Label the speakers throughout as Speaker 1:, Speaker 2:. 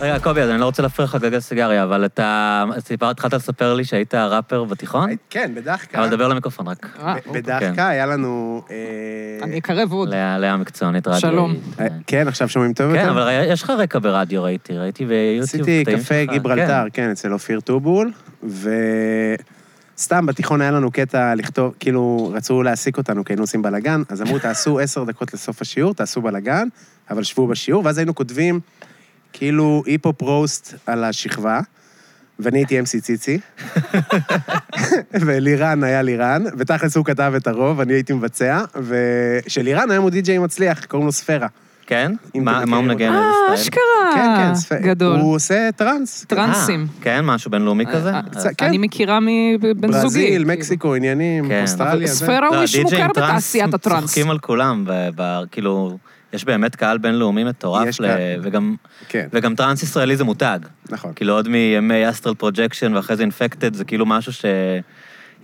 Speaker 1: רגע, קובי, אז אני לא רוצה להפריע לך לגלגל סיגריה, אבל אתה... סיפר- התחלת לספר לי שהיית ראפר בתיכון?
Speaker 2: כן, בדחקה.
Speaker 1: אבל דבר אוקיי. למיקרופון רק.
Speaker 3: אה,
Speaker 2: ב- בדחקה היה לנו... אה,
Speaker 3: אני אקרב עוד.
Speaker 1: לאה לאה המקצוענית רדיו.
Speaker 3: שלום.
Speaker 1: אה,
Speaker 2: אה, כן, עכשיו שומעים טוב יותר?
Speaker 1: כן, אבל היה- יש לך רקע ברדיו, ראיתי, ראיתי ביוטיוב.
Speaker 2: עשיתי
Speaker 1: קטעים
Speaker 2: קפה
Speaker 1: שלך.
Speaker 2: גיברלטר,
Speaker 1: כן.
Speaker 2: כן, אצל אופיר טובול, וסתם בתיכון היה לנו קטע לכתוב, כאילו, רצו להעסיק אותנו כי היינו עושים בלאגן, אז אמרו, תעשו עשר דקות לסוף השיעור, תעשו בלאגן, אבל שבו בשיעור, ואז היינו כותבים, כאילו, היפ-הופ רוסט על השכבה, ואני הייתי אמסי ציצי, ולירן היה לירן, ותכלס הוא כתב את הרוב, אני הייתי מבצע, ושלירן היום הוא די-ג'יי מצליח, קוראים לו ספארה.
Speaker 1: כן?
Speaker 2: אם
Speaker 1: מה
Speaker 2: אתה
Speaker 1: מה הוא
Speaker 2: מכיר
Speaker 1: מנגן?
Speaker 2: אותו.
Speaker 1: איזה
Speaker 3: אה,
Speaker 1: סטייל?
Speaker 3: אשכרה.
Speaker 2: כן, כן, ספארה.
Speaker 3: גדול.
Speaker 2: הוא עושה טראנס.
Speaker 3: טרנסים.
Speaker 1: אה, כן, משהו בינלאומי כזה?
Speaker 3: אה,
Speaker 1: אז-
Speaker 2: קצת, כן.
Speaker 3: אני מכירה מבן זוגי.
Speaker 2: ברזיל,
Speaker 3: כאילו.
Speaker 2: מקסיקו, עניינים,
Speaker 1: כן.
Speaker 2: אוסטרליה. זה.
Speaker 3: ספירה
Speaker 1: לא,
Speaker 3: הוא איש
Speaker 1: הדי-ג'אים
Speaker 3: מוכר
Speaker 1: טראנס
Speaker 3: בתעשיית הטראנס.
Speaker 1: צוחקים על כולם, ב- ב- כאילו, יש באמת קהל בינלאומי מטורף,
Speaker 2: יש
Speaker 1: ל-
Speaker 2: קהל.
Speaker 1: וגם-
Speaker 2: כן,
Speaker 1: וגם טראנס ישראלי זה מותג.
Speaker 2: נכון.
Speaker 1: כאילו עוד מימי אסטרל פרוג'קשן ואחרי זה אינפקטד, זה כאילו משהו ש...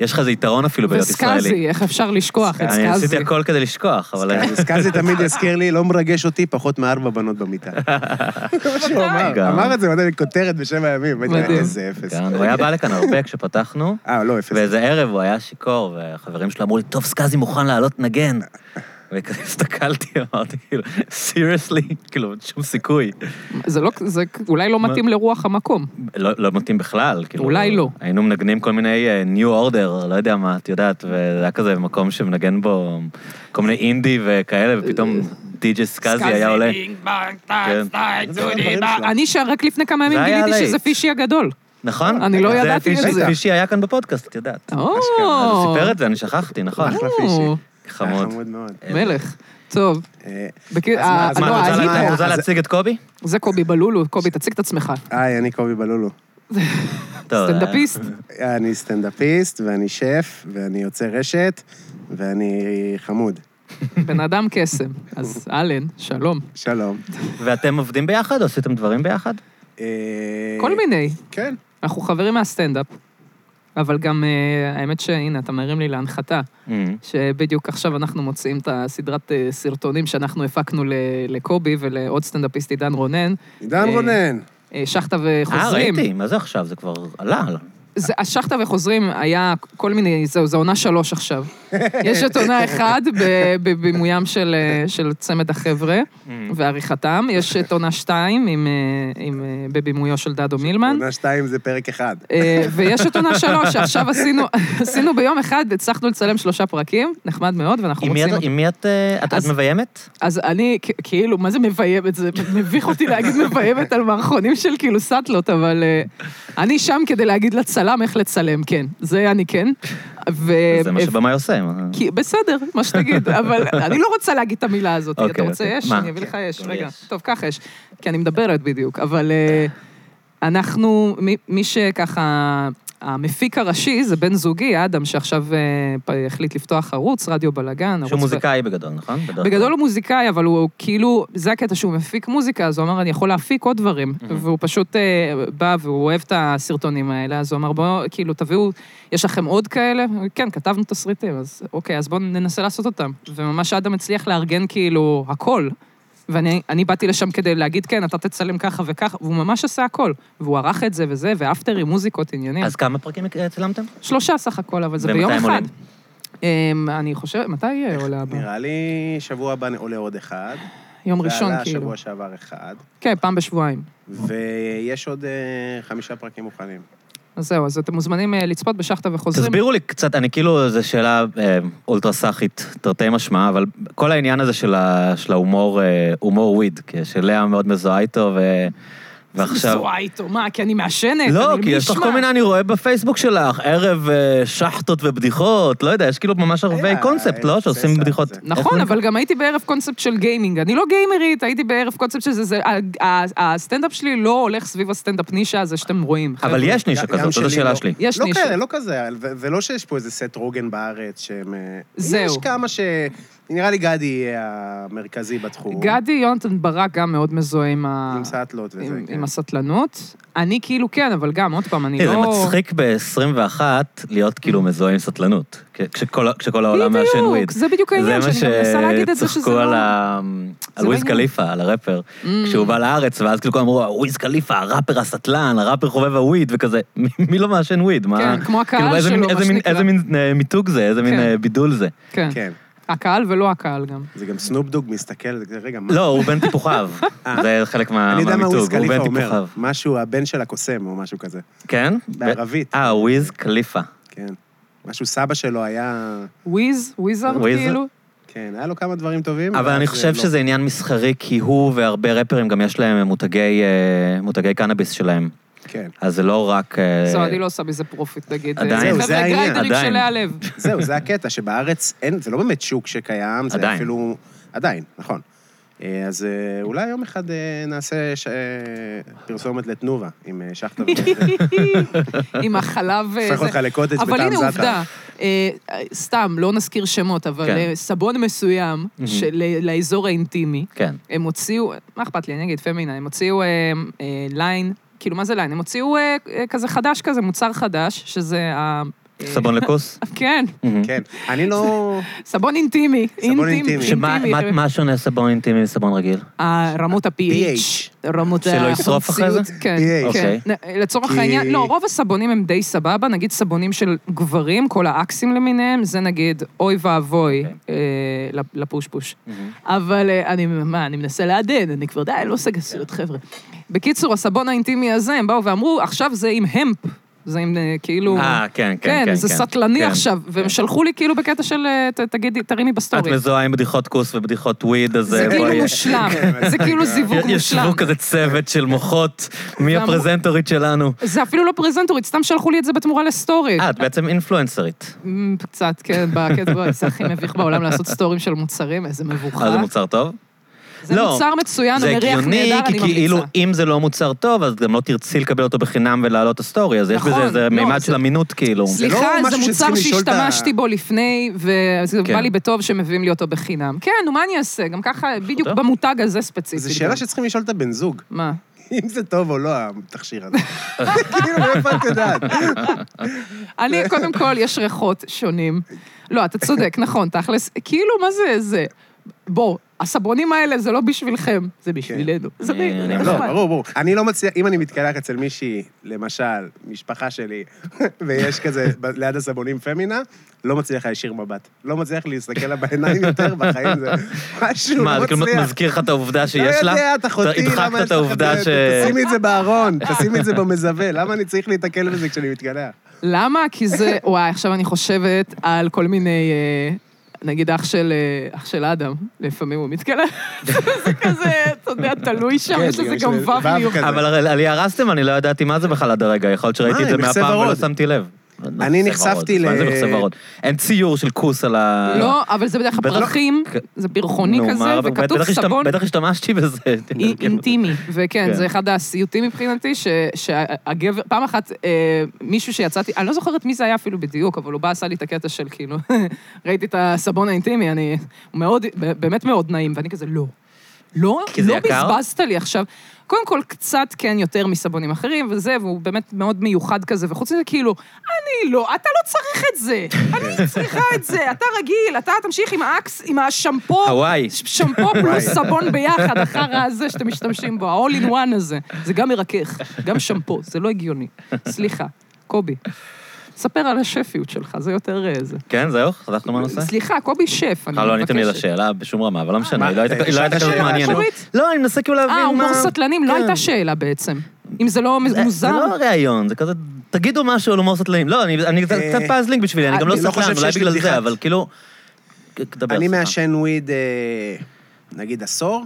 Speaker 1: יש לך איזה יתרון אפילו בלהיות ישראלי.
Speaker 3: וסקאזי, איך אפשר לשכוח את
Speaker 1: אני עשיתי
Speaker 3: סקאזי?
Speaker 1: הכל כדי לשכוח, אבל...
Speaker 2: כן, אז סקאזי תמיד יזכיר לי, לא מרגש אותי פחות מארבע בנות במיטה. זה מה שהוא
Speaker 1: גם.
Speaker 2: אמר. אמר את זה, הוא נתן לי כותרת בשבע ימים, הייתי
Speaker 3: מדהים.
Speaker 2: איזה אפס.
Speaker 1: כן, הוא היה בא לכאן הרבה כשפתחנו,
Speaker 2: אה, לא, אפס.
Speaker 1: ואיזה ערב הוא היה שיכור, וחברים שלו אמרו לי, טוב, סקאזי מוכן לעלות נגן. וכזה הסתכלתי, אמרתי, כאילו, סיריוסלי, כאילו, אין שום סיכוי.
Speaker 3: זה לא- זה אולי לא מתאים לרוח המקום.
Speaker 1: לא, לא מתאים בכלל, כאילו.
Speaker 3: אולי לא.
Speaker 1: היינו מנגנים כל מיני אה, New Order, לא יודע מה, את יודעת, וזה היה כזה מקום שמנגן בו כל מיני אינדי וכאלה,
Speaker 3: אה,
Speaker 1: ופתאום די.ג'י סקאזי היה עולה.
Speaker 3: דינג, בנג, טאק,
Speaker 1: כן.
Speaker 3: טאק,
Speaker 2: זה הדברים
Speaker 3: דודי,
Speaker 2: שלך.
Speaker 3: אני שרק לפני כמה ימים
Speaker 1: זה היה
Speaker 3: גיליתי שזה
Speaker 1: להיט.
Speaker 3: פישי הגדול.
Speaker 1: נכון?
Speaker 3: אני לא
Speaker 1: זה
Speaker 3: ידעתי אה. את
Speaker 1: פישי-
Speaker 2: זה.
Speaker 1: פישי היה כאן בפודקאסט, את יודעת.
Speaker 3: או,
Speaker 1: אז הוא סיפר את זה, אני שכחתי, נכון.
Speaker 2: אחלה פישי. היה
Speaker 1: חמוד.
Speaker 2: אה, חמוד מאוד.
Speaker 3: מלך. טוב.
Speaker 2: אה,
Speaker 3: בקיצור,
Speaker 2: אז מה,
Speaker 3: אה,
Speaker 1: אז מה,
Speaker 3: לא,
Speaker 1: את רוצה לה-
Speaker 3: ההיט-
Speaker 1: את רוצה
Speaker 2: אז-
Speaker 1: להציג את קובי?
Speaker 3: זה קובי בלולו, קובי, תציג את עצמך.
Speaker 2: היי, אני קובי בלולו. אה,
Speaker 1: טוב,
Speaker 3: סטנדאפיסט.
Speaker 2: אני סטנדאפיסט, ואני שף, ואני יוצר רשת, ואני חמוד.
Speaker 3: בן אדם קסם. אז אלן, שלום.
Speaker 2: שלום.
Speaker 1: ואתם עובדים ביחד? עשיתם דברים ביחד?
Speaker 2: אה,
Speaker 3: כל מיני.
Speaker 2: כן.
Speaker 3: אנחנו חברים מהסטנדאפ, אבל גם, אה, האמת שהנה, אתה מרים לי להנחתה, שבדיוק עכשיו אנחנו מוציאים את הסדרת אה, סרטונים שאנחנו הפקנו ל- לקובי ולעוד סטנדאפיסט עידן רונן,
Speaker 2: עידן
Speaker 3: אה,
Speaker 2: רונן.
Speaker 3: אה, שחטה
Speaker 1: אה,
Speaker 3: וחוזרים.
Speaker 1: ראיתי, מה זה עכשיו? זה כבר עלה.
Speaker 3: זה, השחטה וחוזרים היה כל מיני, זהו, זו עונה שלוש עכשיו. יש את עונה אחד ב- בבימוים של, אה, של צמד החבר'ה ועריכתם, יש את עונה שתיים עם, אה, עם, אה, בבימויו של דדו מילמן.
Speaker 2: עונה שתיים זה פרק אחד.
Speaker 3: אה, ויש את עונה שלוש, שעכשיו עשינו, עשינו ביום אחד, הצלחנו לצלם שלושה פרקים, נחמד מאוד, ואנחנו
Speaker 1: עם מי
Speaker 3: רוצים...
Speaker 1: את- עם מי את אה, את- את
Speaker 3: אז-
Speaker 1: מביימת?
Speaker 3: אז אני, כ- כאילו, מה זה מביימת? זה מביך אותי להגיד מביימת על מערכונים של כאילו סאטלות, אבל אה, אני שם כדי להגיד לצלם איך לצלם, כן. זה אני כן. ו... אה,
Speaker 1: זה מה שבמאי עושה. מה-
Speaker 3: כי, בסדר, מה שתגיד, אבל אני לא רוצה להגיד את המילה הזאת. אתה
Speaker 1: אוקיי,
Speaker 3: רוצה
Speaker 1: אוקיי.
Speaker 3: אש?
Speaker 1: מה?
Speaker 3: אני אביא לך
Speaker 1: כן,
Speaker 3: אש,
Speaker 1: גם
Speaker 3: רגע.
Speaker 1: יש.
Speaker 3: טוב, קח אש, כי אני מדברת בדיוק, אבל אה, אנחנו, מי- מי שככה, המפיק הראשי זה בן זוגי, אדם, שעכשיו אה, פ- החליט לפתוח ערוץ, רדיו בלאגן,
Speaker 1: שהוא
Speaker 3: ערוץ...
Speaker 1: מוזיקאי בגדול, נכון? בדרך כלל.
Speaker 3: בגדול הוא מוזיקאי, אבל הוא כאילו, זה הקטע שהוא מפיק מוזיקה, אז הוא אמר, אני יכול להפיק עוד דברים. והוא פשוט אה, בא והוא אוהב את הסרטונים האלה, אז הוא אמר, בואו, כאילו, תביאו, יש לכם עוד כאלה? כן, כתבנו תסריטים, אז אוקיי, אז בואו ננסה לעשות אותם. וממש אדם הצליח לארגן כאילו הכל. ואני אני באתי לשם כדי להגיד, כן, אתה תצלם ככה וככה, והוא ממש עשה הכל. והוא ערך את זה וזה, ואפטרי, מוזיקות, עניינים.
Speaker 1: אז כמה פרקים אה, צילמתם?
Speaker 3: שלושה סך הכל, אבל זה
Speaker 1: ומתי
Speaker 3: ביום
Speaker 1: הם
Speaker 3: אחד.
Speaker 1: עולים?
Speaker 3: אמ, אני חושבת, מתי אה, עולה הבא?
Speaker 2: נראה לי שבוע הבא עולה עוד אחד.
Speaker 3: יום ראשון,
Speaker 2: ועלה
Speaker 3: כאילו.
Speaker 2: שבוע שעבר אחד.
Speaker 3: כן, פעם בשבועיים.
Speaker 2: ויש עוד אה, חמישה פרקים מוכנים.
Speaker 3: אז זהו, אז אתם מוזמנים אה, לצפות בשחטה וחוזרים.
Speaker 1: תסבירו לי קצת, אני כאילו, זו שאלה אה, אולטרסאחית, תרתי משמע, אבל כל העניין הזה של ה- של ההומור, אה, הומור וויד, כי שלאה מאוד מזוהה איתו, ו- ועכשיו...
Speaker 3: זוהה איתו, מה, כי אני מעשנת?
Speaker 1: לא,
Speaker 3: אני-
Speaker 1: כי
Speaker 3: מי
Speaker 1: יש לך
Speaker 3: ישמע?
Speaker 1: כל מיני, אני רואה בפייסבוק שלך, ערב אה, שחטות ובדיחות, לא יודע, יש כאילו ממש הרבה
Speaker 2: היה,
Speaker 1: קונספט,
Speaker 2: היה
Speaker 1: לא? שעושים
Speaker 2: ססה
Speaker 1: בדיחות.
Speaker 2: אה, זה.
Speaker 1: איך
Speaker 3: נכון,
Speaker 1: זה
Speaker 3: אבל גם הייתי בערב קונספט של גיימינג. אני לא גיימרית, הייתי בערב קונספט של זה, זה... ה- ה- הסטנדאפ שלי לא הולך סביב הסטנדאפ נישה הזה שאתם רואים.
Speaker 1: נקרא? אבל
Speaker 3: חבר'ה.
Speaker 1: יש נישה
Speaker 2: גם- גם
Speaker 1: כזאת,
Speaker 2: שלי
Speaker 1: זו
Speaker 2: לא.
Speaker 1: שאלה שלי.
Speaker 3: יש
Speaker 2: לא
Speaker 3: נישה.
Speaker 2: כאלה, לא כזה, ו- ולא שיש פה איזה סט רוגן בארץ שהם... אה,
Speaker 3: זהו.
Speaker 2: יש כמה ש... נראה לי גדי יהיה המרכזי בתחום.
Speaker 3: גדי, יונתן ברק גם מאוד מזוהה עם ה-
Speaker 2: עם סאטלות וזה.
Speaker 3: עם-
Speaker 2: כן.
Speaker 3: עם הסטלנות. אני כאילו כן, אבל גם, עוד פעם, אני
Speaker 1: תראי,
Speaker 3: לא... Mm.
Speaker 1: זה מצחיק ב-21 להיות כאילו מזוהה עם סטלנות, כ- כשכל- כשכל העולם מעשן וויד.
Speaker 3: בדיוק, זה בדיוק העניין, שאני גם מנסה להגיד את זה שזה
Speaker 1: צחקו
Speaker 3: לא...
Speaker 1: על ה- על
Speaker 3: לא Mm.
Speaker 1: וויז
Speaker 3: עניין.
Speaker 1: קליפה, על הראפר. כשהוא בא לארץ, ואז כאילו כולם אמרו, וויז קליפה, הראפר הסטלן, הראפר חובב הוויד, וכזה, "מי- מי לא מעשן וויד? מה-
Speaker 3: כן, כמו הקהל
Speaker 1: כאילו, איזה
Speaker 3: שלו,
Speaker 1: מין-
Speaker 3: מה
Speaker 1: איזה מין-
Speaker 3: שנקרא.
Speaker 1: איזה מין אה, מיתוג זה, איזה מין
Speaker 3: כן.
Speaker 1: אה, בידול זה.
Speaker 3: כן.
Speaker 2: כן.
Speaker 3: הקהל ולא הקהל גם.
Speaker 2: זה גם סנופ דוג מסתכל, זה, רגע, מה? אה.
Speaker 1: לא, הוא בן טיפוחיו. זה חלק מה-
Speaker 2: אני יודע מה וויז
Speaker 1: מהמיתוג, הוא
Speaker 2: קליפה
Speaker 1: בן
Speaker 2: אומר,
Speaker 1: טיפוחיו.
Speaker 2: משהו, הבן של הקוסם או משהו כזה.
Speaker 1: כן?
Speaker 2: בערבית.
Speaker 1: אה, וויז קליפה.
Speaker 2: כן. משהו סבא שלו היה...
Speaker 3: וויז, וויזארד
Speaker 1: וויז?
Speaker 3: כאילו.
Speaker 2: כן, היה לו כמה דברים טובים.
Speaker 1: אבל אני
Speaker 2: ואז,
Speaker 1: חושב
Speaker 2: אה, לא.
Speaker 1: שזה עניין מסחרי, כי הוא והרבה ראפרים גם יש להם מותגי, אה, מותגי קנאביס שלהם.
Speaker 2: כן.
Speaker 1: אז זה לא רק... אה,
Speaker 3: זו, אני לא עושה מזה פרופיט, נגיד.
Speaker 1: עדיין.
Speaker 2: זהו, זה העניין,
Speaker 3: גריידרים
Speaker 1: עדיין.
Speaker 3: שלי הלב.
Speaker 2: זהו, זה הקטע, שבארץ אין, זה לא באמת שוק שקיים, זה
Speaker 1: עדיין.
Speaker 2: אפילו... עדיין, נכון. אה, אז אה, אולי יום אחד אה, נעשה ש- אה, פרסומת לתנובה עם אה, שחטה וזה.
Speaker 3: עם החלב... אה,
Speaker 2: הופך
Speaker 3: זה.
Speaker 2: אותך לקוטג' בטעם זעתר.
Speaker 3: אבל הנה עובדה, אה, אה, סתם, לא נזכיר שמות, אבל
Speaker 1: כן.
Speaker 3: אה, סבון מסוים
Speaker 2: Mhm.
Speaker 3: של- אה, לאזור האינטימי,
Speaker 1: כן.
Speaker 3: הם הוציאו, מה אכפת לי, אני אגיד פמינה, הם הוציאו אה, אה, ליין, כאילו, מה זה ליין? הם הוציאו אה, אה, כזה חדש כזה, מוצר חדש, שזה ה... אה,
Speaker 1: סבון לכוס?
Speaker 3: כן,
Speaker 2: כן. אני לא...
Speaker 3: סבון אינטימי.
Speaker 2: סבון אינטימי.
Speaker 1: שמה
Speaker 3: אינטימי.
Speaker 1: מה- מה שונה סבון אינטימי מסבון רגיל?
Speaker 3: אה, רמות ה-PH.
Speaker 2: PH.
Speaker 3: רמות
Speaker 1: שלא ישרוף אחרי זה?
Speaker 3: החומציות, כן,
Speaker 2: PH.
Speaker 1: אוקיי.
Speaker 3: כן. נ- לצורך
Speaker 2: כי-
Speaker 3: העניין, לא, רוב הסבונים הם די סבבה, נגיד סבונים של גברים, כל האקסים למיניהם, זה נגיד אוי ואבוי
Speaker 1: אוקיי.
Speaker 3: אה, לפ- לפושפוש.
Speaker 1: Mm-hmm.
Speaker 3: אבל אה, אני, מה, אני מנסה לעדן, אני כבר די, לא עושה
Speaker 1: כן.
Speaker 3: גסויות, חבר'ה. בקיצור, הסבון האינטימי הזה, הם באו ואמרו, עכשיו זה עם המפ. זה עם אה, כאילו...
Speaker 1: אה, כן, כן, כן.
Speaker 3: כן, זה סטלני
Speaker 1: כן.
Speaker 3: עכשיו, והם שלחו לי כאילו בקטע של, אה, ת- תגידי, תרימי
Speaker 1: את
Speaker 3: בסטורי.
Speaker 1: מזוהה עם בדיחות כוס ובדיחות וויד, אז...
Speaker 3: זה
Speaker 1: אה, בואי-
Speaker 3: כאילו מושלם,
Speaker 2: כן,
Speaker 3: זה כאילו זיווג
Speaker 1: י-
Speaker 3: מושלם.
Speaker 1: ישבו כזה צוות של מוחות, מי
Speaker 3: ואמרו-
Speaker 1: הפרזנטורית שלנו.
Speaker 3: זה אפילו לא פרזנטורית, סתם שלחו לי את זה בתמורה לסטורי.
Speaker 1: אה, את בעצם אינפלואנסרית.
Speaker 3: מ, קצת, כן, בקטע, בוא, זה הכי מביך בעולם לעשות סטורים של מוצרים, איזה מבוכה.
Speaker 1: אה, זה מוצר טוב?
Speaker 3: זה
Speaker 1: לא.
Speaker 3: מוצר מצוין, הוא
Speaker 1: זה
Speaker 3: כן, מריח
Speaker 1: הגיוני,
Speaker 3: נהדר, אני
Speaker 1: כי כאילו,
Speaker 3: ממליצה.
Speaker 1: אם זה לא מוצר טוב, אז גם לא תרצי לקבל אותו בחינם ולהעלות את הסטורי, אז יש
Speaker 3: נכון,
Speaker 1: בזה איזה
Speaker 3: לא,
Speaker 1: מימד
Speaker 3: זה-
Speaker 1: של אמינות, כאילו.
Speaker 2: לא
Speaker 3: סליחה, זה
Speaker 2: משהו
Speaker 3: מוצר
Speaker 2: שצריכים לשאול את ה-
Speaker 3: שהשתמשתי בו לפני, וזה
Speaker 1: כן.
Speaker 3: בא לי בטוב שמביאים לי אותו בחינם. כן, נו, מה אני אעשה? גם ככה, בדיוק
Speaker 1: זכותו.
Speaker 3: במותג הזה ספציפית.
Speaker 2: זו שאלה
Speaker 3: גם.
Speaker 2: שצריכים לשאול את הבן זוג,
Speaker 3: מה?
Speaker 2: אם זה טוב או לא, התכשיר הזה. כאילו, מאיפה את יודעת?
Speaker 3: אני, קודם כל, יש ריחות שונים. לא, אתה צודק, נכון, תכלס. כאילו, מה זה זה? בוא, הסבונים האלה זה לא בשבילכם, זה בשבילנו. זה
Speaker 1: אני-
Speaker 3: ב-
Speaker 1: אני-
Speaker 3: נחמד.
Speaker 2: לא, ברור, ברור. אני לא מצליח, אם אני מתקלח אצל מישהי, למשל, משפחה שלי, ויש כזה ב- ליד הסבונים פמינה, לא מצליח להישיר מבט. לא מצליח להסתכל לה בעיניים יותר בחיים, זה משהו
Speaker 1: מה,
Speaker 2: לא
Speaker 1: זה כאילו
Speaker 2: מצליח.
Speaker 1: מזכיר לך את העובדה
Speaker 2: לא
Speaker 1: שיש לה?
Speaker 2: יודע, את אחותי, למה
Speaker 1: הדחקת
Speaker 2: יש
Speaker 1: את
Speaker 2: לך את
Speaker 1: העובדה
Speaker 2: זה?
Speaker 1: ש...
Speaker 2: תשימי את זה בארון, תשימי את זה במזווה, למה אני צריך להתקל בזה כשאני מתקלח?
Speaker 3: למה? כי זה, וואי, עכשיו אני חושבת על כל מיני, אה, נגיד אח של, אה, אח של אדם, לפעמים הוא מתקלח, זה כזה, אתה יודע, תלוי שם,
Speaker 2: כן,
Speaker 3: יש לזה גם
Speaker 2: וו
Speaker 3: וו מיוחד.
Speaker 2: כזה.
Speaker 1: אבל הרי לי הרסתם, אני לא ידעתי מה זה בכלל עד הרגע, יכול להיות שראיתי את
Speaker 2: מה,
Speaker 1: זה
Speaker 2: עם מכסה
Speaker 1: מהפעם ולא
Speaker 2: ורוד?
Speaker 1: שמתי לב.
Speaker 2: אני
Speaker 1: מכסה ורוד,
Speaker 2: נחשפתי
Speaker 1: מה זה
Speaker 2: ל-
Speaker 1: מכסה ורוד? אין ציור של כוס על ה...
Speaker 3: לא, אבל זה בדרך כלל
Speaker 1: בטח-
Speaker 3: פרחים, זה פרחוני
Speaker 1: נו,
Speaker 3: כזה,
Speaker 1: מה,
Speaker 3: וכתוב
Speaker 1: בטח השתמ-
Speaker 3: סבון.
Speaker 1: בטח השתמשתי בזה.
Speaker 3: אי- אינטימי, וכן,
Speaker 1: כן.
Speaker 3: זה אחד הסיוטים מבחינתי, ש- שהגבר, פעם אחת אה, מישהו שיצאתי, אני לא זוכרת מי זה היה אפילו בדיוק, אבל הוא בא, עשה לי את הקטע של כאילו, ראיתי את הסבון האינטימי, אני, הוא מאוד, ב- באמת מאוד נעים, ואני כזה, לא. לא,
Speaker 1: כי זה
Speaker 3: לא
Speaker 1: יקר?
Speaker 3: בזבזת לי עכשיו. קודם כל, קצת כן יותר מסבונים אחרים וזה, והוא באמת מאוד מיוחד כזה, וחוץ מזה, כאילו, אני לא, אתה לא צריך את זה, אני צריכה את זה, אתה רגיל, אתה תמשיך עם האקס, עם השמפו,
Speaker 1: הוואי.
Speaker 3: ש- שמפו פלוס סבון ביחד, אחר הזה שאתם משתמשים בו, ה-all in one הזה. זה גם מרכך, גם שמפו, זה לא הגיוני. סליחה, קובי, ספר על השפיות שלך, זה יותר אה, זה.
Speaker 1: כן, זהו, חזקנו מהנושא?
Speaker 3: סליחה, קובי שף, אני מבקשת. אה,
Speaker 1: בכלל לא עניתם לי לשאלה בשום רמה, אבל לא משנה,
Speaker 2: מה,
Speaker 1: היא לא הייתה- היא לא הייתה
Speaker 2: שאלת
Speaker 1: כזאת
Speaker 2: שאלה
Speaker 1: מעניינת.
Speaker 3: מקורית?
Speaker 1: לא, אני מנסה כאילו להבין
Speaker 3: אה,
Speaker 1: מה...
Speaker 3: הומור סטלנים, לא
Speaker 1: כן.
Speaker 3: הייתה שאלה בעצם. אם זה לא
Speaker 1: זה- זה
Speaker 3: מוזר,
Speaker 1: לא ראיון, זה כזה, תגידו משהו על הומור סטלנים. לא, אני אני קצת
Speaker 2: אה,
Speaker 1: קצת פאזלינג בשבילי, אני גם לא
Speaker 2: אני לא
Speaker 1: סטלן,
Speaker 2: חושב
Speaker 1: אולי
Speaker 2: שיש לי
Speaker 1: בגלל זה,
Speaker 2: בדיחת.
Speaker 1: אבל כאילו... דבר,
Speaker 2: אני
Speaker 1: סליחה.
Speaker 2: מעשן וויד, אה, נגיד עשור,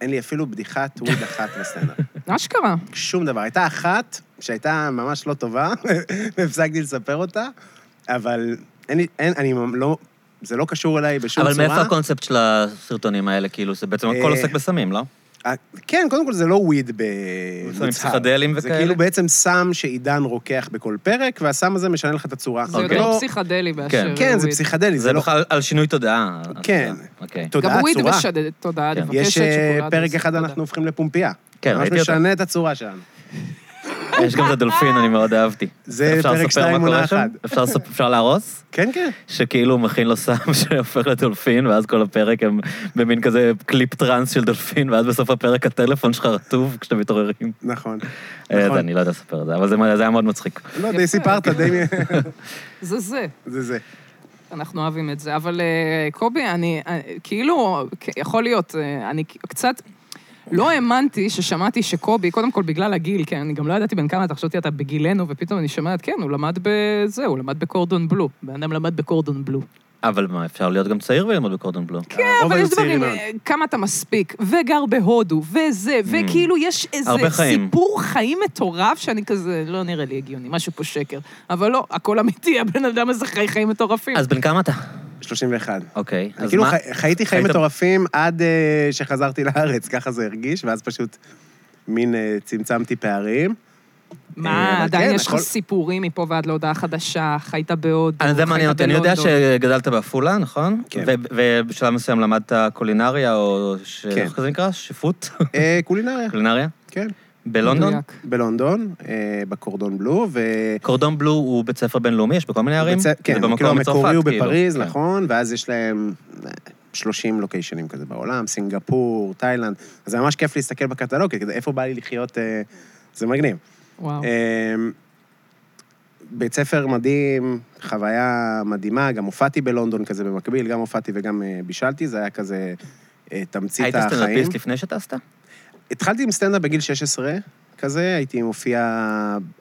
Speaker 2: אין לי אפילו בדיחת וויד אחת בסצנה.
Speaker 3: אשכרה.
Speaker 2: שום דבר. הייתה אחת שהייתה ממש לא טובה, והפסקתי לספר אותה, אבל אין לי, אין, אני ממ- לא, זה לא קשור אליי בשום
Speaker 1: אבל
Speaker 2: צורה.
Speaker 1: מאיפה הקונספט של הסרטונים האלה, כאילו, זה בעצם
Speaker 2: אה,
Speaker 1: הכל עוסק בסמים, לא?
Speaker 2: אה, כן, קודם כל זה לא וויד
Speaker 1: שמים
Speaker 2: במוצהר.
Speaker 1: פסיכדלים
Speaker 2: זה
Speaker 1: וכאלה.
Speaker 2: כאילו בעצם סם שעידן רוקח בכל פרק, והסם הזה משנה לך את הצורה.
Speaker 3: זה
Speaker 1: אוקיי.
Speaker 3: יותר
Speaker 2: לא-
Speaker 3: פסיכדלי אה, באשר...
Speaker 2: כן, זה
Speaker 3: וויד.
Speaker 2: פסיכדלי,
Speaker 1: זה
Speaker 2: זה לא...
Speaker 1: בכלל על שינוי תודעה.
Speaker 2: כן.
Speaker 1: אוקיי.
Speaker 2: תודעה,
Speaker 3: גם וויד
Speaker 2: צורה.
Speaker 3: משדד תודעה, אני
Speaker 1: כן.
Speaker 3: מבקשת
Speaker 2: יש אה,
Speaker 3: שוקולד,
Speaker 2: פרק
Speaker 3: אז
Speaker 2: אחד
Speaker 3: תודה.
Speaker 2: אנחנו הופכים לפומפייה.
Speaker 1: כן,
Speaker 2: ממש
Speaker 1: ראיתי אותה.
Speaker 2: משנה את הצורה שלנו.
Speaker 1: יש גם את הדולפין, אני מאוד אהבתי.
Speaker 2: זה
Speaker 1: אפשר
Speaker 2: פרק
Speaker 1: לספר
Speaker 2: שתיים,
Speaker 1: מה קורה
Speaker 2: עונה
Speaker 1: שם?
Speaker 2: אחת.
Speaker 1: אפשר לספ- אפשר להרוס?
Speaker 2: כן, כן.
Speaker 1: שכאילו הוא מכין לו סם שהופך לדולפין, ואז כל הפרק הם במין כזה קליפ טראנס של דולפין, ואז בסוף הפרק הטלפון שלך רטוב כשאתם מתעוררים.
Speaker 2: נכון.
Speaker 1: אה,
Speaker 2: נכון.
Speaker 1: זה אני לא יודע לספר את זה, אבל זה זה היה מאוד מצחיק.
Speaker 2: לא, די סיפרת, די...
Speaker 3: זה זה.
Speaker 2: זה זה.
Speaker 3: אנחנו אוהבים את זה. אבל אה, קובי, אני, אה, כאילו, כ- יכול להיות, אה, אני כ- קצת... לא האמנתי ששמעתי שקובי, קודם כל בגלל הגיל, כן, אני גם לא ידעתי בן כמה אתה, חשבתי אתה בגילנו, ופתאום אני שומעת, כן, הוא למד בזה, הוא למד בקורדון בלו. בן אדם למד בקורדון בלו.
Speaker 1: אבל מה, אפשר להיות גם צעיר וללמוד בקורדון בלו.
Speaker 2: כן,
Speaker 3: אבל יש דברים, אה, כמה אתה מספיק, וגר בהודו, וזה, וכאילו יש
Speaker 1: Mm. הרבה
Speaker 3: איזה
Speaker 1: חיים.
Speaker 3: סיפור חיים מטורף שאני כזה, לא נראה לי הגיוני, משהו פה שקר. אבל לא, הכל אמיתי, הבן אדם הזה חי חיים מטורפים.
Speaker 1: אז בן כמה אתה?
Speaker 2: 31.
Speaker 1: אוקיי. אז
Speaker 2: כאילו
Speaker 1: מה-
Speaker 2: חי- חייתי חיים
Speaker 1: חיית-
Speaker 2: מטורפים עד אה, שחזרתי לארץ, ככה זה הרגיש, ואז פשוט מין אה, צמצמתי פערים. אה,
Speaker 3: מה, עדיין
Speaker 2: כן,
Speaker 3: יש לך
Speaker 2: הכל-
Speaker 3: סיפורים מפה ועד להודעה חדשה, חיית בהודו,
Speaker 1: אני יודע מה אה,
Speaker 3: חיית
Speaker 1: מעניין אותי, אני יודע
Speaker 3: בלונדון.
Speaker 1: שגדלת בעפולה, נכון?
Speaker 2: כן.
Speaker 1: ו- ובשלב מסוים למדת קולינריה, או ש...
Speaker 2: כן.
Speaker 1: איך זה נקרא? שיפוט?
Speaker 2: אה, קולינריה,
Speaker 1: קולינריה?
Speaker 2: כן.
Speaker 1: בלונדון?
Speaker 3: מדויק.
Speaker 2: בלונדון, אה, בקורדון בלו, ו...
Speaker 1: קורדון בלו הוא בית ספר בינלאומי, יש בכל מיני ערים?
Speaker 2: בצ- כן,
Speaker 1: ובמקור
Speaker 2: כאילו המקורי
Speaker 1: מצרפת,
Speaker 2: הוא
Speaker 1: כאילו.
Speaker 2: בפריז,
Speaker 1: כן.
Speaker 2: נכון, ואז יש להם אה, 30 לוקיישנים כזה בעולם, סינגפור, תאילנד. אז זה ממש כיף להסתכל בקטלוג, כי כזה, איפה בא לי לחיות, אה, זה מגניב.
Speaker 3: וואו.
Speaker 2: אמ, בית ספר מדהים, חוויה מדהימה, גם הופעתי בלונדון כזה במקביל, גם הופעתי וגם אה, בישלתי, זה היה כזה אה, תמצית
Speaker 1: היית
Speaker 2: החיים.
Speaker 1: סטנדאפיסט לפני שטסת?
Speaker 2: התחלתי עם סטנדאפ בגיל 16, כזה, הייתי מופיע,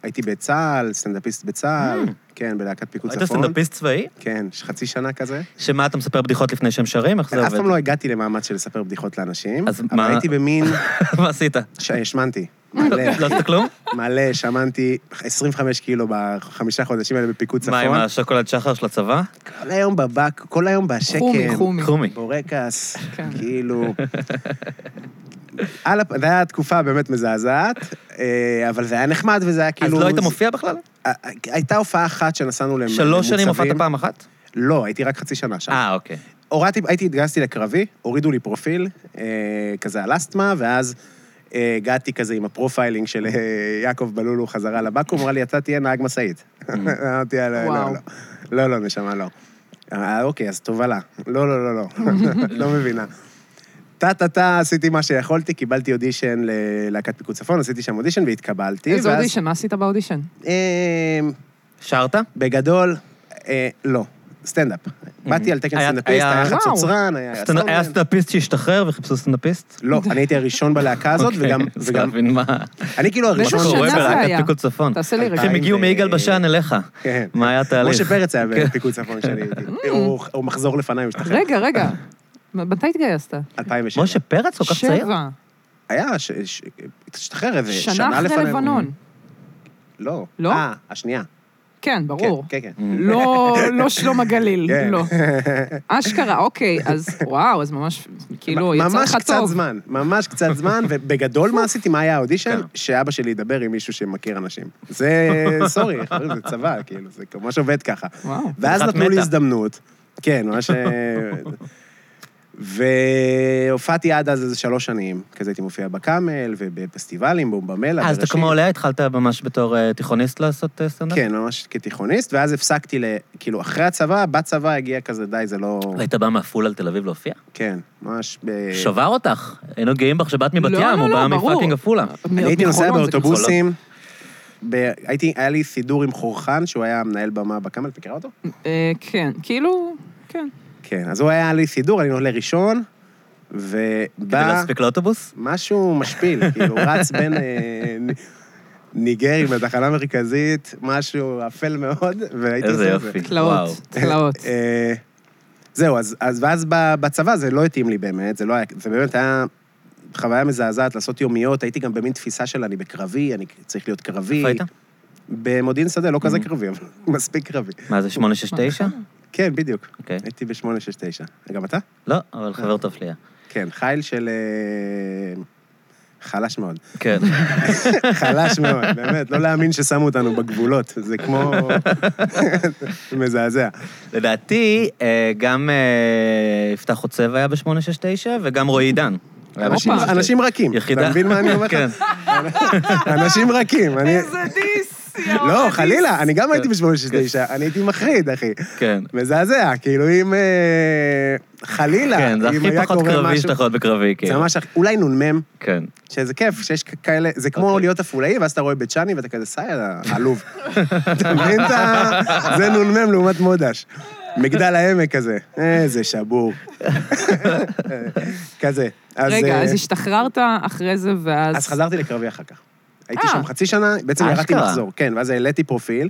Speaker 2: הייתי בצה"ל, סטנדאפיסט בצה"ל,
Speaker 1: Mm.
Speaker 2: כן, בלהקת פיקוד
Speaker 1: היית
Speaker 2: צפון.
Speaker 1: סטנדאפיסט צבאי?
Speaker 2: כן, יש חצי שנה כזה.
Speaker 1: שמה, אתה מספר בדיחות לפני שהם שרים? איך זה עובד?
Speaker 2: אף פעם לא הגעתי למעמד של לספר בדיחות לאנשים,
Speaker 1: אז
Speaker 2: אבל
Speaker 1: מה-
Speaker 2: הייתי במין,
Speaker 1: מה עשית?
Speaker 2: ש- השמנתי, מלא,
Speaker 1: לא עשית כלום?
Speaker 2: מלא, שמנתי 25 קילו בחמישה חודשים האלה בפיקוד צפון.
Speaker 1: מה, עם השוקולד שחר של הצבא?
Speaker 2: כל היום בבק, כל היום בשקם.
Speaker 3: חומי, חומי.
Speaker 1: חומי.
Speaker 2: כאילו בורקס,
Speaker 3: כן.
Speaker 2: כאילו... על הפ... זו הייתה תקופה באמת מזעזעת, אה, אבל זה היה נחמד וזה היה
Speaker 1: אז
Speaker 2: כאילו...
Speaker 1: לא היית מופיע בכלל?
Speaker 2: אה, אה, הייתה הופעה אחת שנסענו למ- למוצבים.
Speaker 1: שלוש שנים הופעת פעם אחת?
Speaker 2: לא, הייתי רק חצי שנה שם.
Speaker 1: אה, אוקיי.
Speaker 2: הורדתי, הייתי, התגייסתי לקרבי, הורידו לי פרופיל, אה, כזה על אסתמה, ואז אה, הגעתי כזה עם הפרופיילינג של אה, יעקב בלולו חזרה לבקו"ם, אמרה לי, אתה תהיה נהג משאית. אמרתי, "לא, לא,
Speaker 3: Mm. וואו.
Speaker 2: לא, לא, לא, נשמה, לא. אה, אוקיי, אז תובלה. לא, לא, לא, לא, לא מבינה. טה-טה-טה, עשיתי מה שיכולתי, קיבלתי אודישן ללהקת פיקוד צפון, עשיתי שם אודישן והתקבלתי.
Speaker 3: איזה
Speaker 2: ואז,
Speaker 3: אודישן, מה עשית באודישן?
Speaker 2: אה,
Speaker 1: שרת?
Speaker 2: בגדול, אה, לא, סטנדאפ. באתי על תקן
Speaker 1: היה-
Speaker 2: סטנדאפיסט,
Speaker 1: היה-
Speaker 2: היה
Speaker 3: Mm. וואו.
Speaker 2: חצוצרן, היה
Speaker 1: סטנד-
Speaker 2: סאונדמן.
Speaker 1: היה סטנדאפיסט שהשתחרר וחיפשו סטנדאפיסט?
Speaker 2: לא, אני הייתי הראשון בלהקה הזאת,
Speaker 1: אוקיי,
Speaker 2: וגם...
Speaker 1: אז
Speaker 2: וגם-
Speaker 1: להבין מה
Speaker 2: אני כאילו
Speaker 3: באיזה
Speaker 2: הראשון...
Speaker 1: מה קורה
Speaker 3: שנה זה
Speaker 1: בלהקת
Speaker 3: היה?
Speaker 1: פיקוד צפון.
Speaker 3: תעשה לי רגע.
Speaker 1: איך הם הגיעו
Speaker 2: ו-
Speaker 1: מיגאל בשן אליך?
Speaker 2: אה, כן.
Speaker 1: מה היה התהליך?
Speaker 2: משה פרץ היה
Speaker 1: כן.
Speaker 2: בפיקוד צפון כשאני הייתי. הוא- הוא מחזור לפניי, הוא השתחרר.
Speaker 3: רגע, רגע. מ- מתי התגייסת?
Speaker 2: 2007.
Speaker 1: משה פרץ כל כך צעיר?
Speaker 3: שבע.
Speaker 2: היה, ש- ש- השתחרר איזה שנה
Speaker 3: שנה אחרי
Speaker 2: לפניי.
Speaker 3: לבנון.
Speaker 2: לא.
Speaker 3: לא?
Speaker 2: אה, השנייה.
Speaker 3: כן,
Speaker 2: כן,
Speaker 3: ברור.
Speaker 2: כן, כן.
Speaker 1: Mm.
Speaker 3: לא, לא שלום הגליל,
Speaker 2: כן.
Speaker 3: לא. אשכרה, אוקיי, אז וואו, אז ממש, כאילו, יצא
Speaker 2: ממש
Speaker 3: לך
Speaker 2: קצת
Speaker 3: טוב.
Speaker 2: זמן, ממש קצת זמן, ובגדול מה עשיתי, מה היה האודישן?
Speaker 1: כן.
Speaker 2: שאבא שלי ידבר עם מישהו שמכיר אנשים. זה, סורי, חברים, זה צבא, כאילו, זה ממש עובד ככה.
Speaker 3: וואו.
Speaker 2: ואז
Speaker 1: חתיכת
Speaker 2: נתנו לי
Speaker 1: מטה.
Speaker 2: הזדמנות. כן, ממש... אה, והופעתי עד אז איזה שלוש שנים, כזה הייתי מופיע בקאמל ובפסטיבלים, באומבמלה.
Speaker 1: אה, אז אתה כמו עולה, התחלת ממש בתור אה, תיכוניסט לעשות אה, סטנדאפ?
Speaker 2: כן, ממש כתיכוניסט, ואז הפסקתי ל... כאילו, אחרי הצבא, בצבא הגיע כזה, די, זה לא...
Speaker 1: היית בא מעפולה לתל אביב להופיע?
Speaker 2: כן, ממש... ב...
Speaker 1: שבר אותך. היינו גאים בך שבאת מבת
Speaker 3: לא,
Speaker 1: ים,
Speaker 3: לא,
Speaker 1: הוא
Speaker 3: לא,
Speaker 1: בא
Speaker 3: ברור.
Speaker 1: מפאקינג עפולה.
Speaker 2: אני הייתי נוסע
Speaker 3: מחולון, זה
Speaker 2: באוטובוסים, ב... הייתי, היה לי סידור עם חורחן, שהוא היה מנהל במה בקאמל, את מכירה אותו?
Speaker 3: אה, כן, כאילו, כן.
Speaker 2: כן, אז הוא היה לי סידור, אני עולה ראשון,
Speaker 1: כדי
Speaker 2: ובא...
Speaker 1: להספיק לאוטובוס?
Speaker 2: משהו משפיל, כאילו, רץ בין אה, נ- ניגרים לתחנה מרכזית, משהו אפל מאוד, והייתי
Speaker 1: איזה
Speaker 2: עושה את זה.
Speaker 1: יופי. וואו.
Speaker 3: תלאות, תלאות.
Speaker 2: אה, זהו, אז, אז ואז ב- בצבא זה לא התאים לי באמת, זה לא היה, זה באמת היה חוויה מזעזעת לעשות יומיות, הייתי גם במין תפיסה של אני בקרבי, אני צריך להיות קרבי.
Speaker 1: איפה היית?
Speaker 2: במודיעין שדה, לא כזה
Speaker 1: Mhm.
Speaker 2: קרבי, אבל מספיק קרבי.
Speaker 1: מה זה, 869?
Speaker 2: כן, בדיוק.
Speaker 1: אוקיי.
Speaker 2: הייתי ב-869. גם אתה?
Speaker 1: לא, אבל חבר טוב לי היה.
Speaker 2: כן, חיל של... אה, חלש מאוד.
Speaker 1: כן.
Speaker 2: חלש מאוד, באמת, לא להאמין ששמו אותנו בגבולות, זה כמו... מזעזע.
Speaker 1: לדעתי, אה, גם אה, יפתח חוצב היה ב-869, וגם רועי עידן. היה
Speaker 2: אנשים-
Speaker 1: ב- 869.
Speaker 2: אנשים רכים,
Speaker 1: יחידה-
Speaker 2: אתה מבין מה אני אומר לך?
Speaker 1: כן.
Speaker 2: אנשים רכים. אני-
Speaker 3: איזה דיס! יואו,
Speaker 2: אה, לא,
Speaker 3: דיס.
Speaker 2: חלילה, אני גם הייתי
Speaker 1: כן.
Speaker 2: ב-89, אני הייתי מחריד, אחי.
Speaker 1: כן.
Speaker 2: מזעזע, כאילו אם... אה, חלילה,
Speaker 1: כן, זה
Speaker 2: אם
Speaker 1: הכי
Speaker 2: היה
Speaker 1: פחות
Speaker 2: קורה
Speaker 1: קרבי
Speaker 2: משהו...
Speaker 1: שאתה יכול להיות בקרבי,
Speaker 2: זה
Speaker 1: כאילו.
Speaker 2: ממש, הכי- אולי נ"מ,
Speaker 1: כן.
Speaker 2: שזה כיף, שיש כ- כאלה, זה כמו
Speaker 1: אוקיי.
Speaker 2: להיות עפולאי, ואז אתה רואה בית שני ואתה כזה, סי, אתה עלוב. אתה מבין את ה... זה נ"מ לעומת מודש. מגדל העמק כזה, איזה שבור. כזה. אז,
Speaker 3: רגע,
Speaker 2: אה,
Speaker 3: אז השתחררת אחרי זה, ואז...
Speaker 2: אז חזרתי לקרבי אחר כך. הייתי
Speaker 3: אה.
Speaker 2: שם חצי שנה, בעצם ירדתי
Speaker 1: אשכרה.
Speaker 2: מחזור, כן, ואז העליתי פרופיל.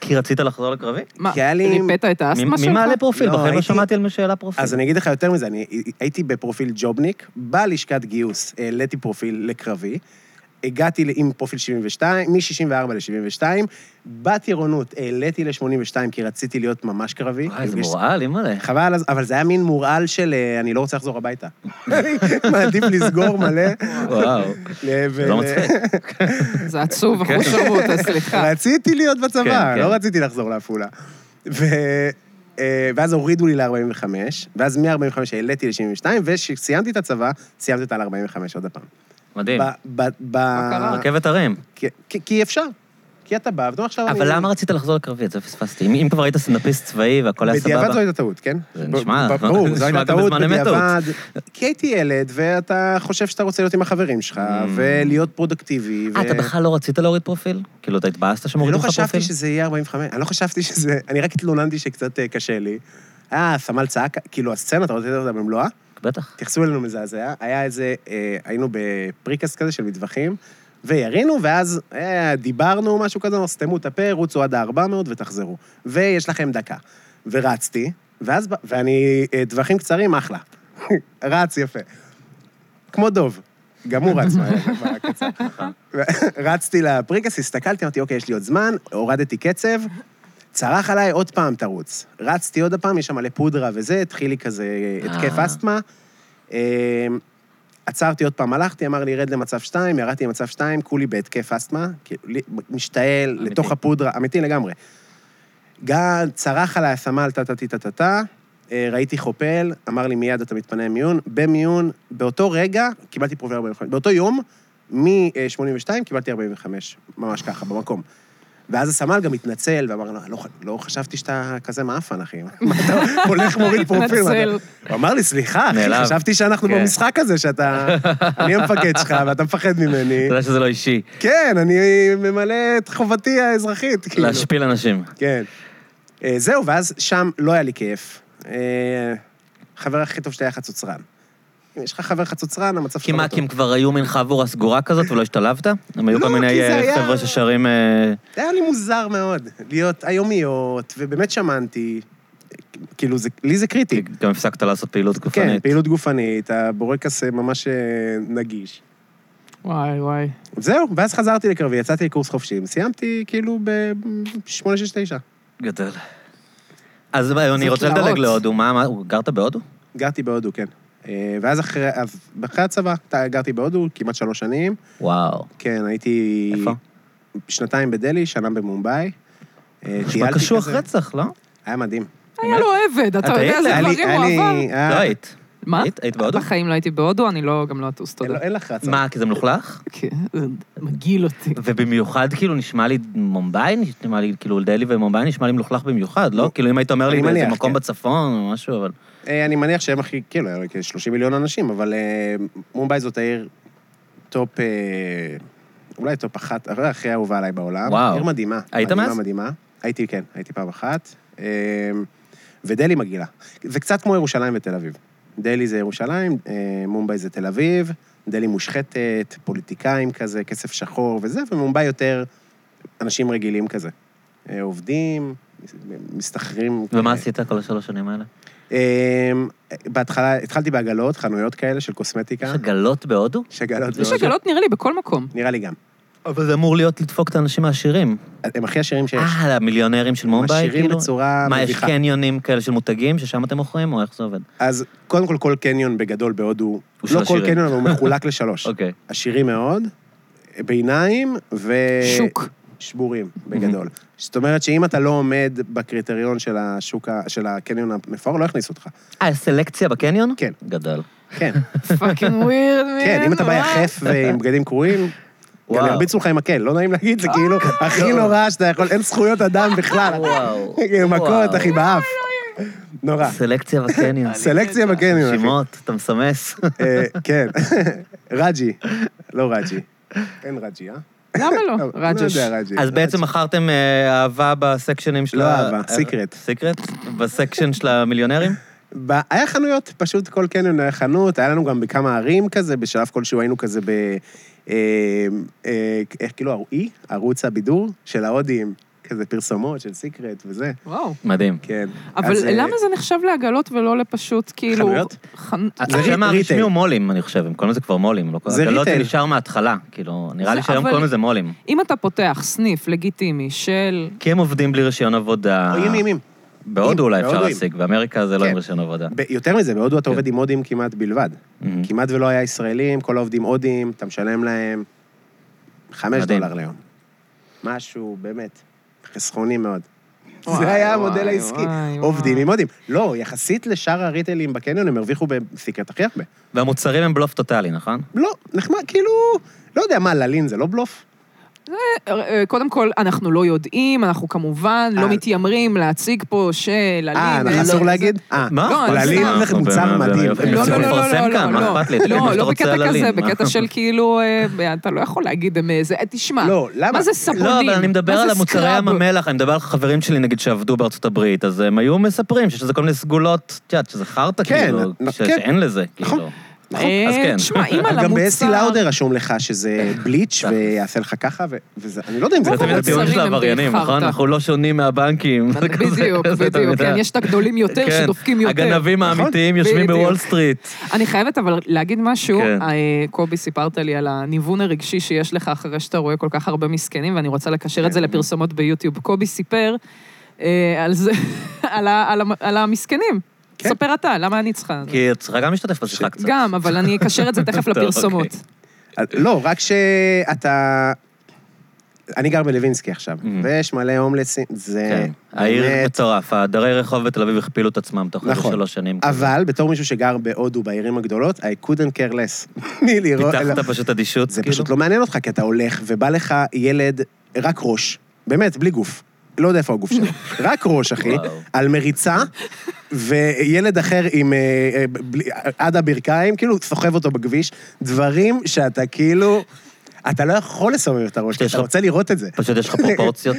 Speaker 1: כי רצית לחזור לקרבי?
Speaker 3: מה,
Speaker 2: כי היה לי-
Speaker 3: ריפאת את
Speaker 1: מי
Speaker 3: האסתמה שלך?
Speaker 1: מי מעלה פרופיל?
Speaker 2: לא,
Speaker 1: בכלל לא
Speaker 2: הייתי-
Speaker 1: שמעתי על מי שהעלה פרופיל.
Speaker 2: אז אני אגיד לך יותר מזה, אני הייתי בפרופיל ג'ובניק, בלשכת גיוס העליתי פרופיל לקרבי, הגעתי עם פרופיל 72, מ-64 ל-72, בטירונות העליתי ל-82 כי רציתי להיות ממש קרבי.
Speaker 1: וואי, זה
Speaker 2: הרגיש-
Speaker 1: מורעל, אימא'לה.
Speaker 2: חבל, אז- אבל זה היה מין מורעל של אה, אני לא רוצה לחזור הביתה. אני מעדיף לסגור מלא.
Speaker 1: וואו.
Speaker 2: ל-
Speaker 1: זה
Speaker 2: ו-
Speaker 1: לא מצחיק.
Speaker 3: זה עצוב,
Speaker 2: כן.
Speaker 3: אחוז שרות, אז סליחה.
Speaker 2: רציתי להיות בצבא,
Speaker 1: כן,
Speaker 2: לא
Speaker 1: כן.
Speaker 2: רציתי לחזור לעפולה. ו... אה, ואז הורידו לי ל-45, ואז מ-45 העליתי ל-72, וכשסיימתי את הצבא, סיימתי אותה ל-45 עוד הפעם.
Speaker 1: מדהים.
Speaker 2: ב- ב- ב-
Speaker 3: קרה?
Speaker 1: רכבת הרים.
Speaker 2: כי- כי- כי אפשר. כי אתה בא, ואתה אומר עכשיו...
Speaker 1: אבל
Speaker 2: אני-
Speaker 1: למה רצית לחזור לקרבי? את זה פספסתי. אם אם כבר היית סטנדאפיסט צבאי והכל היה סבבה.
Speaker 2: בדיעבד זו הייתה טעות, כן?
Speaker 1: זה
Speaker 2: ב-
Speaker 1: נשמע-
Speaker 2: ב- ברור,
Speaker 1: זה
Speaker 2: זו
Speaker 1: נשמע
Speaker 2: הייתה
Speaker 1: גם
Speaker 2: טעות
Speaker 1: בזמן אמת
Speaker 2: בדיעבד. כי הייתי ילד, ואתה חושב שאתה רוצה להיות עם החברים שלך, ולהיות פרודקטיבי. ו-
Speaker 1: Mm. אה, אתה בכלל לא רצית להוריד פרופיל? כאילו, אתה התבאסת
Speaker 2: אני
Speaker 1: שמורידים
Speaker 2: לא
Speaker 1: לך פרופיל?
Speaker 2: חשבתי שזה יהיה 45, אני לא חשבתי שזה... אני רק התלוננתי שקצת אה, קשה לי. אה, סמל צעק, כאילו, הסצנה, אתה רוצה לתת אותה במלואה?
Speaker 1: בטח.
Speaker 2: התייחסו אלינו מזעזע. היה איזה... אה, היינו בפריקס כזה של מטווחים, וירינו, ואז אה, דיברנו, משהו כזה, אמרנו, סתמו את הפה, רוצו עד ה-400 ותחזרו. ויש לכם דקה. ורצתי, ואז... ב- ואני... אה, טווחים קצרים, אחלה. רץ יפה. כמו דוב. גם הוא רץ מהר, בקצר. רצתי לפריקס, הסתכלתי, אמרתי, אוקיי, יש לי עוד זמן, הורדתי קצב, צרח עליי, עוד פעם תרוץ. רצתי עוד פעם, יש שם מלא פודרה וזה, התחיל לי כזה התקף
Speaker 1: אה.
Speaker 2: אסתמה. אמ, עצרתי עוד פעם, הלכתי, אמר לי, ירד למצב שתיים, ירדתי למצב שתיים, כולי בהתקף אסתמה, כאילו, לי- משתעל
Speaker 1: אמיתי.
Speaker 2: לתוך הפודרה, אמיתי לגמרי. גל, צרח עליי הסמל, טה-טה-טה-טה-טה, אה, ראיתי חופל, אמר לי, מיד אתה מתפנה למיון. במיון, באותו רגע, קיבלתי פרופיל 45. באותו יום, מ-82 קיבלתי 45, ממש ככה, במקום. ואז הסמל גם התנצל ואמר, לא, לא, ח- לא חשבתי שאתה כזה מעפן, אחי. מה אתה הולך מוריד פרופיל? מה אתה-"
Speaker 3: התנצל.
Speaker 2: הוא אמר לי, סליחה, אחי,
Speaker 1: נעלב.
Speaker 2: חשבתי שאנחנו
Speaker 1: כן.
Speaker 2: במשחק הזה, שאתה... אני המפקד שלך ואתה מפחד ממני.
Speaker 1: אתה יודע שזה לא אישי.
Speaker 2: כן, אני ממלא את חובתי האזרחית, כאילו.
Speaker 1: להשפיל אנשים.
Speaker 2: כן. אה, זהו, ואז שם לא היה לי כיף. אה, החבר הכי טוב שלי היה חצוצרן. אם יש לך חבר חצוצרן, המצב
Speaker 1: כי
Speaker 2: שלך לא
Speaker 1: מה,
Speaker 2: טוב.
Speaker 1: כי הם כבר היו מין חבורה סגורה כזאת ולא השתלבת? הם היו
Speaker 2: לא,
Speaker 1: כל
Speaker 2: כי
Speaker 1: מיני
Speaker 2: זה
Speaker 1: אה,
Speaker 2: היה-
Speaker 1: חבר'ה ששרים... אה,
Speaker 2: זה היה לי מוזר מאוד, להיות היומיות, ובאמת שמנתי, כאילו, זה, לי זה קריטי.
Speaker 1: גם הפסקת לעשות פעילות
Speaker 2: כן,
Speaker 1: גופנית.
Speaker 2: פעילות גופנית, הבורקס אה, ממש אה, נגיש.
Speaker 3: וואי, וואי.
Speaker 2: זהו, ואז חזרתי לקרבי, יצאתי לקורס חופשים, סיימתי כאילו ב-869.
Speaker 1: גדל. אז אה, אני רוצה
Speaker 2: כאילו
Speaker 3: תלאות.
Speaker 1: לדלג להודו. מה, מה, הוא- גרת בהודו?
Speaker 2: גרתי בהודו, כן. אה, ואז אחרי, אז אחרי הצבא, ת- גרתי בהודו כמעט שלוש שנים.
Speaker 1: וואו.
Speaker 2: כן, הייתי...
Speaker 1: איפה?
Speaker 2: שנתיים בדלהי, שנה במומבאי. אה,
Speaker 1: נשמע
Speaker 2: טיילתי
Speaker 1: קשוח
Speaker 2: כזה.
Speaker 1: רצח, לא?
Speaker 2: היה מדהים.
Speaker 3: היה לו עבד, אתה
Speaker 1: את
Speaker 3: יודע
Speaker 1: היית?
Speaker 3: איזה
Speaker 2: היה לי-
Speaker 3: דברים
Speaker 2: היה
Speaker 3: הוא
Speaker 2: לי-
Speaker 3: עבר.
Speaker 2: אה,
Speaker 1: לא היית.
Speaker 3: מה?
Speaker 1: היית? היית בהודו?
Speaker 3: בחיים לא הייתי בהודו, אני לא, גם לא אטוס,
Speaker 2: אין
Speaker 3: תודה.
Speaker 2: אין לך רצון.
Speaker 1: מה, כי זה מלוכלך?
Speaker 2: לא-
Speaker 3: כן, זה מגעיל אותי.
Speaker 1: ובמיוחד, כאילו, נשמע לי מומבאי, נשמע לי, כאילו, דלהי ומומבאי נשמע לי מלוכלך במיוחד, לא? כאילו, אם היית אומר
Speaker 2: אני
Speaker 1: לי באיזה
Speaker 2: מניח,
Speaker 1: מקום
Speaker 2: כן.
Speaker 1: בצפון או משהו, אבל...
Speaker 2: אה, אני מניח שהם הכי, כאילו, היו כ-30 מיליון אנשים, אבל אה, מומבאי זאת העיר טופ, אה, אולי טופ אחת, הרי הכי אהובה עליי בעולם.
Speaker 1: וואו.
Speaker 2: עיר מדהימה.
Speaker 1: היית
Speaker 2: מדהימה,
Speaker 1: מאז?
Speaker 2: מדהימה. הייתי, כן, הייתי פעם אחת. אה, ודלהי מגעילה. זה קצת כמו ירושלים ותל אביב. דלהי זה ירושלים, אה, מומבאי זה תל אביב, דלהי מושחתת, פוליטיקאים כזה, כסף שחור וזה, ומומבאי יותר אנשים רגילים כזה. אה, עובדים, מסתחרים.
Speaker 1: ומה
Speaker 2: אה,
Speaker 1: עשית כל השלוש שנים האלה?
Speaker 2: אמ, בהתחלה, התחלתי בעגלות, חנויות כאלה של קוסמטיקה.
Speaker 1: יש עגלות בהודו?
Speaker 2: יש עגלות.
Speaker 3: יש
Speaker 2: מאוד.
Speaker 3: עגלות נראה לי בכל מקום.
Speaker 2: נראה לי גם.
Speaker 1: אבל זה אמור להיות לדפוק את האנשים העשירים.
Speaker 2: הם הכי עשירים שיש.
Speaker 1: אה, המיליונרים של מומבאי, כאילו?
Speaker 2: עשירים בצורה
Speaker 1: מה, יש
Speaker 2: מביכה.
Speaker 1: קניונים כאלה של מותגים ששם אתם מוכרים, או איך זה עובד?
Speaker 2: אז קודם כל, כל קניון בגדול בהודו,
Speaker 1: הוא של
Speaker 2: לא כל
Speaker 1: עשירים.
Speaker 2: קניון, אבל הוא מחולק לשלוש.
Speaker 1: אוקיי.
Speaker 2: עשירים מאוד, ביניים ו...
Speaker 3: שוק.
Speaker 2: שבורים,
Speaker 1: Mhm.
Speaker 2: בגדול. זאת אומרת שאם אתה לא עומד בקריטריון של השוק, ה- של הקניון המפואר, לא יכניסו אותך.
Speaker 1: אה, יש סלקציה בקניון?
Speaker 2: כן.
Speaker 1: גדל.
Speaker 2: כן,
Speaker 3: פאקינג ווירד, מן.
Speaker 2: כן, אם אתה בא
Speaker 3: מה?
Speaker 2: יחף ועם בגדים קרועים, גם
Speaker 1: וואו. אה.
Speaker 2: ירביצו לך עם מקל, לא נעים להגיד, זה כאילו הכי נורא שאתה יכול, אין זכויות אדם בכלל.
Speaker 1: וואו.
Speaker 2: אה, כאילו, מכות,
Speaker 1: וואו.
Speaker 2: אחי, באף. נורא.
Speaker 1: סלקציה בקניון.
Speaker 2: סלקציה בקניון, אחי.
Speaker 1: שמות, אתה מסמס.
Speaker 2: אה, כן. רג'י, לא רג'י. אין רג'י, אה?
Speaker 3: למה לא?
Speaker 2: לא
Speaker 3: רג'ש.
Speaker 2: יודע, רג'י.
Speaker 1: אז בעצם
Speaker 2: רג'י.
Speaker 1: מכרתם אה, אהבה בסקשנים של
Speaker 2: לא
Speaker 1: ה-
Speaker 2: אהבה,
Speaker 1: אה,
Speaker 2: סיקרט.
Speaker 1: סיקרט? בסקשן של המיליונרים?
Speaker 2: ב- היה חנויות, פשוט כל קניון היה חנות, היה לנו גם בכמה ערים כזה, בשלב כלשהו היינו כזה ב... אה, אה, איך כאילו, אי? ערוץ הבידור של ההודים, כזה פרסומות של סיקרט וזה.
Speaker 3: וואו.
Speaker 1: מדהים.
Speaker 2: כן.
Speaker 3: אבל
Speaker 2: אז, אה,
Speaker 3: למה זה נחשב לעגלות ולא לפשוט, כאילו...
Speaker 2: חנויות? לא
Speaker 3: חנ-
Speaker 2: זה רי-
Speaker 1: השם הרשמי
Speaker 2: ריטייל.
Speaker 1: הוא כאילו מו"לים, אני חושב, הם קוראים לזה כבר מו"לים. לא-
Speaker 2: זה
Speaker 1: הגלות
Speaker 2: ריטייל.
Speaker 1: נשאר מההתחלה, כאילו, נראה
Speaker 3: זה-
Speaker 1: לי שהיום
Speaker 3: אבל-
Speaker 1: קוראים לזה מו"לים.
Speaker 3: אם אתה פותח סניף לגיטימי של...
Speaker 1: כי הם עובדים בלי רישיון עבודה.
Speaker 2: או אים, אים, אים. אים,
Speaker 1: בהודו אולי אפשר
Speaker 2: בהודו אים.
Speaker 1: להשיג, באמריקה זה לא
Speaker 2: כן.
Speaker 1: עם רישיון עבודה.
Speaker 2: ב- יותר מזה, בהודו אתה
Speaker 1: כן.
Speaker 2: עובד עם הודים כמעט בלבד.
Speaker 1: מהמם.
Speaker 2: כמעט ולא היה ישראלים, כל העובדים הודים, אתה משלם להם חמש
Speaker 1: מדהים.
Speaker 2: דולר ליום. משהו, באמת, חסכוני מאוד.
Speaker 3: וואי,
Speaker 2: זה היה המודל
Speaker 3: וואי,
Speaker 2: העסקי.
Speaker 3: וואי,
Speaker 2: עובדים
Speaker 3: וואי.
Speaker 2: עם הודים. לא, יחסית לשאר הריטלים בקניון, הם הרוויחו בסיקרט הכי הרבה.
Speaker 1: והמוצרים הם בלוף טוטאלי, נכון?
Speaker 2: לא, נחמד, כאילו, לא יודע, מה, ללין זה לא בלוף?
Speaker 3: אה, קודם כל, אנחנו לא יודעים, אנחנו כמובן לא
Speaker 2: אה.
Speaker 3: מתיימרים להציג פה של...
Speaker 2: אה,
Speaker 3: עלים,
Speaker 2: אנחנו
Speaker 3: לא-
Speaker 2: אסור
Speaker 3: זה-
Speaker 2: להגיד? אה,
Speaker 1: מה?
Speaker 3: לא, אני
Speaker 2: ללין
Speaker 3: סתם.
Speaker 2: זה מוצר מדהים.
Speaker 1: לא,
Speaker 3: לא, לא, לא, לא,
Speaker 1: לפרסם
Speaker 3: לא,
Speaker 1: כאן, מה
Speaker 3: לא,
Speaker 1: אכפת לי? תגיד מה
Speaker 3: לא,
Speaker 1: שאתה
Speaker 3: לא
Speaker 1: רוצה
Speaker 3: בקטע
Speaker 1: על הלין,
Speaker 3: כזה,
Speaker 1: מה?
Speaker 3: בקטע של כאילו, אה, אתה לא יכול להגיד הם איזה, אה, תשמע,
Speaker 2: לא, למה?
Speaker 3: מה זה סבונים?
Speaker 1: לא, אבל אני מדבר
Speaker 3: מה זה
Speaker 1: על המוצרי
Speaker 3: סקראב?
Speaker 1: ים המלח, אני מדבר על חברים שלי, נגיד, שעבדו בארצות הברית, אז הם היו מספרים שיש לזה כל מיני סגולות, את יודעת, שזה חרטא,
Speaker 2: כן,
Speaker 1: כאילו,
Speaker 2: נ-
Speaker 1: ש-
Speaker 2: כן.
Speaker 1: שאין לזה,
Speaker 2: נכון.
Speaker 1: כאילו.
Speaker 3: אה,
Speaker 1: אז כן.
Speaker 3: תשמע, אם על
Speaker 2: גם באסי לאודר
Speaker 3: המוצר...
Speaker 2: רשום לך שזה
Speaker 3: אה,
Speaker 2: בליץ' ויעשה לך ככה, ו- וזה, אני לא יודע אם זה...
Speaker 1: זה תמיד הטיעון
Speaker 3: המוצרים
Speaker 1: של
Speaker 3: הם די
Speaker 1: העבריינים,
Speaker 3: חרטא.
Speaker 1: נכון? אנחנו לא שונים מהבנקים. זה כזה-
Speaker 3: בדיוק,
Speaker 1: זה תמיד
Speaker 3: בדיוק, כן,
Speaker 1: ה-
Speaker 3: יש את הגדולים יותר
Speaker 1: כן,
Speaker 3: שדופקים יותר.
Speaker 1: הגנבים
Speaker 2: נכון?
Speaker 1: האמיתיים יושבים
Speaker 3: בדיוק.
Speaker 1: בוול סטריט.
Speaker 3: אני חייבת אבל להגיד משהו.
Speaker 1: כן.
Speaker 3: אה, קובי, סיפרת לי על הניוון הרגשי שיש לך אחרי שאתה רואה כל כך הרבה מסכנים, ואני רוצה לקשר את זה לפרסומות ביוטיוב. קובי סיפר אה, על זה, על ה- על המ- על המסכנים.
Speaker 2: כן.
Speaker 3: ספר אתה, למה אני צריכה?
Speaker 1: כי את צריכה גם להשתתף בשיחה כן, קצת.
Speaker 3: גם, אבל אני אקשר את זה תכף
Speaker 1: טוב,
Speaker 3: לפרסומות.
Speaker 1: אוקיי.
Speaker 2: לא, רק שאתה... אני גר בלווינסקי עכשיו,
Speaker 1: Mhm.
Speaker 2: ויש מלא הומלסים, זה...
Speaker 1: כן. העיר
Speaker 2: אה, באמת-
Speaker 1: מטורף, הדרי רחוב בתל אביב הכפילו את עצמם תוך איזה
Speaker 2: נכון.
Speaker 1: שלוש שנים. כאילו,
Speaker 2: אבל בתור מישהו שגר בהודו, בעירים הגדולות, I couldn't care less. מלראות...
Speaker 1: פיתחת פשוט אדישות,
Speaker 2: זה
Speaker 1: כאילו?
Speaker 2: פשוט לא מעניין אותך, כי אתה הולך ובא לך ילד, רק ראש, באמת, בלי גוף. לא יודע איפה הגוף שלו. רק ראש, אחי,
Speaker 1: וואו.
Speaker 2: על מריצה, וילד אחר עם... אה, אה, בלי- עד הברכיים, כאילו, סוחב אותו בכביש. דברים שאתה כאילו... אתה לא יכול לסובב את הראש, כי
Speaker 1: יש
Speaker 2: אתה
Speaker 1: לך-
Speaker 2: רוצה לראות את זה.
Speaker 1: פשוט יש לך פרופורציות.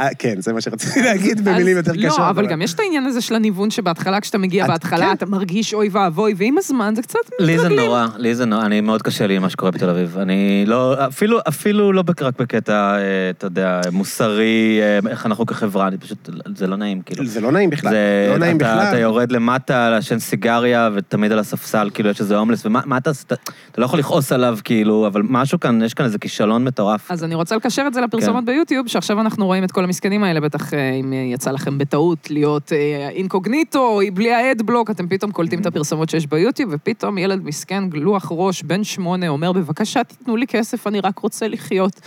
Speaker 2: אה, כן, זה מה שרציתי להגיד
Speaker 3: אז-
Speaker 2: במילים יותר קשות.
Speaker 3: לא, אבל גם יש את העניין הזה של הניוון שבהתחלה, כשאתה מגיע
Speaker 2: את- כן.
Speaker 3: בהתחלה, אתה מרגיש אוי ואבוי, ועם הזמן זה קצת
Speaker 1: לי זה
Speaker 3: מתרגלים.
Speaker 1: נורא, לי זה נורא, אני מאוד קשה לי עם מה שקורה בתל אביב. אני לא, אפילו, אפילו לא רק בקטע, אה, אתה יודע, מוסרי, אה, איך אנחנו כחברה, אני פשוט, זה לא נעים, כאילו.
Speaker 2: זה לא נעים בכלל.
Speaker 1: זה,
Speaker 2: לא נעים
Speaker 1: אתה, אתה
Speaker 2: בכלל.
Speaker 1: יורד למטה, לעשן סיגריה, ותמיד על הספסל, כאילו, יש איזה הומלס, ומה מה אתה, אתה, אתה לא יכול לכעוס עליו, כאילו, אבל משהו כאן, יש כאן איזה כישלון מטורף.
Speaker 3: אז אני רוצה לקשר את זה
Speaker 1: כן.
Speaker 3: לפרסומות ביוטיוב, שעכשיו אנחנו רואים את כל המסכנים האלה, בטח אה, אם אה, יצא לכם בטעות להיות אה, אינקוגניטו, בלי האדבלוק, אתם פתאום קולטים
Speaker 1: Mm-hmm.
Speaker 3: את הפרסומות שיש ביוטיוב, ופתאום ילד מסכן, גלוח ראש, בן שמונה, אומר, בבקשה, תיתנו לי כסף, אני רק רוצה לחיות.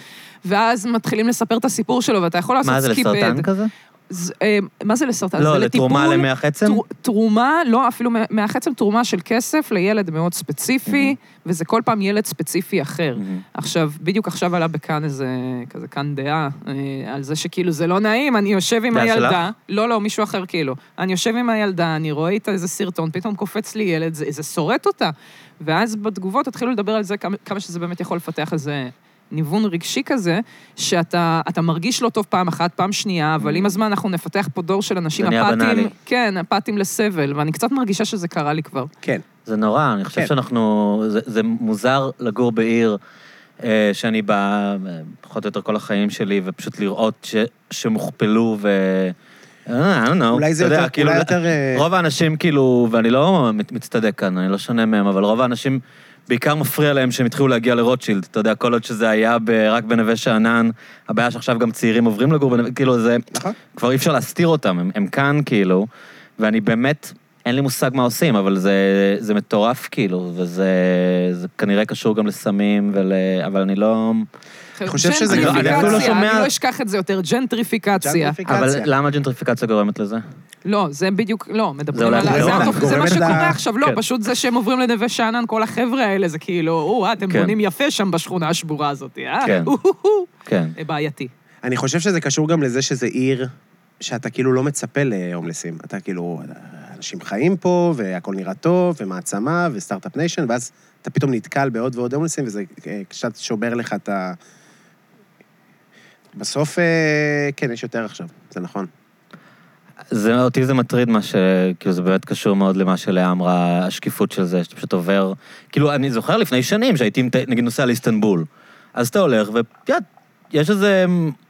Speaker 3: ואז מתחילים לספר את הסיפור שלו, ואתה יכול לעשות
Speaker 1: מה זה,
Speaker 3: סקיפ
Speaker 1: לסרטן
Speaker 3: אד.
Speaker 1: כזה?
Speaker 3: זה, אה, מה זה לסרטן?
Speaker 1: לא,
Speaker 3: זה
Speaker 1: לתרומה
Speaker 3: לטיפול-
Speaker 1: למח עצם?
Speaker 3: תר- תרומה, לא אפילו מ- מח עצם, תרומה של כסף לילד מאוד ספציפי,
Speaker 1: Mm-hmm.
Speaker 3: וזה כל פעם ילד ספציפי אחר.
Speaker 1: מהמם.
Speaker 3: עכשיו, בדיוק עכשיו עלה בכאן איזה, כזה כאן דעה, אה, על זה שכאילו זה לא נעים, אני יושב עם
Speaker 1: דעה שלך?
Speaker 3: הילדה, לא, לא, מישהו אחר כאילו, אני יושב עם הילדה, אני רואה איתה איזה סרטון, פתאום קופץ לי ילד, זה, זה שורט אותה. ואז בתגובות התחילו לדבר על זה, כמה, כמה שזה באמת יכול לפתח איזה ניוון רגשי כזה, שאתה אתה מרגיש לא טוב פעם אחת, פעם שנייה, אבל עם הזמן אנחנו נפתח פה דור של אנשים
Speaker 1: Mm. זה נהיה בנאלי.
Speaker 3: אפאתיים, כן, אפאתיים לסבל, ואני קצת מרגישה שזה קרה לי כבר.
Speaker 2: כן.
Speaker 1: זה נורא, אני חושב
Speaker 2: כן.
Speaker 1: שאנחנו... זה, זה מוזר לגור בעיר אה, שאני בא אה, פחות או יותר כל החיים שלי, ופשוט לראות ש, שמוכפלו ו... אה, I don't know.
Speaker 2: אולי זה
Speaker 1: אתה יודע, כאילו,
Speaker 2: יותר- אולי יותר, אה,
Speaker 1: לא רוב האנשים כאילו, ואני לא מצטדק כאן, אני לא שונה מהם, אבל רוב האנשים בעיקר מפריע להם שהם התחילו להגיע לרוטשילד. אתה יודע, כל עוד שזה היה ב, רק בנווה שאנן, הבעיה שעכשיו גם צעירים עוברים לגור בנווה, כאילו זה,
Speaker 2: נכון.
Speaker 1: כבר אי אפשר להסתיר אותם, הם, הם כאן כאילו, ואני באמת, אין לי מושג מה עושים, אבל זה, זה מטורף כאילו, וזה זה כנראה קשור גם לסמים ול... אבל אני לא...
Speaker 2: אני חושב שזה
Speaker 1: גם- אני אפילו לא
Speaker 3: ג'נטריפיקציה,
Speaker 1: שומע-
Speaker 3: אני לא אשכח את זה יותר, ג'נטריפיקציה.
Speaker 2: ג'נטריפיקציה.
Speaker 1: אבל למה ג'נטריפיקציה גורמת לזה?
Speaker 3: לא, זה בדיוק, לא, מדברים
Speaker 1: הולך
Speaker 3: על... זה
Speaker 1: לאומן,
Speaker 3: התופ- זה מה
Speaker 2: גורמת ל-
Speaker 3: שקורה עכשיו, לא,
Speaker 1: כן.
Speaker 3: פשוט זה שהם עוברים לנווה שאנן, כל החבר'ה האלה, זה כאילו, או, אתם
Speaker 1: כן.
Speaker 3: בונים יפה שם בשכונה השבורה הזאת, אה?
Speaker 1: כן.
Speaker 3: הו, הו, הו.
Speaker 1: כן.
Speaker 3: אה, בעייתי.
Speaker 2: אני חושב שזה קשור גם לזה שזה עיר שאתה כאילו לא מצפה להומלסים. אתה כאילו, אנשים חיים פה, והכל נראה טוב, ומעצמה, וסטארט-אפ ניישן, ואז אתה פתאום נתקל בעוד ועוד הומלסים, וזה אה, קצת שובר לך את ה... בסוף, אה, כן, יש יותר עכשיו, זה נכון.
Speaker 1: זה, אותי זה מטריד מה ש... כאילו, זה באמת קשור מאוד למה שלאה אמרה, השקיפות של זה, שאתה פשוט עובר... כאילו, אני זוכר לפני שנים שהייתי, מת- נגיד, נוסע לאיסטנבול. אז אתה הולך, ו- יד, יש איזה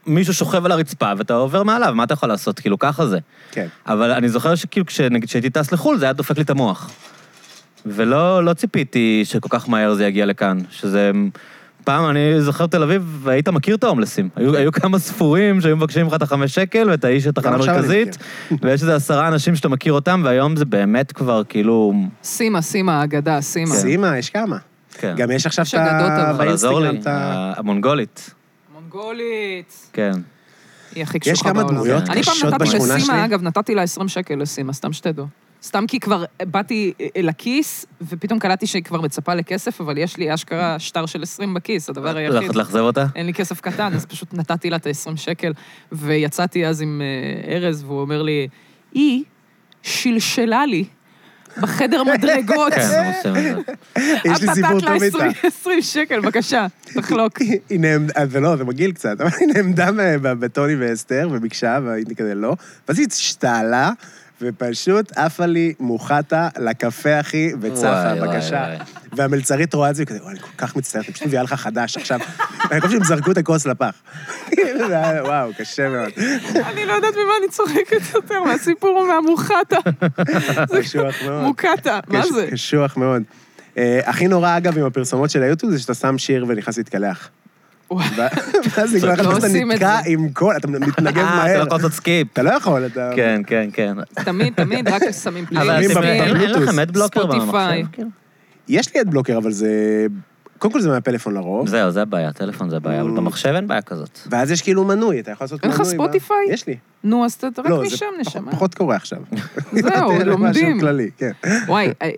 Speaker 1: מישהו שוכב על הרצפה, ואתה עובר מעליו, מה אתה יכול לעשות? כאילו, ככה זה.
Speaker 2: כן.
Speaker 1: אבל אני זוכר שכאילו, כש- נגיד, כשהייתי טס לחו"ל, זה היה דופק לי את המוח. ולא לא ציפיתי שכל כך מהר זה יגיע לכאן, שזה... פעם, אני זוכר תל אביב, והיית מכיר את ההומלסים. היו, היו כמה ספורים שהיו מבקשים ממך את החמש שקל ואת האיש התחנה
Speaker 2: גם עכשיו אני
Speaker 1: המרכזית, ויש איזה עשרה אנשים שאתה מכיר אותם, והיום זה באמת כבר כאילו...
Speaker 3: סימה, סימה, האגדה, סימה.
Speaker 2: סימה, יש כמה.
Speaker 1: כן.
Speaker 2: גם יש עכשיו את
Speaker 3: יש אגדות,
Speaker 2: ה...
Speaker 3: אבל.
Speaker 1: אבל עזור לי,
Speaker 2: באינסטגרם את ה...
Speaker 1: ה- המונגולית,
Speaker 3: מונגולית.
Speaker 1: כן.
Speaker 3: היא הכי קשוחה
Speaker 2: יש כמה
Speaker 3: בעולם.
Speaker 2: דמויות
Speaker 3: אני פעם
Speaker 2: קשות
Speaker 3: נתתי
Speaker 2: בשכונה שלי.
Speaker 3: לסימה, אגב, נתתי לה 20 שקל לסימה, סתם שתדעו. סתם כי כבר באתי אה, לכיס, ופתאום קלטתי שהיא כבר מצפה לכסף, אבל יש לי אשכרה שטר של 20 בכיס,
Speaker 1: אה,
Speaker 3: הדבר היחיד.
Speaker 1: לך- לאכזב אותה?
Speaker 3: אין לי כסף קטן, אז פשוט נתתי לה את ה-20 שקל, ויצאתי אז עם אה, ארז, והוא אומר לי, היא שלשלה לי בחדר מדרגות.
Speaker 1: כן,
Speaker 2: אה,
Speaker 1: הם עושים את זה.
Speaker 2: יש לי
Speaker 3: את
Speaker 2: סיפור
Speaker 3: נתת לה
Speaker 2: טוב איתה.
Speaker 3: 20 20 שקל, בבקשה, תחלוק.
Speaker 2: היא נעמדה, ולא, אה, זה מגעיל קצת, אבל היא נעמדה ב- בטוני ואסתר וביקשה, והייתי כזה לא, ואז היא השתעלה, ופשוט עפה לי מוחתה לקפה, אחי, וצפה,
Speaker 1: וואי, וואי,
Speaker 2: בבקשה.
Speaker 1: וואי.
Speaker 2: והמלצרית רואה את זה, וכזה, וואי, אני כל כך מצטערת, אני פשוט מביאה לך חדש עכשיו. אני חושב שהם זרקו את הכוס לפח. זה היה, וואו, קשה מאוד.
Speaker 3: אני לא יודעת ממה אני צוחקת יותר, מהסיפור או מהמוחתה. זה
Speaker 2: קשוח מאוד.
Speaker 3: מוקטה, מה
Speaker 2: קש-
Speaker 3: זה?
Speaker 2: קשוח מאוד. אה, הכי נורא, אגב, עם הפרסומות של היוטיוב, זה שאתה שם שיר ונכנס להתקלח.
Speaker 3: וואי.
Speaker 2: ואז נגמר לך,
Speaker 3: לא
Speaker 2: ואז אתה
Speaker 3: עושים את
Speaker 2: נתקע
Speaker 3: זה.
Speaker 2: עם כל, אתה מתנגב
Speaker 1: אה, אתה לא
Speaker 2: מהר.
Speaker 1: יכול לעשות סקיפ.
Speaker 2: אתה לא יכול, אתה...
Speaker 1: כן, כן, כן.
Speaker 3: תמיד, תמיד, רק שמים פלילים.
Speaker 1: אבל
Speaker 2: אתם-
Speaker 1: אתם- אין אין
Speaker 2: בבלוטוס,
Speaker 1: לכם אד בלוקר
Speaker 3: ספוטיפיי.
Speaker 1: במחשב, כאילו?
Speaker 2: יש לי אדבלוקר, אבל זה... קודם כל זה מהפלאפון לרוב,
Speaker 3: אוקיי.
Speaker 1: זהו, זה הבעיה, טלפון זה הבעיה, אבל
Speaker 3: Mm.
Speaker 1: במחשב אין בעיה כזאת.
Speaker 2: ואז יש כאילו מנוי, אתה יכול לעשות
Speaker 3: אין
Speaker 2: מנוי.
Speaker 3: לך
Speaker 2: מה-
Speaker 3: ספוטיפיי?
Speaker 2: יש לי.
Speaker 3: נו, אז אתה רק
Speaker 2: לא, זה
Speaker 3: משם,
Speaker 2: פחות-
Speaker 3: נשמה.
Speaker 2: פחות קורה עכשיו.
Speaker 3: זהו,
Speaker 2: זה משהו
Speaker 3: לומדים.
Speaker 2: כללי, כן.
Speaker 3: וואי, אה, אה,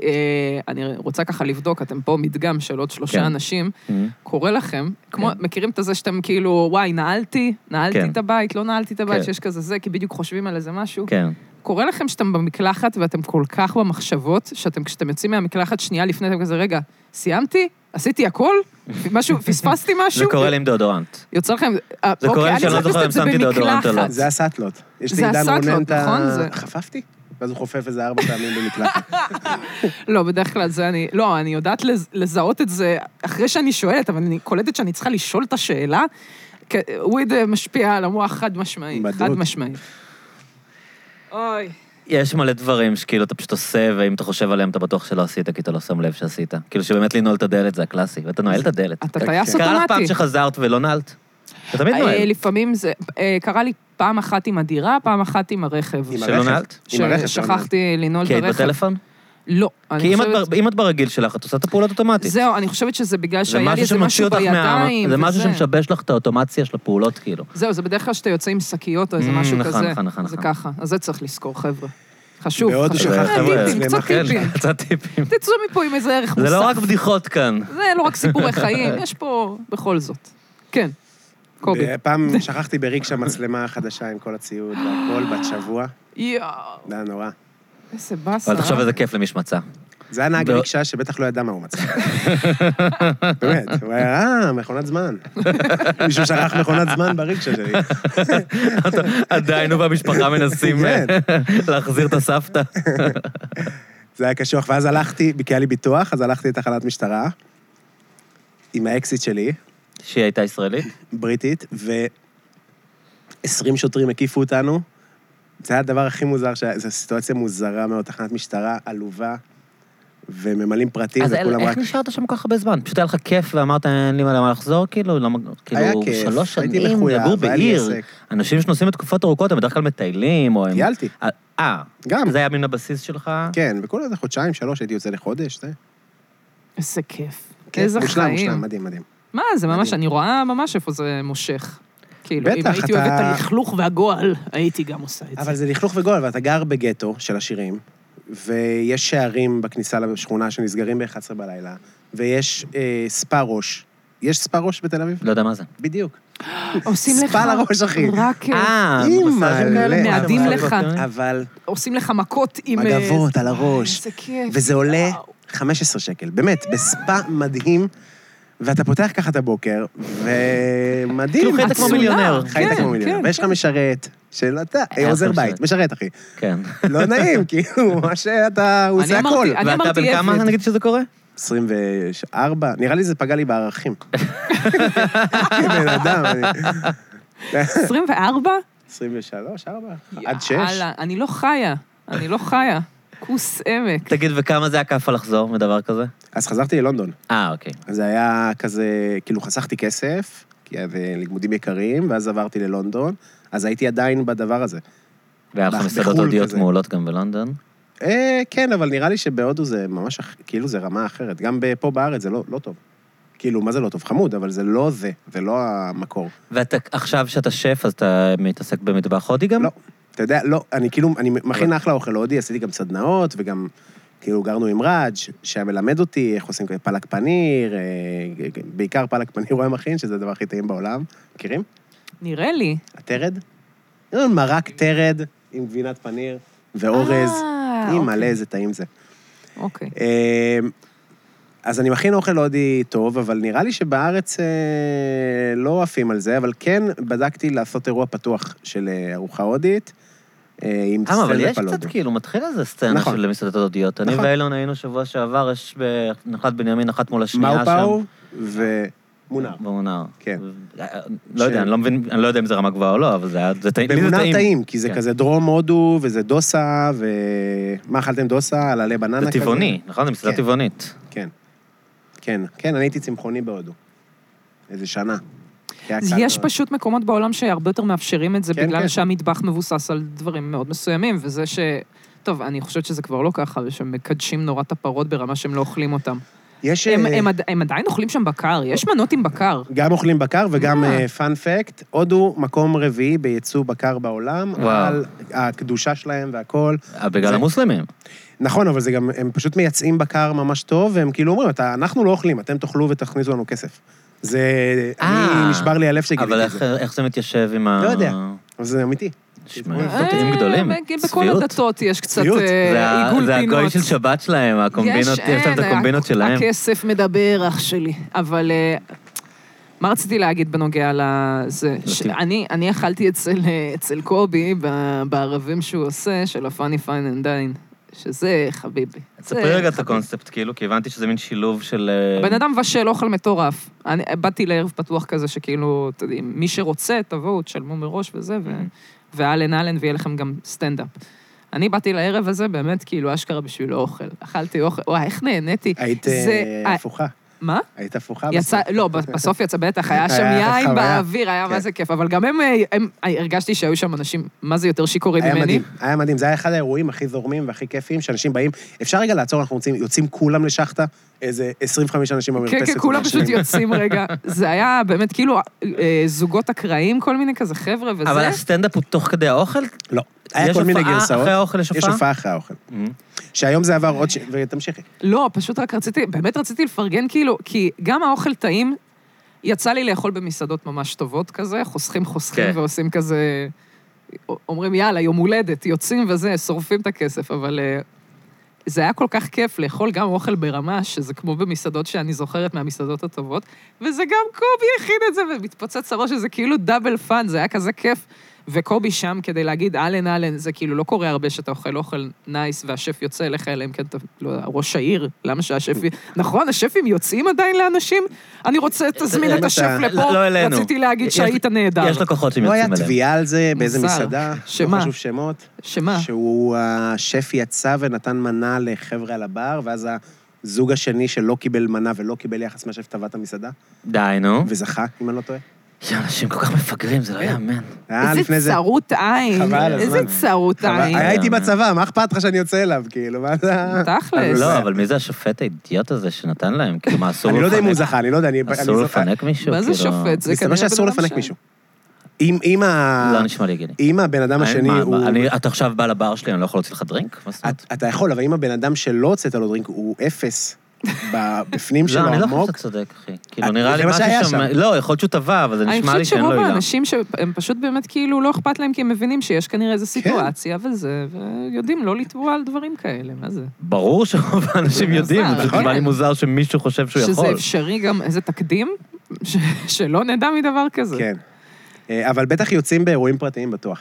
Speaker 3: אני רוצה ככה לבדוק, אתם פה מדגם של עוד
Speaker 1: כן.
Speaker 3: שלושה אנשים.
Speaker 1: Mhm.
Speaker 3: קורה לכם, כמו,
Speaker 1: כן.
Speaker 3: מכירים את זה שאתם כאילו, וואי, נעלתי, נעלתי
Speaker 1: כן.
Speaker 3: את הבית, לא נעלתי את הבית,
Speaker 1: כן.
Speaker 3: שיש כזה זה, כי בדיוק חושבים על איזה משהו.
Speaker 1: כן.
Speaker 3: קורה לכם שאתם במקלחת ואתם כל כך במחשבות, שאתם, כשאתם יוצאים מהמקלחת שנייה לפני, אתם כזה, רגע, סיימתי? עשיתי הכל? משהו, פספסתי משהו?
Speaker 1: זה קורה לי עם דאודורנט.
Speaker 3: יוצא לכם... אה,
Speaker 1: זה קורה
Speaker 3: אוקיי,
Speaker 1: לי
Speaker 3: אני
Speaker 1: שאני לא
Speaker 3: חושבת
Speaker 1: זוכר אם
Speaker 3: שזה
Speaker 1: שמתי דאודורנט או לא.
Speaker 3: במקלחת.
Speaker 2: זה הסאטלות. יש לי
Speaker 3: זה
Speaker 2: עידן
Speaker 3: הסאטלות,
Speaker 2: רונן את ה...
Speaker 3: נכון? זה-
Speaker 2: חפפתי? ואז הוא חופף איזה ארבע פעמים במקלחת.
Speaker 3: לא, בדרך כלל זה אני... לא, אני יודעת לז- לזהות את זה אחרי שאני שואלת, אבל אני קולטת שאני צריכה לשאול את השאלה. כ- וויד אה, משפיע על המוח חד משמעי.
Speaker 2: בדוק.
Speaker 3: חד משמעי. אוי.
Speaker 1: יש מלא דברים שכאילו אתה פשוט עושה, ואם אתה חושב עליהם אתה בטוח שלא עשית, כי אתה לא שם לב שעשית. כאילו שבאמת לנעול את הדלת זה הקלאסי, ואתה נועל את הדלת.
Speaker 3: אתה טייס
Speaker 1: קרה לך פעם
Speaker 3: אוטומטי.
Speaker 1: שחזרת ולא נעלת? אתה תמיד
Speaker 3: אה,
Speaker 1: נועל.
Speaker 3: לפעמים זה... אה, קרה לי פעם אחת עם הדירה, פעם אחת עם הרכב.
Speaker 2: עם
Speaker 1: שלא
Speaker 2: הרכב.
Speaker 1: נעלת?
Speaker 2: עם הרכב.
Speaker 3: ששכחתי לנעול את
Speaker 1: כי היית
Speaker 3: הרכב.
Speaker 1: בטלפון?
Speaker 3: לא, אני
Speaker 1: כי אם את
Speaker 3: חושבת...
Speaker 1: בר- אם את ברגיל שלך, את עושה את הפעולות אוטומטית.
Speaker 3: זהו, אני חושבת שזה בגלל
Speaker 1: זה
Speaker 3: שהיה לי
Speaker 1: משהו
Speaker 3: איזה
Speaker 1: שמוציא
Speaker 3: משהו
Speaker 1: אותך מה...
Speaker 3: בידיים.
Speaker 1: זה משהו
Speaker 3: וזה.
Speaker 1: שמשבש לך את האוטומציה של הפעולות, כאילו.
Speaker 3: זהו, זה בדרך כלל שאתה יוצא עם שקיות או איזה
Speaker 1: Mm,
Speaker 3: משהו
Speaker 1: נכון,
Speaker 3: כזה.
Speaker 1: נכון, נכון,
Speaker 3: זה
Speaker 1: נכון.
Speaker 3: ככה, אז זה צריך לזכור, חבר'ה. חשוב,
Speaker 2: בהודו
Speaker 3: חשוב.
Speaker 2: שכחת,
Speaker 1: אה,
Speaker 3: אה,
Speaker 2: חבר'ה,
Speaker 3: טיפים,
Speaker 2: מצלמה
Speaker 3: קצת
Speaker 1: כן,
Speaker 3: טיפים.
Speaker 1: קצת טיפים.
Speaker 3: תצאו מפה עם איזה ערך מוסף.
Speaker 1: זה לא רק בדיחות כאן.
Speaker 3: זה לא רק סיפורי חיים, יש פה בכל זאת. כן, קובי.
Speaker 2: פעם שכחתי בריק שם מצלמה חדשה עם כל הציוד והכל, בת שבוע.
Speaker 3: יואו,
Speaker 2: זה היה נורא.
Speaker 3: איזה באסה.
Speaker 1: אבל תחשוב איזה כיף למי שמצא.
Speaker 2: זה היה נהג
Speaker 1: לא.
Speaker 2: ריקשה שבטח לא ידע מה הוא מצא. באמת, הוא היה, אה, מכונת זמן. מישהו שכח מכונת זמן בריקשה שלי.
Speaker 1: עדיין הוא והמשפחה מנסים אה,
Speaker 2: כן.
Speaker 1: להחזיר את הסבתא.
Speaker 2: זה היה קשוח, ואז הלכתי, כי היה לי ביטוח, אז הלכתי לתחנת משטרה, עם האקסיט שלי,
Speaker 1: שהיא הייתה ישראלית?
Speaker 2: בריטית, ו-20 שוטרים הקיפו אותנו. זה היה הדבר הכי מוזר, שהיה- זו סיטואציה מוזרה מאוד, תחנת משטרה עלובה, וממלאים פרטים
Speaker 1: אז אל-
Speaker 2: וכולם רק...
Speaker 1: איך נשארת שם כל כך הרבה זמן? פשוט היה לך כיף ואמרת, אין לי למה לחזור? כאילו, למה,
Speaker 2: היה
Speaker 1: כאילו,
Speaker 2: כיף,
Speaker 1: שלוש
Speaker 2: הייתי
Speaker 1: שנים
Speaker 2: מחויב,
Speaker 1: לגור
Speaker 2: היה לי
Speaker 1: בעיר.
Speaker 2: עסק.
Speaker 1: אנשים שנוסעים לתקופות ארוכות, הם בדרך כלל מטיילים, או הם...
Speaker 2: טיילתי,
Speaker 1: אה,
Speaker 2: גם.
Speaker 1: זה היה מן הבסיס שלך?
Speaker 2: כן, וכל איזה חודשיים, שלוש, הייתי יוצא לחודש, זה.
Speaker 3: איזה כיף.
Speaker 2: כן,
Speaker 3: איזה
Speaker 2: מושלם,
Speaker 3: חיים.
Speaker 2: מושלם, מדהים, מדהים.
Speaker 3: מה, זה ממש,
Speaker 2: מדהים.
Speaker 3: אני רואה ממש איפה זה מושך. כאילו, אם
Speaker 2: בטח,
Speaker 3: הייתי אוהבת את
Speaker 2: אתה-
Speaker 3: הלכלוך והגועל, הייתי גם עושה את
Speaker 2: אבל
Speaker 3: זה.
Speaker 2: זה לכלוך וגועל, ואתה גר בגטו של עשירים, ויש שערים בכניסה לשכונה שנסגרים ב-11 בלילה, ויש אה, ספה ראש. יש ספה ראש בתל אביב?
Speaker 1: לא יודע מה זה.
Speaker 2: בדיוק.
Speaker 3: עושים לך...
Speaker 2: ספה לראש, אחי.
Speaker 3: רק...
Speaker 1: אה,
Speaker 2: אימא,
Speaker 1: מסאז'ים
Speaker 2: אלה.
Speaker 1: כאלה?
Speaker 3: מעדים
Speaker 1: אבל-
Speaker 3: לך.
Speaker 2: אה, אבל
Speaker 3: עושים לך מכות עם... אה,
Speaker 2: מגבות על הראש,
Speaker 3: איזה כיף.
Speaker 2: וזה עולה
Speaker 3: וואו.
Speaker 2: 15 שקל, באמת, בספה מדהים, ואתה פותח ככה את הבוקר, ומדהים.
Speaker 1: כאילו חיית כמו
Speaker 2: עצוב.
Speaker 1: מיליונר.
Speaker 2: חיית
Speaker 3: כן,
Speaker 2: כמו מיליונר,
Speaker 3: כן,
Speaker 2: ויש לך
Speaker 3: כן.
Speaker 2: משרת, של אתה,
Speaker 1: היה
Speaker 2: עוזר
Speaker 1: לך
Speaker 2: בית,
Speaker 1: משרת.
Speaker 2: משרת, אחי.
Speaker 1: כן.
Speaker 2: לא נעים, כאילו, מה שאתה, הוא
Speaker 3: אני
Speaker 2: עושה הכל.
Speaker 3: אמרתי, אני
Speaker 1: ואתה
Speaker 3: אמרתי
Speaker 1: בן כמה
Speaker 3: עבד.
Speaker 1: נגיד שזה קורה?
Speaker 2: 24, נראה לי זה פגע לי בערכים. בן אדם, אני...
Speaker 3: 24?
Speaker 2: 23, 4, עד 6.
Speaker 3: יאללה, אני לא חיה. אני לא חיה. כוס עמק.
Speaker 1: תגיד, וכמה זה הכאפה לחזור מדבר כזה?
Speaker 2: אז חזרתי ללונדון.
Speaker 1: אה, אוקיי.
Speaker 2: אז זה היה כזה, כאילו חסכתי כסף, כי היה לימודים יקרים, ואז עברתי ללונדון, אז הייתי עדיין בדבר הזה.
Speaker 1: והיה לך
Speaker 2: בח-
Speaker 1: מסעדות
Speaker 2: בחו"ל
Speaker 1: הודיות
Speaker 2: כזה.
Speaker 1: מעולות גם בלונדון?
Speaker 2: אה, כן, אבל נראה לי שבהודו זה ממש, אח- כאילו זה רמה אחרת. גם ב- פה בארץ זה לא, לא טוב. כאילו, מה זה לא טוב? חמוד, אבל זה לא זה, זה לא המקור.
Speaker 1: ואתה עכשיו שאתה שף, אז אתה מתעסק במטבח הודי גם?
Speaker 2: לא. אתה יודע, לא, אני כאילו, אני מכין אחלה אוכל הודי, עשיתי גם סדנאות, וגם כאילו גרנו עם ראג', שהיה מלמד אותי איך עושים כאלה פלק פניר, אה, ג- ג- בעיקר פלק פניר הוא היה מכין, שזה הדבר הכי טעים בעולם. מכירים?
Speaker 3: נראה לי.
Speaker 2: הטרד? אה, מרק טרד עם גבינת פניר ואורז.
Speaker 3: אה,
Speaker 2: אי, מלא
Speaker 3: אוקיי,
Speaker 2: איזה טעים זה.
Speaker 3: אוקיי.
Speaker 2: אה, אז אני מכין אוכל הודי טוב, אבל נראה לי שבארץ אה, לא עפים על זה, אבל כן בדקתי לעשות אירוע פתוח של אה, ארוחה הודית, אה, עם
Speaker 1: אה, אבל יש
Speaker 2: סטנדאפ על
Speaker 1: קצת
Speaker 2: הודי.
Speaker 1: כאילו, מתחיל איזה סצנה
Speaker 2: נכון.
Speaker 1: של מסעדות הודיות. אני
Speaker 2: נכון.
Speaker 1: ואילון היינו שבוע שעבר, יש בנחלת בנימין אחת מול השנייה שם.
Speaker 2: מאו פאו ומונר.
Speaker 1: במונר.
Speaker 2: כן.
Speaker 1: לא יודע, אני לא מבין, אני לא יודע אם זה רמה גבוהה או לא, אבל זה היה, זה טעים. לי זה
Speaker 2: במונר טעים, כי זה
Speaker 1: כן.
Speaker 2: כזה דרום הודו, וזה דוסה, ו... מה אכלתם דוסה? על עלי בננה
Speaker 1: זה
Speaker 2: כזה?
Speaker 1: טבעוני, נכון? זה מסעדה
Speaker 2: כן.
Speaker 1: טבעונית.
Speaker 2: כן. כן, כן, אני הייתי צמחוני בהודו. איזה שנה. היה
Speaker 3: אז
Speaker 2: קל
Speaker 3: יש
Speaker 2: מאוד.
Speaker 3: פשוט מקומות בעולם שהרבה יותר מאפשרים את זה,
Speaker 2: כן,
Speaker 3: בגלל
Speaker 2: כן.
Speaker 3: שהמטבח מבוסס על דברים מאוד מסוימים, וזה ש... טוב, אני חושבת שזה כבר לא ככה, שמקדשים נורא את הפרות ברמה שהם לא אוכלים אותם.
Speaker 2: יש...
Speaker 3: הם-
Speaker 2: אה,
Speaker 3: הם עד- הם עדיין אוכלים שם בקר, יש מנות עם בקר.
Speaker 2: גם אוכלים בקר וגם
Speaker 3: אה.
Speaker 2: פאנפקט, הודו מקום רביעי בייצוא בקר בעולם,
Speaker 1: וואו.
Speaker 2: על הקדושה שלהם והכול.
Speaker 1: אה, בגלל
Speaker 2: זה-
Speaker 1: המוסלמים.
Speaker 2: נכון, אבל זה גם, הם פשוט מייצאים בקר ממש טוב, והם כאילו אומרים, "אתה- אנחנו לא אוכלים, אתם תאכלו ותכניסו לנו כסף. זה...
Speaker 1: אה.
Speaker 2: אני, נשבר לי הלב שגיליתי
Speaker 1: אבל
Speaker 2: את
Speaker 1: איך-
Speaker 2: זה.
Speaker 1: איך זה מתיישב עם ה...
Speaker 2: לא יודע. אבל זה אמיתי.
Speaker 1: שמע,
Speaker 2: אה,
Speaker 1: טעים
Speaker 3: אה,
Speaker 1: גדולים.
Speaker 3: בכל
Speaker 1: צביעות.
Speaker 3: הדתות יש קצת
Speaker 2: צביעות.
Speaker 3: אה,
Speaker 1: זה ה-
Speaker 3: עיגול
Speaker 1: זה הגוי
Speaker 3: פינות.
Speaker 1: של שבת שלהם, הקומבינות, יש להם את
Speaker 3: אין, אה,
Speaker 1: הקומבינות
Speaker 3: הכ-
Speaker 1: שלהם.
Speaker 3: הכסף מדבר, אח שלי. אבל אה, מה רציתי להגיד בנוגע לזה?
Speaker 1: לטיל.
Speaker 3: שאני אני אכלתי אצל, אה, אצל קובי ב- בערבים שהוא עושה, של ה-Funny Fine and Dine, שזה חביבי.
Speaker 1: תספרי
Speaker 3: זה
Speaker 1: רגע את
Speaker 3: חביבי.
Speaker 1: הקונספט, כאילו, כי הבנתי שזה מין שילוב של... אה,
Speaker 3: הבן אדם מבשל לא אוכל מטורף. אני באתי לערב פתוח כזה, שכאילו, אתם יודעים, מי שרוצה, תבואו, תשלמו מראש וזה, ו... ואלן אלן, ויהיה לכם גם סטנדאפ. אני באתי לערב הזה באמת, כאילו, אשכרה בשביל אוכל. אכלתי אוכל, וואי, איך נהניתי.
Speaker 2: היית
Speaker 3: זה-
Speaker 2: אה, הפוכה.
Speaker 3: מה?
Speaker 2: היית הפוכה.
Speaker 3: יצא,
Speaker 2: בסוף.
Speaker 3: לא, בסוף יצא בטח, היה
Speaker 2: היה
Speaker 3: שם יין
Speaker 2: חוויה.
Speaker 3: באוויר, היה מה
Speaker 2: כן.
Speaker 3: זה כיף, אבל גם הם, אה, הם, אה, הרגשתי שהיו שם אנשים, מה זה יותר שיכורים
Speaker 2: היה
Speaker 3: ממני?
Speaker 2: מדהים, היה מדהים. זה היה אחד האירועים הכי זורמים והכי כיפיים, שאנשים באים, אפשר רגע לעצור, אנחנו רוצים, יוצאים כולם לשחטה, איזה 25 אנשים במרפסת.
Speaker 3: כן, כן, כולם
Speaker 2: מבשלים.
Speaker 3: פשוט יוצאים רגע. זה היה באמת כאילו אה, זוגות אקראיים, כל מיני כזה חבר'ה וזה.
Speaker 1: אבל הסטנדאפ הוא תוך כדי האוכל?
Speaker 2: לא. היה
Speaker 1: יש
Speaker 2: כל מיני
Speaker 1: הופעה
Speaker 2: גרסאות.
Speaker 1: אחרי האוכל יש
Speaker 2: יש
Speaker 1: הופעה?
Speaker 2: הופעה אחרי האוכל.
Speaker 3: Mm-hmm.
Speaker 2: שהיום זה עבר עוד ש... ותמשיכי.
Speaker 3: לא, פשוט רק רציתי, באמת רציתי לפרגן, כאילו, כי גם האוכל טעים, יצא לי לאכול במסעדות ממש טובות כזה, חוסכים חוסכים
Speaker 1: כן.
Speaker 3: ועושים כזה... אומרים, יאללה, יום הולדת, יוצאים וזה, שורפים את הכסף, אבל... אה, זה היה כל כך כיף לאכול גם אוכל ברמה, שזה כמו במסעדות שאני זוכרת מהמסעדות הטובות, וזה גם קובי הכין את זה, ומתפוצץ הראש, שזה כאילו דאבל פאן, זה היה כזה כיף. וקובי שם כדי להגיד, אלן, אלן, זה כאילו לא קורה הרבה שאתה אוכל אוכל נייס והשף יוצא אליך, אלא אם כן אתה, לא יודע, ראש העיר, למה שהשף... י- נכון, השפים יוצאים עדיין לאנשים? אני רוצה, תזמין את
Speaker 2: אתה-
Speaker 3: השף לפה.
Speaker 1: לא אלינו.
Speaker 3: רציתי להגיד
Speaker 1: יש-
Speaker 3: שהיית נהדר.
Speaker 1: יש לקוחות שהם
Speaker 2: לא היה
Speaker 1: יוצאים אליהם.
Speaker 2: תביעה על זה באיזה
Speaker 3: מוזר.
Speaker 2: מסעדה,
Speaker 3: שמה?
Speaker 2: לא חשוב שמות,
Speaker 3: שמה?
Speaker 2: שהוא, השף יצא ונתן מנה לחבר'ה על הבר, ואז הזוג השני שלא קיבל מנה ולא קיבל יחס מאשר שטבע את המסעדה,
Speaker 1: די, נו.
Speaker 2: וזכה, אם אני לא טועה.
Speaker 1: יא, אנשים כל כך מפגרים,
Speaker 2: כן.
Speaker 1: זה לא יאמן.
Speaker 2: היה לפני
Speaker 3: איזה
Speaker 2: זה.
Speaker 3: צרות עין.
Speaker 2: חבל על
Speaker 3: איזה
Speaker 2: הזמן.
Speaker 3: צרות
Speaker 2: חבל, אה,
Speaker 3: עין.
Speaker 2: היה איתי בצבא, מה אכפת לך שאני יוצא אליו, כאילו, מה זה... ה-
Speaker 3: תכלס.
Speaker 1: לא, אבל מי זה השופט האידיוט הזה שנתן להם? כאילו, מה, אסור
Speaker 2: אני לא יודע אם הוא
Speaker 1: לפנק-
Speaker 2: זכה, אני לא יודע, אני...
Speaker 1: אסור
Speaker 2: אני-
Speaker 1: לפנק מישהו?
Speaker 3: מה זה
Speaker 1: כאילו,
Speaker 3: שופט? זה
Speaker 2: מסתבר
Speaker 3: כנראה
Speaker 2: שאסור
Speaker 3: בן אדם
Speaker 2: לפנק
Speaker 3: ש-
Speaker 2: מישהו. אם- אם ה...
Speaker 1: לא נשמע לי הגיוני.
Speaker 2: אם הבן אדם השני
Speaker 1: מה,
Speaker 2: הוא...
Speaker 1: מה, אני- אתה עכשיו בא לבר שלי, אני לא יכול להוציא לך דרינק? מה זאת אומרת?
Speaker 2: את- אתה יכול, אבל אם הבן אדם שלא הוצאת לו דרינק הוא אפס ב- בפנים שלו
Speaker 1: לא, אני לא חושב
Speaker 2: עמוק,
Speaker 1: שאתה צודק, אחי. כאילו,
Speaker 2: אה,
Speaker 1: נראה לי
Speaker 2: זה מה שהיה
Speaker 1: משהו שם...
Speaker 2: שם.
Speaker 1: לא, יכול להיות שהוא טבע, אבל זה
Speaker 3: אני
Speaker 1: נשמע לי כן לא
Speaker 3: חושבת
Speaker 1: שאין
Speaker 3: שרוב
Speaker 1: לו עילה.
Speaker 3: האנשים שהם פשוט באמת כאילו לא אכפת להם כי הם מבינים שיש כנראה
Speaker 1: כן.
Speaker 3: איזו סיטואציה וזה, ויודעים לא לתבוע על דברים כאלה, מה זה?
Speaker 1: ברור שרוב האנשים
Speaker 3: זה
Speaker 1: יודעים,
Speaker 3: מוזר,
Speaker 1: זה
Speaker 2: נכון.
Speaker 1: פשוט
Speaker 3: כן.
Speaker 1: נשמע לי מוזר שמישהו חושב שהוא
Speaker 3: שזה
Speaker 1: יכול.
Speaker 3: אפשרי גם, איזה תקדים, ש- שלא נדע מדבר כזה.
Speaker 2: כן. אה, אבל בטח יוצאים באירועים פרטיים בטוח,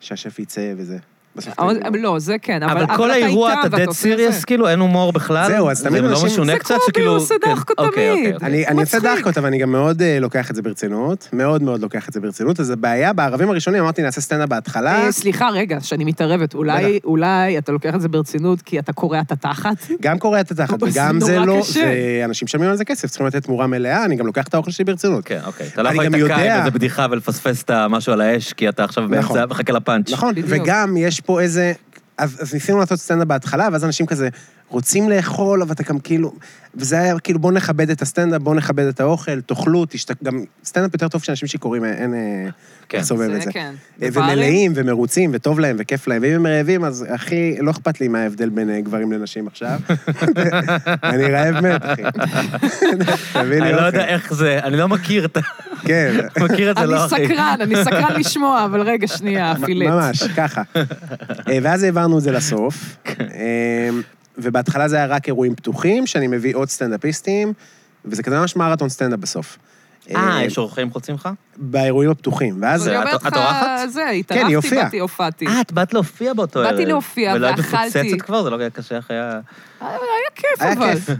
Speaker 2: שהשף יצא וזה. בסוף
Speaker 3: אבל-
Speaker 2: תגידו.
Speaker 3: לא, זה כן, אבל
Speaker 1: אבל
Speaker 3: אבל
Speaker 1: כל
Speaker 3: אתה
Speaker 1: האירוע,
Speaker 3: איתה,
Speaker 1: אתה
Speaker 3: ואתה
Speaker 1: dead
Speaker 3: עושה זה.
Speaker 1: serious, כאילו, אין הומור בכלל?
Speaker 2: זהו, אז תמיד
Speaker 1: זה לא
Speaker 2: אנשים-
Speaker 1: משונה
Speaker 3: זה
Speaker 1: קצת,
Speaker 3: קובי,
Speaker 1: שכאילו...
Speaker 3: הוא עושה
Speaker 1: כן,
Speaker 3: דחקות
Speaker 1: אוקיי,
Speaker 3: תמיד.
Speaker 1: אוקיי, אוקיי.
Speaker 2: אני, אני יוצא
Speaker 3: מצחיק.
Speaker 2: דחקות, אבל אני גם מאוד אה, לוקח את זה ברצינות, מאוד מאוד לוקח את זה ברצינות, אז הבעיה, בערבים הראשונים אמרתי, נעשה סצנה בהתחלה,
Speaker 3: אה, סליחה, רגע, שאני מתערבת. אולי, אולי אתה לוקח את זה ברצינות כי אתה קורע את התחת?
Speaker 2: גם קורע את התחת,
Speaker 3: זה
Speaker 2: וגם
Speaker 3: נורא
Speaker 2: זה לא,
Speaker 3: קשה.
Speaker 2: זה אנשים משלמים על זה כסף, צריכים לתת תמורה מלאה, אני גם לוקח את האוכל שלי ברצינות.
Speaker 1: כן, אוקיי. אתה לא
Speaker 2: אני
Speaker 1: יכול
Speaker 2: גם
Speaker 1: להתקע
Speaker 2: יודע-
Speaker 1: עם איזה בדיחה ולפספס את המשהו על האש, כי אתה עכשיו באמצע,
Speaker 2: נכון.
Speaker 1: מחכה לפאנץ'.
Speaker 2: נכון,
Speaker 3: בדיוק.
Speaker 2: וגם יש פה איזה... אז, אז ניסינו לעשות סטנדאפ בהתחלה, ואז אנשים כזה רוצים לאכול, אבל אתה גם כאילו... וזה היה כאילו, בואו נכבד את הסטנדאפ, בואו נכבד את האוכל, תאכלו, תשת... גם סטנדאפ יותר טוב כשאנשים שיכורים, אין- אין... אה,
Speaker 1: כן.
Speaker 2: איך סובב את זה.
Speaker 3: כן.
Speaker 2: אה,
Speaker 3: בפערים?
Speaker 2: ומלאים ומרוצים, וטוב להם, וכיף להם, ואם הם רעבים, אז אחי, לא אכפת לי מה ההבדל בין אה, גברים לנשים עכשיו. אני רעב מת, אחי. תביא לי אוקיי.
Speaker 1: אני לא
Speaker 2: אוכל.
Speaker 1: יודע איך זה, אני לא מכיר את ה-
Speaker 2: כן,
Speaker 1: מכיר את זה,
Speaker 3: אני
Speaker 1: לא אחי.
Speaker 3: סקרן, אני סקרן לשמוע, אבל רגע, שנייה, הפילט.
Speaker 2: ממש, ככה. אה, ואז העברנו את זה לסוף, אה, ובהתחלה זה היה רק אירועים פתוחים, שאני מביא עוד סטנדאפיסטים, וזה כזה ממש מרתון סטנדאפ בסוף.
Speaker 1: אה, יש אורחים חוץ ממך?
Speaker 2: באירועים הפתוחים, ואז...
Speaker 1: זה-
Speaker 3: אני אומרת
Speaker 1: את-
Speaker 3: לך,
Speaker 1: את אורחת?
Speaker 3: זה,
Speaker 2: כן, היא
Speaker 3: התארחתי,
Speaker 2: הופיעה.
Speaker 3: באתי, הופעתי.
Speaker 1: אה, את באת להופיע באותו
Speaker 3: באתי
Speaker 1: ערב.
Speaker 3: להופיע
Speaker 1: ולא היית
Speaker 3: ואכלתי.
Speaker 1: מפוצצת כבר? זה לא היה קשה אחרי ה...
Speaker 3: היה כיף,
Speaker 2: היה
Speaker 3: אבל.
Speaker 2: כיף.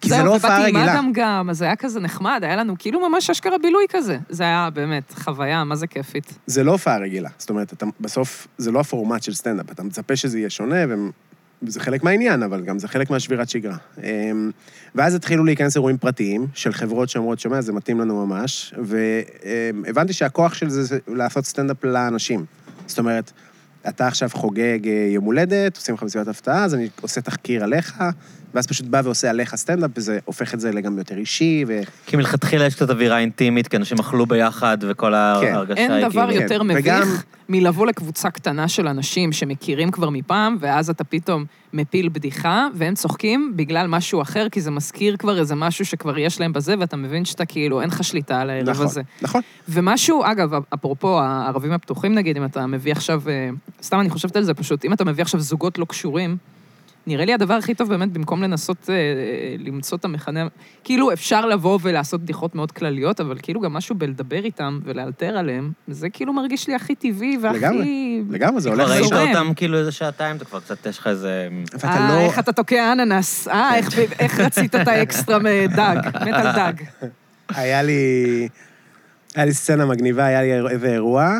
Speaker 2: כי זה לא הופעה
Speaker 3: ובאתי עם
Speaker 2: רגילה.
Speaker 3: אדם גם, אז זה היה כזה נחמד, היה לנו כאילו ממש אשכרה בילוי כזה. זה היה באמת חוויה, מה זה כיפית.
Speaker 2: זה לא הופעה רגילה. זאת אומרת, אתה, בסוף זה לא הפורמט של סטנדאפ, אתה מצפה שזה יהיה שונה, ו- וזה חלק מהעניין, אבל גם זה חלק מהשבירת שגרה. אמ, ואז התחילו להיכנס אירועים פרטיים של חברות שאומרות, שומע, זה מתאים לנו ממש, והבנתי שהכוח של זה זה לעשות סטנדאפ לאנשים. זאת אומרת, אתה עכשיו חוגג אה, יום הולדת, עושים לך מסיבת הפתעה, אז אני עושה תחקיר עליך, ואז פשוט בא ועושה עליך סטנדאפ, וזה הופך את זה לגם יותר אישי, ו...
Speaker 1: כי מלכתחילה יש קצת אווירה אינטימית, כי אנשים אכלו ביחד, וכל
Speaker 2: כן.
Speaker 1: ההרגשה היא כאילו...
Speaker 3: אין דבר יותר
Speaker 2: כן,
Speaker 3: מביך
Speaker 2: וגם-
Speaker 3: מלבוא לקבוצה קטנה של אנשים שמכירים כבר מפעם, ואז אתה פתאום מפיל בדיחה, והם צוחקים
Speaker 2: נכון.
Speaker 3: בגלל משהו אחר, כי זה מזכיר כבר איזה משהו שכבר יש להם בזה, ואתה מבין שאתה כאילו, אין לך שליטה על הערב
Speaker 2: נכון,
Speaker 3: הזה.
Speaker 2: נכון.
Speaker 3: ומשהו, אגב, אפרופו הערבים הפתוחים נגיד, אם אתה מביא עכשיו, אה, סתם אני חושבת על זה פשוט, אם אתה מביא עכשיו זוגות לא קשורים, נראה לי הדבר הכי טוב באמת, במקום לנסות אה, אה, למצוא את המכנה, כאילו אפשר לבוא ולעשות בדיחות מאוד כלליות, אבל כאילו גם משהו בלדבר איתם ולאלתר עליהם, זה כאילו מרגיש לי הכי טעי והכי... אה,
Speaker 2: לגמרי, לגמרי, זה
Speaker 1: כבר
Speaker 2: הולך...
Speaker 1: ראית
Speaker 3: זורם.
Speaker 1: אותם כאילו איזה שעתיים, אתה כבר קצת, יש לך איזה...
Speaker 2: ואתה
Speaker 3: אה,
Speaker 2: לא... כן.
Speaker 3: איך אתה תוקע אננס, אה, איך- איך רצית את האקסטרה מדג, מת על דג.
Speaker 2: היה לי... היה לי סצנה מגניבה, היה לי אירוע- איזה אירוע,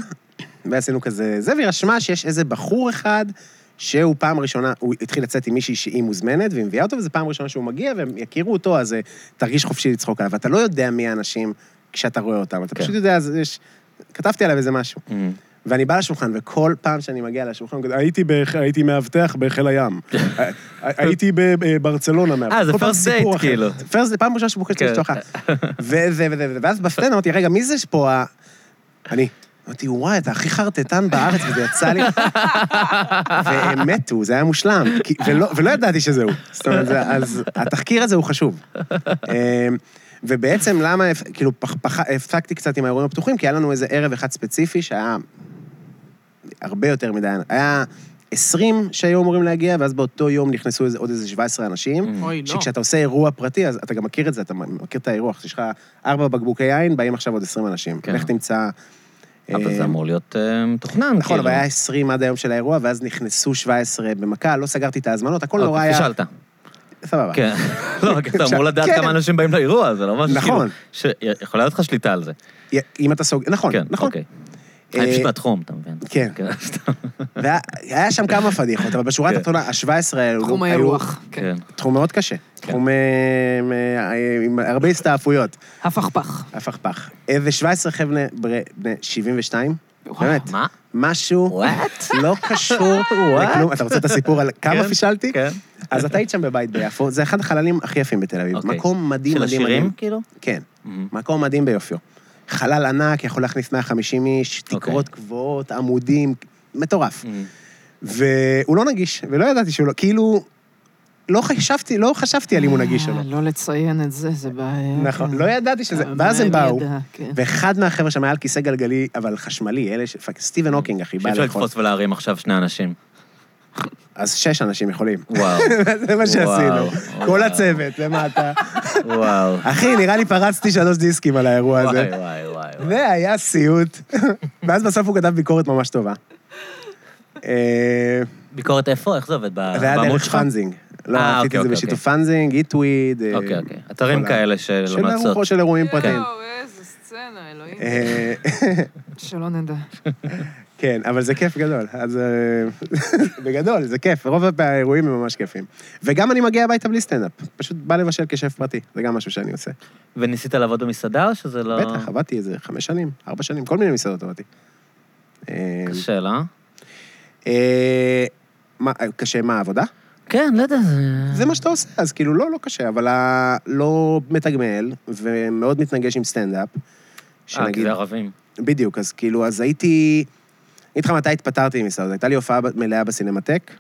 Speaker 2: ועשינו כזה זה, והיא רשמה שיש איזה בחור אחד שהוא פעם ראשונה, הוא התחיל לצאת עם מישהי שהיא מוזמנת, והיא מביאה אותו, וזו פעם ראשונה שהוא מגיע, והם יכירו אותו, אז אה, תרגיש חופשי לצחוק עליו. ואתה לא יודע מי האנשים כשאתה רואה אותם, אתה
Speaker 1: כן.
Speaker 2: פשוט יודע, אז יש... כתבתי עליו איזה משהו. ואני בא לשולחן, וכל פעם שאני מגיע לשולחן, הוא כזה, הייתי, בח... הייתי מאבטח בחיל הים. הי- הייתי בברצלונה מאבטח.
Speaker 1: אה, זה
Speaker 2: כל פעם
Speaker 1: first
Speaker 2: סיפור
Speaker 1: date,
Speaker 2: אחר.
Speaker 1: כאילו.
Speaker 2: פרסט זה פעם ראשונה שהוא בוחר
Speaker 1: כן.
Speaker 2: משפחה. וזה וזה וזה, ואז בסצנה אמרתי, רגע, מי זה שפה ה... אני. אמרתי, וואי, אתה הכי חרטטן בארץ, וזה יצא לי... והם מתו, זה היה מושלם. כי- ולא- ולא ידעתי שזה הוא. זאת אומרת, זה- אז התחקיר הזה הוא חשוב. אמ, ובעצם למה, הפ- כאילו, פח- פח- הפסקתי קצת עם האירועים הפתוחים, כי היה לנו איזה ערב אחד ספציפי שהיה הרבה יותר מדי, היה 20 שהיו אמורים להגיע, ואז באותו יום נכנסו איזה- עוד איזה 17 אנשים.
Speaker 1: Mm.
Speaker 3: אוי, לא.
Speaker 2: שכשאתה עושה אירוע פרטי, אז אתה גם מכיר את זה, אתה מכיר את האירוח. יש לך ארבע בקבוקי יין, באים עכשיו עוד 20 אנשים.
Speaker 1: כן.
Speaker 2: לך תמצא...
Speaker 1: אבל
Speaker 2: אה,
Speaker 1: זה אמור להיות אה, מתוכנן, כאילו.
Speaker 2: נכון, אבל היה 20 עד היום של האירוע, ואז נכנסו 17 במכה, לא סגרתי את ההזמנות, הכל נורא
Speaker 1: אוקיי,
Speaker 2: היה...
Speaker 1: פישלת.
Speaker 2: סבבה.
Speaker 1: כן. לא, כי אתה אמור
Speaker 2: אפשר-
Speaker 1: לדעת
Speaker 2: כן.
Speaker 1: כמה אנשים באים לאירוע, זה לא משהו
Speaker 2: נכון.
Speaker 1: כאילו... ש- יכולה להיות לך שליטה על זה.
Speaker 2: י- אם אתה סוגר... נכון,
Speaker 1: כן,
Speaker 2: נכון.
Speaker 1: אוקיי.
Speaker 2: אה,
Speaker 1: אני פשוט מהתחום, אתה מבין?
Speaker 2: כן.
Speaker 1: סתם,
Speaker 2: והיה היה שם כמה פדיחות, אבל בשורה
Speaker 1: כן.
Speaker 2: התחתונה, ה-17 האלו...
Speaker 3: תחום
Speaker 2: היו-
Speaker 3: האירוח. כן.
Speaker 1: כן.
Speaker 2: תחום מאוד קשה. תחומי... אה, עם הרבה הסתעפויות.
Speaker 3: הפכפך.
Speaker 2: הפכפך. אה, ו-17 חבר'ה בר- בני 72.
Speaker 3: וואו,
Speaker 2: באמת,
Speaker 1: מה?
Speaker 2: משהו
Speaker 1: וואט?
Speaker 2: לא קשור
Speaker 1: What?
Speaker 2: לכלום. אתה רוצה את הסיפור על כמה
Speaker 1: כן,
Speaker 2: פישלתי?
Speaker 1: כן.
Speaker 2: אז אתה היית שם בבית ביפו, זה אחד החללים הכי יפים בתל אביב.
Speaker 1: אוקיי.
Speaker 2: מקום מדהים,
Speaker 1: של
Speaker 2: מדהים, מדהים.
Speaker 1: השירים, כאילו?
Speaker 2: כן.
Speaker 1: מהמם.
Speaker 2: מקום מדהים ביופיו. חלל ענק, יכול להכניס 150 איש,
Speaker 1: אוקיי.
Speaker 2: תקרות גבוהות, עמודים, מטורף.
Speaker 1: מהמם.
Speaker 2: והוא לא נגיש, ולא ידעתי שהוא לא, כאילו, לא חשבתי, לא חשבתי על אם הוא נגיש או לא.
Speaker 3: אה, לא לציין את זה, זה בעיה.
Speaker 2: נכון,
Speaker 3: כן.
Speaker 2: לא ידעתי שזה,
Speaker 3: אה,
Speaker 2: ואז הם
Speaker 3: מי
Speaker 2: באו,
Speaker 3: ידע, כן.
Speaker 2: ואחד מהחבר'ה שם היה על כיסא גלגלי, אבל חשמלי, אלה ש... פאק, סטיבן הוקינג, אחי, בא
Speaker 1: שאי אפשר
Speaker 2: לאכול.
Speaker 1: לתפוס ולהרים עכשיו שני אנשים.
Speaker 2: אז שש אנשים יכולים.
Speaker 1: וואו,
Speaker 2: זה מה שעשינו.
Speaker 1: וואו.
Speaker 2: כל הצוות, למטה.
Speaker 1: וואו.
Speaker 2: אחי, נראה לי פרצתי שלוש דיסקים על האירוע
Speaker 1: וואי,
Speaker 2: הזה.
Speaker 1: וואי, וואי. וואי.
Speaker 2: זה היה סיוט. ואז בסוף הוא כתב ביקורת ממש טובה. אה,
Speaker 1: ביקורת איפה? איך זה עובד? ב-
Speaker 2: זה היה
Speaker 1: בעמוד
Speaker 2: דרך
Speaker 1: שלך?
Speaker 2: פאנזינג. לא,
Speaker 1: אה,
Speaker 2: עשיתי
Speaker 1: אוקיי,
Speaker 2: את זה
Speaker 1: אוקיי,
Speaker 2: בשיתוף פאנזינג, איטוויד. אה,
Speaker 1: אוקיי, אוקיי. אתרים
Speaker 2: כל ה-
Speaker 1: כאלה של
Speaker 2: של
Speaker 1: המלצות.
Speaker 2: ארוחות של
Speaker 3: כן.
Speaker 2: אירועים פרטיים.
Speaker 3: יואו, איזה סצנה, אלוהים.
Speaker 2: אה,
Speaker 3: שלא נדע.
Speaker 2: כן, אבל זה כיף גדול. אז אה, בגדול, זה כיף. רוב הפע- האירועים הם ממש כיפים. וגם אני מגיע הביתה בלי סטנדאפ. פשוט בא לבשל כשף פרטי. זה גם משהו שאני עושה.
Speaker 1: וניסית לעבוד במסעדה או שזה לא...
Speaker 2: בטח, עבדתי איזה חמש שנים, ארבע שנים, כל מיני מסעדות עבדתי. אה,
Speaker 1: קשה, לא?
Speaker 2: אה, מה, קשה מה, העבודה?
Speaker 1: כן, לא יודע, זה...
Speaker 2: זה מה שאתה עושה, אז כאילו לא, לא קשה, אבל ה- לא מתגמל, ומאוד מתנגש עם סטנדאפ.
Speaker 1: אה, כי זה ערבים.
Speaker 2: בדיוק, אז כאילו, אז הייתי... אני אגיד לך מתי התפטרתי ממסעדות, הייתה לי הופעה ב- מלאה בסינמטק,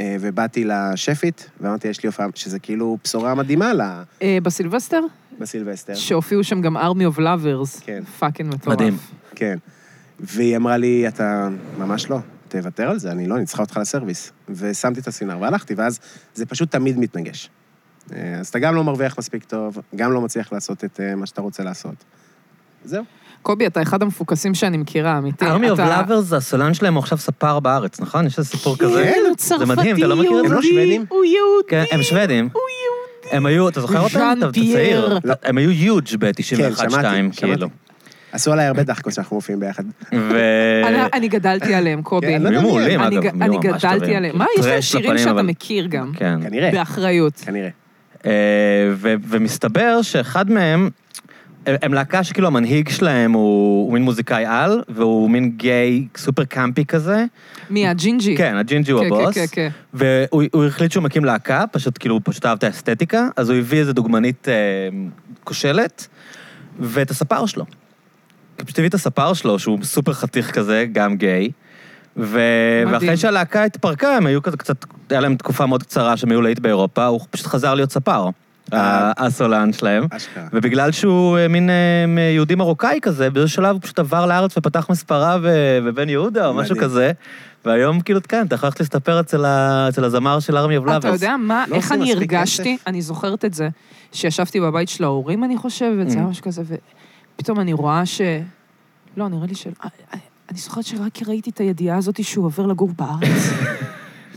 Speaker 2: אה, ובאתי לשפית, ואמרתי, יש לי הופעה, שזה כאילו בשורה מדהימה לה,
Speaker 3: אה, בסילבסטר,
Speaker 2: בסילבסטר.
Speaker 3: שהופיעו שם גם Army of Lovers.
Speaker 2: כן.
Speaker 3: פאקינג מטורף.
Speaker 1: מדהים.
Speaker 2: כן. והיא אמרה לי, אתה ממש לא, תוותר על זה, אני לא, אני צריכה אותך לסרוויס. ושמתי את הסינר והלכתי, ואז זה פשוט תמיד מתנגש. אה, אז אתה גם לא מרוויח מספיק טוב, גם לא מצליח לעשות את אה, מה שאתה רוצה לעשות. זהו.
Speaker 3: קובי, אתה אחד המפוקסים שאני מכירה, אמיתי.
Speaker 1: ארמי אוף
Speaker 3: אתה-
Speaker 1: לאבר זה הסולן שלהם, הוא עכשיו ספר בארץ, נכון? יש איזה סיפור כזה?
Speaker 3: כן, הוא
Speaker 1: זה מדהים,
Speaker 3: צרפתי,
Speaker 1: אתה לא מכיר את
Speaker 2: הם
Speaker 1: זה?
Speaker 2: לא שוודים?
Speaker 3: הוא יהודי.
Speaker 1: כן, הם שוודים. הם היו, אתה זוכר אותם?
Speaker 3: ז'אן
Speaker 1: אתה- אתה
Speaker 3: פייר. כן,
Speaker 1: צעיר.
Speaker 2: לא.
Speaker 1: הם היו יוג' ב-91-2,
Speaker 2: שמעתי,
Speaker 1: כאילו.
Speaker 2: עשו עליי הרבה דחקות שאנחנו מופיעים ביחד.
Speaker 1: ו-
Speaker 3: אני- אה, לא, אני גדלתי עליהם, קובי.
Speaker 2: כן,
Speaker 1: הם היו
Speaker 2: לא
Speaker 1: מעולים,
Speaker 3: אני
Speaker 1: אגב.
Speaker 3: ג-
Speaker 1: הם היו
Speaker 3: אני
Speaker 1: ממש
Speaker 3: גדלתי
Speaker 1: טובים.
Speaker 3: עליהם. מה, יש להם
Speaker 1: טרש
Speaker 3: שירים
Speaker 1: לפנים,
Speaker 3: שאתה
Speaker 1: אבל-
Speaker 3: מכיר גם.
Speaker 1: כן.
Speaker 2: כנראה,
Speaker 3: באחריות.
Speaker 2: כנראה.
Speaker 1: אה, ו- ומסתבר שאחד מהם, הם- הם להקה שכאילו המנהיג שלהם הוא הוא מין מוזיקאי על, והוא מין גיי סופר קאמפי כזה.
Speaker 3: מי, הג'ינג'י?
Speaker 1: כן, הג'ינג'י הוא
Speaker 3: כן, כן,
Speaker 1: הבוס.
Speaker 3: כן, כן.
Speaker 1: והוא הוא החליט שהוא מקים להקה, פשוט כאילו, הוא פשוט אהב את האסתטיקה, אז הוא הביא איזה דוגמנית אה, כושלת, ואת הספר שלו. הוא פשוט הביא את הספר שלו, שהוא סופר חתיך כזה, גם גיי. ו...
Speaker 3: מדהים.
Speaker 1: ואחרי שהלהקה התפרקה, הם היו כזה קצת, היה להם תקופה מאוד קצרה שהם היו להיט באירופה, הוא פשוט חזר להיות ספר,
Speaker 2: אה.
Speaker 1: ה- הסולן שלהם.
Speaker 2: אשכרה.
Speaker 1: ובגלל שהוא אה, מין אה, מ- יהודי מרוקאי כזה, באיזשהו שלב הוא פשוט עבר לארץ ופתח מספרה ב- בבן יהודה או משהו
Speaker 2: מדהים.
Speaker 1: כזה. והיום כאילו, כן, אתה יכול ללכת להסתפר אצל ה- אצל הזמר של ארמי אבלאבס.
Speaker 3: אתה יודע מה,
Speaker 2: לא
Speaker 3: איך
Speaker 2: עושים
Speaker 3: אני
Speaker 2: מספיק
Speaker 3: הרגשתי, אני זוכרת את זה, שישבתי בבית של ההורים, אני חושבת, זה
Speaker 1: Mm.
Speaker 3: היה משהו כזה, ופתאום אני רואה ש... לא, נראה לי של... אני זוכרת שרק ראיתי את הידיעה הזאת שהוא עובר לגור בארץ.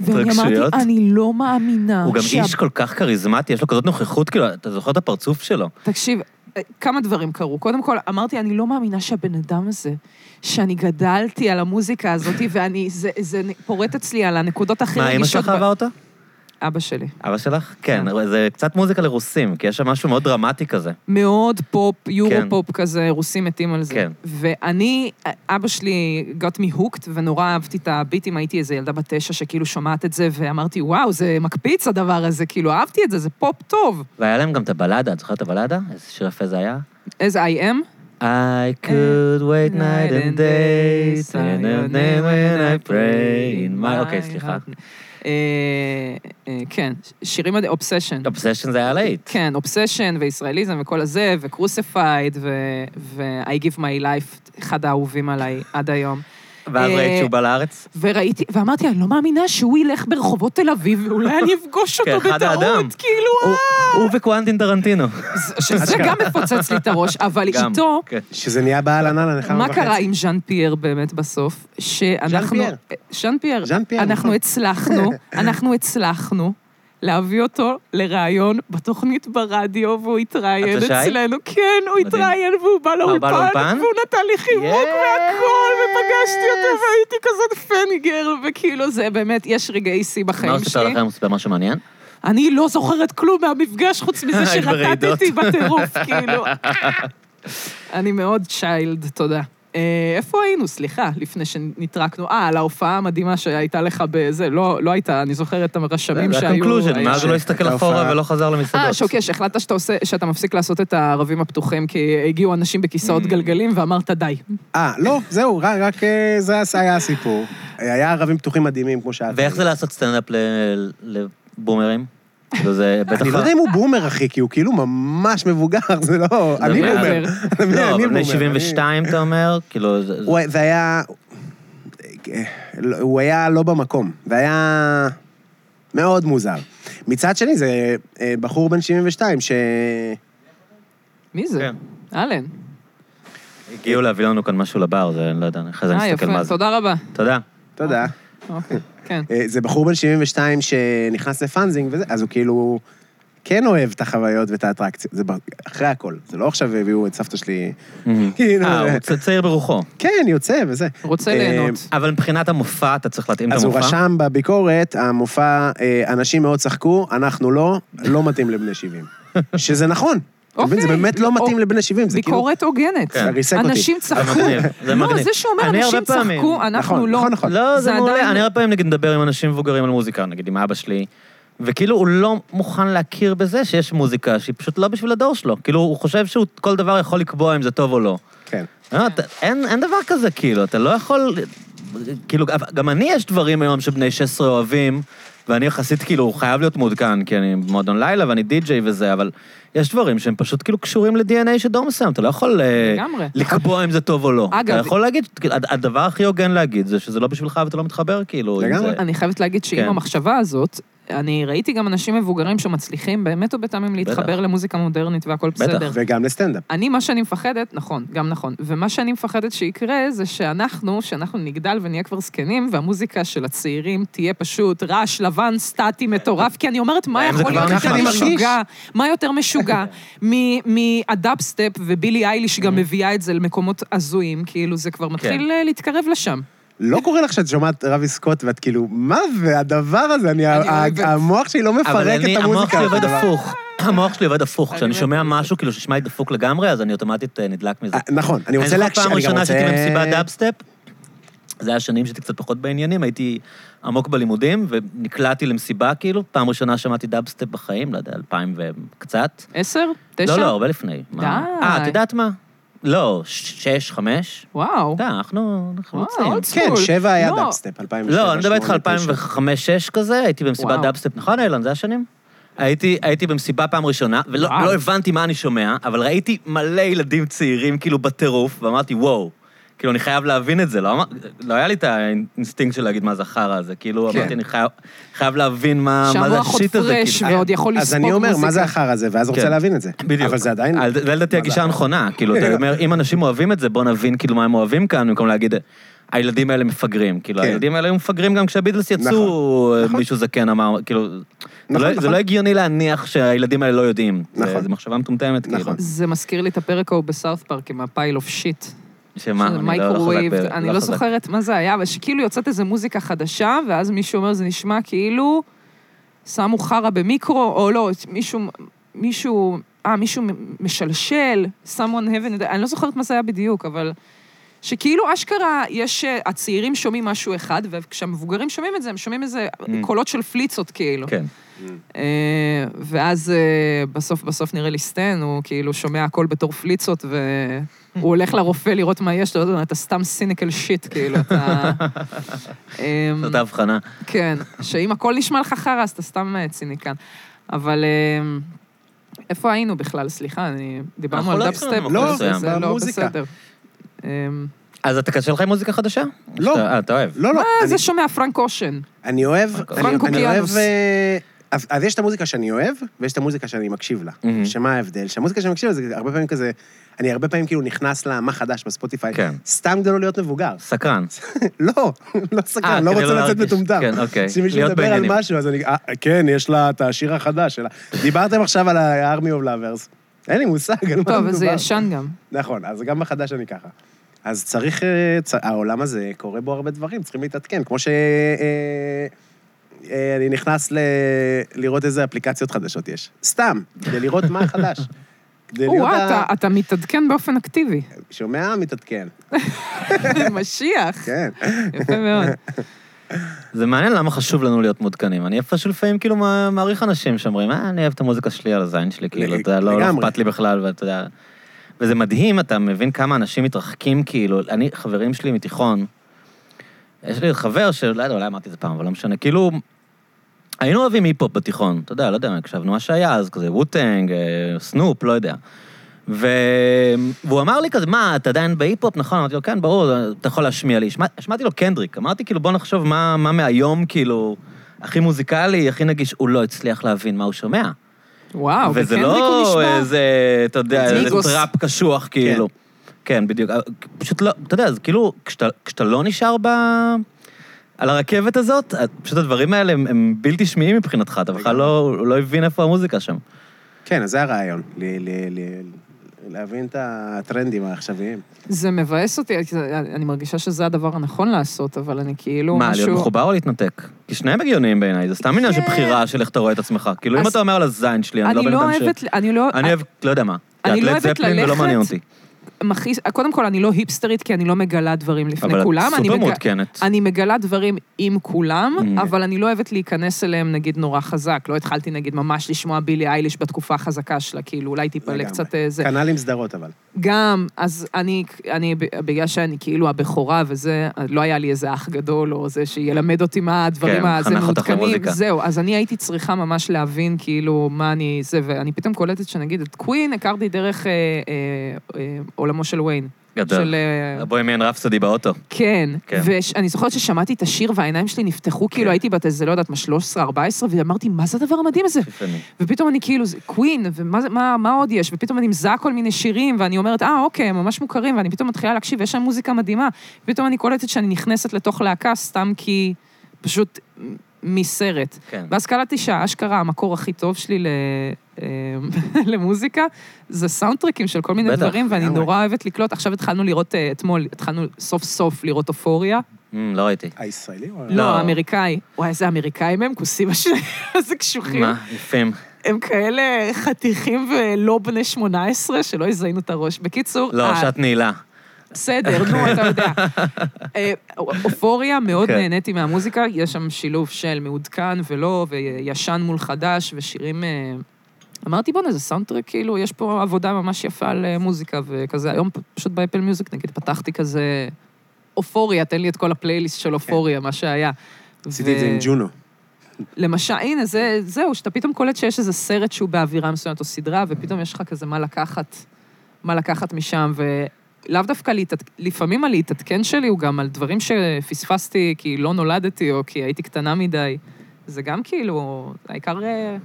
Speaker 3: ואני
Speaker 1: התרגשויות?
Speaker 3: אמרתי, אני לא מאמינה
Speaker 1: הוא גם
Speaker 3: שה-
Speaker 1: איש כל כך כריזמטי, יש לו כזאת נוכחות, כאילו, אתה זוכר את הפרצוף שלו.
Speaker 3: תקשיב, אה, כמה דברים קרו. קודם כל, אמרתי, אני לא מאמינה שהבן אדם הזה, שאני גדלתי על המוזיקה הזאת, ואני, זה, זה פורט אצלי על הנקודות הכי
Speaker 1: מה, אמא שלך
Speaker 3: ב-
Speaker 1: אהבה אותה?
Speaker 3: אבא שלי.
Speaker 1: אבא שלך? כן, אבל זה קצת מוזיקה לרוסים, כי יש שם משהו מאוד דרמטי כזה.
Speaker 3: מאוד פופ, יורו-פופ כזה, רוסים מתים על זה.
Speaker 1: כן.
Speaker 3: ואני, אבא שלי got me hooked, ונורא אהבתי את הביטים, הייתי איזה ילדה בת תשע שכאילו שומעת את זה, ואמרתי, וואו, זה מקפיץ הדבר הזה, כאילו, אהבתי את זה, זה פופ טוב.
Speaker 1: והיה להם גם את הבלדה, את זוכרת את הבלדה? איזה שיר יפה זה היה?
Speaker 3: איזה I am?
Speaker 1: I could wait night and day, turn your name when I pray in my... אוקיי, סליחה.
Speaker 3: אה, אה, כן, שירים עד אובסשן.
Speaker 1: אובסשן זה היה להיט.
Speaker 3: כן, אובסשן וישראליזם וכל הזה, וקרוספייד, ו-I give my life, אחד האהובים עליי עד היום.
Speaker 1: ואז
Speaker 3: אה,
Speaker 1: ראית שהוא בא לארץ?
Speaker 3: וראיתי, ואמרתי, אני לא מאמינה שהוא ילך ברחובות תל אביב, ואולי אני אפגוש אותו
Speaker 1: כאחד כן, האדם.
Speaker 3: בטעות, כאילו,
Speaker 1: הוא-
Speaker 3: אה,
Speaker 1: הוא וקוונטין טרנטינו.
Speaker 3: זה- שזה גם מפוצץ לי את הראש, אבל
Speaker 1: גם.
Speaker 3: איתו,
Speaker 1: כן.
Speaker 2: שזה נהיה בעל ענן על אחד
Speaker 3: מה
Speaker 2: וחצי.
Speaker 3: קרה עם ז'אן פייר באמת בסוף? שאנחנו...
Speaker 2: ז'אן
Speaker 3: ז'אן פייר.
Speaker 2: ז'אן פייר, נכון.
Speaker 3: אנחנו הצלחנו, אנחנו הצלחנו. להביא אותו לראיון בתוכנית ברדיו, והוא התראיין
Speaker 1: את זה שי?
Speaker 3: אצלנו. כן, הוא
Speaker 1: מדהים.
Speaker 3: התראיין והוא בא
Speaker 1: בא לאולפן?
Speaker 3: לאולפן, והוא נתן לי חיבוק
Speaker 1: Yes.
Speaker 3: והכל, ופגשתי אותו, והייתי כזאת פני גרל, וכאילו זה באמת, יש רגעי שיא
Speaker 1: מה
Speaker 3: בחיים
Speaker 1: עושה
Speaker 3: שלי.
Speaker 1: לכם? הוא סיפר משהו מעניין?
Speaker 3: אני לא זוכרת כלום מהמפגש חוץ מזה
Speaker 1: היית ברעידות.
Speaker 3: שרטטתי בטירוף, כאילו. אני מאוד צ'יילד, תודה. אה, איפה היינו? סליחה, לפני שנטרקנו. אה, על ההופעה המדהימה שהייתה לך בזה, לא לא הייתה, אני זוכרת את הרשמים
Speaker 1: זה
Speaker 3: שהיו...
Speaker 1: הקונקלוז'ן,
Speaker 3: היו-
Speaker 1: מאז הוא לא הסתכל
Speaker 2: הייתה
Speaker 1: אחורה
Speaker 2: הופעה.
Speaker 1: ולא חזר
Speaker 3: אה,
Speaker 1: למסעדות.
Speaker 3: שוקש, החלטת שאתה, עושה, שאתה מפסיק לעשות את הערבים הפתוחים, כי הגיעו אנשים
Speaker 1: Mm.
Speaker 3: בכיסאות גלגלים ואמרת די.
Speaker 2: אה, לא, זהו, רק, רק אה, זה היה הסיפור. היה ערבים פתוחים מדהימים, כמו שאת.
Speaker 1: ואיך זה לעשות סטנדאפ ל- לבומרים? כאילו זה בטח...
Speaker 2: אני לא יודע אם הוא בומר, אחי, כי הוא כאילו ממש מבוגר, זה לא... אני
Speaker 1: אבל-
Speaker 2: בומר. אני-
Speaker 1: לא,
Speaker 2: אני
Speaker 1: אבל
Speaker 2: בומר,
Speaker 1: בני
Speaker 2: אני-
Speaker 1: 72, אתה אומר? כאילו, זה-
Speaker 2: הוא היה- זה היה... הוא היה לא במקום, זה היה מאוד מוזר. מצד שני, זה אה, בחור בן 72, ש...
Speaker 3: מי זה?
Speaker 1: כן.
Speaker 3: אלן.
Speaker 1: הגיעו להביא לנו כאן משהו לבר, זה, אני לא יודע, אחרי זה
Speaker 3: אה,
Speaker 1: נסתכל מה
Speaker 3: יפה,
Speaker 1: זה.
Speaker 3: תודה רבה.
Speaker 1: תודה.
Speaker 2: תודה.
Speaker 3: אוקיי, כן.
Speaker 2: אה, זה בחור בן 72 שנכנס לפאנזינג וזה, אז הוא כאילו כן אוהב את החוויות ואת האטרקציות, זה ב- אחרי הכל. זה לא עכשיו הביאו את סבתא שלי, כאילו...
Speaker 1: אה, הוא צ- צעיר ברוחו.
Speaker 2: כן, יוצא וזה.
Speaker 3: רוצה
Speaker 2: אה,
Speaker 3: ליהנות.
Speaker 1: אבל מבחינת המופע, אתה צריך להתאים את
Speaker 2: אז
Speaker 1: המופע?
Speaker 2: הוא רשם בביקורת, המופע, אה, אנשים מאוד צחקו, אנחנו לא, לא מתאים לבני 70. שזה נכון. אתה מבין, זה
Speaker 3: אוקיי.
Speaker 2: באמת לא מתאים
Speaker 3: או-
Speaker 2: לבני 70, זה כאילו...
Speaker 3: ביקורת הוגנת.
Speaker 1: כן.
Speaker 2: זה ריסק אותי.
Speaker 3: אנשים
Speaker 1: זה
Speaker 3: צחקו.
Speaker 1: מגניב, זה
Speaker 3: לא,
Speaker 1: מגניב.
Speaker 3: זה שאומר
Speaker 1: אני
Speaker 3: אנשים
Speaker 1: הרבה פעמים-
Speaker 3: צחקו, אנחנו
Speaker 2: נכון,
Speaker 3: לא.
Speaker 2: נכון, נכון.
Speaker 1: לא, זה
Speaker 3: זה
Speaker 1: מעולה.
Speaker 3: עדיין-
Speaker 1: אני הרבה פעמים נגיד מדבר עם אנשים מבוגרים על מוזיקה, נגיד עם אבא שלי, וכאילו הוא לא מוכן להכיר בזה שיש מוזיקה שהיא פשוט לא בשביל הדור שלו. כאילו, הוא חושב שהוא כל דבר יכול לקבוע אם זה טוב או לא.
Speaker 2: כן.
Speaker 1: לא, אתה- אין אין דבר כזה, כאילו, אתה לא יכול... כאילו, אבל גם אני יש דברים היום שבני 16 אוהבים, ואני יחסית, כאילו, חייב להיות מעודכן, כי אני במועדון לילה ואני די-ג'יי וזה, אבל יש דברים שהם פשוט כאילו קשורים ל-DNA של דור מסוים, אתה לא יכול אה,
Speaker 3: לגמרי.
Speaker 1: לקבוע אם זה טוב או לא.
Speaker 3: אגב-
Speaker 1: אתה יכול להגיד, כאילו, הד- הדבר הכי הוגן להגיד זה שזה לא בשבילך ואתה לא מתחבר, כאילו, עם
Speaker 2: לגמרי.
Speaker 1: זה.
Speaker 3: אני חייבת להגיד שעם
Speaker 1: כן.
Speaker 3: המחשבה הזאת, אני ראיתי גם אנשים מבוגרים שמצליחים באמת ובתמים להתחבר למוזיקה מודרנית והכל בסדר.
Speaker 2: וגם לסטנדאפ.
Speaker 3: אני, מה שאני מפחדת, נכון, גם נכון, ומה שאני מפחדת שיקרה זה שאנחנו, שאנחנו נגדל ונהיה כבר זקנים, והמוזיקה של הצעירים תהיה פשוט רעש לבן סטטי מטורף, כי אני אומרת, מה
Speaker 1: להם זה
Speaker 3: יכול
Speaker 1: כבר
Speaker 3: להיות
Speaker 1: ככה
Speaker 3: יותר
Speaker 1: אני
Speaker 2: מרגיש.
Speaker 3: משוגע? מה יותר משוגע מ- מהדאפסטפ, ובילי אייליש
Speaker 1: כן.
Speaker 3: גם מביאה את זה למקומות הזויים, כאילו זה כבר מתחיל אה, להתקרב לשם.
Speaker 2: לא קורה לך שאת שומעת רבי סקוט ואת כאילו, מה זה הדבר הזה? אני, ה- ה-
Speaker 3: אוהבת.
Speaker 2: המוח שלי לא
Speaker 1: אבל
Speaker 2: מפרק
Speaker 1: אני,
Speaker 2: את
Speaker 1: המוח
Speaker 2: המוזיקה.
Speaker 1: שלי עובד הפוך. המוח שלי עובד הפוך. כשאני
Speaker 3: אני לא
Speaker 1: שומע
Speaker 3: מתה.
Speaker 1: משהו, כאילו, ששמע לי דפוק לגמרי, אז אני אוטומטית אה, נדלק מזה.
Speaker 2: אה, נכון, אני רוצה
Speaker 1: זוכר
Speaker 2: להקשיב,
Speaker 1: פעם
Speaker 2: אני גם
Speaker 1: ראשונה
Speaker 2: רוצה...
Speaker 1: שהייתי במסיבת דאפסטפ, זה היה שנים שהייתי קצת פחות בעניינים, הייתי עמוק בלימודים, ונקלעתי למסיבה, כאילו, פעם ראשונה שמעתי דאפסטפ בחיים, לא יודע, אלפיים וקצת.
Speaker 3: עשר? תשע?
Speaker 1: לא, לא, הרבה לפני. מה?
Speaker 3: די.
Speaker 1: אה, את יודעת מה? לא, ש- שש, חמש?
Speaker 3: וואו.
Speaker 1: אתה, אנחנו אנחנו
Speaker 3: וואו,
Speaker 1: רוצים.
Speaker 3: אולד
Speaker 2: כן,
Speaker 3: שמאל.
Speaker 2: שבע היה
Speaker 3: לא.
Speaker 2: דאפסטפ, 2007,
Speaker 1: לא, אני מדבר איתך על 2005-2006 כזה, הייתי במסיבת
Speaker 3: וואו.
Speaker 1: דאפסטפ, נכון, אילן? זה השנים? הייתי, הייתי במסיבה פעם ראשונה, ולא
Speaker 3: וואו.
Speaker 1: לא הבנתי מה אני שומע, אבל ראיתי מלא ילדים צעירים כאילו בטירוף, ואמרתי, וואו, כאילו, אני חייב להבין את זה, לא, אמר- לא היה לי את האינסטינקט של להגיד מה זה חרא הזה, כאילו,
Speaker 2: כן.
Speaker 1: אמרתי, אני חייב, חייב להבין מה, מה זה
Speaker 3: שהמוח עוד
Speaker 1: השיט הזה,
Speaker 3: פרש
Speaker 1: כאילו.
Speaker 3: ועוד יכול
Speaker 2: אז
Speaker 3: לספוג
Speaker 2: אני
Speaker 3: מוזיקה.
Speaker 2: אומר, מה זה החרא הזה? ואז רוצה
Speaker 1: כן.
Speaker 2: להבין את זה.
Speaker 1: בדיוק.
Speaker 2: אבל זה עדיין...
Speaker 1: על- זה לדעתי
Speaker 2: מה כן.
Speaker 1: הגישה
Speaker 2: זה?
Speaker 1: הנכונה. כאילו, אתה אומר, אם אנשים אוהבים את זה, בוא נבין כאילו מה הם אוהבים כאן, במקום להגיד, הילדים האלה מפגרים. כאילו,
Speaker 2: כן.
Speaker 1: הילדים האלה היו מפגרים גם כשהביטלס יצאו, אה, מישהו זקן אמר, כאילו... זה
Speaker 2: נכון,
Speaker 1: לא- זה
Speaker 2: נכון.
Speaker 1: לא הגיוני להניח שהילדים האלה לא יודעים. זה-
Speaker 2: נכון.
Speaker 1: זה מחשבה מטומטמת, כאילו.
Speaker 2: נכון.
Speaker 3: זה מזכיר לי את הפרק ההוא בסאוף פארק עם הפייל אוף שיט.
Speaker 1: שמה,
Speaker 3: שזה
Speaker 1: אני לא חזק
Speaker 3: מייקרווייב,
Speaker 1: ב...
Speaker 3: אני לא
Speaker 1: חזק.
Speaker 3: זוכרת מה זה היה, אבל שכאילו יוצאת איזו מוזיקה חדשה, ואז מישהו אומר, זה נשמע כאילו שמו חרא במיקרו, או לא, מישהו, מישהו, אה, מישהו מ- משלשל, someone heaven, אני לא זוכרת מה זה היה בדיוק, אבל... שכאילו אשכרה יש, אה, הצעירים שומעים משהו אחד, וכשהמבוגרים שומעים את זה, הם שומעים איזה
Speaker 1: Mm.
Speaker 3: קולות של פליצות כאילו.
Speaker 1: כן.
Speaker 3: אה, ואז אה, בסוף בסוף נראה לי סטן, הוא כאילו שומע הכל בתור פליצות, והוא הולך לרופא לראות מה יש לו, אתה סתם סיניקל שיט, כאילו, אתה... אמ,
Speaker 1: זאת ההבחנה.
Speaker 3: כן, שאם הכל נשמע לך חרא, אז אתה סתם אה, ציניקן. אבל אמ, איפה היינו בכלל? סליחה, אני... דיברנו
Speaker 1: אנחנו
Speaker 3: על
Speaker 1: לא
Speaker 3: דאפסטפ.
Speaker 1: התחלנו במקום
Speaker 3: וזה-
Speaker 2: מסוים.
Speaker 3: לא,
Speaker 2: במוזיקה.
Speaker 3: בסדר. אמ,
Speaker 1: אז אתה קשה לך עם מוזיקה חדשה?
Speaker 2: לא.
Speaker 1: שאתה- אה, אתה אוהב.
Speaker 2: לא, לא.
Speaker 3: אה,
Speaker 2: אני-
Speaker 3: זה שומע פרנק אושן.
Speaker 2: אני אוהב, אני,
Speaker 3: פרנקו
Speaker 2: אני
Speaker 3: קיאנוס.
Speaker 2: אוהב... אה, אז, אז יש את המוזיקה שאני אוהב, ויש את המוזיקה שאני מקשיב לה.
Speaker 1: Mhm.
Speaker 2: שמה ההבדל? שהמוזיקה שאני מקשיב לה זה הרבה פעמים כזה... אני הרבה פעמים כאילו נכנס למה חדש בספוטיפיי,
Speaker 1: כן.
Speaker 2: סתם כדי לא להיות מבוגר.
Speaker 1: סקרן.
Speaker 2: לא, לא
Speaker 1: אה,
Speaker 2: סקרן, לא
Speaker 1: כדי
Speaker 2: רוצה
Speaker 1: לא
Speaker 2: לצאת
Speaker 1: להרגיש.
Speaker 2: מטומטם.
Speaker 1: כן, אוקיי.
Speaker 2: כשמישהו
Speaker 1: להיות
Speaker 2: מדבר על
Speaker 1: בעניינים.
Speaker 2: משהו, אז אני... "אה, כן, יש לה את השיר החדש שלה. דיברתם עכשיו על ה-Army of Lovers. אין לי מושג על מה מדובר.
Speaker 3: טוב, אז זה ישן גם.
Speaker 2: נכון, אז גם בחדש אני ככה. אז צריך... אה, צ- העולם הזה, קורה בו הרבה דברים, צריכים להתעדכן. כמו ש... אה, אה, אני נכנס ל... לראות איזה אפליקציות חדשות יש. סתם, כדי לראות מה חדש. כדי להיות
Speaker 3: או-אה,
Speaker 2: ה...
Speaker 3: אתה- אתה מתעדכן באופן אקטיבי.
Speaker 2: שומע? מתעדכן.
Speaker 3: משיח.
Speaker 2: כן.
Speaker 3: יפה מאוד.
Speaker 1: זה מעניין למה חשוב לנו להיות מעודכנים. אני איפשהו לפעמים כאילו מע- מעריך אנשים שאומרים, אה, אני אוהב את המוזיקה שלי על הזין שלי, כאילו, אתה יודע, לא לא
Speaker 2: לגמרי.
Speaker 1: אכפת לי בכלל, ואתה יודע... וזה מדהים, אתה מבין כמה אנשים מתרחקים, כאילו, אני, חברים שלי מתיכון, יש לי חבר של, לא יודע, אולי אמרתי את זה פעם, אבל לא משנה, כאילו, היינו אוהבים היפ-הופ בתיכון, אתה יודע, לא יודע, הקשבנו מה שהיה אז, כזה ווטנג, אה, סנופ, לא יודע. ו... והוא אמר לי כזה, מה, אתה עדיין בהיפ-הופ, נכון? אמרתי לו, כן, ברור, אתה יכול להשמיע לי. שמע- שמעתי לו קנדריק, אמרתי, כאילו, בוא נחשוב מה, מה מהיום, כאילו, הכי מוזיקלי, הכי נגיש, הוא לא הצליח להבין מה הוא שומע.
Speaker 3: וואו,
Speaker 1: וזה
Speaker 3: בקנדריק אה, הוא
Speaker 1: לא
Speaker 3: נשמע.
Speaker 1: איזה, אתה יודע,
Speaker 3: זה
Speaker 1: איזה
Speaker 3: מיגוס.
Speaker 1: טראפ קשוח, כאילו. כן, בדיוק. פשוט לא, אתה יודע, זה כאילו, כשאתה- כשאתה לא נשאר ב... על הרכבת הזאת, אה, פשוט הדברים האלה הם, הם בלתי שמיעים מבחינתך, אתה בכלל לא, הוא לא הבין איפה המוזיקה שם.
Speaker 2: כן, אז זה הרעיון. ל- ל- ל- להבין את הטרנדים העכשוויים.
Speaker 3: זה מבאס אותי, כי זה- אני מרגישה שזה הדבר הנכון לעשות, אבל אני כאילו
Speaker 1: מה, להיות
Speaker 3: משהו...
Speaker 1: מחובר או להתנתק? כי שניהם הגיוניים בעיניי, זה סתם עניין של
Speaker 3: כן.
Speaker 1: בחירה של איך אתה רואה את עצמך. כאילו, אם
Speaker 3: אז-
Speaker 1: אתה אומר על הזין שלי, אני לא
Speaker 3: אני
Speaker 1: בן
Speaker 3: לא
Speaker 1: אדם ש...
Speaker 3: אוהבת, אני לא...
Speaker 1: אני אוהב, לא יודע מה.
Speaker 3: אני לא
Speaker 1: את לד
Speaker 3: אוהבת
Speaker 1: זפלין ולא
Speaker 3: ללכת,
Speaker 1: מעניין אותי.
Speaker 3: מכעיס, קודם כל, אני לא היפסטרית, כי אני לא מגלה דברים לפני
Speaker 1: אבל את
Speaker 3: כולם. אני
Speaker 1: סופר
Speaker 3: מג-
Speaker 1: מעודכנת.
Speaker 3: אני מגלה דברים עם כולם,
Speaker 1: Mm.
Speaker 3: אבל אני לא אוהבת להיכנס אליהם, נגיד, נורא חזק. לא התחלתי, נגיד, ממש לשמוע בילי אייליש בתקופה החזקה שלה, כאילו, אולי תיפלא
Speaker 2: לגמרי.
Speaker 3: קצת אה, זה.
Speaker 2: כנ"ל עם סדרות, אבל.
Speaker 3: גם, אז אני, אני, בגלל שאני כאילו הבכורה וזה, לא היה לי איזה אח גדול או זה שילמד אותי מה הדברים
Speaker 1: כן,
Speaker 3: הזה
Speaker 1: חנך אותך למוזיקה.
Speaker 3: זהו, אז אני הייתי צריכה ממש להבין כאילו מה אני זה, ואני פתאום קולטת שנגיד את קווין הכרתי דרך אה, אה, אה, עולמו של וויין.
Speaker 1: גדול.
Speaker 3: של, אה,
Speaker 1: בואי מיין רפסודי באוטו.
Speaker 3: כן,
Speaker 1: כן.
Speaker 3: ואני זוכרת ששמעתי את השיר והעיניים שלי נפתחו, כאילו הייתי בת איזה, לא יודעת מה, 13-14, ואמרתי, מה זה הדבר המדהים הזה?
Speaker 1: יפני.
Speaker 3: ופתאום אני כאילו, זה קווין, ומה זה- מה, מה עוד יש? ופתאום אני מזהה כל מיני שירים, ואני אומרת, אה, אוקיי, הם ממש מוכרים, ואני פתאום מתחילה להקשיב, ויש שם מוזיקה מדהימה. ופתאום אני קולטת שאני נכנסת לתוך להקה סתם כי פשוט מ- מסרט.
Speaker 1: כן.
Speaker 3: ואז קלטתי שהאשכרה, המקור הכי טוב שלי ל... אמ, למוזיקה, זה סאונדטרקים של כל מיני
Speaker 1: בטח,
Speaker 3: דברים, ואני
Speaker 2: לגמרי.
Speaker 3: נורא אוהבת לקלוט. עכשיו התחלנו לראות, אה, אתמול התחלנו סוף סוף לראות אופוריה.
Speaker 1: אמ, לא ראיתי.
Speaker 2: הישראלי או...
Speaker 3: לא, האמריקאי. וואי, איזה אמריקאים הם, כוסים השניים, איזה קשוחים.
Speaker 1: מה, יפים.
Speaker 3: הם כאלה חתיכים ולא בני 18, שלא יזיינו את הראש. בקיצור,
Speaker 1: לא,
Speaker 3: אה,
Speaker 1: שעת נעילה.
Speaker 3: בסדר, נו, אתה יודע. אה, אופוריה, מאוד
Speaker 1: כן.
Speaker 3: נהניתי מהמוזיקה, יש שם שילוב של מעודכן ולא, וישן מול חדש, ושירים... אה, אמרתי, בואנה, זה סאונדטרק, כאילו, יש פה עבודה ממש יפה על אה, מוזיקה וכזה. היום פ- פשוט באפל מיוזיק, נגיד, פתחתי כזה אופוריה, תן לי את כל הפלייליסט של אופוריה,
Speaker 1: כן.
Speaker 3: מה שהיה.
Speaker 2: עשיתי את זה
Speaker 3: ו-
Speaker 2: עם ג'ונו.
Speaker 3: למשל, הנה, זה, זהו, שאתה פתאום קולט שיש איזה סרט שהוא באווירה מסוימת או סדרה, ופתאום יש לך כזה מה לקחת, מה לקחת משם, ולאו דווקא להתעדכן, לפעמים הלהתעדכן שלי הוא גם על דברים שפספסתי כי לא נולדתי או כי הייתי קטנה מדי. זה גם כאילו, העיקר... אה,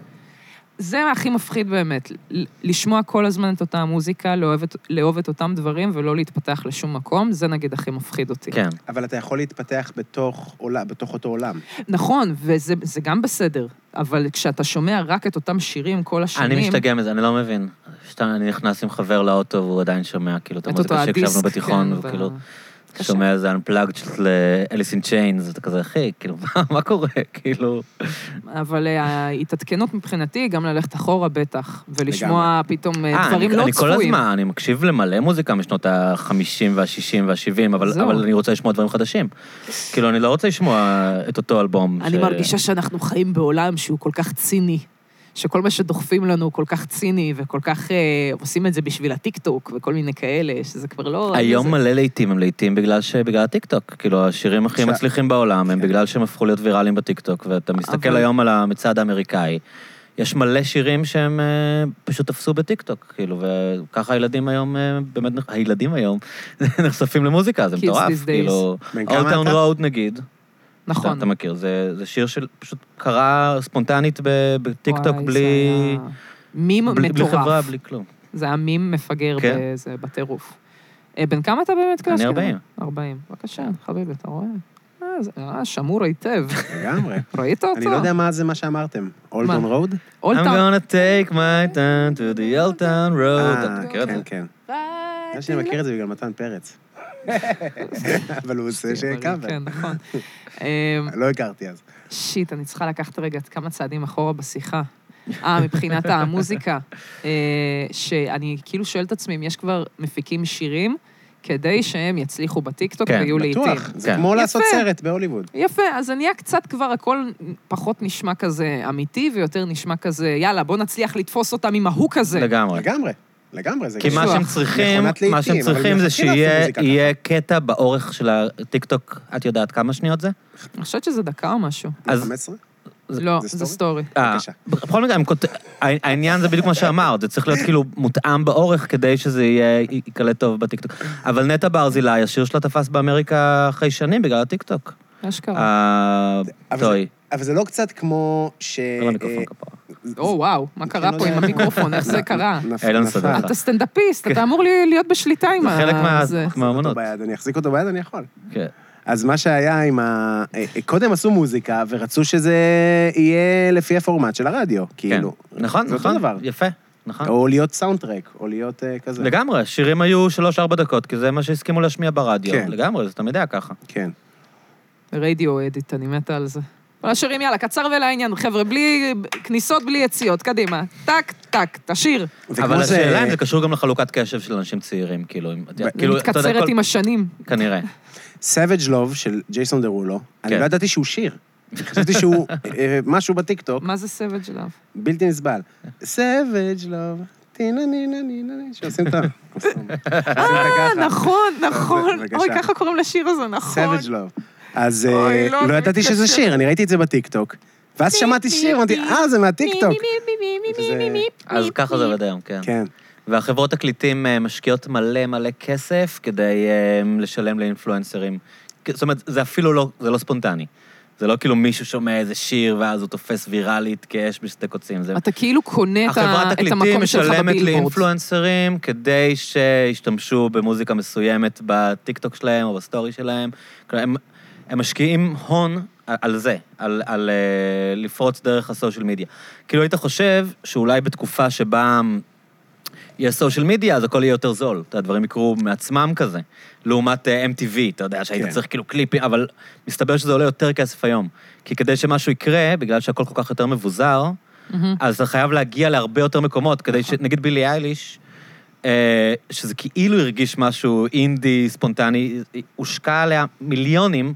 Speaker 3: זה הכי מפחיד באמת, ל- לשמוע כל הזמן את אותה המוזיקה, לאהוב את, לאהוב את אותם דברים ולא להתפתח לשום מקום, זה נגיד הכי מפחיד אותי.
Speaker 1: כן.
Speaker 2: אבל אתה יכול להתפתח בתוך עולה- בתוך אותו עולם.
Speaker 3: נכון, וזה זה גם בסדר, אבל כשאתה שומע רק את אותם שירים כל השנים...
Speaker 1: אני משתגע מזה, אני לא מבין. שאתה- אני נכנס עם חבר לאוטו והוא עדיין שומע כאילו את
Speaker 3: את אותו
Speaker 1: המוזיקה שהקשבנו
Speaker 3: הדיסק,
Speaker 1: בתיכון, כאילו.
Speaker 3: כן,
Speaker 1: וכאילו,
Speaker 3: ב- קשה.
Speaker 1: שומע איזה unplugged של אה, אליס אין צ'יינס, ואתה כזה, אחי, כאילו, מה- מה קורה? כאילו...
Speaker 3: אבל אה, ההתעדכנות מבחינתי היא גם ללכת אחורה בטח, ולשמוע פתאום אה,
Speaker 1: אה,
Speaker 3: דברים
Speaker 1: אני-
Speaker 3: לא
Speaker 1: אני כל
Speaker 3: צפויים.
Speaker 1: הזמן, אני מקשיב למלא מוזיקה משנות ה-50 וה-60 וה-70, אבל
Speaker 3: זהו.
Speaker 1: אבל אני רוצה לשמוע דברים חדשים. כאילו, אני לא רוצה לשמוע את אותו אלבום.
Speaker 3: אני
Speaker 1: ש-
Speaker 3: מרגישה שאנחנו חיים בעולם שהוא כל כך ציני. שכל מה שדוחפים לנו הוא כל כך ציני, וכל כך אה, עושים את זה בשביל הטיקטוק וכל מיני כאלה, שזה כבר לא...
Speaker 1: היום
Speaker 3: זה-
Speaker 1: מלא להיטים הם להיטים בגלל ש... בגלל הטיקטוק. כאילו, השירים הכי
Speaker 2: עכשיו-
Speaker 1: מצליחים בעולם הם בגלל שהם הפכו להיות ויראליים בטיקטוק, ואתה מסתכל
Speaker 3: אבל-
Speaker 1: היום על המצעד האמריקאי, יש מלא שירים שהם אה, פשוט תפסו בטיקטוק, כאילו, וככה הילדים היום, אה, באמת, נח- הילדים היום נחשפים למוזיקה, זה
Speaker 3: Kids
Speaker 1: מטורף.
Speaker 3: these days.
Speaker 1: כאילו,
Speaker 2: בן
Speaker 1: Old
Speaker 2: כמה
Speaker 1: Town
Speaker 2: אתה?
Speaker 1: Road נגיד, אתה
Speaker 3: נכון.
Speaker 1: אתה מכיר, זה זה שיר שפשוט קרה ספונטנית ב- בטיקטוק
Speaker 3: וואי, זה
Speaker 1: בלי...
Speaker 3: היה מים
Speaker 1: בלי בלי
Speaker 3: מטורף.
Speaker 1: חברה, בלי כלום.
Speaker 3: זה היה מים מפגר
Speaker 1: כן.
Speaker 3: בזה, בטירוף. אה, בן כמה אתה באמת
Speaker 1: אני
Speaker 3: כאשכנזי?
Speaker 1: 40.
Speaker 3: 40. בבקשה, חביבי, אתה רואה? אה, זה אה, שמור היטב.
Speaker 2: לגמרי.
Speaker 3: ראית אותו?
Speaker 2: אני לא יודע לא- מה זה מה שאמרתם. Old
Speaker 3: מה?
Speaker 2: on road?
Speaker 3: All
Speaker 1: I'm
Speaker 3: time.
Speaker 1: gonna take my time to the old town road.
Speaker 2: אה,
Speaker 1: אתה מכיר את זה?
Speaker 2: כן, כן. אני חושב שאני מכיר את זה בגלל מתן פרץ. אבל הוא עושה שהכרת.
Speaker 3: כן, נכון. אה,
Speaker 2: לא הכרתי אז.
Speaker 3: שיט, אני צריכה לקחת רגע כמה צעדים אחורה בשיחה. אה, מבחינת המוזיקה, אה, שאני כאילו שואלת את עצמי אם יש כבר מפיקים שירים כדי שהם יצליחו בטיקטוק
Speaker 1: כן,
Speaker 3: ויהיו לעיתים.
Speaker 2: בטוח, זה
Speaker 1: כן.
Speaker 2: כמו לעשות
Speaker 3: יפה.
Speaker 2: סרט בהוליווד.
Speaker 3: יפה, אז זה נהיה קצת כבר הכל פחות נשמע כזה אמיתי, ויותר נשמע כזה, יאללה, בוא נצליח לתפוס אותם עם ההוק הזה.
Speaker 1: לגמרי.
Speaker 2: לגמרי, לגמרי. זה
Speaker 1: נכון. כי מה
Speaker 3: פיצוח.
Speaker 1: שהם צריכים,
Speaker 2: מכונת
Speaker 1: מה שהם
Speaker 2: לעיתים, אבל
Speaker 1: צריכים זה
Speaker 2: מלכתחילה עשו
Speaker 1: שיהיה
Speaker 2: מוזיקה
Speaker 1: יהיה קטע באורך של הטיקטוק, את יודעת כמה שניות זה?
Speaker 3: אני חושבת שזה דקה או משהו.
Speaker 1: אז-
Speaker 2: 15?
Speaker 1: זה-
Speaker 3: לא,
Speaker 2: זה
Speaker 3: זה סטורי.
Speaker 1: אה,
Speaker 2: בבקשה.
Speaker 1: בכל מקרה, הם כות- העניין- העניין זה בדיוק מה שאמרת, זה צריך להיות כאילו מותאם באורך כדי שזה יהיה, ייקלט טוב בטיקטוק. אבל נטע ברזילי, השיר שלה תפס באמריקה אחרי שנים בגלל הטיקטוק. אה,
Speaker 3: אשכרה.
Speaker 2: אבל זה-
Speaker 1: הטוי.
Speaker 2: אבל זה לא קצת כמו ש...
Speaker 1: אין לו מיקרופון
Speaker 2: אה,
Speaker 1: כפרה.
Speaker 3: או וואו, מה
Speaker 1: כן,
Speaker 3: קרה
Speaker 1: לא
Speaker 3: פה עם המיקרופון, איך
Speaker 1: נכון.
Speaker 3: זה קרה?
Speaker 2: נפ-
Speaker 1: אילן
Speaker 2: נפל.
Speaker 1: סדר.
Speaker 3: אתה סטנדאפיסט, אתה אמור לי- להיות בשליטה עם
Speaker 1: זה חלק מה-
Speaker 3: זה.
Speaker 1: מהאמנות.
Speaker 2: אותו ביד, אני אחזיק אותו ביד, אני יכול.
Speaker 1: כן.
Speaker 2: אז מה שהיה עם ה... אה, אה, קודם עשו מוזיקה, ורצו שזה יהיה לפי הפורמט של הרדיו, כאילו.
Speaker 1: כן. נכון,
Speaker 2: זה אותו
Speaker 1: נכון,
Speaker 2: דבר. לא,
Speaker 1: יפה, נכון.
Speaker 2: או להיות סאונד טרק, או להיות אה, כזה.
Speaker 1: לגמרי, שירים היו שלוש-ארבע דקות, כי זה מה שהסכימו להשמיע ברדיו.
Speaker 2: כן.
Speaker 1: לגמרי, זה תמיד היה ככה.
Speaker 2: כן.
Speaker 3: רדיו אדיט, אני מתה על זה. כל השירים, יאללה, קצר ולעניין, חבר'ה, בלי כניסות, בלי יציאות, קדימה. טק, טק, תשיר.
Speaker 2: זה
Speaker 1: אבל
Speaker 2: כמו זה-
Speaker 1: השאלה אם זה קשור גם לחלוקת קשב של אנשים צעירים, כאילו, אם-
Speaker 2: ו-
Speaker 1: כאילו, אתה יודע,
Speaker 3: מתקצרת
Speaker 1: כל-
Speaker 3: עם השנים.
Speaker 1: כנראה.
Speaker 2: Savage Love של ג'ייסון דרולו,
Speaker 1: כן.
Speaker 2: אני לא ידעתי שהוא שיר. חשבתי שהוא אה, משהו בטיקטוק,
Speaker 3: מה זה סבג' שלב?
Speaker 2: בלתי נסבל. Savage Love, טינה נינה נינה נינה, שעושים את ה... עושים את
Speaker 3: אה,
Speaker 2: הככה.
Speaker 3: נכון, נכון.
Speaker 2: בבקשה.
Speaker 3: אוי, ככה קוראים לשיר הזה, נכון.
Speaker 2: Savage Love. אז אה,
Speaker 3: אוי, לא,
Speaker 2: לא
Speaker 3: זה
Speaker 2: ידעתי שזה
Speaker 3: קשה.
Speaker 2: שיר, אני ראיתי את זה בטיקטוק. ואז שמעתי שיר, אמרתי, אה, זה מהטיקטוק.
Speaker 1: אז ככה זה עובד היום, כן.
Speaker 2: כן.
Speaker 1: והחברות תקליטים אה, משקיעות מלא מלא כסף כדי אה, לשלם לאינפלואנסרים. כ- זאת אומרת, זה אפילו לא, זה לא ספונטני. זה לא כאילו מישהו שומע איזה שיר ואז הוא תופס ויראלית כאש בשדה קוצים. זה...
Speaker 3: אתה כאילו קונה את ה-
Speaker 1: החברת
Speaker 3: את
Speaker 1: תקליטים
Speaker 3: המקום שלך
Speaker 1: משלמת
Speaker 3: בבילבורד.
Speaker 1: לאינפלואנסרים כדי שישתמשו במוזיקה מסוימת בטיקטוק שלהם או בסטורי שלהם. כלומר, הם, הם משקיעים הון על- על זה, על, על אה, לפרוץ דרך הסושיאל מדיה. כאילו היית חושב שאולי בתקופה שבה יהיה סושיאל מדיה, אז הכל יהיה יותר זול. אתה יודע, הדברים יקרו מעצמם כזה. לעומת אה, MTV, אתה יודע, שהיית
Speaker 2: כן.
Speaker 1: צריך כאילו קליפים, אבל מסתבר שזה עולה יותר כסף היום. כי כדי שמשהו יקרה, בגלל שהכל כל כך יותר מבוזר,
Speaker 3: מהמם.
Speaker 1: אז אתה חייב להגיע להרבה יותר מקומות, כדי ש... נגיד בילי אייליש, אה, שזה כאילו הרגיש משהו אינדי, ספונטני, אה, הושקע עליה מיליונים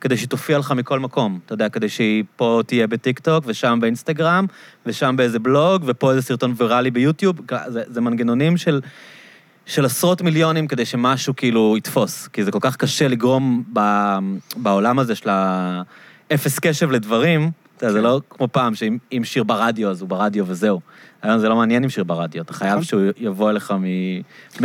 Speaker 1: כדי שהיא תופיע לך מכל מקום. אתה יודע, כדי שהיא פה תהיה בטיקטוק, ושם באינסטגרם, ושם באיזה בלוג, ופה איזה סרטון ויראלי ביוטיוב. זה, זה מנגנונים של... של עשרות מיליונים כדי שמשהו כאילו יתפוס, כי זה כל כך קשה לגרום ב, בעולם הזה של האפס קשב לדברים, אתה יודע,
Speaker 2: כן.
Speaker 1: זה לא כמו פעם שאם אם שיר ברדיו אז הוא ברדיו וזהו. היום זה לא מעניין אם שיר ברדיו, אתה חייב
Speaker 2: נכון.
Speaker 1: שהוא יבוא אליך מ...
Speaker 2: כמו-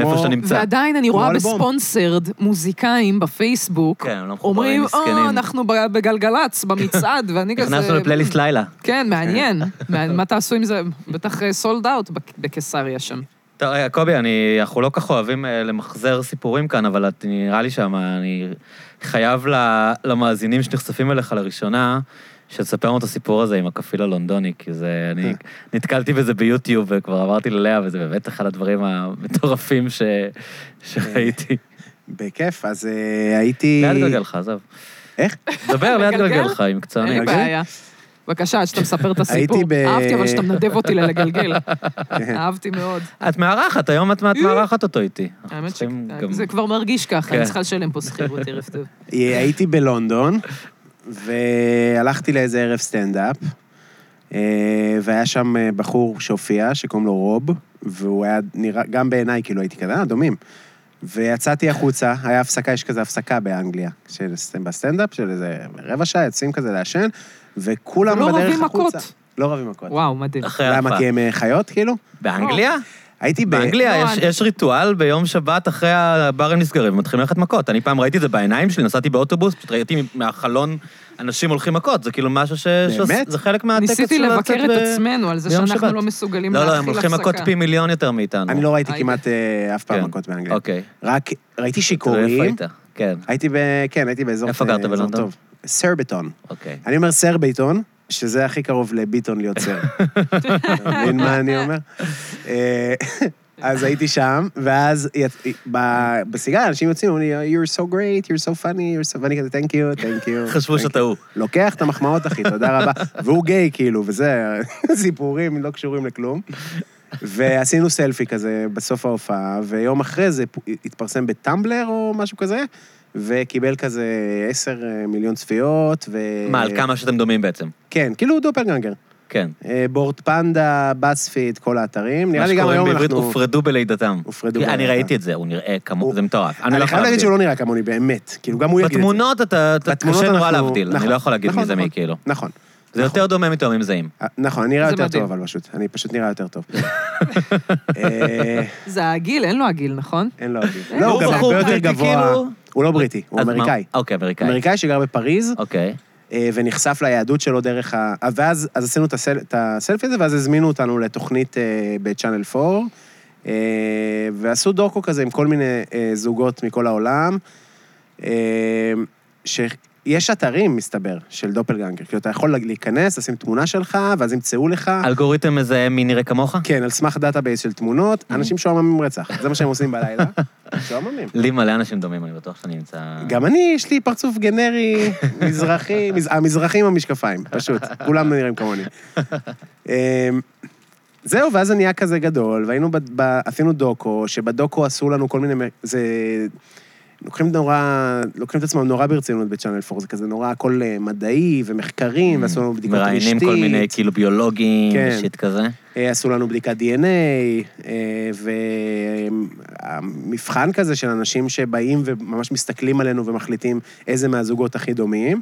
Speaker 1: מאיפה שאתה נמצא.
Speaker 3: ועדיין אני
Speaker 2: כמו
Speaker 3: רואה
Speaker 2: אלבום.
Speaker 3: בספונסרד מוזיקאים בפייסבוק,
Speaker 1: כן, הם לא מחוברים,
Speaker 3: אומרים,
Speaker 1: מסכנים.
Speaker 3: או, אנחנו ב- בגלגלצ, במצעד, ואני כזה...
Speaker 1: נכנסנו לפלייליסט לילה.
Speaker 3: כן, מעניין. מעניין, מה תעשו עם זה? בטח אה, סולד אאוט בקיסריה שם.
Speaker 1: טוב, רגע, קובי, אני, אנחנו לא כל כך אוהבים אה, למחזר סיפורים כאן, אבל את, נראה לי שמה, אני חייב ל, למאזינים שנחשפים אליך לראשונה, שתספר לנו את הסיפור הזה עם הכפיל הלונדוני, כי זה, אני
Speaker 3: כן.
Speaker 1: נתקלתי בזה ביוטיוב וכבר אמרתי ללאה, וזה באמת אחד הדברים המטורפים ש,
Speaker 3: כן.
Speaker 1: שראיתי.
Speaker 2: בכיף, אז אה, הייתי...
Speaker 1: ליד גלגלך, עזוב.
Speaker 2: איך?
Speaker 1: דבר ליד
Speaker 3: לגלגל? אה,
Speaker 1: גלגלך, עם
Speaker 3: אין
Speaker 1: מקצוענים.
Speaker 3: לי בעיה. בבקשה, עד שאתה מספר את הסיפור.
Speaker 2: הייתי ב- כן.
Speaker 3: אהבתי, אבל שאתה מנדב אותי ללגלגל. אהבתי מאוד.
Speaker 1: את מארחת, היום את מארחת אותו איתי. אנחנו
Speaker 3: אה? האמת
Speaker 1: צריכים גם-
Speaker 3: שזה כבר מרגיש ככה,
Speaker 1: כן.
Speaker 3: אני צריכה לשלם פה שכירות ערב טוב.
Speaker 2: הייתי בלונדון, והלכתי לאיזה ערב סטנדאפ, אה, והיה שם אה, בחור שהופיע, שקוראים לו רוב, והוא היה נראה, גם בעיניי, כאילו הייתי כזה, אה, דומים. ויצאתי החוצה, היה הפסקה, יש כזה הפסקה באנגליה, של סטנ- בסטנדאפ, של איזה רבע שעה, יוצאים כזה לעשן, וכולם
Speaker 3: לא
Speaker 2: בדרך החוצה.
Speaker 3: רבים מכות.
Speaker 2: לא רבים מכות.
Speaker 3: וואו, מדהים.
Speaker 1: אחרי
Speaker 2: למה?
Speaker 1: ההופעה.
Speaker 2: כי הם אה, חיות, כאילו?
Speaker 1: באנגליה?
Speaker 2: הייתי ב...
Speaker 1: באנגליה
Speaker 3: לא,
Speaker 1: יש,
Speaker 3: אני-
Speaker 1: יש ריטואל ביום שבת אחרי הברים נסגרים, מתחילים ללכת מכות. אני פעם ראיתי את זה בעיניים שלי, נסעתי באוטובוס, פשוט ראיתי מהחלון אנשים הולכים מכות, זה כאילו משהו ש...
Speaker 2: באמת?
Speaker 1: זה חלק מהטקס של
Speaker 3: ניסיתי לבקר
Speaker 1: לצאת
Speaker 3: את
Speaker 1: ב-
Speaker 3: עצמנו על זה
Speaker 1: ביום
Speaker 3: שאנחנו
Speaker 1: שבת.
Speaker 3: לא מסוגלים
Speaker 1: לא,
Speaker 3: להכיל
Speaker 1: לא,
Speaker 3: הפסקה.
Speaker 1: הם הולכים מכות פי מיליון יותר מאיתנו.
Speaker 2: אני לא ראיתי
Speaker 3: היידה.
Speaker 2: כמעט אה, אף פעם
Speaker 1: כן.
Speaker 2: מכות באנגליה.
Speaker 1: אוקיי.
Speaker 2: רק ראיתי
Speaker 1: תלוי איפה
Speaker 2: שיכורים.
Speaker 1: היית. כן,
Speaker 2: הייתי ב... כן, הייתי באזור...
Speaker 1: איפה גרת
Speaker 2: אזור
Speaker 1: בלונדון?
Speaker 2: טוב. סרביטון.
Speaker 1: אוקיי.
Speaker 2: אני אומר סרביטון, שזה הכי קרוב לביטון להיות סר. אתה מבין מה אני אומר? אה, אז הייתי שם, ואז יצ- ב- בסיגריה אנשים יוצאים, אומרים לי, you're so great, you're so funny, you're so... ואני כזה, thank you, thank you.
Speaker 1: חשבו
Speaker 2: thank
Speaker 1: שאתה הוא.
Speaker 2: לוקח את המחמאות, אחי, תודה רבה. והוא גיי, כאילו, וזה, סיפורים לא קשורים לכלום. ועשינו סלפי כזה בסוף ההופעה, ויום אחרי זה פו- התפרסם בטמבלר או משהו כזה, וקיבל כזה עשר אה, מיליון צפיות, ו...
Speaker 1: מה, על כמה שאתם דומים בעצם?
Speaker 2: כן, כאילו הוא דופלגנגר.
Speaker 1: כן.
Speaker 2: אה, בורד פנדה, בספיד, כל האתרים. נראה
Speaker 1: מה
Speaker 2: לי גם
Speaker 1: שקוראים
Speaker 2: היום
Speaker 1: בעברית,
Speaker 2: אנחנו...
Speaker 1: הופרדו בלידתם.
Speaker 2: הופרדו
Speaker 1: כי אני
Speaker 2: בלידתם.
Speaker 1: ראיתי את זה, הוא נראה כמו...
Speaker 2: הוא-
Speaker 1: זה מטורף.
Speaker 2: אני
Speaker 1: לא יכול
Speaker 2: חייב להגיד
Speaker 1: להבדיל.
Speaker 2: שהוא לא נראה כמוני, באמת. כאילו, גם הוא יגיד את זה.
Speaker 1: בתמונות אתה אתה-
Speaker 2: בתמונות
Speaker 1: קשה נורא
Speaker 2: אנחנו-
Speaker 1: להבדיל, אני
Speaker 2: נכון,
Speaker 1: לא יכול להגיד
Speaker 2: נכון,
Speaker 1: מי זה מי,
Speaker 2: נכון.
Speaker 1: כאילו.
Speaker 2: נכון.
Speaker 1: זה יותר דומה מתאומים זהים.
Speaker 2: אה, נכון, אני נראה
Speaker 3: זה
Speaker 2: יותר
Speaker 3: מדהים.
Speaker 2: טוב, אבל פשוט. אני פשוט נראה יותר טוב. אה,
Speaker 3: זה הגיל, אין לו הגיל, נכון?
Speaker 2: אין לו אוויר. לא, הוא
Speaker 1: הוא
Speaker 2: גם
Speaker 1: בחור
Speaker 2: הרבה יותר
Speaker 1: בריטי,
Speaker 2: גבוה.
Speaker 1: כאילו.
Speaker 2: הוא לא בריטי, הוא
Speaker 1: אז מה-
Speaker 2: אמריקאי.
Speaker 1: אוקיי, אמריקאי.
Speaker 2: אמריקאי שגר בפריז,
Speaker 1: אוקיי.
Speaker 2: אה, ונחשף ליהדות שלו דרך ה... אה, ואז אז עשינו את הסל- את הסלפי הזה, ואז הזמינו אותנו לתוכנית אה, בצ'אנל 4, אה, ועשו דוקו כזה עם כל מיני אה, זוגות מכל העולם, אה, שיש אתרים, מסתבר, של דופלגנגר. כאילו, אתה יכול להיכנס, לשים תמונה שלך, ואז ימצאו לך.
Speaker 1: אלגוריתם מזהה מי נראה כמוך?
Speaker 2: אה. כן, על סמך דאטאבייס של תמונות, אנשים שועממים רצח. זה מה שהם עושים בלילה. שועממים.
Speaker 1: לי מלא אנשים דומים, אני בטוח שאני אמצא...
Speaker 2: גם אני, יש לי פרצוף גנרי, מזרחי, מז... המזרחים המשקפיים, פשוט. כולם נראים כמוני. אמ, זהו, ואז זה נהיה כזה גדול, והיינו, ב... ב... עשינו דוקו, שבדוקו עשו לנו כל מיני... מ- זה... לוקחים נורא, לוקחים את עצמם נורא ברצינות בצ'אנל 4, זה כזה נורא הכל אה, מדעי ומחקרים, ועשו לנו בדיקות רשתית.
Speaker 1: מראיינים כל מיני כאילו ביולוגים,
Speaker 2: כן.
Speaker 1: שיט כזה.
Speaker 2: אה, עשו לנו בדיקת DNA, אה, ומבחן כזה של אנשים שבאים וממש מסתכלים עלינו ומחליטים איזה מהזוגות הכי דומים.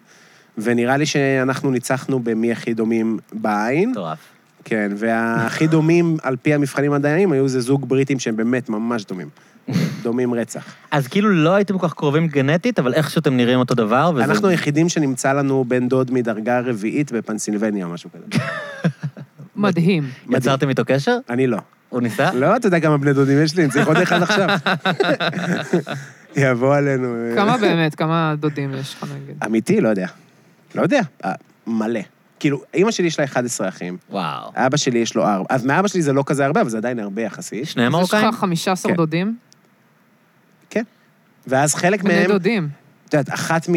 Speaker 2: ונראה לי שאנחנו ניצחנו במי הכי דומים בעין.
Speaker 1: מטורף.
Speaker 2: כן, והכי דומים על פי המבחנים הדיינים היו זה זוג בריטים שהם באמת ממש דומים. דומים רצח.
Speaker 1: אז כאילו לא הייתם כל כך קרובים גנטית, אבל איך שאתם נראים אותו דבר, וזה...
Speaker 2: אנחנו היחידים שנמצא לנו בן דוד מדרגה רביעית בפנסילבניה או משהו כזה.
Speaker 3: מדהים.
Speaker 1: יצרתם איתו קשר?
Speaker 2: אני לא.
Speaker 1: הוא ניסה?
Speaker 2: לא, אתה יודע כמה בני דודים יש לי, אני צריך עוד אחד עכשיו. יבוא עלינו. אה,
Speaker 3: כמה באמת, כמה דודים יש לך נגיד?
Speaker 1: אה,
Speaker 2: אמיתי, לא יודע. לא יודע, אה, מלא. כאילו, אימא שלי יש לה 11 אחים,
Speaker 1: וואו.
Speaker 2: אבא שלי יש לו 4. אז מאבא שלי זה לא כזה הרבה, אבל זה עדיין הרבה יחסית.
Speaker 1: שניהם
Speaker 3: אז יש
Speaker 1: מרוקאים?
Speaker 3: לך 15
Speaker 2: כן.
Speaker 3: דודים?
Speaker 2: ואז חלק
Speaker 3: בני
Speaker 2: מהם,
Speaker 3: דודים.
Speaker 2: את יודעת, אחת מ...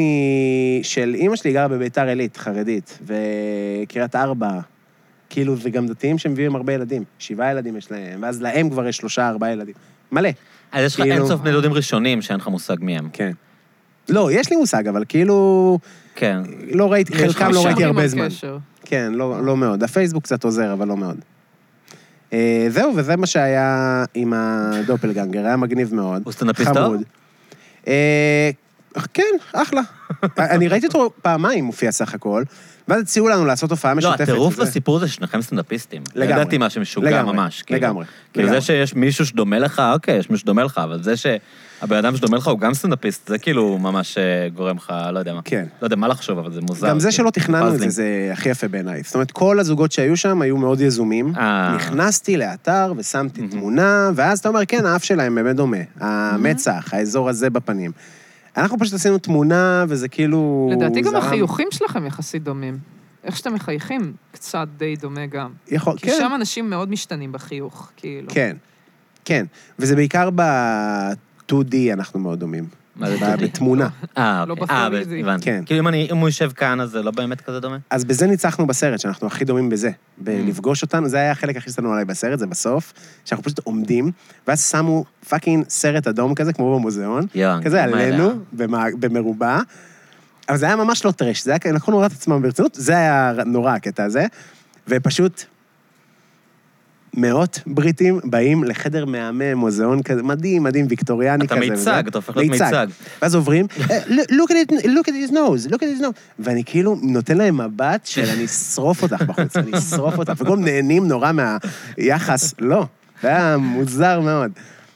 Speaker 2: של אימא שלי גרה בביתר עילית, חרדית, וקריית ארבע. כאילו, וגם דתיים שמביאים הרבה ילדים. שבעה ילדים יש להם, ואז להם כבר יש שלושה, ארבעה ילדים. מלא.
Speaker 1: אז יש לך
Speaker 2: כאילו-
Speaker 1: אינסוף בני דודים ראשונים שאין לך מושג מי הם.
Speaker 2: כן. לא, יש לי מושג, אבל כאילו...
Speaker 1: כן.
Speaker 2: לא ראיתי,
Speaker 1: יש
Speaker 2: חלקם לא
Speaker 1: חמישה.
Speaker 2: ראיתי
Speaker 3: שומרים
Speaker 2: הרבה
Speaker 3: על
Speaker 2: זמן.
Speaker 3: קשר.
Speaker 2: כן, לא, לא מאוד. הפייסבוק קצת עוזר, אבל לא מאוד. אה, זהו, וזה מה שהיה עם הדופלגנגר, היה מגניב מאוד.
Speaker 1: הוא סטנדאפיסט טוב?
Speaker 2: חמוד. אה, כן, אחלה. אני ראיתי אותו פעמיים מופיע סך הכל, ואז הציעו לנו לעשות הופעה
Speaker 1: לא,
Speaker 2: משותפת.
Speaker 1: הטירוף
Speaker 2: וזה-
Speaker 1: בסיפור זה ששניכם סטנדאפיסטים. לא
Speaker 2: לגמרי.
Speaker 1: ידעתי משהו משוגע
Speaker 2: לגמרי,
Speaker 1: ממש. כאילו.
Speaker 2: לגמרי,
Speaker 1: כאילו זה
Speaker 2: לגמרי.
Speaker 1: שיש מישהו שדומה לך, אוקיי, יש מישהו שדומה לך, אבל זה שהבן אדם שדומה לך הוא גם סטנדאפיסט, זה כאילו ממש אה, גורם לך, לא יודע מה.
Speaker 2: כן.
Speaker 1: לא יודע מה לחשוב, אבל זה מוזר.
Speaker 2: גם זה
Speaker 1: כאילו,
Speaker 2: שלא תכננו את זה,
Speaker 1: פאזלים.
Speaker 2: זה הכי יפה בעיניי. זאת אומרת, כל הזוגות שהיו שם היו מאוד יזומים.
Speaker 1: אה.
Speaker 2: נכנסתי לאתר ושמתי תמונה, ואז אתה אומר, כן, האף שלהם באמת דומה. המצח, האזור הזה בפנים. אנחנו פשוט עשינו תמונה, וזה כאילו...
Speaker 3: לדעתי גם
Speaker 2: זרם.
Speaker 3: החיוכים שלכם יחסית דומים. איך שאתם מחייכים, קצת די דומה גם.
Speaker 2: יכול,
Speaker 3: כי
Speaker 2: כן,
Speaker 3: שם אנשים מאוד משתנים בחיוך, כאילו.
Speaker 2: כן, כן. וזה בעיקר ב-2D אנחנו מאוד דומים.
Speaker 1: מה זה
Speaker 2: ב-
Speaker 1: 2D?
Speaker 2: בתמונה.
Speaker 1: אה,
Speaker 3: לא
Speaker 1: אוקיי.
Speaker 3: בחור
Speaker 1: אה,
Speaker 3: יהודי.
Speaker 1: הבנתי.
Speaker 2: כן.
Speaker 1: כאילו אם אני- אם הוא יושב כאן, אז זה לא באמת כזה דומה?
Speaker 2: אז בזה ניצחנו בסרט, שאנחנו הכי דומים
Speaker 1: Mm.
Speaker 2: בזה. בלפגוש אותנו, זה היה החלק הכי ששנוא עליי בסרט, זה בסוף, שאנחנו פשוט עומדים, ואז שמו פאקינג סרט אדום כזה, כמו במוזיאון,
Speaker 1: יואו,
Speaker 2: כזה
Speaker 1: מה זה
Speaker 2: עלינו, במע- במרובע. אבל זה היה ממש לא טרש, זה היה, כאילו, לקחו נורא את עצמם ברצינות, זה היה נורא הקטע הזה, ופשוט מאות בריטים באים לחדר מהמם, מוזיאון כזה, מדהים, מדהים, ויקטוריאני
Speaker 1: אתה
Speaker 2: כזה.
Speaker 1: מיצג,
Speaker 2: וזה.
Speaker 1: אתה הופך להיות מיצג.
Speaker 2: ואז עוברים, "אה, look at it- look at his nose, look at his nose. ואני כאילו נותן להם מבט של אני אשרוף אותך בחוץ, אני אשרוף אותך. וכולם נהנים נורא מהיחס, לא. זה היה מוזר מאוד.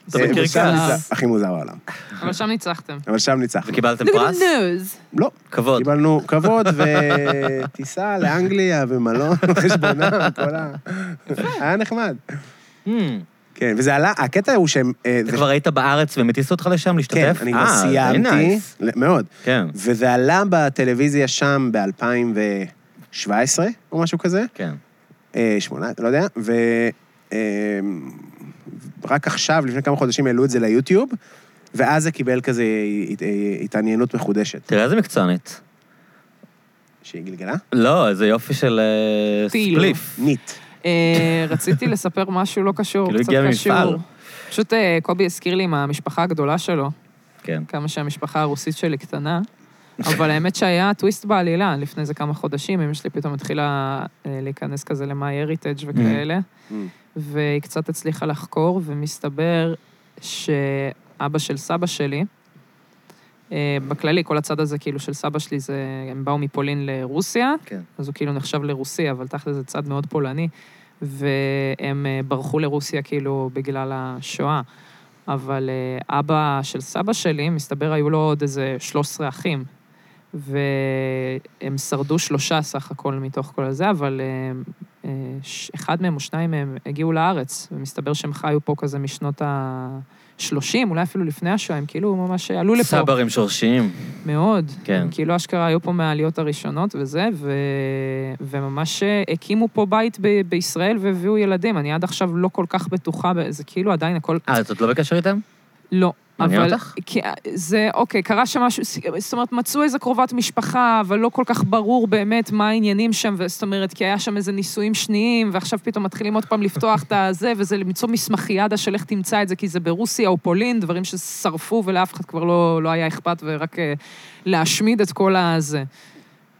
Speaker 1: אתה
Speaker 2: אה,
Speaker 1: בקרקס.
Speaker 2: ושם ניצח- הכי מוזר בעולם.
Speaker 3: אבל שם ניצחתם.
Speaker 2: אבל שם ניצחנו.
Speaker 1: וקיבלתם
Speaker 3: Look at
Speaker 1: פרס?
Speaker 3: the nose.
Speaker 2: לא.
Speaker 1: כבוד.
Speaker 2: קיבלנו כבוד וטיסה לאנגליה ומלון, חשבונם, כל ה... היה נחמד.
Speaker 1: Hmm.
Speaker 2: כן, וזה עלה, הקטע הוא שהם... אה,
Speaker 1: אתה
Speaker 2: זה-
Speaker 1: כבר היית בארץ והם הטיסו אותך לשם
Speaker 2: כן,
Speaker 1: להשתתף?
Speaker 2: אני כבר
Speaker 1: אה, very
Speaker 2: סיימתי,
Speaker 1: nice.
Speaker 2: ל- מאוד.
Speaker 1: כן,
Speaker 2: וזה עלה בטלוויזיה שם ב-2017 או משהו כזה,
Speaker 1: כן.
Speaker 2: אה, שמונה, לא יודע, ו... אה, רק עכשיו, לפני כמה חודשים, העלו את זה ליוטיוב, ואז זה קיבל כזה הת- התעניינות מחודשת.
Speaker 1: תראה איזה מקצוענית.
Speaker 2: שהיא גלגלה?
Speaker 1: לא, איזה יופי של אה,
Speaker 3: טיל.
Speaker 1: ספליף.
Speaker 2: ניט.
Speaker 3: אה, רציתי לספר משהו לא קשור,
Speaker 1: כאילו
Speaker 3: קצת
Speaker 1: הגיע
Speaker 3: קשור.
Speaker 1: ממפעל.
Speaker 3: פשוט אה, קובי הזכיר לי עם המשפחה הגדולה שלו,
Speaker 1: כן.
Speaker 3: כמה שהמשפחה הרוסית שלי קטנה, אבל האמת שהיה טוויסט בעלילה לפני איזה כמה חודשים, אמא שלי פתאום התחילה אה, להיכנס כזה ל-My Heritage וכאלה,
Speaker 1: Mm.
Speaker 3: והיא קצת הצליחה לחקור, ומסתבר שאבא של סבא שלי, אה, בכללי, כל הצד הזה כאילו של סבא שלי, זה, הם באו מפולין לרוסיה,
Speaker 1: כן.
Speaker 3: אז הוא כאילו נחשב לרוסי, אבל תכל'ס זה צד מאוד פולני, והם אה, ברחו לרוסיה כאילו בגלל השואה. אבל אה, אבא של סבא שלי, מסתבר היו לו עוד איזה 13 אחים, והם שרדו שלושה סך הכל מתוך כל הזה, אבל אה, אה, ש- אחד מהם או שניים מהם הגיעו לארץ, ומסתבר שהם חיו פה כזה משנות ה-30, אולי אפילו לפני השואה, הם כאילו ממש עלו לפה.
Speaker 1: סברים שורשיים.
Speaker 3: מאוד.
Speaker 1: כן.
Speaker 3: הם כאילו אשכרה היו פה מהעליות הראשונות וזה, ו... וממש אה, הקימו פה בית ב... בישראל והביאו ילדים. אני עד עכשיו לא כל כך בטוחה, ב- זה כאילו עדיין הכל...
Speaker 1: אה, את עוד לא בקשר איתם?
Speaker 3: לא.
Speaker 1: מעניין
Speaker 3: אבל
Speaker 1: אותך?
Speaker 3: כי זה, אוקיי, קרה שם משהו, זאת אומרת, מצאו איזה קרובת משפחה, אבל לא כל כך ברור באמת מה העניינים שם, זאת אומרת, כי היה שם איזה נישואים שניים, ועכשיו פתאום מתחילים עוד פעם לפתוח את הזה, וזה למצוא מסמכיאדה של איך תמצא את זה, כי זה ברוסיה או פולין, דברים ששרפו ולאף אחד כבר לא, לא היה אכפת, ורק אה, להשמיד את כל הזה.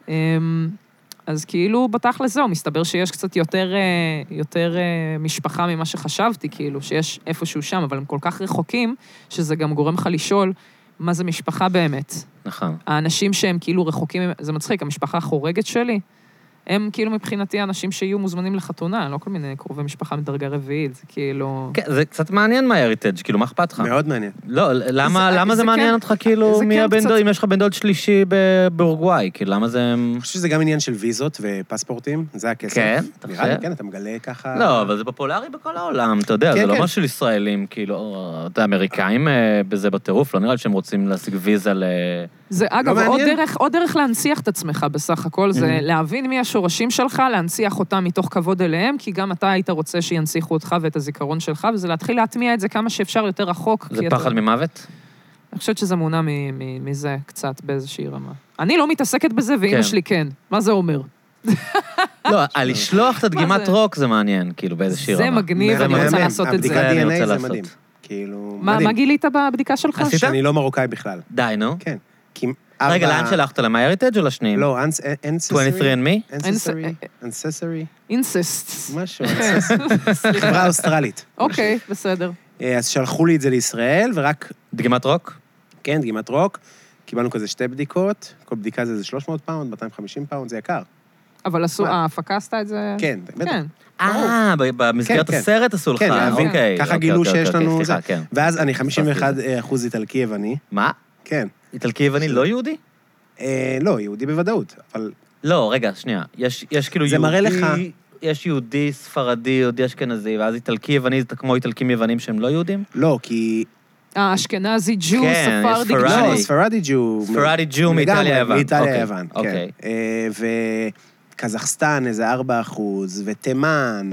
Speaker 3: אמ, אז כאילו, בתכל'ס זהו, מסתבר שיש קצת יותר, אה, יותר אה, משפחה ממה שחשבתי, כאילו, שיש איפשהו שם, אבל הם כל כך רחוקים, שזה גם גורם לך לשאול מה זה משפחה באמת.
Speaker 1: נכון.
Speaker 3: האנשים שהם כאילו רחוקים, ממ- זה מצחיק, המשפחה החורגת שלי, הם כאילו מבחינתי האנשים שיהיו מוזמנים לחתונה, לא כל מיני קרובי משפחה מדרגה רביעית, זה כאילו...
Speaker 1: כן, זה קצת מעניין מה heritage, כאילו, מה אכפת לך?
Speaker 2: Mm, מאוד מעניין.
Speaker 1: לא, למה
Speaker 3: זה-
Speaker 1: למה
Speaker 3: זה
Speaker 1: זה מעניין
Speaker 3: כן-
Speaker 1: אותך, כאילו,
Speaker 3: זה
Speaker 1: מי
Speaker 3: כן
Speaker 1: הבן
Speaker 3: קצת-
Speaker 1: דוד, אם יש לך בן דוד שלישי ב- באורוגוואי, כאילו, למה זה...
Speaker 2: אני חושב שזה גם עניין של ויזות ופספורטים, זה הכסף.
Speaker 1: כן, אתה
Speaker 2: נראה לי,
Speaker 1: חושב?
Speaker 2: כן, אתה מגלה ככה...
Speaker 1: לא, אבל זה פופולרי בכל העולם, אתה יודע,
Speaker 2: כן,
Speaker 1: זה לא
Speaker 2: כן.
Speaker 1: משהו של ישראלים, כאילו, אתה האמריקאים אה, בזה בטירוף, לא נראה לי שהם רוצים להשיג ויזה ל...
Speaker 3: זה
Speaker 1: לא
Speaker 3: אגב, עוד
Speaker 2: מעניין.
Speaker 3: דרך, עוד דרך להנציח את עצמך בסך הכל, זה
Speaker 1: Mhm.
Speaker 3: להבין מי השורשים שלך, להנציח אותם מתוך כבוד אליהם, כי גם אתה היית רוצה שינציחו אותך ואת הזיכרון שלך, וזה להתחיל להטמיע את זה כמה שאפשר יותר רחוק.
Speaker 1: זה
Speaker 3: כי אתה-
Speaker 1: פחד ממוות?
Speaker 3: אני חושבת שזה מונע מ- מ- מזה קצת באיזושהי רמה. אני לא מתעסקת בזה, ואימא
Speaker 1: כן.
Speaker 3: שלי כן. מה זה אומר?
Speaker 1: לא, על לשלוח את הדגימת
Speaker 3: אה, זה?
Speaker 1: רוק זה מעניין, כאילו, באיזושהי
Speaker 3: זה
Speaker 1: רמה.
Speaker 3: מגניב, אני
Speaker 1: מהמם.
Speaker 3: רוצה
Speaker 2: מהמם.
Speaker 3: לעשות את
Speaker 1: זה
Speaker 3: זה.
Speaker 1: אני
Speaker 2: הבדיקת
Speaker 1: רוצה
Speaker 2: DNA זה
Speaker 1: לעשות.
Speaker 2: מדהים. כאילו,
Speaker 3: מה מה
Speaker 2: מדהים.
Speaker 3: גילית בבדיקה שלך?
Speaker 1: עשית?
Speaker 2: שאני לא מרוקאי בכלל.
Speaker 1: די, נו.
Speaker 2: כן. כי
Speaker 1: רגע,
Speaker 2: ארבע-
Speaker 1: לאן שלחת? ל-MyHeritage או לשניים?
Speaker 2: לא, אנס- אנססרי.
Speaker 1: 23andMe?
Speaker 2: אנססרי. אנססרי.
Speaker 3: אינססט.
Speaker 2: משהו.
Speaker 3: כן, סליחה.
Speaker 2: חברה אוסטרלית.
Speaker 3: אוקיי, בסדר.
Speaker 2: אה, אז שלחו לי את זה לישראל, ורק,
Speaker 1: דגימת רוק?
Speaker 2: כן, דגימת רוק. קיבלנו כזה שתי בדיקות, כל בדיקה זה איזה 300 פאונד, 250 פאונד, זה יקר.
Speaker 3: אבל עשו,
Speaker 2: מה?
Speaker 3: ההפקה עשתה את זה?
Speaker 2: כן, בטח.
Speaker 3: כן.
Speaker 1: אה, ב- במסגרת
Speaker 2: כן, כן.
Speaker 1: הסרט עשו לך.
Speaker 2: כן, להבין.
Speaker 1: אוקיי,
Speaker 2: ככה
Speaker 1: אוקיי,
Speaker 2: גילו
Speaker 1: אוקיי,
Speaker 2: שיש
Speaker 1: אוקיי,
Speaker 2: לנו
Speaker 1: סליחה,
Speaker 2: זה.
Speaker 1: כן.
Speaker 2: ואז אני אה, 51
Speaker 1: פספסתי
Speaker 2: אחוז איטלקי יווני,
Speaker 1: מה?
Speaker 2: כן.
Speaker 1: איטלקי יווני לא יהודי?
Speaker 2: אה, לא, יהודי בוודאות, אבל
Speaker 1: לא, רגע, שנייה. יש, יש כאילו
Speaker 2: זה
Speaker 1: יהודי...
Speaker 2: מראה לך-
Speaker 1: יש יהודי, ספרדי, יהודי אשכנזי, ואז איטלקי יווני זה כמו איטלקים יוונים שהם לא יהודים?
Speaker 2: לא, כי...
Speaker 3: האשכנזי ג'ו,
Speaker 1: כן,
Speaker 3: ספרדי,
Speaker 1: יש פראדי.
Speaker 2: לא, ספרדי ג'ו.
Speaker 1: ספרדי ג'ו מאיטליה יוון.
Speaker 2: מאיטליה
Speaker 1: אוקיי,
Speaker 2: יוון, כן.
Speaker 1: אוקיי.
Speaker 2: אה, וקזחסטן איזה 4 אחוז, ותימן,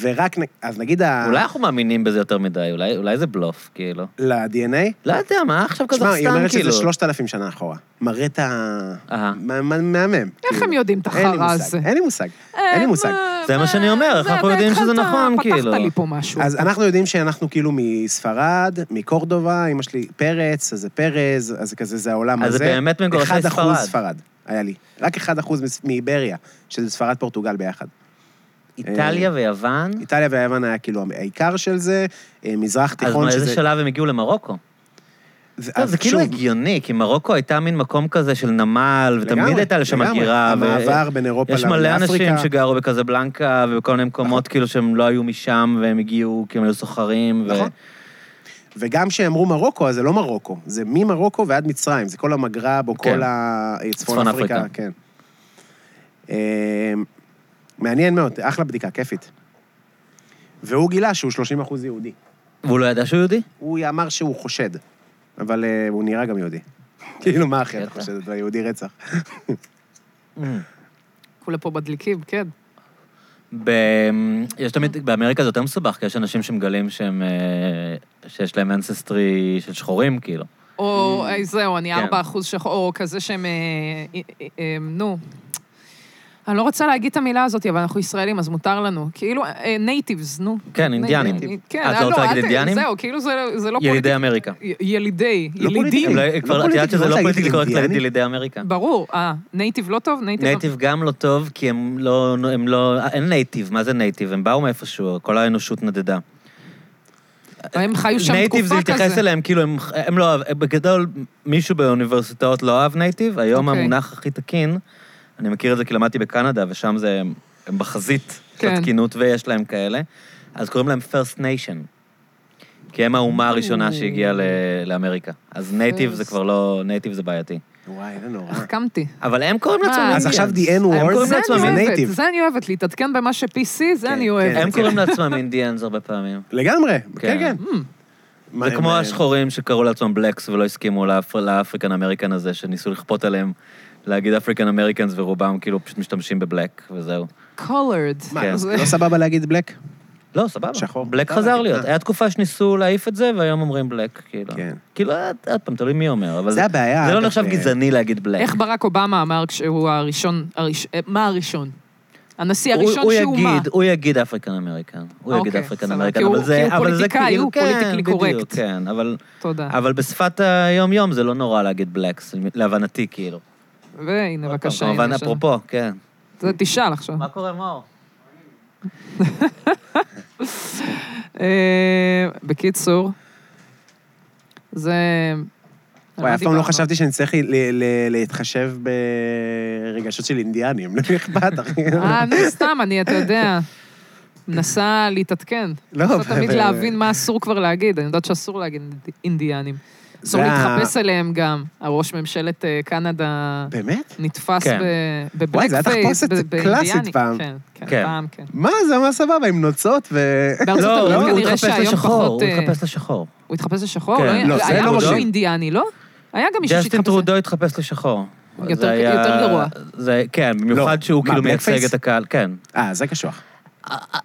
Speaker 2: ורק... נ- אז נגיד ה...
Speaker 1: אולי אנחנו מאמינים בזה יותר מדי, אולי, אולי זה בלוף, כאילו.
Speaker 2: ל-DNA?
Speaker 1: לא יודע, מה עכשיו כזה
Speaker 2: תשמע,
Speaker 1: סתם,
Speaker 2: היא
Speaker 1: כאילו?
Speaker 2: אומרת שזה 3,000 שנה אחורה. מראה את ה...
Speaker 1: אהה.
Speaker 2: מה- מה- מהמם.
Speaker 3: איך
Speaker 2: כאילו.
Speaker 3: הם יודעים את
Speaker 2: אין לי
Speaker 3: החרא
Speaker 2: מושג,
Speaker 3: הזה?
Speaker 2: אין לי מושג. אין לי מושג.
Speaker 1: זה מה שאני אומר, איך
Speaker 3: זה-
Speaker 1: אנחנו
Speaker 3: אתה
Speaker 1: יודעים שזה
Speaker 3: התחלת,
Speaker 1: נכון, כאילו?
Speaker 3: פתחת לי פה משהו.
Speaker 2: אז אנחנו יודעים שאנחנו כאילו מספרד, מקורדובה, אמא שלי פרץ, אז זה פרז, אז זה כזה, זה העולם
Speaker 1: אז
Speaker 2: הזה.
Speaker 1: זה באמת מגורשי
Speaker 2: 1%
Speaker 1: ספרד.
Speaker 2: ספרד, היה לי. רק 1% מס- מאיבריה, שזה ספרד פורטוגל ביחד.
Speaker 1: איטליה ויוון?
Speaker 2: איטליה ויוון היה כאילו העיקר של זה, אה, מזרח
Speaker 1: אז
Speaker 2: תיכון שזה...
Speaker 1: מאיזה שלב הם הגיעו למרוקו?
Speaker 2: זה,
Speaker 1: טוב, זה כאילו
Speaker 2: שוב,
Speaker 1: הגיוני, כי מרוקו הייתה מין מקום כזה של נמל, ותמיד
Speaker 2: לגמרי,
Speaker 1: הייתה לשם
Speaker 2: לגמרי.
Speaker 1: הגירה. ו-
Speaker 2: המעבר בין אירופה
Speaker 1: יש מלא אנשים
Speaker 2: לאפריקה. נכון.
Speaker 1: שגרו בקזבלנקה ובכל מיני מקומות כאילו שהם לא היו משם והם הגיעו כי הם היו סוחרים. ו-
Speaker 2: נכון. וגם כשאמרו מרוקו, אז זה לא מרוקו, זה ממרוקו ועד מצרים, זה כל המגרב או
Speaker 1: כן.
Speaker 2: כל ה... אה, צפון
Speaker 1: צפון
Speaker 2: אפריקה,
Speaker 1: אפריקה.
Speaker 2: כן. אה, מעניין מאוד, אחלה בדיקה, כיפית. והוא גילה שהוא 30 אחוז יהודי.
Speaker 1: והוא לא ידע שהוא יהודי?
Speaker 2: הוא אמר שהוא חושד, אבל אה, הוא נראה גם יהודי. כאילו, מה אחי, אתה
Speaker 1: קטע.
Speaker 2: חושד, אתה יהודי רצח.
Speaker 3: כולה פה מדליקים, כן.
Speaker 1: ב... יש תמיד, באמריקה זה יותר מסובך, כי יש אנשים שמגלים שהם... אה, שיש להם אנססטרי של שחורים, כאילו.
Speaker 3: או אה, זהו, אני
Speaker 1: כן.
Speaker 3: 4 אחוז שחור, או כזה שהם... אה, אה, אה, אה, נו. אני לא רוצה להגיד את המילה הזאת, אבל אנחנו ישראלים, אז מותר לנו. כאילו, נייטיבס, נו.
Speaker 1: כן, אינדיאנים.
Speaker 3: נייטיב. כן,
Speaker 1: את
Speaker 3: אה,
Speaker 1: לא רוצה להגיד
Speaker 3: אל ת-
Speaker 1: אינדיאנים?
Speaker 3: זהו, כאילו זה זה לא
Speaker 1: ילידי
Speaker 3: פוליטי-
Speaker 1: אמריקה.
Speaker 3: י- ילידי, ילידים.
Speaker 2: פוליטיקאים.
Speaker 1: הם לא- כבר,
Speaker 2: לא
Speaker 1: את יודעת
Speaker 2: פוליטיקלי,
Speaker 1: שזה
Speaker 2: לא
Speaker 1: לא
Speaker 2: להגיד
Speaker 1: פוליטיקלי קורקט
Speaker 2: אינדיאני?
Speaker 1: להגיד ילידי אמריקה.
Speaker 3: ברור. אה, נייטיב לא טוב? נייטיב...
Speaker 1: נייטיב גם לא טוב, כי הם לא, הם לא, אין נייטיב, מה זה נייטיב? הם באו מאיפשהו, כל האנושות נדדה.
Speaker 3: הם חיו שם
Speaker 1: נייטיב זה
Speaker 3: תקופה
Speaker 1: להתייחס
Speaker 3: כזה.
Speaker 1: אליהם, כאילו הם, הם לא אהב, בגדול, מישהו באוניברסיטאות לא אהב נייטיב, היום
Speaker 3: אוקיי.
Speaker 1: המונח הכי תקין, אני מכיר את זה כי למדתי בקנדה, ושם זה, הם בחזית של
Speaker 3: כן.
Speaker 1: התקינות, ויש להם כאלה, אז קוראים להם First Nation, כי הם האומה הראשונה שהגיעה ל- לאמריקה. אז נייטיב זה
Speaker 3: First.
Speaker 1: כבר לא, נייטיב זה בעייתי.
Speaker 2: וואי, זה נורא.
Speaker 3: החכמתי.
Speaker 1: אבל הם קוראים לעצמם
Speaker 3: אה,
Speaker 2: אז עכשיו
Speaker 1: Indians.
Speaker 2: the
Speaker 1: הם
Speaker 2: N-word
Speaker 1: קוראים
Speaker 3: זה
Speaker 1: לעצמם
Speaker 3: אני
Speaker 2: זה
Speaker 3: אוהבת,
Speaker 2: נייטיב.
Speaker 3: זה אני אוהבת, להתעדכן במה ש-PC, זה
Speaker 2: כן,
Speaker 3: אני
Speaker 2: כן.
Speaker 3: אוהבת.
Speaker 1: הם קוראים לעצמם אינדיאנס הרבה פעמים.
Speaker 2: לגמרי,
Speaker 1: כן.
Speaker 2: כן, כן. מה,
Speaker 1: זה
Speaker 2: הם,
Speaker 1: כמו
Speaker 2: אה,
Speaker 1: השחורים שקראו לעצמם בלקס ולא הסכימו לאפר- לאפריקן אמריקן הזה, שניסו לכפות עליהם להגיד אפריקן אמריקנס, ורובם כאילו פשוט משתמשים בבלק, וזהו.
Speaker 3: colored.
Speaker 1: כן.
Speaker 2: מה, זה לא סבבה להגיד בלק?
Speaker 1: לא, סבבה.
Speaker 2: שחור.
Speaker 1: בלק
Speaker 2: אה,
Speaker 1: חזר להיות.
Speaker 2: אה.
Speaker 1: היה תקופה שניסו להעיף את זה, והיום אומרים בלק, כאילו.
Speaker 2: כן.
Speaker 1: כאילו, אה, עוד פעם, תלוי מי אומר, אבל...
Speaker 2: זה הבעיה,
Speaker 1: זה לא
Speaker 2: אגב,
Speaker 1: נחשב
Speaker 2: אה,
Speaker 1: גזעני להגיד בלק.
Speaker 3: איך ברק אובמה אמר כשהוא הראשון, הראש- אה, מה הראשון? הנשיא
Speaker 1: הוא-
Speaker 3: הראשון
Speaker 1: הוא
Speaker 3: שהוא מה?
Speaker 1: יגיד- הוא יגיד אפריקן אמריקן. הוא יגיד
Speaker 3: אוקיי,
Speaker 1: אפריקן
Speaker 3: סבבה,
Speaker 1: אמריקן,
Speaker 3: כי הוא-
Speaker 1: אבל זה...
Speaker 3: כי הוא
Speaker 1: אבל זה
Speaker 3: פוליטיקאי,
Speaker 1: כאילו-
Speaker 3: הוא
Speaker 1: כן,
Speaker 3: פוליטיקלי
Speaker 1: בדיוק,
Speaker 3: קורקט.
Speaker 1: כן, אבל...
Speaker 3: תודה.
Speaker 1: אבל בשפת היום-יום זה לא נורא להגיד בלקס, להבנתי, כאילו.
Speaker 3: והנה, בבקשה. הנה,
Speaker 1: כמובן,
Speaker 3: שם.
Speaker 1: אפרופו, כן.
Speaker 3: זה תשאל עכשיו.
Speaker 1: מה קורה, מאור?
Speaker 3: אה, בקיצור, זה... על
Speaker 2: וואי,
Speaker 3: מה
Speaker 2: אף פעם לא
Speaker 3: דיברנו?
Speaker 2: חשבתי שאני צריך ל- ל- להתחשב ברגשות של אינדיאנים. למי אכפת, אחי?
Speaker 3: אה, נו, סתם, אני, אתה יודע, מנסה להתעדכן.
Speaker 2: לא,
Speaker 3: מנסה תמיד
Speaker 2: אבל-
Speaker 3: להבין מה אסור כבר להגיד, אני יודעת שאסור להגיד אינדיאנים. אסור
Speaker 2: זה ה-
Speaker 3: להתחפש אליהם גם. הראש ממשלת אה, קנדה
Speaker 2: באמת?
Speaker 3: נתפס
Speaker 1: כן.
Speaker 3: ב- בבלק פייס.
Speaker 2: וואי, זה היה תחפושת
Speaker 3: ב-
Speaker 2: קלאסית
Speaker 3: באינדיאני.
Speaker 2: פעם.
Speaker 3: כן, כן,
Speaker 1: כן.
Speaker 3: פעם, כן.
Speaker 2: מה, זה ממש סבבה, עם נוצות ו...
Speaker 3: בארצות
Speaker 1: לא,
Speaker 3: הברית
Speaker 1: הוא- הוא
Speaker 3: כנראה
Speaker 1: התחפש
Speaker 3: שהיום
Speaker 1: לשחור, הוא
Speaker 3: פחות... אה,
Speaker 1: התחפש לשחור.
Speaker 3: הוא התחפש לשחור?
Speaker 1: כן,
Speaker 3: היה-
Speaker 2: לא, זה
Speaker 3: היה
Speaker 2: לא
Speaker 3: משהו
Speaker 2: ברור.
Speaker 3: אינדיאני, לא? היה גם מישהו
Speaker 1: ג'סטין
Speaker 3: שהתחפש...
Speaker 1: טרודו התחפש לשחור.
Speaker 3: יותר-
Speaker 1: זה היה-
Speaker 3: יותר גרוע.
Speaker 1: זה- כן, במיוחד
Speaker 2: לא.
Speaker 1: שהוא
Speaker 2: מה,
Speaker 1: כאילו
Speaker 2: בלק
Speaker 1: מייצג
Speaker 2: פייס?
Speaker 1: את הקהל, כן.
Speaker 2: אה, זה קשוח.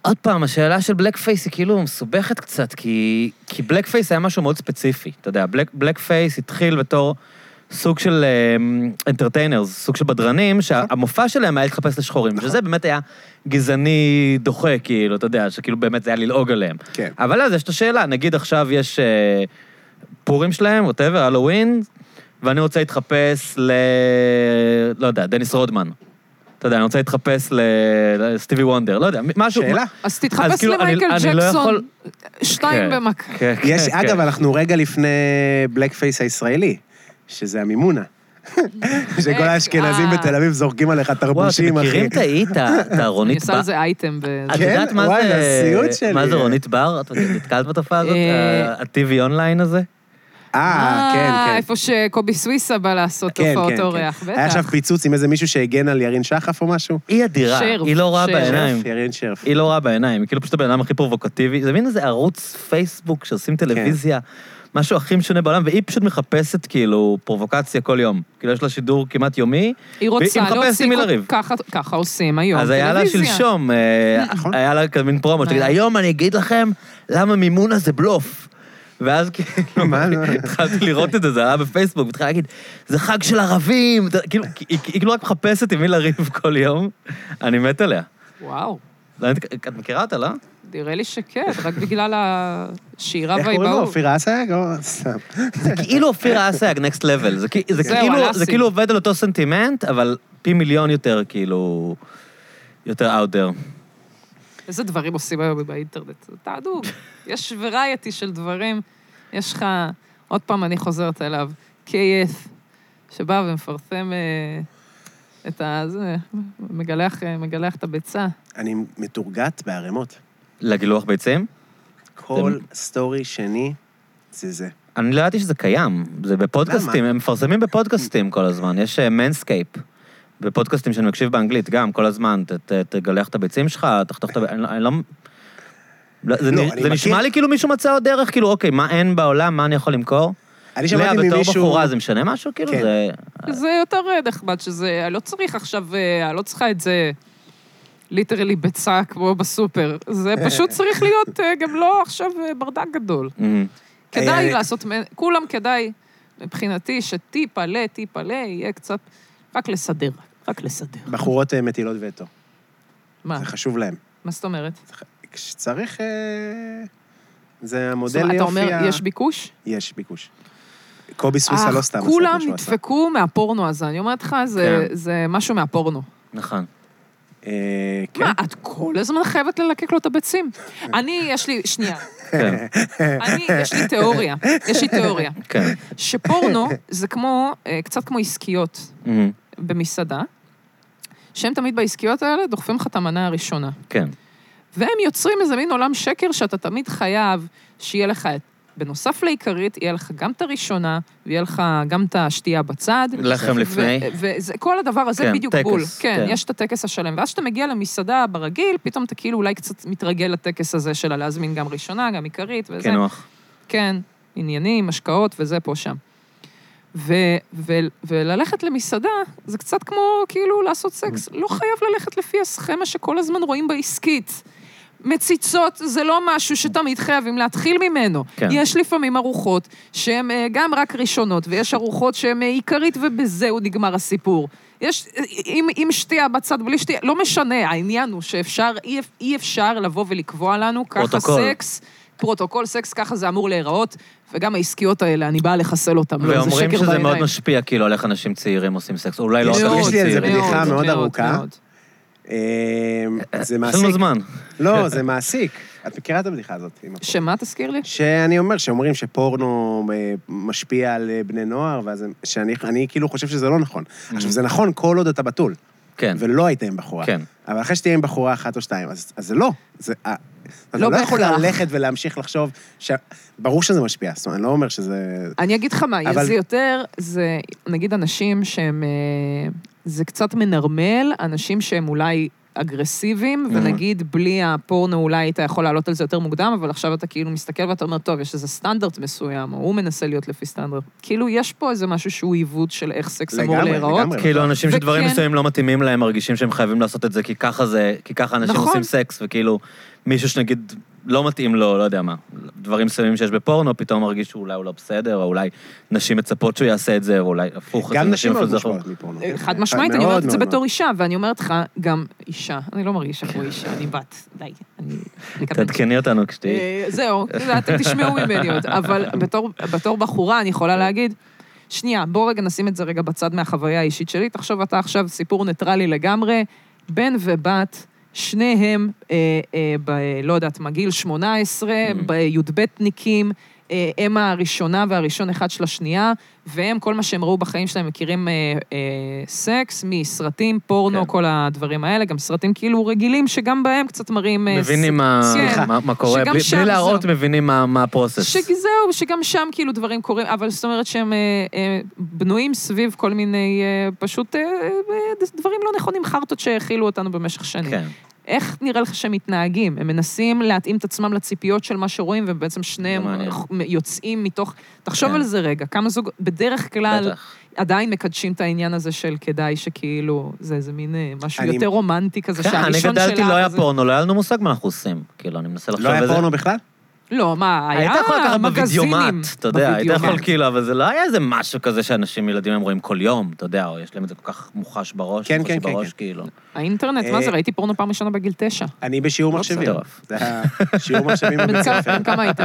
Speaker 1: עוד פעם, השאלה של בלק פייס היא כאילו מסובכת קצת, כי, כי בלק פייס היה משהו מאוד ספציפי. אתה יודע, בלק, בלק פייס התחיל בתור סוג של אנטרטיינרס, סוג של בדרנים, שהמופע שלהם היה להתחפש לשחורים, שזה באמת היה גזעני דוחה, כאילו, אתה יודע, שכאילו באמת זה היה ללעוג עליהם.
Speaker 2: כן.
Speaker 1: אבל אז יש את השאלה, נגיד עכשיו יש אה, פורים שלהם, ווטאבר, הלואוין, ואני רוצה להתחפש ל... לא יודע, דניס רודמן. אתה יודע, אני רוצה להתחפש ל- לסטיבי וונדר, לא יודע, מ- משהו...
Speaker 2: שאלה.
Speaker 3: אז
Speaker 1: אז
Speaker 3: תתחפש
Speaker 1: כאילו, אני-
Speaker 3: למייקל
Speaker 1: אני לא יכול-
Speaker 3: ג'קסון, שתיים
Speaker 1: כן,
Speaker 3: במכה.
Speaker 1: כן, כן,
Speaker 2: יש,
Speaker 1: כן.
Speaker 2: אגב, אנחנו רגע לפני בלק פייס הישראלי, שזה המימונה. שכל האשכנזים
Speaker 3: אה.
Speaker 2: בתל אביב זורקים עליך
Speaker 1: וואו, אתם
Speaker 2: תרבושים, אחי.
Speaker 1: מכירים את האי, את ה- את
Speaker 3: אני
Speaker 1: הרונית
Speaker 3: עושה
Speaker 1: בר?
Speaker 3: על זה אייטם. ב-
Speaker 1: את
Speaker 2: כן,
Speaker 1: יודעת מה
Speaker 2: וואי,
Speaker 1: זה...
Speaker 2: הסיוט שלי.
Speaker 1: מה זה רונית בר? את נתקלת בתופעה הזאת?
Speaker 3: אה,
Speaker 1: ה- ה-TV אונליין הזה?
Speaker 2: אה, כן, כן.
Speaker 3: איפה שקובי סוויסה בא לעשות
Speaker 2: כן,
Speaker 3: הופעות
Speaker 2: כן,
Speaker 3: אורח,
Speaker 2: כן.
Speaker 3: בטח.
Speaker 2: היה עכשיו פיצוץ עם איזה מישהו שהגן על ירין שחף או משהו?
Speaker 1: היא אדירה,
Speaker 3: שרף,
Speaker 1: היא לא רואה
Speaker 3: שרף.
Speaker 1: בעיניים.
Speaker 2: שרף, ירין שרף.
Speaker 1: היא לא רואה בעיניים, היא כאילו פשוט הבן אדם הכי פרובוקטיבי, זה מין איזה ערוץ פייסבוק שעושים טלוויזיה, משהו הכי משונה בעולם, והיא פשוט מחפשת כאילו פרובוקציה כל יום. כאילו יש לה שידור כמעט יומי,
Speaker 3: היא רוצה
Speaker 1: והיא מחפשת עם
Speaker 3: להוציא...
Speaker 1: מי לריב.
Speaker 3: ככה- ככה עושים היום.
Speaker 1: אז היה לה
Speaker 3: טלוויזיה.
Speaker 1: שלשום, אה,
Speaker 2: נכון.
Speaker 1: היה לה כזה מין פרומו, שתגיד,
Speaker 3: אה.
Speaker 1: היום אני אגיד לכם למה מימונה זה בלוף. ואז כאילו,
Speaker 2: מה, לא?
Speaker 1: התחלתי לראות את זה, זה היה בפייסבוק, והתחלתי להגיד, זה חג של ערבים, אתה- כאילו, היא- היא כאילו רק מחפשת עם מי לריב כל יום, אני מת עליה.
Speaker 3: וואו,
Speaker 1: לא, את את מכירה אותה, לא?
Speaker 3: נראה לי שכן, רק בגלל השירה
Speaker 2: איך קוראים לו?
Speaker 3: והאיבהות.
Speaker 2: אופיר אסג? או- סתם.
Speaker 1: כאילו אופיר אסג, נקסט לבל. זה כאילו- זה
Speaker 3: זהו,
Speaker 1: כאילו-
Speaker 3: הלאסי.
Speaker 1: זה כאילו עובד על אותו סנטימנט, אבל פי מיליון יותר, כאילו, יותר out there.
Speaker 3: איזה דברים עושים היום באינטרנט? זה תענוג. יש ורייטי של דברים. יש לך, עוד פעם אני חוזרת אליו, KF, שבא ומפרסם אה, את ה... זה, מגלח, אה, מגלח את הביצה.
Speaker 2: אני מתורגת בערימות.
Speaker 1: לגילוח ביצים?
Speaker 2: כל סטורי שני זה זה.
Speaker 1: אני לא ידעתי שזה קיים, זה בפודקאסטים,
Speaker 2: למה?
Speaker 1: הם מפרסמים בפודקאסטים כל הזמן, יש מנסקייפ. בפודקאסטים שאני מקשיב באנגלית גם, כל הזמן, ת- ת- תגלח את הביצים שלך, תחתוך את הב... אני לא- אני לא... לא, זה
Speaker 2: לא,
Speaker 1: נ-
Speaker 2: אני
Speaker 1: זה נשמע
Speaker 2: מכיר-
Speaker 1: לי כאילו מישהו מצא עוד דרך, כאילו, אוקיי, מה אין בעולם, מה אני יכול למכור?
Speaker 2: אני שמעתי
Speaker 1: לאה, בתור
Speaker 2: ממישהו...
Speaker 1: בחורה זה משנה משהו? כאילו,
Speaker 2: כן.
Speaker 1: זה...
Speaker 3: זה יותר אה, נחמד שזה... אני לא צריך עכשיו... אה, אני לא צריכה את זה ליטרלי ביצה כמו בסופר. זה פשוט צריך להיות אה, גם לא עכשיו אה, ברדק גדול.
Speaker 1: אמ,
Speaker 3: כדאי
Speaker 2: היה-
Speaker 3: לעשות, מ- כולם כדאי, מבחינתי, שטיפה ל, טיפה ל, יהיה קצת, רק לסדר, רק לסדר.
Speaker 2: בחורות אה, מטילות וטו,
Speaker 3: מה?
Speaker 2: זה חשוב להן.
Speaker 3: מה זאת אומרת?
Speaker 2: כשצריך... אה, זה
Speaker 3: זאת
Speaker 2: המודל
Speaker 3: אומרת,
Speaker 2: יופי
Speaker 3: אתה אומר,
Speaker 2: ה-
Speaker 3: יש ביקוש? אה,
Speaker 2: יש ביקוש. קובי סוויסה לא סתם עשה את מה
Speaker 3: כולם
Speaker 2: שהוא עשה.
Speaker 3: נדפקו מהפורנו הזה, אני אומרת לך, זה-
Speaker 1: כן.
Speaker 3: זה משהו מהפורנו.
Speaker 1: נכון.
Speaker 2: אה, כן.
Speaker 3: מה, את כל הזמן חייבת ללקק לו את הביצים? אני, יש לי, שנייה,
Speaker 1: כן,
Speaker 3: אני, יש לי תיאוריה, יש לי תיאוריה,
Speaker 1: כן.
Speaker 3: שפורנו זה כמו, אה, קצת כמו עסקיות
Speaker 1: אמ,
Speaker 3: Mm-hmm. במסעדה, שהם תמיד בעסקיות האלה דוחפים לך את המנה הראשונה.
Speaker 1: כן.
Speaker 3: והם יוצרים איזה מין עולם שקר שאתה תמיד חייב שיהיה לך את... בנוסף לעיקרית, יהיה לך גם את הראשונה, ויהיה לך גם את השתייה בצד.
Speaker 1: לחם לפני.
Speaker 3: וכל הדבר הזה
Speaker 1: כן,
Speaker 3: בדיוק
Speaker 1: טקס,
Speaker 3: בול. כן,
Speaker 1: כן.
Speaker 3: יש את הטקס השלם. ואז כשאתה מגיע למסעדה ברגיל, פתאום אתה כאילו אולי קצת מתרגל לטקס הזה של להזמין גם ראשונה, גם עיקרית וזה.
Speaker 1: כן, נוח.
Speaker 3: כן, עניינים, השקעות וזה פה שם. ו- ו- וללכת למסעדה זה קצת כמו כאילו לעשות סקס.
Speaker 1: Mm.
Speaker 3: לא חייב ללכת לפי הסכמה שכל הזמן רואים בעסקית. מציצות זה לא משהו שתמיד חייבים להתחיל ממנו.
Speaker 1: כן.
Speaker 3: יש לפעמים ארוחות שהן אה, גם רק ראשונות, ויש ארוחות שהן אה, עיקרית ובזהו נגמר הסיפור. יש, אה, עם, עם שתייה בצד, בלי שתייה, לא משנה, העניין הוא שאפשר, אי, אפ- אי אפשר לבוא ולקבוע לנו ככה
Speaker 1: פרוטוקול.
Speaker 3: סקס, פרוטוקול סקס, ככה זה אמור להיראות, וגם העסקיות האלה, אני באה לחסל אותן, לא, זה
Speaker 1: ואומרים
Speaker 3: שקר
Speaker 1: שזה מאוד
Speaker 3: בעיניים.
Speaker 1: משפיע, כאילו, על איך אנשים צעירים עושים סקס. אולי לא
Speaker 2: יש-
Speaker 1: רק
Speaker 2: מאוד,
Speaker 1: אנשים
Speaker 2: יש לי על זה
Speaker 1: צעירים.
Speaker 2: בדיחה מאוד ארוכה.
Speaker 3: מאוד.
Speaker 2: אה, זה
Speaker 1: יש לנו
Speaker 2: מעסיק.
Speaker 1: זמן.
Speaker 2: לא, זה מעסיק. את מכירה את הבדיחה הזאת? עם הפורנו?
Speaker 3: שמה תזכיר לי?
Speaker 2: שאני אומר, שאומרים שפורנו אה, משפיע על אה, בני נוער, ואז הם- שאני אני כאילו חושב שזה לא נכון.
Speaker 3: Mm.
Speaker 2: עכשיו, זה נכון כל עוד אתה בתול,
Speaker 1: כן,
Speaker 2: ולא היית עם בחורה.
Speaker 1: כן.
Speaker 2: אבל אחרי שתהיה עם בחורה אחת או שתיים, אז אז זה לא. זה... אה, אתה
Speaker 3: לא
Speaker 2: לא יכול
Speaker 3: בהכרח.
Speaker 2: ללכת ולהמשיך לחשוב ש... ברור שזה משפיע, זאת אומרת, אני לא אומר שזה...
Speaker 3: אני אגיד לך מה,
Speaker 2: אבל-
Speaker 3: זה יותר, זה נגיד אנשים שהם, אה, זה קצת מנרמל, אנשים שהם אולי אגרסיביים,
Speaker 2: Mhm.
Speaker 3: ונגיד בלי הפורנו אולי היית יכול לעלות על זה יותר מוקדם, אבל עכשיו אתה כאילו מסתכל ואתה אומר, טוב, יש איזה סטנדרט מסוים, או הוא מנסה להיות לפי סטנדרט. כאילו, יש פה איזה משהו שהוא עיוות של איך סקס אמור
Speaker 2: לגמרי,
Speaker 3: להיראות.
Speaker 2: לגמרי.
Speaker 1: כאילו, אנשים
Speaker 3: וכן-
Speaker 1: שדברים מסוימים לא מתאימים להם, מרגישים שהם חייבים לעשות את זה, כי ככה זה, כי ככה אנשים
Speaker 3: נכון.
Speaker 1: עושים סקס, וכאילו, מישהו שנגיד לא מתאים לו, לא יודע מה, דברים מסוימים שיש בפורנו, פתאום מרגיש שאולי הוא לא בסדר, או אולי נשים מצפות שהוא יעשה את זה, או אולי הפוך,
Speaker 2: גם
Speaker 1: אצל
Speaker 2: נשים
Speaker 1: אפילו
Speaker 2: מאוד
Speaker 1: זה יכול-
Speaker 2: מושפעות מפורנו. כן.
Speaker 3: אה, חד משמעית, אני אומרת
Speaker 2: מאוד,
Speaker 3: את זה
Speaker 2: מאוד,
Speaker 3: בתור אישה, ואני אומרת לך, גם אישה, אני לא מרגישה כמו אישה, אני בת, די, אני... מקבלת.
Speaker 1: תעדכני אותנו כשתהיי.
Speaker 3: אה, זהו, זה אתם תשמעו ממני עוד. אבל בתור- בתור בחורה אני יכולה להגיד, שנייה, בוא רגע נשים את זה רגע בצד מהחוויה האישית שלי. תחשוב אתה עכשיו סיפור ניטרלי לגמרי, בן ובת, שניהם, אה, אה, ב, לא יודעת מה, גיל 18,
Speaker 1: Mm-hmm.
Speaker 3: בי"בניקים. אה, הם הראשונה והראשון אחד של השנייה, והם, כל מה שהם ראו בחיים שלהם, מכירים אה, אה, סקס מסרטים, פורנו,
Speaker 1: כן.
Speaker 3: כל הדברים האלה, גם סרטים כאילו רגילים, שגם בהם קצת מראים... אה,
Speaker 1: מבינים
Speaker 3: ס-
Speaker 1: מה-
Speaker 3: כן.
Speaker 1: מה- מה קורה,
Speaker 3: שגם
Speaker 1: בלי-
Speaker 3: שם
Speaker 1: בלי
Speaker 3: זהו.
Speaker 1: להראות מבינים מה- מה הפרוסס.
Speaker 3: שזהו, שגם שם כאילו דברים קורים, אבל זאת אומרת שהם אה, אה, בנויים סביב כל מיני, אה, פשוט אה, אה, דברים לא נכונים, חרטות שהאכילו אותנו במשך שנים.
Speaker 1: כן.
Speaker 3: איך נראה לך שהם מתנהגים? הם מנסים להתאים את עצמם לציפיות של מה שרואים, ובעצם שניהם
Speaker 1: זה מעניין.
Speaker 3: יוצאים מתוך... תחשוב
Speaker 1: כן.
Speaker 3: על זה רגע, כמה זוג, בדרך כלל
Speaker 1: בטח.
Speaker 3: עדיין מקדשים את העניין הזה של כדאי שכאילו, זה איזה מין אה, משהו
Speaker 2: אני-
Speaker 3: יותר רומנטי כזה,
Speaker 1: כן, אני
Speaker 3: שהראשון שלה...
Speaker 1: גדלתי, לא היה
Speaker 3: זה-
Speaker 1: פורנו, לא היה לנו מושג מה אנחנו עושים. כאילו, אני מנסה
Speaker 2: לא
Speaker 1: לחשוב
Speaker 2: היה
Speaker 1: איזה...
Speaker 2: פורנו בכלל?
Speaker 3: לא, מה, היה
Speaker 1: היית יכול לקחת
Speaker 3: מגזינים.
Speaker 1: בווידאומט, אתה יודע, היית יכול
Speaker 3: בווידאומט.
Speaker 1: כאילו, אבל זה לא היה איזה משהו כזה שאנשים, ילדים, הם רואים כל יום, אתה יודע, או יש להם את זה כל כך מוחש בראש,
Speaker 2: כן,
Speaker 1: מוחש
Speaker 2: כן, כן,
Speaker 1: בראש,
Speaker 2: כן.
Speaker 1: כאילו.
Speaker 3: האינטרנט, מה זה,
Speaker 2: אה,
Speaker 3: ראיתי פורנו פעם ראשונה בגיל תשע.
Speaker 2: אני בשיעור
Speaker 1: לא
Speaker 2: מחשבים.
Speaker 1: מטורף.
Speaker 2: זה היה שיעור מחשבים
Speaker 3: בן
Speaker 2: בבית
Speaker 3: כמה-
Speaker 2: ספר.
Speaker 3: בן כמה היית?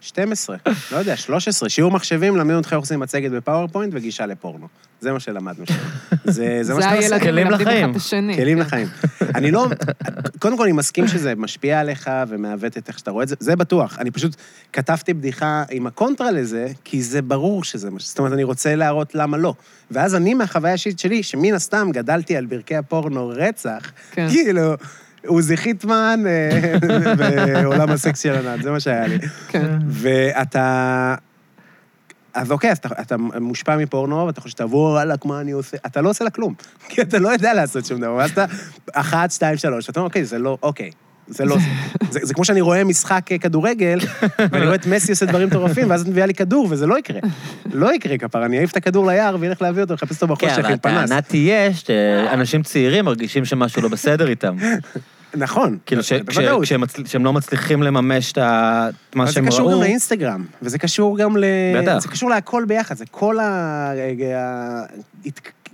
Speaker 2: 12, לא יודע, 13. שיעור מחשבים, למדנו אותך איך עושים מצגת בפאורפוינט וגישה לפורנו. זה מה שלמדנו שם. זה זה מה שאתה עושה.
Speaker 1: הילדים. כלים
Speaker 3: מלמדים
Speaker 1: לחיים.
Speaker 3: אחד את השני.
Speaker 2: כלים לחיים. אני לא... קודם כל, אני מסכים שזה משפיע עליך ומעוות את איך שאתה רואה את זה, זה בטוח. אני פשוט כתבתי בדיחה עם הקונטרה לזה, כי זה ברור שזה מה ש... זאת אומרת, אני רוצה להראות למה לא. ואז אני, מהחוויה האישית שלי, שמן הסתם גדלתי על ברכי הפורנו רצח,
Speaker 3: כן.
Speaker 2: כאילו, עוזי חיטמן אה, ועולם הסקס של ענת, זה מה שהיה לי.
Speaker 3: כן.
Speaker 2: ואתה... אז אוקיי, אז אתה, אתה מושפע מפורנו, ואתה חושב, תבוא, וואלכ, מה אני עושה? אתה לא עושה לה כלום, כי אתה לא יודע לעשות שום דבר. ואז אתה, אחת, שתיים, שלוש, ואתה אומר, אוקיי, זה לא, אוקיי. זה לא זה. זה. זה כמו שאני רואה משחק אה, כדורגל, ואני רואה את מסי עושה דברים מטורפים, ואז את מביאה לי כדור, וזה לא יקרה. לא יקרה כפר, אני אעיף את הכדור ליער וילך להביא אותו, לחפש אותו
Speaker 1: כן,
Speaker 2: בחושך
Speaker 1: אבל
Speaker 2: עם פנס.
Speaker 1: הטענה תהיה שאנשים צעירים מרגישים שמשהו לא בסדר איתם.
Speaker 2: נכון.
Speaker 1: כאילו, ש- כש-
Speaker 2: בוודאות.
Speaker 1: כשהם מצל- כשהם לא מצליחים לממש את ה- את מה
Speaker 2: אבל זה
Speaker 1: שהם
Speaker 2: קשור גם
Speaker 1: ראו.
Speaker 2: לאינסטגרם, וזה קשור גם ל...
Speaker 1: בטח.
Speaker 2: זה קשור להכל ביחד, זה כל ה-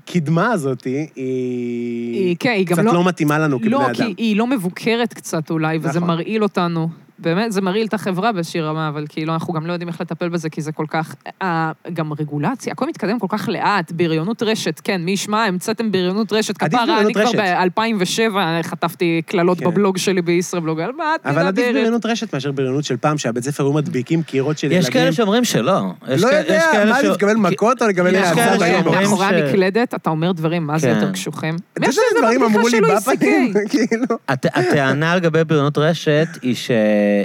Speaker 2: הקדמה הזאת, היא...
Speaker 3: היא- כן, היא גם
Speaker 2: קצת
Speaker 3: לא-
Speaker 2: לא מתאימה לנו
Speaker 3: לא,
Speaker 2: כבני
Speaker 3: כי
Speaker 2: אדם.
Speaker 3: היא לא מבוקרת קצת אולי, וזה
Speaker 2: נכון.
Speaker 3: מרעיל אותנו. באמת, זה מרעיל את החברה באיזושהי רמה, אבל כאילו, אנחנו גם לא יודעים איך לטפל בזה, כי זה כל כך... אה, גם רגולציה, הכל מתקדם כל כך לאט, בריונות רשת, כן, מי ישמע, המצאתם בריונות רשת,
Speaker 2: עדיף
Speaker 3: כפרה, אני
Speaker 2: בריונות
Speaker 3: כבר
Speaker 2: רשת.
Speaker 3: ב-2007 חטפתי קללות
Speaker 2: כן.
Speaker 3: בבלוג שלי בישראבלוג, על מה את
Speaker 2: אבל עדיף
Speaker 3: מדברת?
Speaker 2: בריונות רשת מאשר בריונות של פעם, שהבית ספר היו מדביקים קירות של ילדים.
Speaker 1: יש כאלה שאומרים שלא. יש
Speaker 2: לא
Speaker 1: כ-
Speaker 2: יודע,
Speaker 1: יש כאלה
Speaker 2: מה,
Speaker 1: ש-
Speaker 2: אני מקבל מכות או לקבל
Speaker 1: יש כאלה
Speaker 2: יעזור
Speaker 1: שאומרים
Speaker 2: באינבוקס?
Speaker 1: ש-
Speaker 3: מאחורי המקלדת, אתה אומר דברים, מה זה
Speaker 1: כן.
Speaker 3: יותר קשוחים?
Speaker 2: כן. אתה יודע איזה דברים אמרו לי בפנים, כאילו.
Speaker 1: הט- הטענה לגבי בריונות רשת היא ש-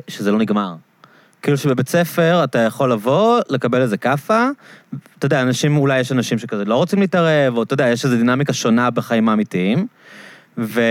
Speaker 1: שזה לא נגמר. כאילו שבבית ספר אתה יכול לבוא, לקבל איזה כאפה, אתה יודע, אנשים, אולי יש אנשים שכזה לא רוצים להתערב, או אתה יודע, יש איזו דינמיקה שונה בחיים האמיתיים, ו...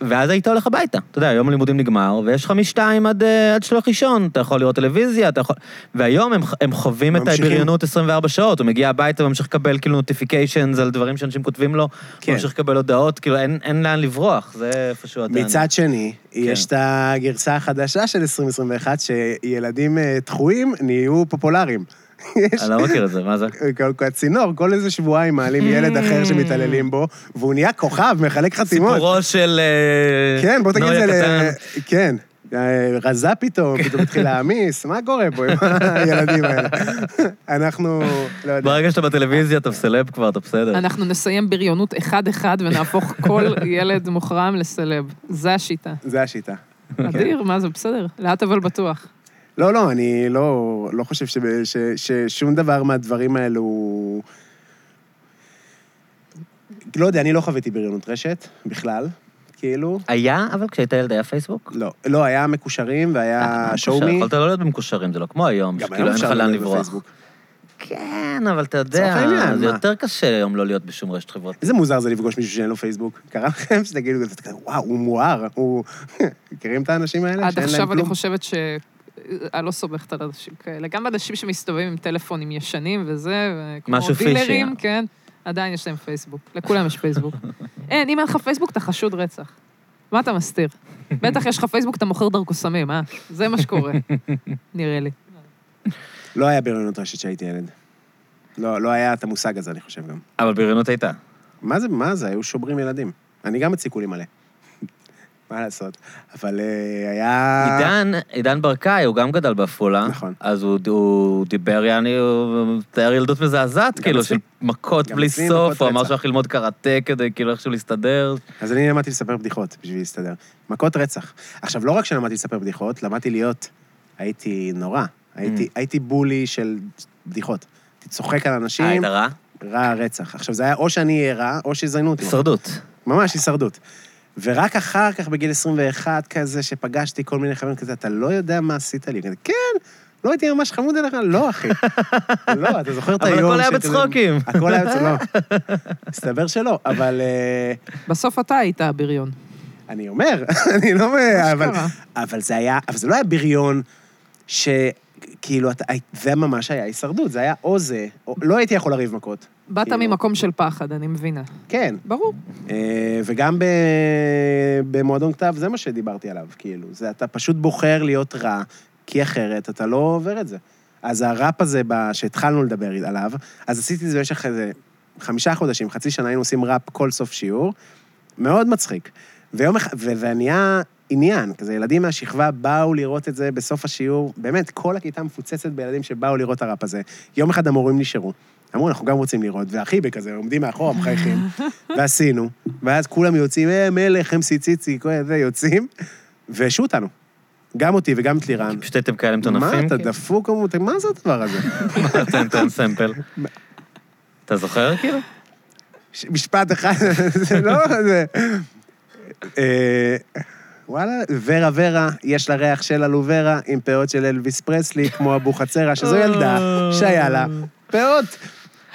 Speaker 1: ואז היית הולך הביתה. אתה יודע, יום הלימודים נגמר, ויש לך משתיים עד, אה, עד שלוש לישון, אתה יכול לראות טלוויזיה, אתה יכול... והיום הם, הם חווים את
Speaker 2: ממשיכים.
Speaker 1: הבריונות 24 שעות, הוא מגיע הביתה וממשיך לקבל כאילו נוטיפיקיישנס על דברים שאנשים כותבים לו,
Speaker 2: כן.
Speaker 1: כן. ממשיך לקבל הודעות, כאילו אין, אין לאן לברוח, זה איפשהו הטענה.
Speaker 2: מצד שני,
Speaker 1: כן.
Speaker 2: יש את הגרסה החדשה של 2021, שילדים אה, דחויים נהיו פופולריים. יש
Speaker 1: אני לא מכיר את זה, מה זה?
Speaker 2: כל- כל הצינור, כל איזה שבועיים מעלים
Speaker 1: Mm.
Speaker 2: ילד אחר שמתעללים בו, והוא נהיה כוכב, מחלק חתימות.
Speaker 1: סיפורו של... אה,
Speaker 2: כן, בוא תגיד
Speaker 1: נוי
Speaker 2: את זה
Speaker 1: הקטן.
Speaker 2: ל... כן. אה, רזה פתאום, פתאום התחיל להעמיס, מה קורה פה עם הילדים האלה? אנחנו, לא יודע.
Speaker 1: ברגע שאתה בטלוויזיה, אתה סלב כבר, אתה בסדר.
Speaker 3: אנחנו נסיים בריונות אחד-אחד ונהפוך כל ילד מוחרם לסלב. זה השיטה.
Speaker 2: זה השיטה. כן.
Speaker 3: אדיר, מה זה, בסדר. לאט אבל בטוח.
Speaker 2: לא, לא, אני לא, לא חושב שב, ש, ששום דבר מהדברים האלו... הוא- לא יודע, אני לא חוויתי בריונות רשת בכלל, כאילו.
Speaker 1: היה, אבל כשהיית ילד היה פייסבוק?
Speaker 2: לא, לא, היה מקושרים והיה
Speaker 1: מקושר,
Speaker 2: שואומי.
Speaker 1: יכולת לא להיות במקושרים, זה לא כמו היום,
Speaker 2: אה, גם
Speaker 1: שכאילו
Speaker 2: היום
Speaker 1: אין לך
Speaker 2: אפשר
Speaker 1: לאן
Speaker 2: להיות
Speaker 1: לברוח.
Speaker 2: בפייסבוק.
Speaker 1: כן, אבל אתה
Speaker 2: לצורך
Speaker 1: יודע,
Speaker 2: העניין,
Speaker 1: זה
Speaker 2: מה?
Speaker 1: יותר קשה היום לא להיות בשום רשת חברתית.
Speaker 2: איזה מוזר זה לפגוש מישהו שאין לו פייסבוק. קרה לכם שתגידו, ואתה כזה, וואו, הוא מואר, הוא... מכירים את האנשים האלה?
Speaker 3: עד
Speaker 2: שאין להם
Speaker 3: עכשיו אני
Speaker 2: כלום?
Speaker 3: חושבת ש... אני לא סומכת על אנשים כאלה. גם אנשים שמסתובבים עם טלפונים ישנים וזה, וכמו
Speaker 1: משהו פישי.
Speaker 3: דילרים, כן, עדיין יש להם פייסבוק. לכולם יש פייסבוק. אין, אם אין לך פייסבוק, אתה חשוד רצח. מה אתה מסתיר? בטח יש לך פייסבוק, אתה מוכר דרכו סמים, אה? זה מה שקורה, נראה לי.
Speaker 2: לא היה בריונות רשת כשהייתי ילד. לא, לא היה את המושג הזה, אני חושב גם.
Speaker 1: אבל בריונות הייתה.
Speaker 2: מה זה, מה זה, היו שוברים ילדים. אני גם הציקו לי מלא. מה לעשות? אבל אה, היה...
Speaker 1: עידן, עידן ברקאי, הוא גם גדל בעפולה.
Speaker 2: נכון.
Speaker 1: אז הוא- הוא דיבר, יעני, הוא מתאר ילדות מזעזעת,
Speaker 2: גם
Speaker 1: כאילו, של
Speaker 2: אצלי.
Speaker 1: מכות
Speaker 2: גם
Speaker 1: בלי
Speaker 2: אצלי מכות
Speaker 1: סוף, הוא אמר
Speaker 2: רצח.
Speaker 1: שהוא הולך ללמוד קראטה כדי כאילו איכשהו להסתדר.
Speaker 2: אז אני למדתי לספר בדיחות בשביל להסתדר. מכות רצח. עכשיו, לא רק שלמדתי לספר בדיחות, למדתי להיות... הייתי נורא. הייתי,
Speaker 1: Mm.
Speaker 2: הייתי בולי של בדיחות. הייתי צוחק על
Speaker 1: אה,
Speaker 2: אנשים,
Speaker 1: היית רע?
Speaker 2: רע רצח. עכשיו, זה היה או שאני אהיה רע, או שיזיינו אותי.
Speaker 1: הישרדות.
Speaker 2: ממש הישרדות. ורק אחר כך, בגיל 21 כזה, שפגשתי כל מיני חברים כזה, אתה לא יודע מה עשית לי. כזה, כן, לא הייתי ממש חמוד אליך, לא, אחי. לא, אתה זוכר את
Speaker 1: אבל
Speaker 2: היום...
Speaker 1: הכל היה
Speaker 2: שכזה-
Speaker 1: בצחוקים.
Speaker 2: הכל היה בצחוקים, לא. מסתבר שלא, אבל אה,
Speaker 3: בסוף אתה היית הבריון.
Speaker 2: אני אומר, אני לא... מ- אבל-
Speaker 3: אשכרה.
Speaker 2: אבל זה היה, אבל זה לא היה בריון שכאילו, אתה- זה ממש היה הישרדות, זה היה או זה, או- לא הייתי יכול לריב מכות.
Speaker 3: באת
Speaker 2: כאילו.
Speaker 3: ממקום של פחד, אני מבינה.
Speaker 2: כן,
Speaker 3: ברור.
Speaker 2: אה, וגם ב... במועדון כתב, זה מה שדיברתי עליו, כאילו. זה אתה פשוט בוחר להיות רע, כי אחרת אתה לא עובר את זה. אז הראפ הזה ב- שהתחלנו לדבר עליו, אז עשיתי את זה במשך איזה חמישה חודשים, חצי שנה, היינו עושים ראפ כל סוף שיעור, מאוד מצחיק. ויום אחד, ו- ונהיה עניין, כזה ילדים מהשכבה באו לראות את זה בסוף השיעור, באמת, כל הכיתה מפוצצת בילדים שבאו לראות את הראפ הזה. יום אחד המורים נשארו, אמרו, אנחנו גם רוצים לראות, והחיבק הזה, עומדים מאחורה, מחייכים, ועשינו, ואז כולם יוצאים, אה, מלך, אמסי ציצי, כל זה, יוצאים, והשעו אותנו. גם אותי וגם את לירן.
Speaker 1: פשוט הייתם כאלה מטונפים.
Speaker 2: מה, אתה דפוק אמרו, מה זה הדבר הזה?
Speaker 1: מה, תן, תן סמפל. אתה זוכר כאילו?
Speaker 2: ש- משפט אחד, זה לא... זה... אה, וואלה, ורה ורה, יש לה ריח של אלוורה עם פאות של אלוויס פרסלי, כמו אבוחצירה, שזו ילדה שהיה לה פאות.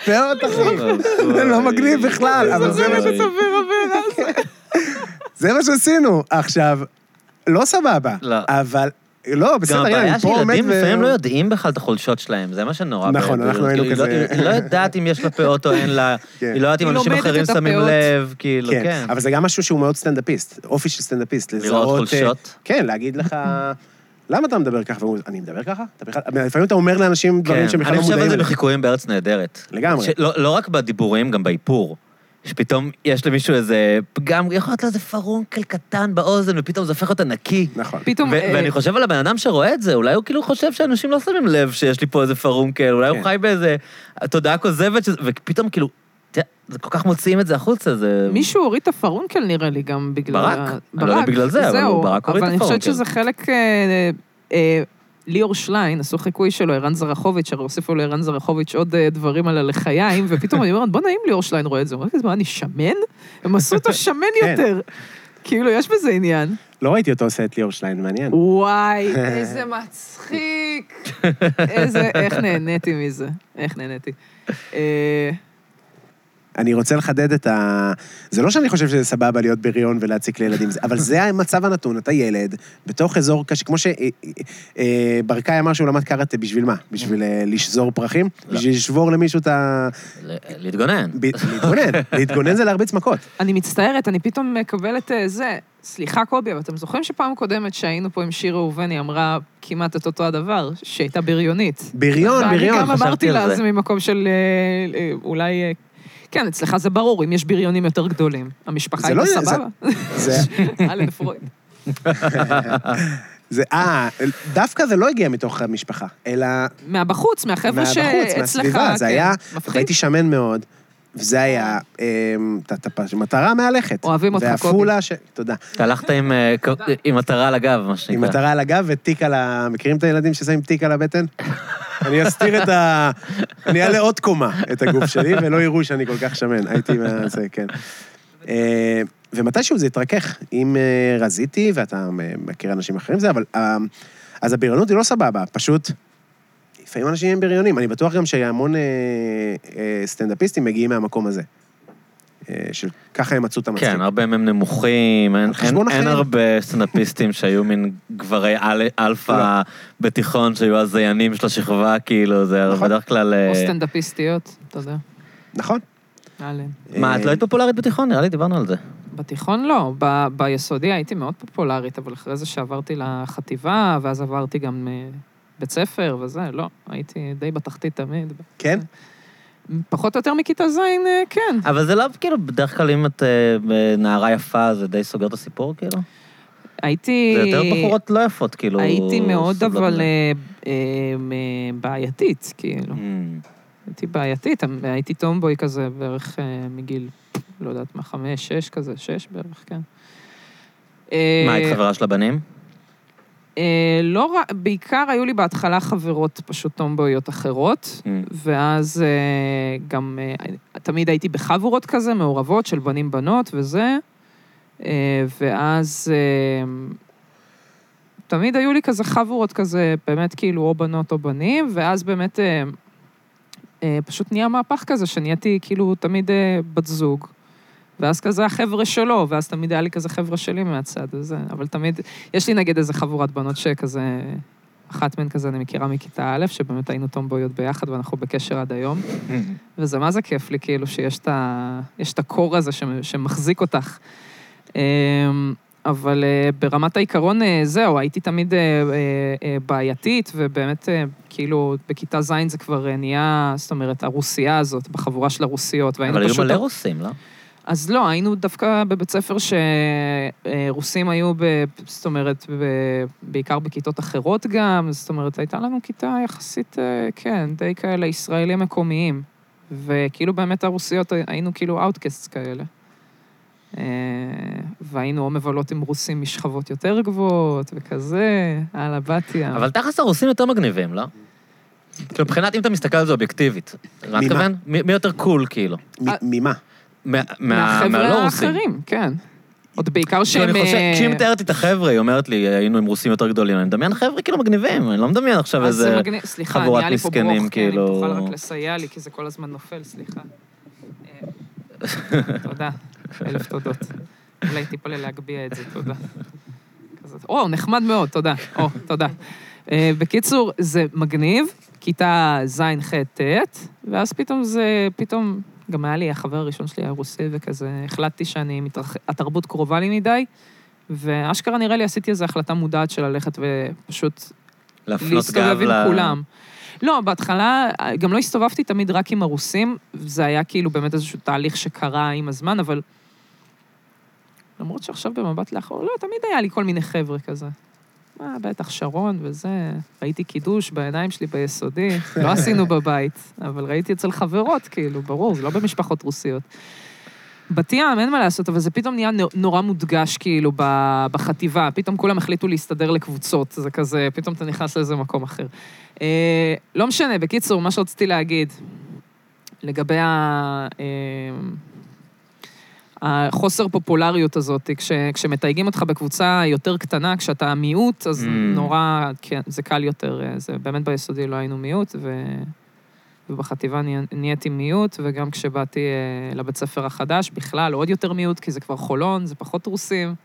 Speaker 2: פאות, אחי.
Speaker 1: נכון.
Speaker 2: זה לא מגניב בכלל, אבל זה מה
Speaker 1: אוי.
Speaker 2: זה מה שעשינו. עכשיו, לא סבבה.
Speaker 1: לא.
Speaker 2: אבל... לא,
Speaker 1: כאילו, גם
Speaker 2: בסדר, יאללה,
Speaker 1: הבעיה
Speaker 2: אני פה עומד
Speaker 1: שילדים
Speaker 2: ו-
Speaker 1: לפעמים לא יודעים בכלל את החולשות שלהם, זה מה שנורא.
Speaker 2: נכון,
Speaker 1: בעייתי.
Speaker 2: אנחנו היינו
Speaker 1: כאילו, היא לא-
Speaker 2: כזה-
Speaker 1: היא לא יודעת אם יש לה פאות או אין לה,
Speaker 2: כן.
Speaker 1: היא לא יודעת אם
Speaker 3: היא
Speaker 1: אנשים
Speaker 3: לומדת
Speaker 1: אחרים
Speaker 3: את
Speaker 1: שמים
Speaker 3: הפאות.
Speaker 1: לב, כאילו,
Speaker 2: כן,
Speaker 1: כן.
Speaker 2: אבל זה גם משהו שהוא מאוד סטנדאפיסט, אופי של סטנדאפיסט, לזהות...
Speaker 1: חולשות?
Speaker 2: אה, כן, להגיד לך, למה אתה מדבר ככה? והוא, אני מדבר ככה? אתה בכלל... לפעמים אתה אומר לאנשים דברים שהם בכלל
Speaker 1: כן, אני
Speaker 2: לא
Speaker 1: חושב על
Speaker 2: מודעים
Speaker 1: זה
Speaker 2: אליהם.
Speaker 1: בחיקויים בארץ נהדרת.
Speaker 2: לגמרי.
Speaker 1: שלא- לא רק בדיבורים, גם באיפור. שפתאום יש למישהו איזה פגם, יכול להיות לו איזה פרונקל קטן באוזן, ופתאום זה הופך אותה נקי.
Speaker 2: נכון.
Speaker 1: ו-
Speaker 3: פתאום... אה,
Speaker 1: ואני חושב על הבן אדם שרואה את זה, אולי הוא כאילו חושב שאנשים לא שמים לב שיש לי פה איזה פרונקל, אולי הוא
Speaker 2: כן.
Speaker 1: חי באיזה תודעה כוזבת, שזה- ופתאום כאילו, אתה יודע, זה כל כך מוציאים את זה החוצה, זה...
Speaker 3: מישהו הוריד את הפרונקל נראה לי גם בגלל...
Speaker 1: ברק.
Speaker 3: ה-
Speaker 1: אני לא יודע בגלל זה, אבל
Speaker 3: זהו,
Speaker 1: הוא- ברק הוריד את
Speaker 3: אבל אני
Speaker 1: הפרונקל.
Speaker 3: חושבת שזה חלק... אה, אה, ליאור שליין, עשו חיקוי שלו, ערן זרחוביץ', הרי הוסיפו לערן זרחוביץ' עוד אה, דברים על הלחיים, ופתאום אני אומרת, בוא'נה, אם ליאור שליין רואה את זה, הוא אומר, מה, אני שמן? הם עשו אותו שמן
Speaker 2: כן.
Speaker 3: יותר. כאילו, יש בזה עניין.
Speaker 2: לא ראיתי אותו עושה את ליאור שליין, מעניין.
Speaker 3: וואי, איזה מצחיק. איזה, איך נהניתי מזה. איך נהניתי. אה,
Speaker 2: אני רוצה לחדד את ה... זה לא שאני חושב שזה סבבה להיות בריון ולהציק לילדים, אבל זה המצב הנתון, אתה ילד, בתוך אזור קשה, כמו שברקאי אמר שהוא למד קראטה, בשביל מה? בשביל אה, לשזור פרחים?
Speaker 1: לא.
Speaker 2: בשביל לשבור למישהו את ה...
Speaker 1: ל- להתגונן.
Speaker 2: ב- להתגונן, להתגונן זה להרביץ מכות.
Speaker 3: אני מצטערת, אני פתאום מקבלת אה, זה. סליחה, קובי, אבל אתם זוכרים שפעם קודמת שהיינו פה עם שיר ראובני אמרה כמעט את אותו הדבר, שהיא הייתה בריונית.
Speaker 2: בריון,
Speaker 1: ואני
Speaker 2: בריון.
Speaker 3: אני גם
Speaker 1: חשבתי
Speaker 3: אמרתי
Speaker 1: על
Speaker 3: לה
Speaker 1: זה.
Speaker 3: אז ממקום של אה, אה, אולי... אה, כן, אצלך זה ברור, אם יש בריונים יותר גדולים. המשפחה
Speaker 2: זה לא-
Speaker 3: הייתה
Speaker 2: זה-
Speaker 3: סבבה.
Speaker 2: זה...
Speaker 3: אלן פרויד.
Speaker 2: זה, אה, דווקא זה לא הגיע מתוך המשפחה, אלא
Speaker 3: מהבחוץ, מהחבר'ה
Speaker 2: מהבחוץ,
Speaker 3: שאצלך.
Speaker 2: מהסביבה. זה
Speaker 3: כן,
Speaker 2: היה,
Speaker 3: מפחיד.
Speaker 2: והייתי שמן מאוד, וזה היה אמ, ת- ת- מטרה מהלכת.
Speaker 3: אוהבים אותך, קובי.
Speaker 2: ועפולה, ש- תודה.
Speaker 1: אתה הלכת עם, אה, ק- עם מטרה על הגב, מה
Speaker 2: עם
Speaker 1: שנקרא.
Speaker 2: מטרה על הגב ותיק על ה... מכירים את הילדים ששמים תיק על הבטן? אני אסתיר את ה... אני אעלה עוד קומה את הגוף שלי, ולא יראו שאני כל כך שמן. הייתי מה... זה, כן. אה, ומתישהו זה התרכך. אם אה, רזיתי, ואתה אה, מכיר אנשים אחרים זה, אבל... אה, אז הבריונות היא לא סבבה, פשוט... לפעמים אנשים הם בריונים. אני בטוח גם שהמון אה, אה, סטנדאפיסטים מגיעים מהמקום הזה. אה, של ככה הם מצאו את המצחיק.
Speaker 1: כן, הרבה מהם נמוכים, אין- אין-
Speaker 2: חשבון
Speaker 1: אין
Speaker 2: החיים.
Speaker 1: הרבה סטנדאפיסטים שהיו מין גברי אל-
Speaker 2: לא.
Speaker 1: אלפא בתיכון, שהיו הזיינים של השכבה, כאילו, זה
Speaker 2: נכון.
Speaker 1: בדרך כלל... אה,
Speaker 3: או סטנדאפיסטיות, אתה יודע.
Speaker 2: נכון.
Speaker 3: אהלן.
Speaker 1: מה, את לא
Speaker 2: אה,
Speaker 1: היית פופולרית בתיכון? נראה לי דיברנו על זה.
Speaker 3: בתיכון לא, ב- ביסודי הייתי מאוד פופולרית, אבל אחרי זה שעברתי לחטיבה, ואז עברתי גם אה, בית ספר וזה, לא, הייתי די בתחתית תמיד.
Speaker 2: כן?
Speaker 3: פחות או יותר מכיתה ז', אה, כן.
Speaker 1: אבל זה לא, כאילו, בדרך כלל אם את אה, נערה יפה, זה די סוגר את הסיפור, כאילו?
Speaker 3: הייתי...
Speaker 1: זה יותר בחורות לא יפות, כאילו...
Speaker 3: הייתי מאוד
Speaker 1: סובלות
Speaker 3: אבל
Speaker 1: מזה.
Speaker 3: אה, אה, אה, בעייתית, כאילו.
Speaker 1: אמ,
Speaker 3: הייתי בעייתית, אמ, הייתי טומבוי כזה בערך אה, מגיל, לא יודעת מה, חמש, שש כזה, שש בערך, כן. אה,
Speaker 1: מה, היית חברה של הבנים?
Speaker 3: אה, לא, ר- בעיקר היו לי בהתחלה חברות פשוט טומבויות אחרות,
Speaker 1: אמ,
Speaker 3: ואז אה, גם אה, תמיד הייתי בחבורות כזה, מעורבות של בנים-בנות וזה, אה, ואז אה, תמיד היו לי כזה חבורות כזה, באמת כאילו או בנות או בנים, ואז באמת אה, אה, פשוט נהיה מהפך כזה, שנהייתי כאילו תמיד אה, בת זוג. ואז כזה החבר'ה שלו, ואז תמיד היה לי כזה חבר'ה שלי מהצד וזה, אבל תמיד, יש לי נגיד איזה חבורת בנות שכזה, אחת מהן כזה אני מכירה מכיתה א', שבאמת היינו טומבויות ביחד ואנחנו בקשר עד היום, וזה מה זה כיף לי, כאילו שיש את, ה, יש את הקור הזה ש, שמחזיק אותך. אמ, אבל אה, ברמת העיקרון, אה, זהו, הייתי תמיד אה, אה, אה, בעייתית, ובאמת, אה, כאילו, בכיתה ז' זה כבר אה, נהיה, זאת אומרת, הרוסיה הזאת, בחבורה של הרוסיות, והיינו
Speaker 1: אבל היו
Speaker 3: פשוט...
Speaker 1: מלא רוסים, לא?
Speaker 3: אז לא, היינו דווקא בבית ספר שרוסים היו, ב, זאת אומרת, ב, בעיקר בכיתות אחרות גם, זאת אומרת, הייתה לנו כיתה יחסית, אה, כן, די כאלה ישראלים מקומיים. וכאילו באמת הרוסיות היינו כאילו אאוטקאסט כאלה. אה, והיינו או מבלות עם רוסים משכבות יותר גבוהות וכזה, על הבתיה.
Speaker 1: אבל תכלס הרוסים יותר מגניבים, לא? כאילו, מבחינת, אם אתה מסתכל על זה אובייקטיבית, מה אתה
Speaker 2: ממה?
Speaker 1: מתכוון? מי מי יותר קול, כאילו?
Speaker 2: מ- ממה?
Speaker 1: מה- מה-
Speaker 3: מהחבר'ה
Speaker 1: מהלא רוסים.
Speaker 3: האחרים, כן. עוד בעיקר
Speaker 1: כאילו,
Speaker 3: שהם...
Speaker 1: אני חושב,
Speaker 3: אה,
Speaker 1: כשהיא מתארת לי את החבר'ה, היא אומרת לי, היינו עם רוסים יותר גדולים, אני מדמיין חבר'ה כאילו מגניבים, אני לא מדמיין עכשיו
Speaker 3: אז זה
Speaker 1: איזה...
Speaker 3: מגניב, סליחה,
Speaker 1: חבורת
Speaker 3: נהיה לי פה ברוך,
Speaker 1: מסכנים,
Speaker 3: כן, אם
Speaker 1: כאילו.
Speaker 3: תוכל רק לסייע לי, כי זה כל הזמן נופל, סליחה. אה, תודה, אלף תודות. אולי תיפול לי להגביה את זה, תודה. כזה אז- או, נחמד מאוד, תודה. או, תודה. אה, בקיצור, זה מגניב, כיתה ז', ח', ט', ואז פתאום זה, פתאום, גם היה לי, החבר הראשון שלי היה רוסי, וכזה החלטתי שאני מתרח... התרבות קרובה לי מדי, ואשכרה נראה לי עשיתי איזו החלטה מודעת של ללכת ופשוט
Speaker 1: להפנות גב
Speaker 3: להסתובב
Speaker 1: ל...
Speaker 3: עם כולם. לא, בהתחלה אה, גם לא הסתובבתי תמיד רק עם הרוסים, זה היה כאילו באמת איזשהו תהליך שקרה עם הזמן, אבל... למרות שעכשיו במבט לאחור, לא, תמיד היה לי כל מיני חבר'ה כזה. מה, בטח שרון וזה, ראיתי קידוש בעיניים שלי ביסודי, לא עשינו בבית, אבל ראיתי אצל חברות, כאילו, ברור, זה לא במשפחות רוסיות. בת ים, אין מה לעשות, אבל זה פתאום נהיה נו- נורא מודגש, כאילו, ב- בחטיבה. פתאום כולם החליטו להסתדר לקבוצות, זה כזה, פתאום אתה נכנס לאיזה מקום אחר. אה, לא משנה, בקיצור, מה שרציתי להגיד, לגבי ה... אה, החוסר פופולריות הזאת, כש, כשמתייגים אותך בקבוצה יותר קטנה, כשאתה מיעוט, אז
Speaker 1: Mm.
Speaker 3: mm. נורא, כן, זה קל יותר. אה, זה באמת ביסודי לא היינו מיעוט, ו, ובחטיבה נה- נהייתי מיעוט, וגם כשבאתי אה, לבית ספר החדש, בכלל עוד יותר מיעוט, כי זה כבר חולון, זה פחות רוסים.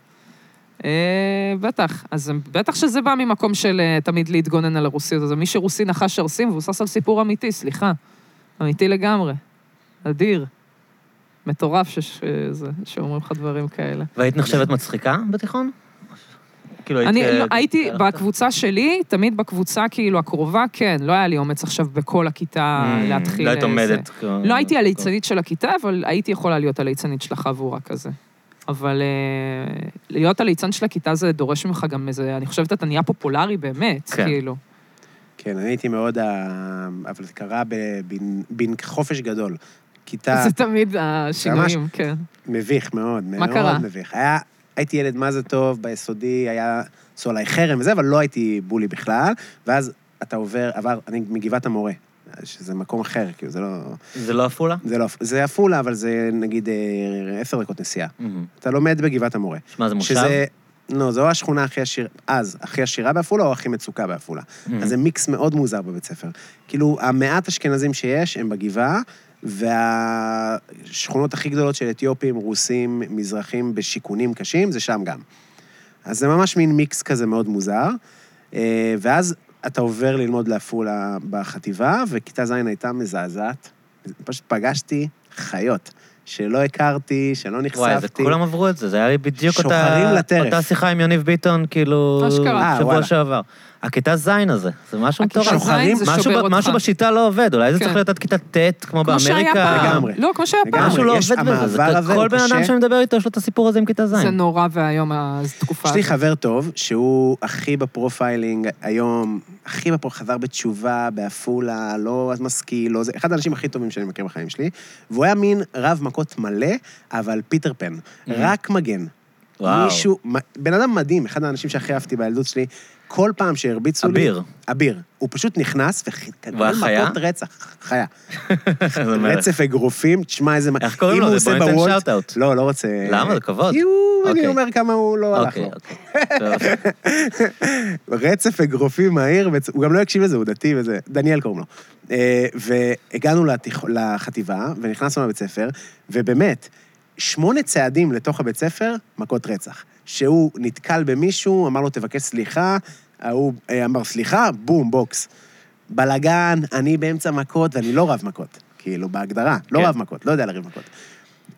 Speaker 3: אה, בטח, אז בטח שזה בא ממקום של אה, תמיד להתגונן על הרוסיות, אז מי שרוסי נחש הרסים מבוסס על סיפור אמיתי, סליחה. אמיתי לגמרי. אדיר. מטורף שש- שזה- שאומרים לך דברים כאלה.
Speaker 2: כן.
Speaker 1: והיית נחשבת מצחיקה בתיכון? כאילו היית...
Speaker 3: אני לא,
Speaker 1: אה,
Speaker 3: הייתי
Speaker 1: אה,
Speaker 3: בקבוצה שלי, תמיד בקבוצה כאילו הקרובה, כן, לא היה לי אומץ עכשיו בכל הכיתה
Speaker 1: אה,
Speaker 3: להתחיל...
Speaker 1: לא היית
Speaker 3: אה, זה.
Speaker 1: עומדת. כאילו,
Speaker 3: לא הייתי
Speaker 1: אה,
Speaker 3: הליצנית של הכיתה, אבל הייתי יכולה להיות הליצנית של החבורה כזה. אבל אה, להיות הליצן של הכיתה זה דורש ממך גם איזה, אני חושבת, אתה נהיה פופולרי באמת,
Speaker 1: כן.
Speaker 3: כאילו.
Speaker 2: כן, אני הייתי מאוד, ה- אבל זה קרה בבין- בין חופש גדול. כיתה...
Speaker 3: זה תמיד השינויים, כן.
Speaker 2: מביך מאוד, מאוד
Speaker 3: קרה?
Speaker 2: מביך. היה, הייתי ילד מה זה טוב, ביסודי היה עשו עליי חרם וזה, אבל לא הייתי בולי בכלל, ואז אתה עובר, עבר, אני מגבעת המורה, שזה מקום אחר, כאילו, זה לא...
Speaker 1: זה לא עפולה?
Speaker 2: זה, לא, זה עפולה, אבל זה נגיד אה, עשר דקות נסיעה.
Speaker 1: מהמם.
Speaker 2: אתה לומד בגבעת המורה.
Speaker 1: שמע, זה מושב?
Speaker 2: שזה... לא, זו השכונה הכי עשירה, אז, הכי עשירה בעפולה או הכי מצוקה בעפולה.
Speaker 1: מהמם.
Speaker 2: אז זה מיקס מאוד מוזר בבית ספר. כאילו, המעט אשכנזים שיש הם בגבעה, והשכונות הכי גדולות של אתיופים, רוסים, מזרחים בשיכונים קשים, זה שם גם. אז זה ממש מין מיקס כזה מאוד מוזר. אה, ואז אתה עובר ללמוד לעפולה בחטיבה, וכיתה ז' הייתה מזעזעת. פשוט פגשתי חיות שלא הכרתי, שלא נחשפתי.
Speaker 1: וואי, זה כולם עברו את זה, זה היה לי בדיוק
Speaker 2: שוחרים
Speaker 1: אותה,
Speaker 2: לטרף.
Speaker 1: אותה שיחה עם יניב ביטון, כאילו,
Speaker 3: אשכרה.
Speaker 2: אה,
Speaker 1: שבוע
Speaker 2: וואלה.
Speaker 1: שעבר. הכיתה ז' הזה, זה משהו
Speaker 3: הכיתה
Speaker 1: מטורף.
Speaker 3: ז' זה שובר
Speaker 1: משהו ב-
Speaker 3: אותך.
Speaker 1: משהו בשיטה לא עובד, אולי זה
Speaker 3: כן.
Speaker 1: צריך להיות עד כיתה ט', כמו
Speaker 3: כמו שהיה
Speaker 1: באמריקה.
Speaker 3: פעם.
Speaker 2: לגמרי.
Speaker 3: לא, כמו שהיה פעם.
Speaker 1: משהו לא
Speaker 2: לגמרי, יש-
Speaker 1: עובד בזה, זה-
Speaker 2: המעבר הזה
Speaker 1: כל
Speaker 2: הוא
Speaker 1: בן אדם
Speaker 2: קשה.
Speaker 1: שאני מדבר איתו, יש לו את הסיפור הזה עם כיתה ז'.
Speaker 3: זה נורא ואיום, אה, התקופה
Speaker 2: יש לי
Speaker 3: הזאת.
Speaker 2: חבר טוב, שהוא הכי בפרופיילינג היום, הכי בפרופיילינג, חזר בתשובה, בעפולה, לא משכיל, לא זה, אחד האנשים הכי טובים שאני מכיר בחיים שלי, והוא היה מין רב מכות מלא, אבל פיטר פן, רק מגן.
Speaker 1: Mm-hmm. וואו.
Speaker 2: מישהו, מ- בן אדם מדהים, אחד האנשים שהכי אהבתי בילדות שלי, כל פעם שהרביצו לי...
Speaker 1: אביר.
Speaker 2: אביר. הוא פשוט נכנס וקבל
Speaker 1: והחיה?
Speaker 2: מכות רצח. חיה.
Speaker 1: זה מלך.
Speaker 2: רצף אגרופים, תשמע איזה... מ-
Speaker 1: איך קוראים
Speaker 2: אם
Speaker 1: לו?
Speaker 2: הוא
Speaker 1: זה בוא
Speaker 2: עושה
Speaker 1: ניתן
Speaker 2: בוולט-
Speaker 1: שאוט-אוט.
Speaker 2: לא, לא רוצה...
Speaker 1: למה? זה כבוד.
Speaker 2: כי הוא,
Speaker 1: אוקיי.
Speaker 2: אני אומר כמה הוא לא הלך
Speaker 1: אוקיי,
Speaker 2: לו.
Speaker 1: אוקיי. טוב.
Speaker 2: רצף אגרופים מהיר, וצ- הוא גם לא הקשיב לזה, הוא דתי וזה, דניאל קוראים לו. אה, והגענו לתיכ... לחטיבה, ונכנסנו לבית ספר, ובאמת, שמונה צעדים לתוך הבית ספר, מכות רצח. שהוא נתקל במישהו, אמר לו, תבקש סליחה, ההוא אה, אמר, סליחה, בום, בוקס. בלגן, אני באמצע מכות, ואני לא רב מכות. כאילו, בהגדרה, לא
Speaker 1: כן.
Speaker 2: רב מכות, לא יודע לריב מכות.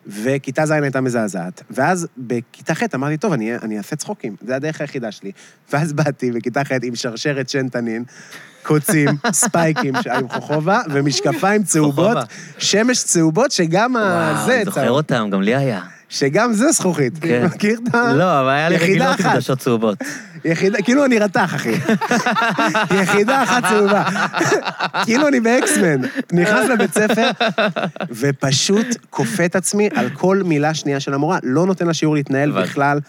Speaker 2: וכיתה ז' הייתה מזעזעת. ואז בכיתה ח' אמרתי, טוב, אני, אני אעשה צחוקים, זה הדרך היחידה שלי. ואז באתי בכיתה ח' עם שרשרת שנטנין, קוצים, ספייקים ש- עם חוכובה, ומשקפיים צהובות,
Speaker 1: חוכובה.
Speaker 2: שמש צהובות, שגם ה...
Speaker 1: וואו,
Speaker 2: אה, זה
Speaker 1: אני זוכר
Speaker 2: צהוב.
Speaker 1: אותם, גם לי היה.
Speaker 2: שגם זה זכוכית.
Speaker 1: כן.
Speaker 2: מכיר את ה...
Speaker 1: לא, אבל היה לי
Speaker 2: יחידה
Speaker 1: רגילות עם
Speaker 2: אחת.
Speaker 1: דשות צהובות.
Speaker 2: יחידה, כאילו אני רתח, אחי. יחידה אחת צהובה. כאילו אני באקסמן. נכנס לבית ספר, ופשוט כופה את עצמי על כל מילה שנייה של המורה. לא נותן לשיעור להתנהל
Speaker 1: הבנתי.
Speaker 2: בכלל.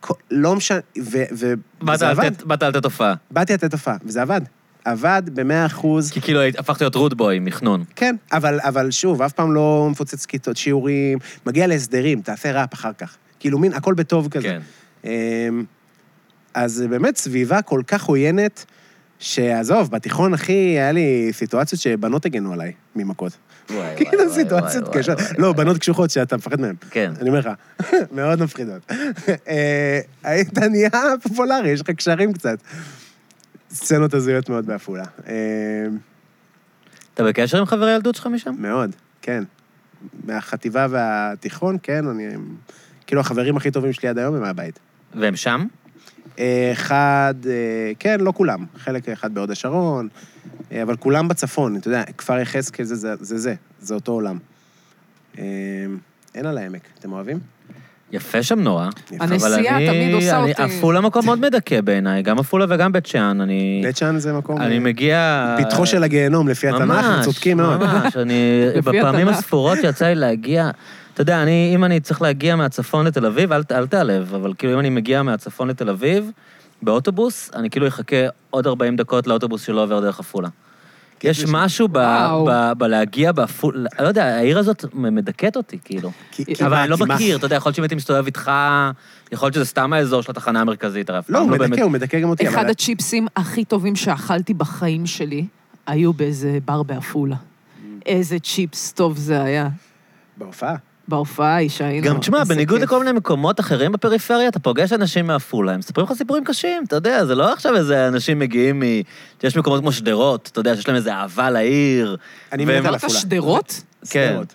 Speaker 2: כל- לא משנה, ו... ו-
Speaker 1: באת
Speaker 2: וזה
Speaker 1: לתת-
Speaker 2: עבד.
Speaker 1: באת לתת הופעה.
Speaker 2: באתי לתת הופעה, וזה עבד. עבד במאה אחוז.
Speaker 1: כי כאילו היית- הפכת להיות רוד בוי, מחנון.
Speaker 2: כן, אבל, אבל שוב, אף פעם לא מפוצץ כיתות, שיעורים, מגיע להסדרים, תעשה ראפ אחר כך. כאילו מין, הכל בטוב כזה.
Speaker 1: כן.
Speaker 2: אמ, אז זה באמת סביבה כל כך עוינת, שעזוב, בתיכון, אחי, היה לי סיטואציות שבנות הגנו עליי ממכות.
Speaker 1: וואי, וואי,
Speaker 2: כאילו
Speaker 1: וואי,
Speaker 2: סיטואציות
Speaker 1: וואי,
Speaker 2: קשות.
Speaker 1: וואי,
Speaker 2: לא,
Speaker 1: וואי.
Speaker 2: בנות קשוחות שאתה מפחד מהן.
Speaker 1: כן.
Speaker 2: אני אומר לך, מאוד מפחידות. אה, היית נהיה פופולרי, יש לך קשרים קצת. סצנות הזויות מאוד בעפולה. אה,
Speaker 1: אתה בקשר עם חברי הילדות שלך משם?
Speaker 2: מאוד, כן. מהחטיבה והתיכון, כן, אני... כאילו, החברים הכי טובים שלי עד היום הם מהבית.
Speaker 1: והם שם?
Speaker 2: אה, אחד, אה, כן, לא כולם. חלק אחד בהוד השרון, אה, אבל כולם בצפון, אתה יודע, כפר יחזקאל זה זה, זה זה, זה אותו עולם. אה, אין על העמק, אתם אוהבים?
Speaker 1: יפה שם נורא.
Speaker 2: יפה.
Speaker 3: הנסיעה
Speaker 1: אבל אני-
Speaker 3: תמיד עושה
Speaker 1: אני-
Speaker 3: אותי...
Speaker 1: עפולה מקום מאוד מדכא בעיניי, גם עפולה וגם בית שאן. אני
Speaker 2: בית שאן זה מקום... אה,
Speaker 1: אני מגיע...
Speaker 2: פתחו של הגיהנום, לפי התנ"ך, כן, הם צודקים מאוד.
Speaker 1: ממש, אני...
Speaker 3: לפי
Speaker 1: בפעמים
Speaker 3: התנ"ך.
Speaker 1: הספורות שיצא לי להגיע... אתה יודע, אני, אם אני צריך להגיע מהצפון לתל אביב, אל, אל תיעלב, אבל כאילו אם אני מגיע מהצפון לתל אביב, באוטובוס, אני כאילו אחכה עוד 40 דקות לאוטובוס שלא עובר דרך עפולה.
Speaker 2: כן,
Speaker 1: יש משהו ב,
Speaker 3: וואו.
Speaker 1: ב, בלהגיע בעפולה, לא יודע, העיר הזאת מדכאת אותי, כאילו.
Speaker 2: כי-
Speaker 3: אבל
Speaker 2: כי
Speaker 1: אבל
Speaker 2: מה,
Speaker 1: אני לא
Speaker 2: כי מה-
Speaker 1: מכיר, אתה יודע, יכול להיות שאם הייתי מסתובב איתך, יכול להיות שזה סתם האזור של התחנה המרכזית, הרי אף
Speaker 2: לא,
Speaker 1: פעם
Speaker 2: הוא
Speaker 1: באמת-
Speaker 2: מדכא, הוא מדכא גם
Speaker 1: כן,
Speaker 2: אותי,
Speaker 3: אחד
Speaker 2: אבל...
Speaker 3: הצ'יפסים הכי טובים שאכלתי בחיים שלי היו באיזה בר בעפולה.
Speaker 1: Mm.
Speaker 3: איזה צ'יפס טוב זה היה.
Speaker 2: בהופעה.
Speaker 3: בהופעה ההיא שהיינו...
Speaker 1: גם תשמע,
Speaker 3: איזה
Speaker 1: בניגוד
Speaker 3: כאילו, כיף.
Speaker 1: לכל מיני מקומות אחרים בפריפריה, אתה פוגש אנשים מעפולה, הם מספרים לך סיפורים קשים, אתה יודע, זה לא עכשיו איזה אנשים מגיעים מ... יש מקומות כמו שדרות, אתה יודע, שיש להם איזה אהבה לעיר.
Speaker 2: אני
Speaker 1: והם-
Speaker 2: מת על
Speaker 3: אמרת
Speaker 2: עפולה.
Speaker 3: שדרות?
Speaker 1: כן.
Speaker 2: שדרות.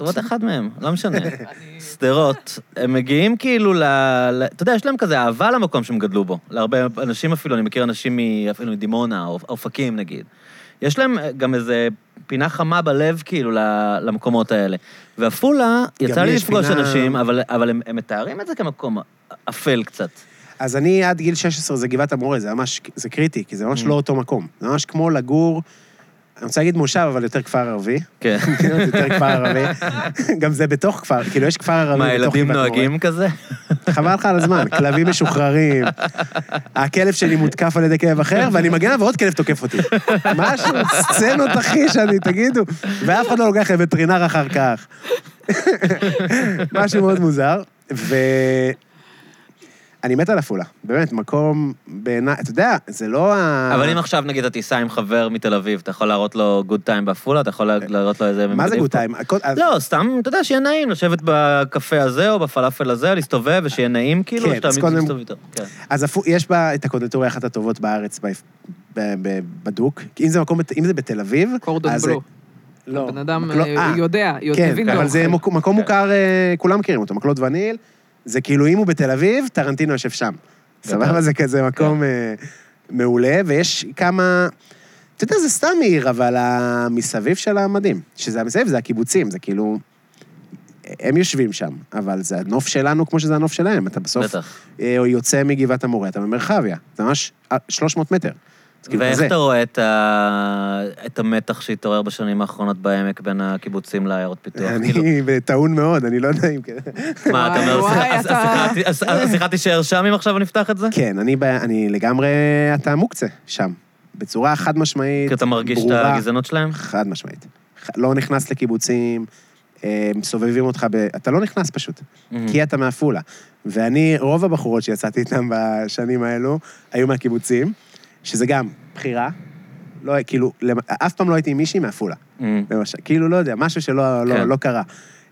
Speaker 1: עוד אחד מהם, לא משנה. שדרות, הם מגיעים כאילו ל... ל- אתה יודע, יש להם כזה אהבה למקום שהם גדלו בו. להרבה אנשים אפילו, אני מכיר אנשים מ- אפילו מדימונה, או אופקים נגיד. יש להם אה, גם איזה פינה חמה בלב, כאילו, ל- למקומות האלה. ועפולה, יצא
Speaker 2: לי
Speaker 1: לי
Speaker 2: יש
Speaker 1: לפגוש
Speaker 2: פינה-
Speaker 1: אנשים, אבל, אבל הם, הם מתארים את זה כמקום אפל קצת.
Speaker 2: אז אני עד גיל 16 זה גבעת המורה, זה ממש, זה קריטי, כי זה
Speaker 1: Mm.
Speaker 2: ממש לא אותו מקום. זה ממש כמו לגור, אני רוצה להגיד מושב, אבל יותר כפר ערבי.
Speaker 1: כן.
Speaker 2: זה יותר כפר ערבי. גם זה בתוך כפר, כאילו יש כפר ערבי
Speaker 1: מה,
Speaker 2: בתוך
Speaker 1: הילדים
Speaker 2: גבעת המורה.
Speaker 1: נוהגים כזה?
Speaker 2: חבל לך על הזמן, כלבים משוחררים. הכלב שלי מותקף על ידי כלב אחר, ואני מגיע ועוד כלב תוקף אותי. משהו, סצנות אחי שאני, תגידו. ואף אחד לא לוקח לווטרינר אחר כך. משהו מאוד מוזר. ו... אני מת על עפולה, באמת, מקום בעיניי, אתה יודע, זה לא ה...
Speaker 1: אבל אם עכשיו, נגיד, אתה תיסע עם חבר מתל אביב, אתה יכול להראות לו גוד טיים בעפולה? אתה יכול להראות לו איזה...
Speaker 2: מה זה
Speaker 1: ממדים
Speaker 2: גוד
Speaker 1: פה?
Speaker 2: טיים? הכל-
Speaker 1: לא, סתם, אתה יודע, שיהיה נעים לשבת בקפה הזה או בפלאפל הזה, להסתובב, ושיהיה נעים, כאילו,
Speaker 2: כן,
Speaker 1: שאתה
Speaker 2: אז קודם-
Speaker 1: מסתובב איתו. כן.
Speaker 2: אז אפו- יש בה את הקונדטוריה אחת הטובות בארץ, ב- ב- ב- בדוק. אם זה מקום, בת- אם זה בתל אביב...
Speaker 3: קורדון
Speaker 2: אז זה-
Speaker 1: אה,
Speaker 3: בלו.
Speaker 2: לא.
Speaker 3: הבן אדם
Speaker 2: מקלו-
Speaker 3: אה,
Speaker 2: אה,
Speaker 3: יודע, יודע,
Speaker 2: כן,
Speaker 3: מבין
Speaker 2: אבל
Speaker 3: באוכל.
Speaker 2: זה מוק- מקום
Speaker 1: כן.
Speaker 2: מוכר, אה, כולם מכירים אותו, מקלות וניל. זה כאילו, אם הוא בתל אביב, טרנטינו יושב שם. סבבה? זה כזה מקום
Speaker 3: כן.
Speaker 2: אה, מעולה, ויש כמה... אתה יודע, זה סתם עיר, אבל המסביב שלה מדהים. שזה המסביב, זה הקיבוצים, זה כאילו... הם יושבים שם, אבל זה הנוף שלנו כמו שזה הנוף שלהם. אתה בסוף
Speaker 1: בטח.
Speaker 2: אה, או יוצא מגבעת המורה, אתה במרחביה. זה ממש אה, 300 מטר. זה כאילו
Speaker 1: ואיך
Speaker 2: כזה.
Speaker 1: אתה רואה את ה- את המתח שהתעורר בשנים האחרונות בעמק בין הקיבוצים לעיירות פיתוח? כאילו,
Speaker 2: אני טעון מאוד, אני לא יודע אם...
Speaker 1: מה, אתה אומר,
Speaker 3: וואי,
Speaker 1: "אז- אז
Speaker 3: אתה-
Speaker 1: השיחה ת- אז- אז השיחה תישאר שם אם עכשיו נפתח את זה?
Speaker 2: כן, אני, ב- אני לגמרי, אתה מוקצה שם. בצורה חד משמעית,
Speaker 1: כי אתה מרגיש את
Speaker 2: ברורה.
Speaker 1: הגזענות שלהם?
Speaker 2: חד משמעית. ח- לא נכנס לקיבוצים, אה, מסובבים אותך ב... אתה לא נכנס פשוט,
Speaker 1: Mm.
Speaker 2: כי
Speaker 1: Mm-hmm.
Speaker 2: אתה מעפולה. ואני, רוב הבחורות שיצאתי איתן בשנים האלו, היו מהקיבוצים, שזה גם בחירה. לא, כאילו, למ- אף פעם לא הייתי עם מישהי מעפולה.
Speaker 1: אמ,
Speaker 2: למשל, כאילו, לא יודע, משהו שלא לא,
Speaker 1: כן.
Speaker 2: לא קרה.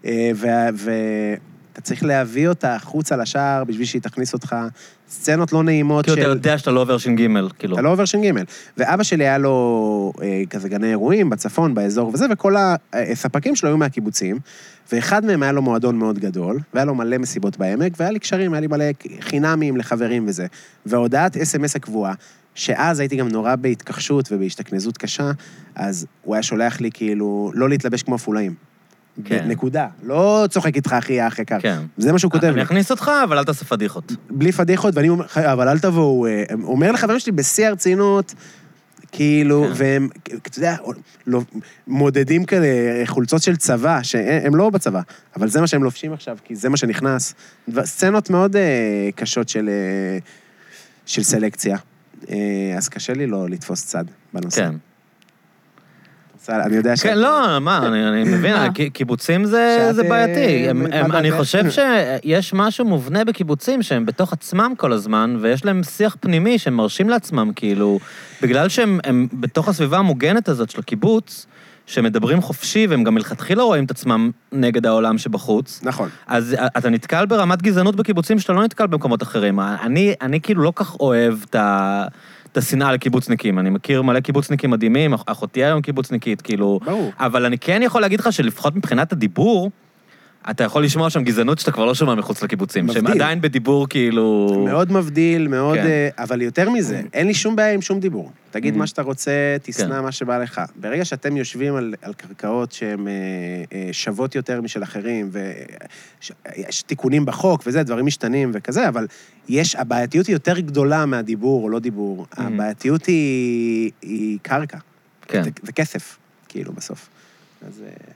Speaker 2: אה, וה- ואתה צריך להביא אותה החוצה לשער בשביל שהיא תכניס אותך. סצנות לא נעימות
Speaker 1: כאילו, אתה יודע שאתה לא עובר ש"ג, כאילו.
Speaker 2: אתה לא עובר ש"ג. ואבא שלי היה לו אה, כזה גני אירועים בצפון, באזור וזה, וכל אה, הספקים שלו היו מהקיבוצים, ואחד מהם היה לו מועדון מאוד גדול, והיה לו מלא מסיבות בעמק, והיה לי קשרים, היה לי מלא חינמים לחברים וזה. וההודעת אס.אם.אס הקבועה, שאז הייתי גם נורא בהתכחשות ובהשתכנזות קשה, אז הוא היה שולח לי כאילו לא להתלבש כמו אפולאים.
Speaker 1: כן.
Speaker 2: נקודה. לא צוחק איתך, אחי, האח יקר.
Speaker 1: כן.
Speaker 2: זה מה שהוא כותב לי.
Speaker 1: אני אכניס אותך, אבל אל תעשה פדיחות.
Speaker 2: בלי פדיחות, ואני אומר, "ח- אבל אל תבואו, אה, הם- אומר לחברים שלי בשיא הרצינות, כאילו,
Speaker 1: כן.
Speaker 2: והם, אתה יודע, לא- מודדים כאלה אה, חולצות של צבא, שהם לא בצבא, אבל זה מה שהם לובשים עכשיו, כי זה מה שנכנס. דבר- סצנות מאוד אה, קשות של, אה, של סלקציה. אה, אז קשה לי לא לתפוס צד בנושא.
Speaker 1: כן.
Speaker 2: כן. אני יודע ש...
Speaker 1: כן, לא, מה, אני, אני מבין,
Speaker 3: מה?
Speaker 1: כי- קיבוצים זה,
Speaker 2: שאת,
Speaker 1: זה בעייתי.
Speaker 2: אה,
Speaker 1: הם,
Speaker 2: מה
Speaker 1: הם, אני
Speaker 2: דעתך?
Speaker 1: חושב שיש משהו מובנה בקיבוצים שהם בתוך עצמם כל הזמן, ויש להם שיח פנימי שהם מרשים לעצמם, כאילו, בגלל שהם הם בתוך הסביבה המוגנת הזאת של הקיבוץ, שמדברים חופשי, והם גם מלכתחילה רואים את עצמם נגד העולם שבחוץ.
Speaker 2: נכון.
Speaker 1: אז אה, אתה נתקל ברמת גזענות בקיבוצים שאתה לא נתקל במקומות אחרים. אני, אני כאילו לא כך אוהב את ה... את השנאה לקיבוצניקים. אני מכיר מלא קיבוצניקים מדהימים, אח- אחותי היום קיבוצניקית, כאילו...
Speaker 2: ברור.
Speaker 1: אבל אני כן יכול להגיד לך שלפחות מבחינת הדיבור, אתה יכול לשמוע שם גזענות שאתה כבר לא שומע מחוץ לקיבוצים. שהם
Speaker 2: מבדיל.
Speaker 1: עדיין בדיבור כאילו...
Speaker 2: מאוד מבדיל, מאוד...
Speaker 1: כן.
Speaker 2: אה, אבל יותר מזה, אין לי שום בעיה עם שום דיבור. תגיד
Speaker 1: Mm.
Speaker 2: מה שאתה רוצה, תשנא
Speaker 1: כן.
Speaker 2: מה שבא לך. ברגע שאתם יושבים על על קרקעות שהן אה, אה, שוות יותר משל אחרים, ויש תיקונים בחוק וזה, דברים משתנים וכזה, אבל יש, הבעייתיות היא יותר גדולה מהדיבור או לא דיבור.
Speaker 1: Mm-hmm.
Speaker 2: הבעייתיות היא היא קרקע,
Speaker 1: כן.
Speaker 2: זה- זה כסף, כאילו, בסוף. אז... אה,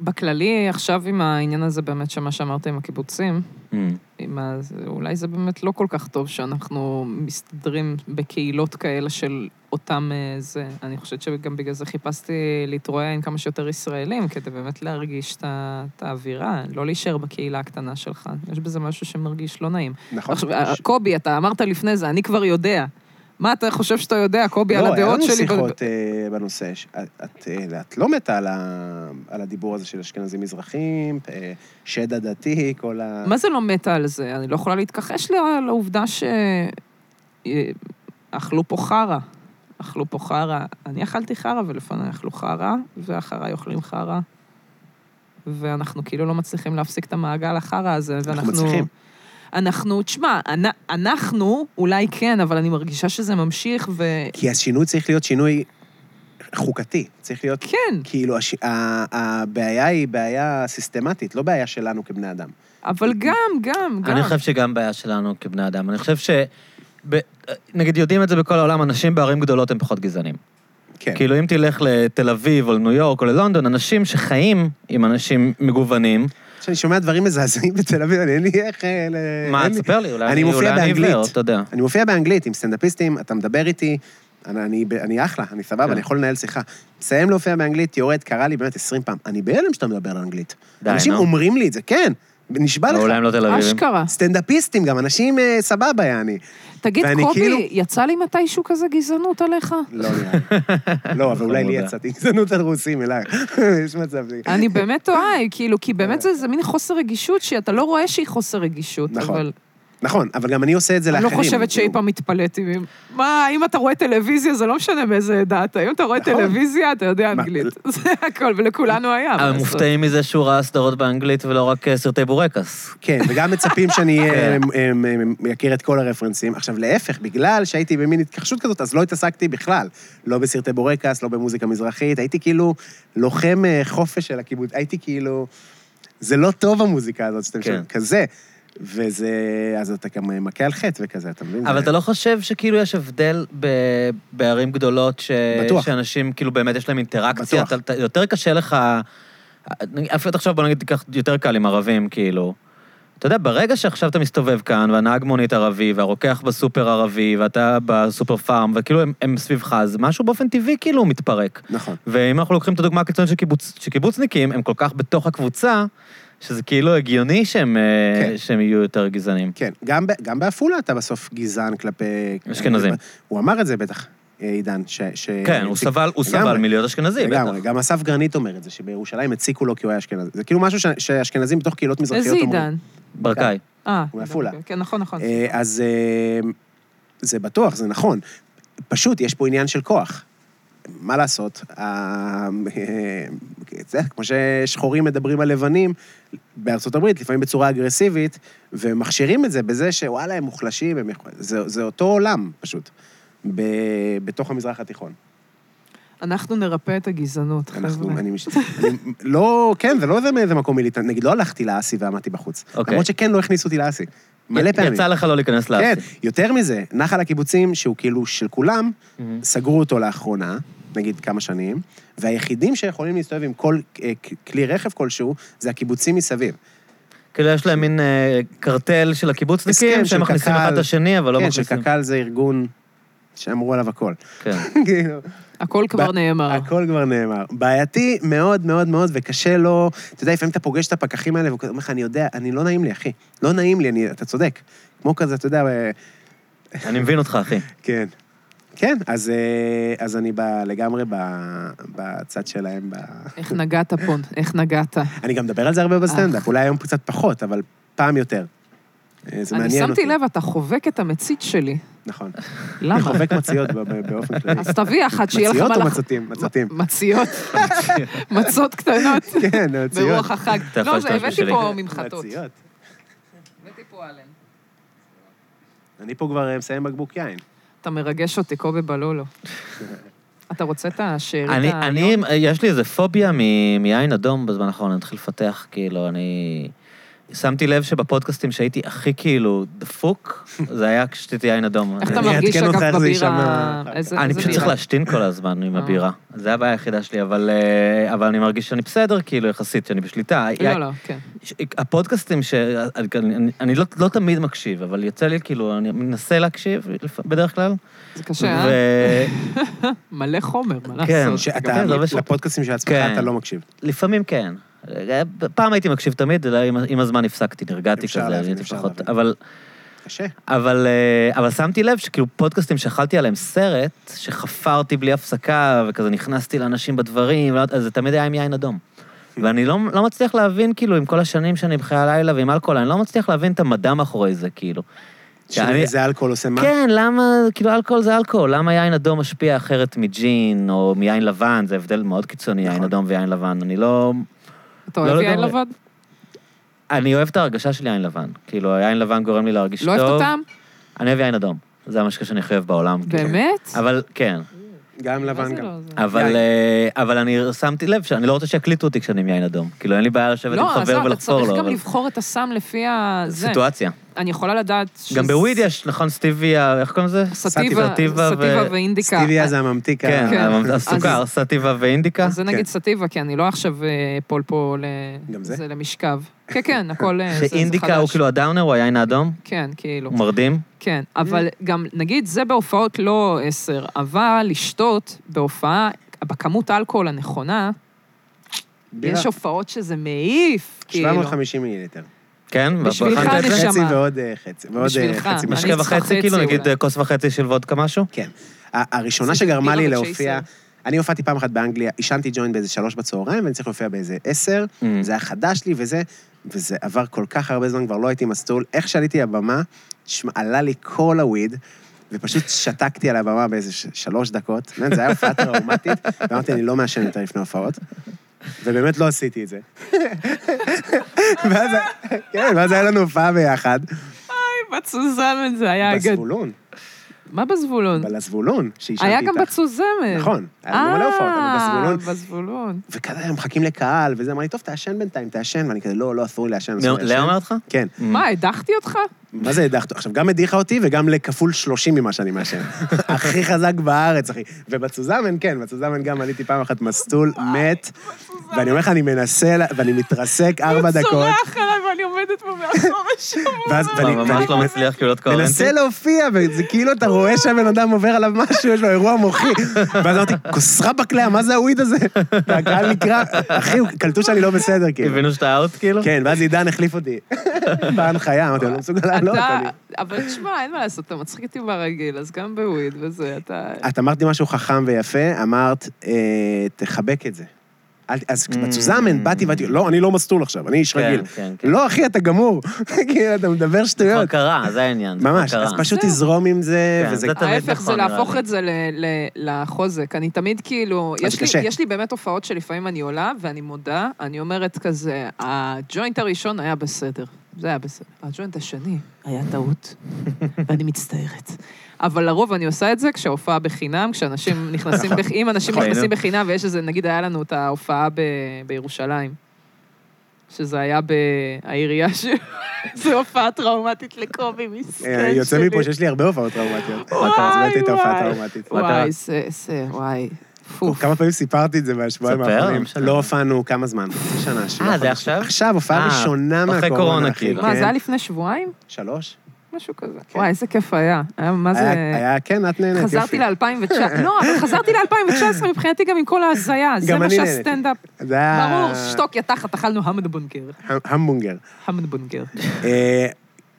Speaker 3: בכללי, עכשיו עם העניין הזה באמת, שמה שאמרת עם הקיבוצים,
Speaker 1: Mm.
Speaker 3: עם ה... זה- אולי זה באמת לא כל כך טוב שאנחנו מסתדרים בקהילות כאלה של אותם אה, זה. אני חושבת שגם בגלל זה חיפשתי להתרועע עם כמה שיותר ישראלים, כדי באמת להרגיש את ה- את האווירה, לא להישאר בקהילה הקטנה שלך. יש בזה משהו שמרגיש לא נעים.
Speaker 2: נכון.
Speaker 3: עכשיו, קובי, אתה אמרת לפני זה, אני כבר יודע. מה אתה חושב שאתה יודע, קובי, על הדעות
Speaker 2: לא,
Speaker 3: שלי?
Speaker 2: היה לנו שיחות אה, בנושא. ש- את- את, אה, את לא מתה על ה- על הדיבור הזה של אשכנזים מזרחים, אה, שד עדתי, כל ה...
Speaker 3: מה זה לא מתה על זה? אני לא יכולה להתכחש ל- לעובדה ש... אה, אכלו פה חרא. אכלו פה חרא. אני אכלתי חרא ולפניי אכלו חרא, ואחריי אוכלים חרא. ואנחנו כאילו לא מצליחים להפסיק את המעגל החרא הזה, ואנחנו...
Speaker 2: מצליחים.
Speaker 3: אנחנו, תשמע, אנ- אנחנו אולי כן, אבל אני מרגישה שזה ממשיך, וכן,
Speaker 2: כי השינוי צריך להיות שינוי חוקתי. צריך להיות...
Speaker 3: כן,
Speaker 2: כאילו, הש... ה... הבעיה היא בעיה סיסטמטית, לא בעיה שלנו כבני אדם.
Speaker 3: אבל גם, גם, גם.
Speaker 1: אני חושב שגם בעיה שלנו כבני אדם. אני חושב ש... ב... נגיד, יודעים את זה בכל העולם, אנשים בערים גדולות הם פחות גזענים.
Speaker 2: כן.
Speaker 1: כאילו, אם תלך לתל אביב או לניו יורק או ללונדון, אנשים שחיים עם אנשים מגוונים,
Speaker 2: כשאני שומע דברים מזעזעים בתל אביב, אני אין לי איך... אה, ל-
Speaker 1: מה,
Speaker 2: אין לי-
Speaker 1: תספר לי, אולי
Speaker 2: אני
Speaker 1: אני
Speaker 2: מופיע
Speaker 1: אולי אני
Speaker 2: באנגלית.
Speaker 1: עיוור, אתה יודע.
Speaker 2: אני מופיע באנגלית עם סטנדאפיסטים, אתה מדבר איתי, אני, אני, ב- אני אחלה, אני סבבה,
Speaker 1: כן.
Speaker 2: אני יכול לנהל שיחה. מסיים להופיע באנגלית, יורד, קרא לי באמת 20 פעם. אני בהלם שאתה מדבר על אנגלית.
Speaker 1: די,
Speaker 2: אנשים
Speaker 1: נו.
Speaker 2: אומרים לי את זה, כן, נשבע לך.
Speaker 1: אולי הם לא תל אביבים.
Speaker 3: אשכרה.
Speaker 2: סטנדאפיסטים גם, אנשים אה, סבבה, יעני.
Speaker 3: תגיד,
Speaker 2: ואני
Speaker 3: קובי,
Speaker 2: כאילו-
Speaker 3: יצא לי מתישהו כזה גזענות עליך?
Speaker 2: לא נראה לי. לא, אבל אולי לי
Speaker 1: חמודה.
Speaker 2: יצאתי גזענות על רוסים, אליי. יש מצב. ש-
Speaker 3: אני באמת טועה, כאילו, כי באמת זה איזה מין חוסר רגישות, שאתה לא רואה שהיא חוסר רגישות.
Speaker 2: נכון,
Speaker 3: אבל
Speaker 2: נכון, אבל גם אני עושה את זה
Speaker 3: אני
Speaker 2: לאחרים.
Speaker 3: לא חושבת שאי
Speaker 2: כאילו.
Speaker 3: פעם התפלאתי. מ- מה, אם אתה רואה טלוויזיה, זה לא משנה מאיזה עדה אתה. אם אתה רואה
Speaker 2: נכון.
Speaker 3: טלוויזיה, אתה יודע
Speaker 2: מה-
Speaker 3: אנגלית. זה הכל, ולכולנו היה. מה
Speaker 1: אבל
Speaker 3: לעשות.
Speaker 1: מופתעים מזה שהוא ראה סדרות באנגלית ולא רק אה, סרטי בורקס.
Speaker 2: כן, וגם מצפים שאני אה,
Speaker 1: כן.
Speaker 2: אה, אה, אכיר את כל הרפרנסים. עכשיו, להפך, בגלל שהייתי במין התכחשות כזאת, אז לא התעסקתי בכלל. לא בסרטי בורקס, לא במוזיקה מזרחית, הייתי כאילו לוחם אה, חופש של הקיבוץ, הייתי כאילו... זה לא טוב המוזיקה הזאת שאתם
Speaker 1: כן.
Speaker 2: שומעים, כזה. וזה... אז אתה גם אה, מכה על חטא וכזה, אתה מבין?
Speaker 1: אבל
Speaker 2: זה-
Speaker 1: אתה לא חושב שכאילו יש הבדל ב... בערים גדולות, ש...
Speaker 2: בטוח.
Speaker 1: שאנשים כאילו באמת יש להם אינטראקציה?
Speaker 2: בטוח.
Speaker 1: אתה... אתה... יותר קשה לך... אפילו עכשיו בוא נגיד תיקח יותר קל עם ערבים, כאילו. אתה יודע, ברגע שעכשיו אתה מסתובב כאן, והנהג מונית ערבי, והרוקח בסופר ערבי, ואתה בסופר פארם, וכאילו הם, הם סביבך, אז משהו באופן טבעי כאילו מתפרק.
Speaker 2: נכון.
Speaker 1: ואם אנחנו לוקחים את הדוגמה הקיצונית של, קיבוצ... של קיבוצניקים, הם כל כך בתוך הקבוצה, שזה כאילו הגיוני שהם, אה,
Speaker 2: כן.
Speaker 1: שהם יהיו יותר גזענים.
Speaker 2: כן, גם, ב- גם בעפולה אתה בסוף גזען כלפי...
Speaker 1: אשכנזים.
Speaker 2: הוא אמר את זה בטח, אה, עידן, ש... ש...
Speaker 1: כן, הוא סבל, הוא סבל
Speaker 2: לגמרי.
Speaker 1: מלהיות אשכנזי, בטח.
Speaker 2: לגמרי, גם אסף גרנית אומר את זה, שבירושלים הציקו לו כי הוא היה אשכנזי. זה כאילו משהו ש- שאשכנזים בתוך קהילות מזרחיות
Speaker 3: איזה
Speaker 2: אומרים.
Speaker 3: עידן?
Speaker 1: ברקאי.
Speaker 3: אה,
Speaker 2: הוא מעפולה.
Speaker 3: כן, נכון, נכון.
Speaker 2: אה, אז אה, זה בטוח, זה נכון. פשוט, יש פה עניין של כוח. מה לעשות? ה- זה, כמו ששחורים מדברים על לבנים, בארצות הברית, לפעמים בצורה אגרסיבית, ומכשירים את זה בזה שוואלה, הם מוחלשים, הם יכול... זה, זה אותו עולם, פשוט, ב... בתוך המזרח התיכון.
Speaker 3: אנחנו נרפא את הגזענות,
Speaker 2: אנחנו,
Speaker 3: חבר'ה.
Speaker 2: אני מש... אני לא, כן, זה לא איזה מאיזה מקום מיליטנט. נגיד, לא הלכתי לאסי ועמדתי בחוץ.
Speaker 1: אוקיי.
Speaker 2: למרות שכן, לא הכניסו אותי לאסי. מלא פעמים.
Speaker 1: יצא לך לא להיכנס
Speaker 2: כן,
Speaker 1: לאסי.
Speaker 2: יותר מזה, נחל הקיבוצים, שהוא כאילו של כולם,
Speaker 1: מהמם.
Speaker 2: סגרו אותו לאחרונה, נגיד כמה שנים, והיחידים שיכולים להסתובב עם כל אה, כ- כלי רכב כלשהו, זה הקיבוצים מסביב.
Speaker 1: כאילו יש להם מין אה, קרטל של
Speaker 2: הסכם
Speaker 1: הקיבוצניקים,
Speaker 2: של
Speaker 1: שהם מכניסים
Speaker 2: קק"ל.
Speaker 1: אחד את השני, אבל לא
Speaker 2: כן,
Speaker 1: מכניסים.
Speaker 2: שקק"ל זה ארגון שאמרו עליו הכל.
Speaker 1: כן.
Speaker 2: כאילו,
Speaker 3: הכל כבר
Speaker 2: ב-
Speaker 3: נאמר.
Speaker 2: הכל כבר נאמר. בעייתי מאוד מאוד מאוד, וקשה לו... אתה יודע, לפעמים אתה פוגש את הפקחים האלה, והוא אומר לך, אני יודע, אני לא נעים לי, אחי. לא נעים לי, אני, אתה צודק. כמו כזה, אתה יודע, אה,
Speaker 1: אני מבין אותך, אחי.
Speaker 2: כן. כן, אז, אה, אז אני ב, לגמרי ב, בצד שלהם. ב...
Speaker 3: איך נגעת פה, איך נגעת.
Speaker 2: אני גם מדבר על זה הרבה בסטנדאפ, אולי היום קצת פחות, אבל פעם יותר. אה, זה
Speaker 3: אני
Speaker 2: מעניין אותי.
Speaker 3: שמתי לב, אתה חובק את המצית שלי.
Speaker 2: נכון. אני
Speaker 3: למה?
Speaker 2: חובק מציות ב- ב- באופן כללי.
Speaker 3: אז תביא אחת שיהיה לך...
Speaker 2: מציות
Speaker 3: מה
Speaker 2: או
Speaker 3: לח-
Speaker 2: מצתים? מצתים.
Speaker 3: מציות. מצות קטנות.
Speaker 2: כן, מציות.
Speaker 3: ברוח החג.
Speaker 1: אתה יכול
Speaker 3: לא, זה-
Speaker 1: להשתמש
Speaker 3: הבאתי
Speaker 1: בשלי.
Speaker 3: פה ממחטות.
Speaker 2: מציות.
Speaker 3: הבאתי פה אלן.
Speaker 2: אני פה כבר אה, מסיים בקבוק יין.
Speaker 3: אתה מרגש אותי, קובי בלולו. אתה רוצה את השארית
Speaker 1: אני,
Speaker 3: ה-
Speaker 1: אני, יש לי איזה פוביה מ- מיין אדום בזמן האחרון, אני מתחיל לפתח, כאילו, אני... שמתי לב שבפודקאסטים שהייתי הכי כאילו דפוק, זה היה כששתיתי יין אדום.
Speaker 3: איך
Speaker 1: אני-
Speaker 3: אתה
Speaker 2: אני
Speaker 3: מרגיש,
Speaker 2: אעדכן אותך
Speaker 3: אגב,
Speaker 2: איך זה
Speaker 3: בבירה?
Speaker 2: יישמע.
Speaker 3: איזה-
Speaker 1: אני
Speaker 3: איזה
Speaker 1: פשוט צריך
Speaker 3: בירה?
Speaker 1: להשתין כל הזמן עם
Speaker 3: אה.
Speaker 1: הבירה. זו הבעיה היחידה שלי, אבל אה, אבל אני מרגיש שאני בסדר, כאילו, יחסית, שאני בשליטה.
Speaker 3: לא, לא, כן.
Speaker 1: ש- הפודקאסטים ש... אני- אני- אני לא- לא תמיד מקשיב, אבל יוצא לי, כאילו, אני מנסה להקשיב לפ- בדרך כלל.
Speaker 3: זה קשה,
Speaker 1: ו...
Speaker 3: אה? מלא חומר, מה
Speaker 1: כן.
Speaker 3: לעשות?
Speaker 2: שאתה,
Speaker 1: כן, זה הרבה שעות.
Speaker 2: לפודקאסטים של עצמך
Speaker 1: כן.
Speaker 2: אתה לא מקשיב.
Speaker 1: לפעמים כן. פעם הייתי מקשיב תמיד, אלא עם- עם הזמן הפסקתי, נרגעתי
Speaker 2: אפשר
Speaker 1: כזה,
Speaker 2: להבין,
Speaker 1: הייתי
Speaker 2: אפשר
Speaker 1: פחות...
Speaker 2: להבין.
Speaker 1: אבל,
Speaker 2: קשה.
Speaker 1: אבל, אה, אבל שמתי לב שכאילו פודקאסטים שאכלתי עליהם סרט, שחפרתי בלי הפסקה, וכזה נכנסתי לאנשים בדברים, ולא- אז זה תמיד היה עם יין אדום. ואני לא, לא מצליח להבין, כאילו, עם כל השנים שאני בחיי הלילה ועם אלכוהול, אני לא מצליח להבין את המדע מאחורי זה, כאילו. אני-
Speaker 2: שאיזה אלכוהול עושה מה?
Speaker 1: כן, למה, כאילו, אלכוהול זה אלכוהול, למה יין אדום משפיע אחרת מג'ין או מיין לבן, זה הבדל מאוד קיצוני, יין
Speaker 2: נכון.
Speaker 1: אדום ויין לבן. אני לא...
Speaker 3: אתה
Speaker 1: לא
Speaker 3: אוהב יין
Speaker 1: לגמרי.
Speaker 3: לבן?
Speaker 1: אני אוהב את ההרגשה של יין לבן. כאילו, היין לבן גורם לי להרגיש
Speaker 3: לא
Speaker 1: טוב.
Speaker 3: אוהב את הטעם? כן.
Speaker 1: אני אוהב יין אדום. זה המשקה שאני הכי אוהב בעולם. כאילו.
Speaker 3: באמת?
Speaker 1: אבל, כן.
Speaker 2: גם
Speaker 3: מה
Speaker 2: לבן
Speaker 3: זה
Speaker 2: גם.
Speaker 3: לא זה?
Speaker 1: אבל,
Speaker 2: יין.
Speaker 1: אה, אבל אני שמתי לב שאני לא רוצה שיקליטו אותי כשאני עם יין אדום. כאילו, אין לי בעיה לשבת עם
Speaker 3: לא, אז
Speaker 1: חבר
Speaker 3: לא, אתה
Speaker 1: ולחפור
Speaker 3: צריך
Speaker 1: לו.
Speaker 3: גם
Speaker 1: אבל-
Speaker 3: לבחור את הסם לפי ה... זה.
Speaker 1: סיטואציה.
Speaker 3: אני יכולה לדעת ש...
Speaker 1: גם בוויד יש, נכון, סטיביה, איך קוראים לזה?
Speaker 3: סטיבה,
Speaker 1: סטיבה ו-
Speaker 3: סטיבה ואינדיקה.
Speaker 2: סטיביה זה הממתיק. ה-
Speaker 1: כן,
Speaker 3: כן.
Speaker 1: אבל הסוכר, סטיבה ואינדיקה.
Speaker 3: אז זה
Speaker 2: כן.
Speaker 3: נגיד סטיבה, כי אני לא עכשיו אה, אפול פה ל...
Speaker 2: גם זה?
Speaker 3: זה למשכב. כן, כן, הכל... אה, זה- זה
Speaker 1: שאינדיקה
Speaker 3: חדש.
Speaker 1: הוא כאילו הדאונר, הוא היין האדום,
Speaker 3: כן, כאילו.
Speaker 1: הוא מרדים.
Speaker 3: כן, אבל גם, נגיד, זה בהופעות לא עשר, אבל לשתות בהופעה, בכמות האלכוהול הנכונה,
Speaker 2: בירה.
Speaker 3: יש הופעות שזה מעיף, כאילו.
Speaker 2: 750 מיליליטר.
Speaker 1: כן?
Speaker 3: בשבילך
Speaker 1: בחנת את זה?
Speaker 3: נשמה.
Speaker 2: חצי ועוד אה, חצי. ועוד אה,
Speaker 3: בשבילך.
Speaker 2: חצי
Speaker 3: אני
Speaker 2: משקה.
Speaker 1: משקה
Speaker 3: אצטרך
Speaker 1: וחצי, כאילו,
Speaker 3: חצי
Speaker 1: נגיד
Speaker 3: אולי.
Speaker 1: אה, כוס וחצי של וודקה משהו?
Speaker 2: כן. ה- הראשונה
Speaker 3: עשיתי
Speaker 2: שגרמה לי
Speaker 3: בירה
Speaker 2: להופיע,
Speaker 3: בצ'ייסר.
Speaker 2: אני הופעתי פעם אחת באנגליה, עישנתי ג'וינט באיזה שלוש בצהריים, ואני צריך להופיע באיזה עשר,
Speaker 1: Mm.
Speaker 2: זה היה חדש לי וזה, וזה עבר כל כך הרבה זמן, כבר לא הייתי מסטול. איך שעליתי לבמה, תשמע, עלה לי כל הוויד, ופשוט שתקתי על הבמה באיזה ש- שלוש דקות, באמת, זה היה הופעה טראומטית, ואמרתי, אני לא מעשן יותר לפני הופעות. ובאמת לא עשיתי את זה. ואז, כן, ואז היה לנו הופעה ביחד,
Speaker 3: בצוזמן זה היה אגד.
Speaker 2: בזבולון,
Speaker 3: מה בזבולון?
Speaker 2: בזבולון, שעישנתי
Speaker 3: היה
Speaker 2: איתך.
Speaker 3: גם בצוזמן.
Speaker 2: נכון, היה לנו מלא הופעות, אבל בזבולון,
Speaker 3: אה, בזבולון.
Speaker 2: וכזה הם מחכים לקהל, וזה, אמר לי, טוב, תעשן בינתיים, תעשן, ואני כזה, לא, לא, אסור לי לעשן, אסור לי לעשן.
Speaker 1: לאה אומרת לך?
Speaker 2: כן.
Speaker 3: מה, הדחתי אותך?
Speaker 2: מה זה הדחת? עכשיו, גם הדיחה אותי וגם לכפול 30 ממה שאני מעשן. הכי חזק בארץ, אחי. ובצוזמן, כן, בצוזמן גם עליתי פעם אחת מסטול, מת, ואני אומר לך, אני מנסה, לה- ואני מתרסק ארבע
Speaker 3: הוא
Speaker 2: דקות,
Speaker 3: צורח עליי ואני עומדת פה מאחורי שמור.
Speaker 2: ואז
Speaker 1: מה,
Speaker 2: ואני-
Speaker 1: ממש
Speaker 2: ואני-
Speaker 1: לא מצליח כאילו להיות קוהרנטי?
Speaker 2: מנסה להופיע, וזה כאילו אתה רואה שהבן אדם עובר עליו משהו, יש לו אירוע מוחי. ואז אמרתי, כוס רבאק לאה, מה זה הוויד הזה? והקהל נקרא, אחי, קלטו שאני לא בסדר, כאילו.
Speaker 1: הבינו שאתה אאוט כאילו?
Speaker 2: כן, ואז עידן החליף אותי. בהנחיה, אמרתי, אני לא מסוגל לעלות. אני-
Speaker 3: אתה, אבל תשמע, אין מה לעשות, אתה מצחיק אותי ברגיל, אז גם בוויד וזה, אתה...
Speaker 2: את אמרת לי משהו חכם ויפה, אמרת, אה, תחבק את זה. אל- אז בצוזמן באתי ואמרתי, לא, אני לא מסטול עכשיו, אני איש
Speaker 1: Mm. כן,
Speaker 2: רגיל.
Speaker 1: כן, כן.
Speaker 2: לא, אחי, אתה גמור. כאילו, אתה מדבר
Speaker 1: כבר
Speaker 2: שטויות.
Speaker 1: קרה, זה העניין. זה כבר
Speaker 2: ממש,
Speaker 1: קרה.
Speaker 2: אז פשוט
Speaker 3: זהו.
Speaker 2: תזרום עם זה,
Speaker 1: כן,
Speaker 2: וזה...
Speaker 1: זה תמיד
Speaker 3: ההפך
Speaker 1: נכון,
Speaker 3: זה
Speaker 1: נראה
Speaker 3: להפוך
Speaker 1: לי.
Speaker 3: את זה ל- ל- לחוזק. אני תמיד כאילו,
Speaker 2: אז
Speaker 3: יש
Speaker 2: זה
Speaker 3: לי,
Speaker 2: קשה.
Speaker 3: יש לי באמת הופעות שלפעמים אני עולה, ואני מודה, אני אומרת כזה, הג'וינט הראשון היה בסדר. זה היה בסדר. הג'וינט השני היה טעות, ואני מצטערת. אבל לרוב אני עושה את זה כשההופעה בחינם, כשאנשים נכנסים, בח- אם אנשים
Speaker 1: נכון.
Speaker 3: נכנסים בחינם, ויש איזה, נגיד, היה לנו את ההופעה ב- בירושלים, שזה היה בעירייה ש... זו הופעה טראומטית לקובי, מסכן כן, שלי.
Speaker 2: אה, יוצא מפה שיש לי הרבה הופעות טראומטיות.
Speaker 3: וואי,
Speaker 2: אתה הזמנת את ההופעה
Speaker 3: וואי.
Speaker 2: הטראומטית.
Speaker 1: מה קרה?
Speaker 3: וואי, זה, זה, וואי. פוף.
Speaker 2: כמה פעמים סיפרתי את זה בשבועיים
Speaker 1: ספר,
Speaker 2: האחרונים.
Speaker 1: לא משנה.
Speaker 2: לא הופענו כמה זמן? חצי שנה, שבעה
Speaker 1: זה
Speaker 2: חודשים.
Speaker 1: עכשיו?
Speaker 2: עכשיו,
Speaker 1: אה,
Speaker 2: הופעה ראשונה
Speaker 1: אחרי
Speaker 2: מהקורונה,
Speaker 1: קורונה,
Speaker 2: אחי,
Speaker 1: כאילו.
Speaker 3: מה,
Speaker 2: כן.
Speaker 3: זה היה לפני שבועיים?
Speaker 2: שלוש?
Speaker 3: משהו כזה.
Speaker 2: כן.
Speaker 3: וואי, איזה כיף היה. היה, מה זה...
Speaker 2: היה, היה- כן, את נהנית,
Speaker 3: חזרתי
Speaker 2: יופי.
Speaker 3: ל-2019, לא, אבל חזרתי ל-2019 מבחינתי גם עם כל ההזיה, זה
Speaker 2: גם
Speaker 3: מה
Speaker 2: אני נהניתי. אה.
Speaker 3: שהסטנדאפ.
Speaker 2: זה היה...
Speaker 3: ברור, שתוק, יא תחת, אכלנו המד בונגר.
Speaker 2: המ- המבונגר.
Speaker 3: המד בונגר.
Speaker 2: אה,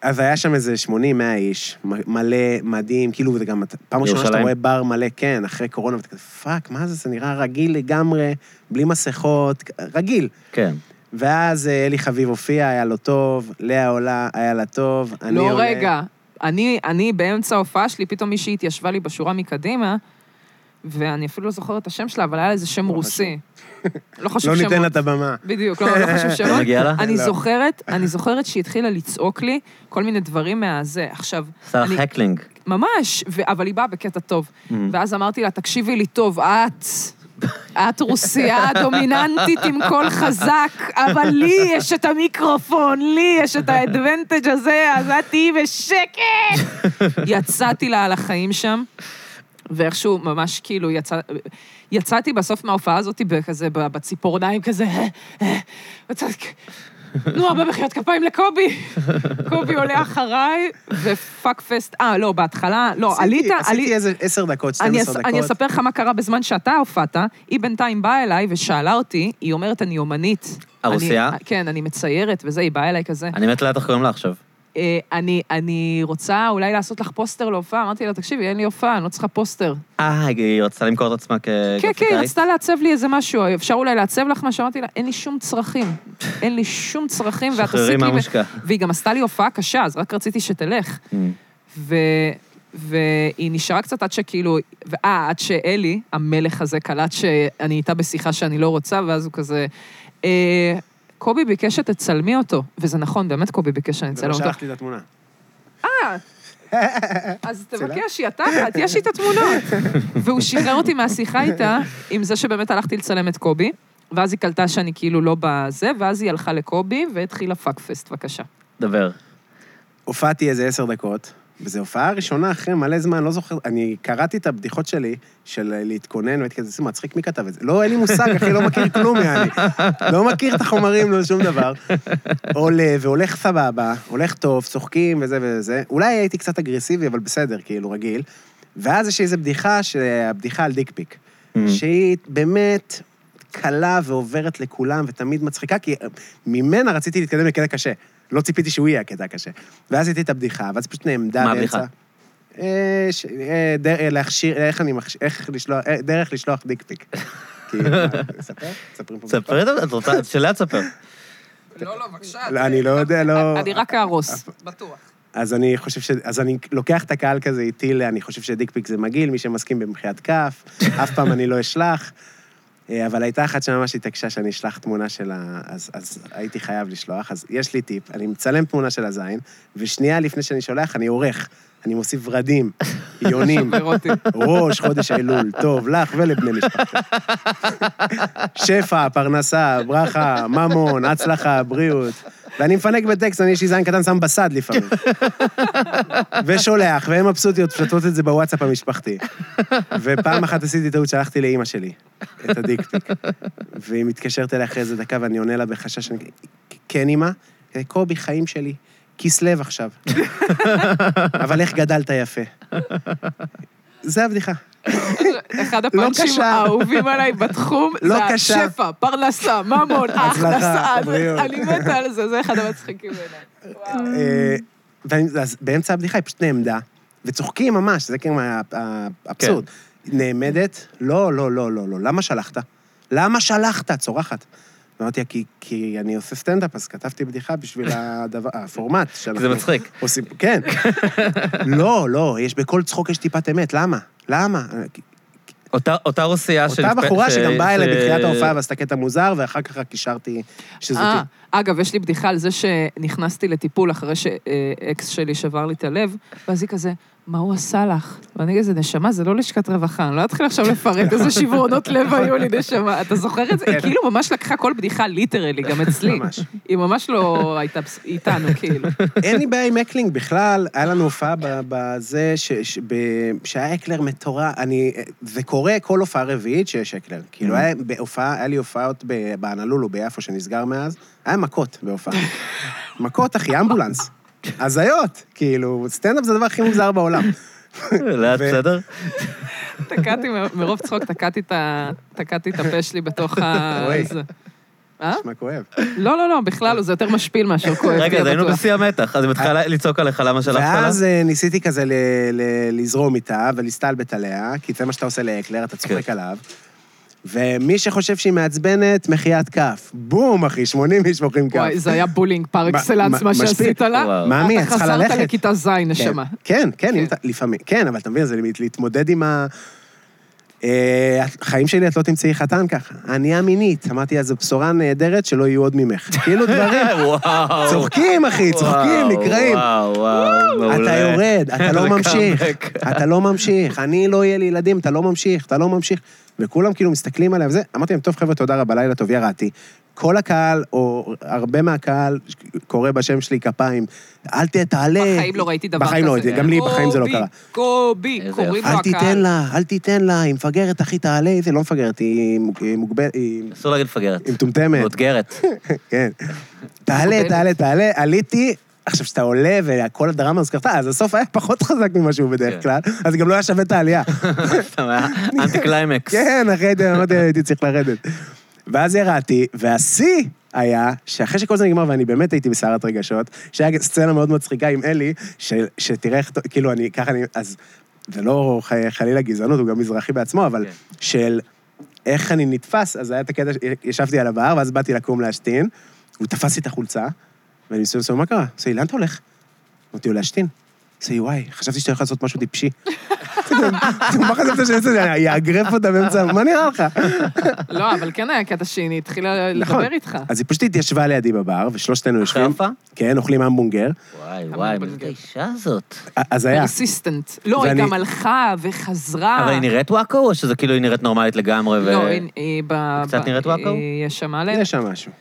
Speaker 2: אז היה שם איזה 80-100 איש, מ- מלא, מדהים, כאילו, זה גם, פעם ראשונה שאתה
Speaker 1: בירושלים?
Speaker 2: רואה בר מלא, כן, אחרי קורונה, ואתה כזה, פאק, מה זה, זה נראה רגיל לגמרי, בלי מסכות, רגיל.
Speaker 1: כן.
Speaker 2: ואז אה, אלי חביב הופיע, היה לו טוב, לאה עולה, היה לה טוב, אני
Speaker 3: לא,
Speaker 2: עולה.
Speaker 3: רגע. אני, אני באמצע ההופעה שלי, פתאום מישהי התיישבה לי בשורה מקדימה, ואני אפילו לא זוכרת את השם שלה, אבל היה לה איזה שם
Speaker 2: לא
Speaker 3: רוסי. לא חשוב
Speaker 2: לא
Speaker 3: שמות.
Speaker 2: ניתן לה את הבמה.
Speaker 3: בדיוק, לא, לא חשוב שמות.
Speaker 1: מגיע לה?
Speaker 3: אני
Speaker 2: לא.
Speaker 3: זוכרת, אני זוכרת שהיא התחילה לצעוק לי כל מיני דברים מהזה. עכשיו,
Speaker 1: שר
Speaker 3: אני-
Speaker 1: הקלינג.
Speaker 3: ממש, ו- אבל היא באה בקטע טוב.
Speaker 2: Mm.
Speaker 3: ואז אמרתי לה, תקשיבי לי טוב, את... את רוסייה דומיננטית עם קול חזק, אבל לי יש את המיקרופון, לי יש את האדוונטג' הזה, אז את תהיי בשקט! יצאתי לה על החיים שם, ואיכשהו ממש כאילו יצא... יצאתי בסוף מההופעה הזאת בכזה, ב- בציפורניים כזה, "אה, נו, הרבה מחיאות כפיים לקובי. קובי עולה אחריי, ופאק פסט, אה, לא, בהתחלה, לא,
Speaker 2: עשיתי-
Speaker 3: עלית, עלית...
Speaker 2: עשיתי איזה עשר דקות,
Speaker 3: אני
Speaker 2: 12
Speaker 3: אס-
Speaker 2: דקות.
Speaker 3: אני אספר לך מה קרה בזמן שאתה הופעת. היא בינתיים באה אליי ושאלה אותי, היא אומרת, אני אומנית.
Speaker 1: הרוסיה?
Speaker 3: אני- כן, אני מציירת וזה, היא באה אליי כזה.
Speaker 1: אני מת לדעת איך קוראים לה עכשיו.
Speaker 3: "אה, אני- אני רוצה אולי לעשות לך פוסטר להופעה. אמרתי לה, תקשיבי, אין לי הופעה, אני לא צריכה פוסטר.
Speaker 1: אה, היא רצתה למכור את עצמה
Speaker 3: כן, כן, היא
Speaker 1: כגרפיקאית?
Speaker 3: רצתה לעצב לי איזה משהו, אפשר אולי לעצב לך משהו? אמרתי לה, אין לי שום צרכים. אין לי שום צרכים, ואת
Speaker 1: שחררי
Speaker 3: עשית לי...
Speaker 1: מהמשקע.
Speaker 3: והיא גם עשתה לי הופעה קשה, אז רק רציתי שתלך.
Speaker 1: Mm.
Speaker 3: ו... והיא נשארה קצת עד שכאילו, אה, עד שאלי, המלך הזה, קלט שאני איתה בשיחה שאני לא רוצה, ואז הוא כזה, אה, קובי ביקש שתצלמי אותו. וזה נכון, באמת קובי ביקש שאני אצלם
Speaker 2: ולא
Speaker 3: אותו.
Speaker 2: שלחת לי את התמונה.
Speaker 3: אז תבקש, היא התחת, יש לי את התמונות. והוא שחרר אותי מהשיחה איתה, עם זה שבאמת הלכתי לצלם את קובי, ואז היא קלטה שאני כאילו לא בזה, ואז היא הלכה לקובי והתחילה פאקפסט, בבקשה.
Speaker 1: דבר.
Speaker 2: הופעתי איזה עשר דקות, וזו הופעה ראשונה אחרי מלא זמן, לא זוכר, אני קראתי את הבדיחות שלי, של להתכונן, והייתי כזה, זה מצחיק, מי כתב את זה? לא, אין לי מושג, אחי, לא מכיר כלום, יעני. לא מכיר את החומרים, לא שום דבר. עולה, והולך סבבה, הולך טוב, צוחקים וזה וזה. אולי הייתי קצת אגרסיבי, אבל בסדר, כאילו, רגיל. ואז יש איזו בדיחה, הבדיחה על דיקפיק,
Speaker 1: Mm.
Speaker 2: שהיא באמת קלה ועוברת לכולם ותמיד מצחיקה, כי אה, ממנה רציתי להתקדם לקטע קשה. לא ציפיתי שהוא יהיה הקטע הקשה. ואז הייתי את הבדיחה, ואז פשוט נעמדה
Speaker 1: מה
Speaker 2: באמצע.
Speaker 1: הבדיחה?
Speaker 2: אה, ש- אה, דר- אה, להכשיר, איך אני מכשיר, איך לשלוח, אה, דרך לשלוח דיקפיק. כי... אה, ספר? ספרים פה
Speaker 1: תספרי את זה, את רוצה, שלה תספר.
Speaker 3: לא, לא, בבקשה.
Speaker 2: לא, אני לא יודע, לא...
Speaker 3: אני רק אהרוס, בטוח.
Speaker 2: אז אני חושב ש... אז אני לוקח את הקהל כזה איתי, ל- אני חושב שדיקפיק זה מגעיל, מי שמסכים במחיית כף, אף פעם אני לא אשלח. אה, אבל הייתה אחת שממש התעקשה שאני אשלח תמונה שלה, אז, אז הייתי חייב לשלוח. אז יש לי טיפ, אני מצלם תמונה של הזין, ושנייה לפני שאני שולח, אני עורך. אני מוסיף ורדים, יונים,
Speaker 3: פירוטי.
Speaker 2: ראש, חודש אלול, טוב לך ולבני משפחתך. שפע, פרנסה, ברכה, ממון, הצלחה, בריאות. ואני מפנק בטקסט, אני יש לי זין קטן, שם בסד לפעמים. ושולח, והן מבסוטיות, משתפות את זה בוואטסאפ המשפחתי. ופעם אחת עשיתי טעות, שלחתי לאימא שלי את הדיקפיק. והיא מתקשרת אליי אחרי איזה דקה, ואני עונה לה בחשש, אני... כן, אימא? קובי, חיים שלי, כיס לב עכשיו. אבל איך גדלת יפה. זה הבדיחה.
Speaker 3: אחד הפאנצ'ים
Speaker 2: לא קשה.
Speaker 3: האהובים עליי בתחום,
Speaker 2: לא
Speaker 3: זה
Speaker 2: קשה.
Speaker 3: השפע, פרנסה, ממון, הכנסה.
Speaker 2: בריאות.
Speaker 3: אני מתה על זה, זה אחד המצחיקים בעיניי. וואו.
Speaker 2: אה, ואני- אז באמצע הבדיחה היא פשוט נעמדה, וצוחקים ממש, זה כאילו ה- ה- האבסורד.
Speaker 1: כן.
Speaker 2: נעמדת, לא, לא, לא, לא, לא, למה שלחת? למה שלחת? צורחת. אמרתי, "כי- כי אני עושה סטנדאפ, אז כתבתי בדיחה בשביל הדבר- הפורמט
Speaker 1: כי
Speaker 2: שלנו.
Speaker 1: זה מצחיק.
Speaker 2: עושים, כן. לא, לא, יש בכל צחוק יש טיפת אמת, למה? למה?
Speaker 1: אותה אותה רוסייה
Speaker 2: אותה
Speaker 1: שנצפה-
Speaker 2: בחורה
Speaker 1: אה, ש-
Speaker 2: שגם באה
Speaker 1: ש-
Speaker 2: אליי בתחילת ההופעה ועשתה קטע מוזר, ואחר כך רק קישרתי שזאת
Speaker 3: אה,
Speaker 2: היא.
Speaker 3: אגב, יש לי בדיחה על זה שנכנסתי לטיפול אחרי שאקס שלי שבר לי את הלב, ואז היא כזה, מה הוא עשה לך? ואני כזה, נשמה, זה לא לשכת רווחה, אני לא אתחיל עכשיו לפרט איזה שברונות לב היו לי, נשמה. אתה זוכר את זה? היא כאילו ממש לקחה כל בדיחה ליטרלי, גם אצלי.
Speaker 2: כן. ממש.
Speaker 3: היא ממש לא הייתה בס- איתנו, כאילו.
Speaker 2: אין לי בעיה עם אקלינג בכלל, היה לנו הופעה ב- בזה ש- ש- ב- שהיה אקלר מטורף, אני, זה קורה כל הופעה רביעית שיש אקלר. כאילו, היה בהופעה, היה לי הופעות ב- בהנלולו ביפו שנסגר מאז, היה מכות בהופעה. מכות, אחי, אמבולנס. הזיות, כאילו, סטנדאפ זה הדבר הכי מוזר בעולם.
Speaker 1: לא, את
Speaker 2: ו-
Speaker 1: בסדר?
Speaker 3: תקעתי, מ- מרוב צחוק, תקעתי את ה- תקעתי את הפה שלי בתוך ה...
Speaker 2: אוי.
Speaker 3: זה. אה?
Speaker 2: נשמע כואב.
Speaker 3: לא, לא, לא, בכלל לא, זה יותר משפיל מאשר כואב.
Speaker 1: רגע,
Speaker 3: תהיה
Speaker 1: אז היינו
Speaker 3: בטוח.
Speaker 1: בשיא המתח, אז היא מתחילה לצעוק עליך למה שלחת לה?
Speaker 2: אה. ואז אה, ניסיתי כזה ל- ל- לזרום איתה ולהסתלבט עליה, כי זה מה שאתה עושה לאקלר, אתה צוחק
Speaker 1: כן.
Speaker 2: עליו. ומי שחושב שהיא מעצבנת, מחיית כף. בום, אחי, 80 איש מוחאים כף.
Speaker 3: וואי, זה היה בולינג פר
Speaker 2: מה-
Speaker 3: אקסלנס,
Speaker 2: מה-
Speaker 3: מה שעשית
Speaker 2: משפיל.
Speaker 3: לה.
Speaker 1: וואו.
Speaker 2: מאמי, את צריכה
Speaker 3: אתה
Speaker 2: ללכת.
Speaker 3: חזרת לכיתה ז', נשמה.
Speaker 2: כן, כן,
Speaker 3: כן.
Speaker 2: אם אתה, לפעמים, כן, אבל אתה מבין, זה להת- להתמודד עם ה... אה, החיים שלי, את לא תמצאי חתן ככה. ענייה מינית. אמרתי, אז זו בשורה נהדרת שלא יהיו עוד ממך. כאילו דברים,
Speaker 1: וואו.
Speaker 2: צוחקים, אחי, צוחקים,
Speaker 1: וואו,
Speaker 2: נקרעים.
Speaker 1: וואו, וואו, מעולה.
Speaker 2: אתה יורד, אתה
Speaker 1: זה
Speaker 2: לא ממשיך,
Speaker 1: קאמבק.
Speaker 2: אתה לא ממשיך, אני לא יהיה לי ילדים, אתה לא ממשיך, אתה לא ממשיך. וכולם כאילו מסתכלים עליהם, זה, אמרתי להם, טוב חבר'ה, תודה רבה, לילה טוב, ירדתי. כל הקהל, או הרבה מהקהל, קורא בשם שלי כפיים, אל ת- תעלה.
Speaker 3: בחיים לא ראיתי דבר כזה.
Speaker 2: בחיים לא ראיתי, גם לי בחיים זה לא קרה.
Speaker 3: קובי,
Speaker 1: איזה
Speaker 3: קובי, קוראים לו
Speaker 2: אל
Speaker 3: הקהל.
Speaker 2: תיתן לה, אל תיתן לה, היא מפגרת, אחי, תעלה, היא לא מפגרת, היא מוג- היא מוגבלת, היא
Speaker 1: אסור להגיד מפגרת.
Speaker 2: היא מטומטמת.
Speaker 1: מאותגרת.
Speaker 2: כן. תעלה,
Speaker 3: מוגבלת.
Speaker 2: תעלה, תעלה, עליתי. עכשיו, כשאתה עולה וכל הדרמה הזאת קרתה, אז הסוף היה פחות חזק ממה שהוא בדרך
Speaker 1: כן.
Speaker 2: כלל, אז גם לא היה שווה את העלייה.
Speaker 1: סתם, היה אנטי קליימקס.
Speaker 2: כן, אחרי זה אמרתי, הייתי צריך לרדת. ואז ירדתי, והשיא היה, שאחרי שכל זה נגמר, ואני באמת הייתי בסערת רגשות, שהיה סצנה מאוד מצחיקה עם אלי, ש- שתראה איך, כאילו, אני, ככה אני, אז, זה לא ח- חלילה גזענות, הוא גם מזרחי בעצמו, אבל
Speaker 1: כן.
Speaker 2: של איך אני נתפס, אז היה את הקטע, ש- ישבתי על הבר, ואז באתי לקום להשתין, הוא תפס לי את החולצה, ואני מסתובב, מסתובב, מה קרה? הוא עושה לי, לאן אתה הולך? אמרתי לו, להשתין. עושה לי, וואי, חשבתי שאתה הולך לעשות משהו טיפשי. מה חשבת שאני עושה? אני אאגרף אותה באמצע, מה נראה לך?
Speaker 3: לא, אבל כן היה קטע שהיא התחילה
Speaker 2: נכון.
Speaker 3: לדבר איתך.
Speaker 2: אז היא פשוט התיישבה לידי בבר, ושלושתנו
Speaker 1: אחרי
Speaker 2: יושבים.
Speaker 1: ההופעה?
Speaker 2: כן, אוכלים המבונגר.
Speaker 1: וואי, וואי,
Speaker 3: אבל
Speaker 1: מי זאת
Speaker 3: בנגל.
Speaker 1: האישה הזאת?
Speaker 2: אז היה.
Speaker 3: פרסיסטנט. לא, היא
Speaker 2: ואני-
Speaker 3: גם הלכה וחזרה.
Speaker 1: אבל היא נראית וואקו, או שזה כאילו היא נראית נורמלית לגמרי? ו-
Speaker 3: אה. לא, היא- היא ב...
Speaker 1: קצת
Speaker 3: ב-
Speaker 1: נראית וואקו?
Speaker 3: היא ישמה עליהם.
Speaker 2: יש שם משהו.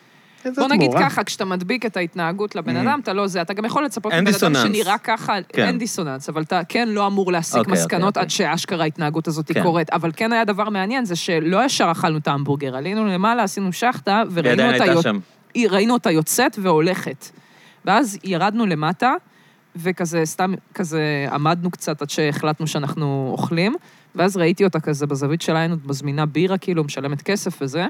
Speaker 3: בוא נגיד
Speaker 2: מורה.
Speaker 3: ככה, כשאתה מדביק את ההתנהגות לבן אדם, אתה לא זה, אתה גם יכול לצפות
Speaker 1: אין
Speaker 3: מבן אדם
Speaker 1: דיסוננס.
Speaker 3: שנראה ככה,
Speaker 1: כן.
Speaker 3: אין דיסוננס, אבל אתה כן לא אמור להסיק
Speaker 1: אוקיי,
Speaker 3: מסקנות
Speaker 1: אוקיי,
Speaker 3: עד שאשכרה ההתנהגות הזאת
Speaker 1: כן.
Speaker 3: קורית. אבל כן היה דבר מעניין, זה שלא ישר אכלנו את ההמבורגר, עלינו למעלה, עשינו שחטה,
Speaker 1: היא
Speaker 3: וראינו
Speaker 1: עדיין
Speaker 3: אותה
Speaker 1: הייתה
Speaker 3: יוצאת.
Speaker 1: שם.
Speaker 3: היא- ראינו אותה יוצאת והולכת. ואז ירדנו למטה, וכזה, סתם כזה עמדנו קצת עד שהחלטנו שאנחנו אוכלים, ואז ראיתי אותה כזה בזווית של העין, עוד מזמינה בירה, כאילו, משלמת כסף וזה.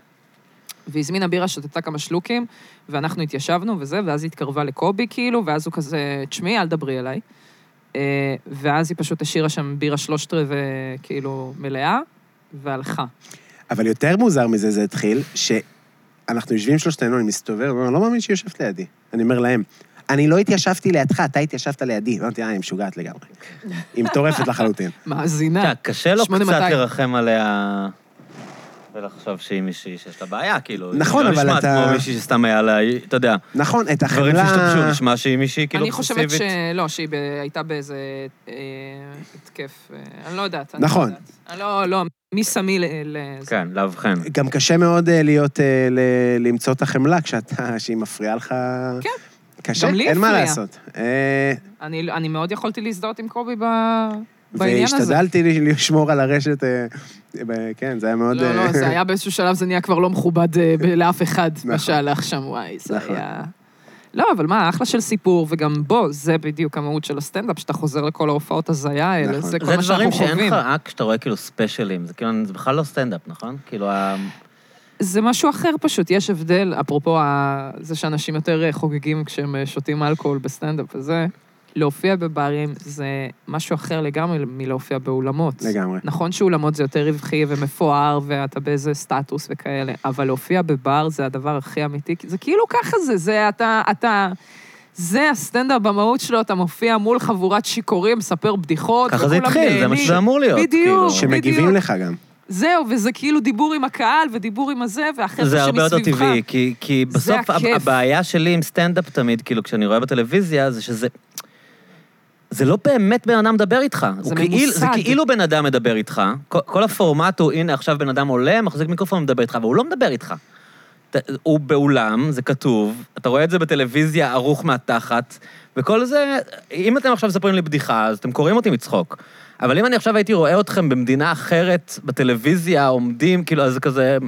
Speaker 3: והיא הזמינה בירה, שתתה כמה שלוקים, ואנחנו התיישבנו וזה, ואז היא התקרבה לקובי, כאילו, ואז הוא כזה, תשמעי, אל דברי אליי. אה, ואז היא פשוט השאירה שם בירה שלושת רבעי, כאילו, מלאה, והלכה.
Speaker 2: אבל יותר מוזר מזה זה התחיל, שאנחנו יושבים שלושתנו, אני מסתובב, ואומר, לא מאמין שיושבת לידי. אני אומר להם, אני לא התיישבתי לידך, אתה התיישבת לידי. אמרתי, אה, היא משוגעת לגמרי. היא מטורפת לחלוטין.
Speaker 3: מאזינה.
Speaker 1: תראה, קשה לו
Speaker 3: אה. שמונה
Speaker 1: קצת
Speaker 3: מאתיים.
Speaker 1: לרחם עליה ולחשוב שהיא מישהי שיש לה בעיה, כאילו. היא
Speaker 2: נכון,
Speaker 1: לא
Speaker 2: אבל
Speaker 1: נשמעת
Speaker 2: אתה-
Speaker 1: כמו מישהי שסתם היה לה, אתה יודע,
Speaker 2: נכון, את
Speaker 1: דברים
Speaker 2: החמלה...
Speaker 1: שהשתבשו, נשמע שהיא מישהי כאילו
Speaker 3: אני חושבת
Speaker 1: אובססיבית.
Speaker 3: שלא, שהיא ב- הייתה באיזה אה, התקף, אה, אני לא יודעת. אני לא
Speaker 2: נכון.
Speaker 3: יודעת. אני לא, לא, מי שמי ל... ל- זה.
Speaker 1: כן, לאבחן.
Speaker 2: גם קשה מאוד אה, להיות, אה, ל- למצוא את החמלה כשאתה, שהיא מפריעה לך.
Speaker 3: כן.
Speaker 2: קשה,
Speaker 3: גם לי
Speaker 2: אין מה
Speaker 3: הפריע.
Speaker 2: לעשות. אה,
Speaker 3: אני אני מאוד יכולתי להזדהות עם קובי ב- בעניין הזה.
Speaker 2: והשתדלתי ל- לשמור על הרשת, אה, ב- כן, זה היה מאוד...
Speaker 3: לא, לא,
Speaker 2: אה,
Speaker 3: זה היה באיזשהו שלב, זה נהיה כבר לא מכובד אה, ב- לאף אחד, מה
Speaker 2: נכון.
Speaker 3: שהלך שם, וואי, זה
Speaker 2: נכון.
Speaker 3: היה... לא, אבל מה, אחלה של סיפור, וגם בו, זה בדיוק המהות של הסטנדאפ, שאתה חוזר לכל ההופעות הזיה האלה,
Speaker 2: נכון.
Speaker 3: זה
Speaker 1: זה
Speaker 3: כל מה
Speaker 1: דברים
Speaker 3: שאנחנו
Speaker 1: שאין
Speaker 3: חווים.
Speaker 1: לך רק כשאתה רואה כאילו ספיישלים, זה כאילו, זה בכלל לא סטנדאפ, נכון? כאילו, ה-
Speaker 3: זה משהו אחר פשוט, יש הבדל, אפרופו ה- זה שאנשים יותר אה, חוגגים כשהם אה, שותים אלכוהול בסטנדאפ וזה, להופיע בברים זה משהו אחר לגמרי מלהופיע באולמות.
Speaker 2: לגמרי.
Speaker 3: נכון שאולמות זה יותר רווחי ומפואר, ואתה באיזה סטטוס וכאלה, אבל להופיע בבר זה הדבר הכי אמיתי, כי זה כאילו ככה זה, זה אתה, אתה... זה הסטנדאפ במהות שלו, אתה מופיע מול חבורת שיכורים, מספר בדיחות,
Speaker 1: ככה זה
Speaker 3: וכולם
Speaker 1: התחיל, זה מה שזה
Speaker 3: נהנים.
Speaker 1: אמור להיות.
Speaker 3: בדיוק.
Speaker 1: כאילו.
Speaker 2: שמגיבים
Speaker 3: בדיוק.
Speaker 2: לך גם.
Speaker 3: זהו, וזה כאילו דיבור עם הקהל ודיבור עם הזה, והחבר'ה
Speaker 1: זה
Speaker 3: שמסביבך.
Speaker 1: הרבה יותר טבעי, כי, כי
Speaker 3: זה
Speaker 1: בסוף
Speaker 3: הכיף.
Speaker 1: הב- הבעיה שלי עם סטנדאפ תמיד, כאילו, כשאני רואה בטלוויזיה, זה שזה... זה לא באמת בן אדם מדבר איתך.
Speaker 3: זה
Speaker 1: הוא כאילו, זה
Speaker 3: ממוסד.
Speaker 1: כאילו בן אדם מדבר איתך. כל, כל הפורמט הוא, הנה, עכשיו בן אדם עולה, מחזיק מיקרופון ומדבר איתך, אבל הוא לא מדבר איתך. ת, הוא באולם, זה כתוב, אתה רואה את זה בטלוויזיה ערוך מהתחת, וכל זה, אם אתם עכשיו מספרים לי בדיחה, אז אתם קוראים אותי מצחוק. אבל אם אני עכשיו הייתי רואה אתכם במדינה אחרת, בטלוויזיה, עומדים, כאילו, אז זה כזה...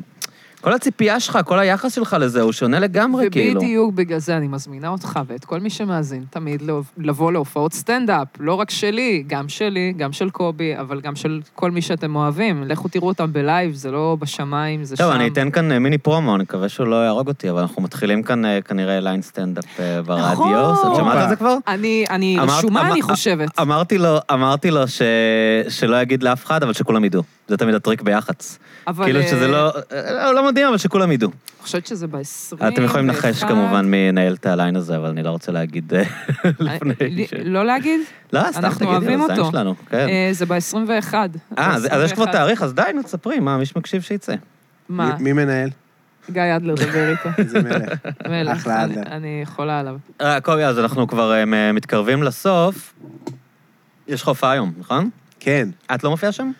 Speaker 1: כל הציפייה שלך, כל היחס שלך לזה, הוא שונה לגמרי, כאילו.
Speaker 3: ובדיוק בגלל זה אני מזמינה אותך ואת כל מי שמאזין תמיד לא- לבוא להופעות סטנדאפ, לא רק שלי, גם שלי, גם של קובי, אבל גם של כל מי שאתם אוהבים. לכו תראו אותם בלייב, זה לא בשמיים, זה שם.
Speaker 1: טוב, אני אתן כאן אה, מיני פרומו, אני מקווה שהוא לא יהרוג אותי, אבל אנחנו מתחילים כאן אה, כנראה ליין סטנדאפ אה,
Speaker 3: נכון.
Speaker 1: ברדיו. את שמעת על זה כבר?
Speaker 3: אני, אני
Speaker 1: אמרת-
Speaker 3: רשומה,
Speaker 1: אמ-
Speaker 3: אני
Speaker 1: אמ-
Speaker 3: חושבת.
Speaker 1: אמרתי לו, אמרתי לו ש... שלא יגיד לאף אחד, אבל שכולם ידעו. זה תמיד הטריק ביח"צ.
Speaker 3: אבל,
Speaker 1: כאילו שזה
Speaker 3: אה,
Speaker 1: לא... אה, הוא לא מודיע, אבל שכולם ידעו.
Speaker 3: אני חושבת שזה ב-20.
Speaker 1: אה, אתם יכולים לנחש כמובן מי ינהל את הליין הזה, אבל אני לא רוצה להגיד אה, לפני ש...
Speaker 3: לא להגיד?
Speaker 1: לא, סתם
Speaker 3: אנחנו
Speaker 1: תגידי,
Speaker 3: אוהבים
Speaker 1: זה הזין
Speaker 3: אותו.
Speaker 1: שלנו, כן.
Speaker 3: אה, זה ב-21.
Speaker 1: אה, אז אז יש כבר תאריך, אז די, נו, תספרי, מה, מי שמקשיב שיצא.
Speaker 3: מה?
Speaker 2: מי- מי מנהל?
Speaker 3: גיא אדלר, דבר איתו.
Speaker 2: איזה מלך.
Speaker 3: מלך,
Speaker 2: אחלה
Speaker 3: אני-
Speaker 2: אדלר.
Speaker 3: אני חולה עליו.
Speaker 1: אה, קובי, אז אנחנו כבר אה, מ- מתקרבים לסוף. יש לך הופעה היום, נכון?
Speaker 2: כן.
Speaker 1: את לא מופיעה שם?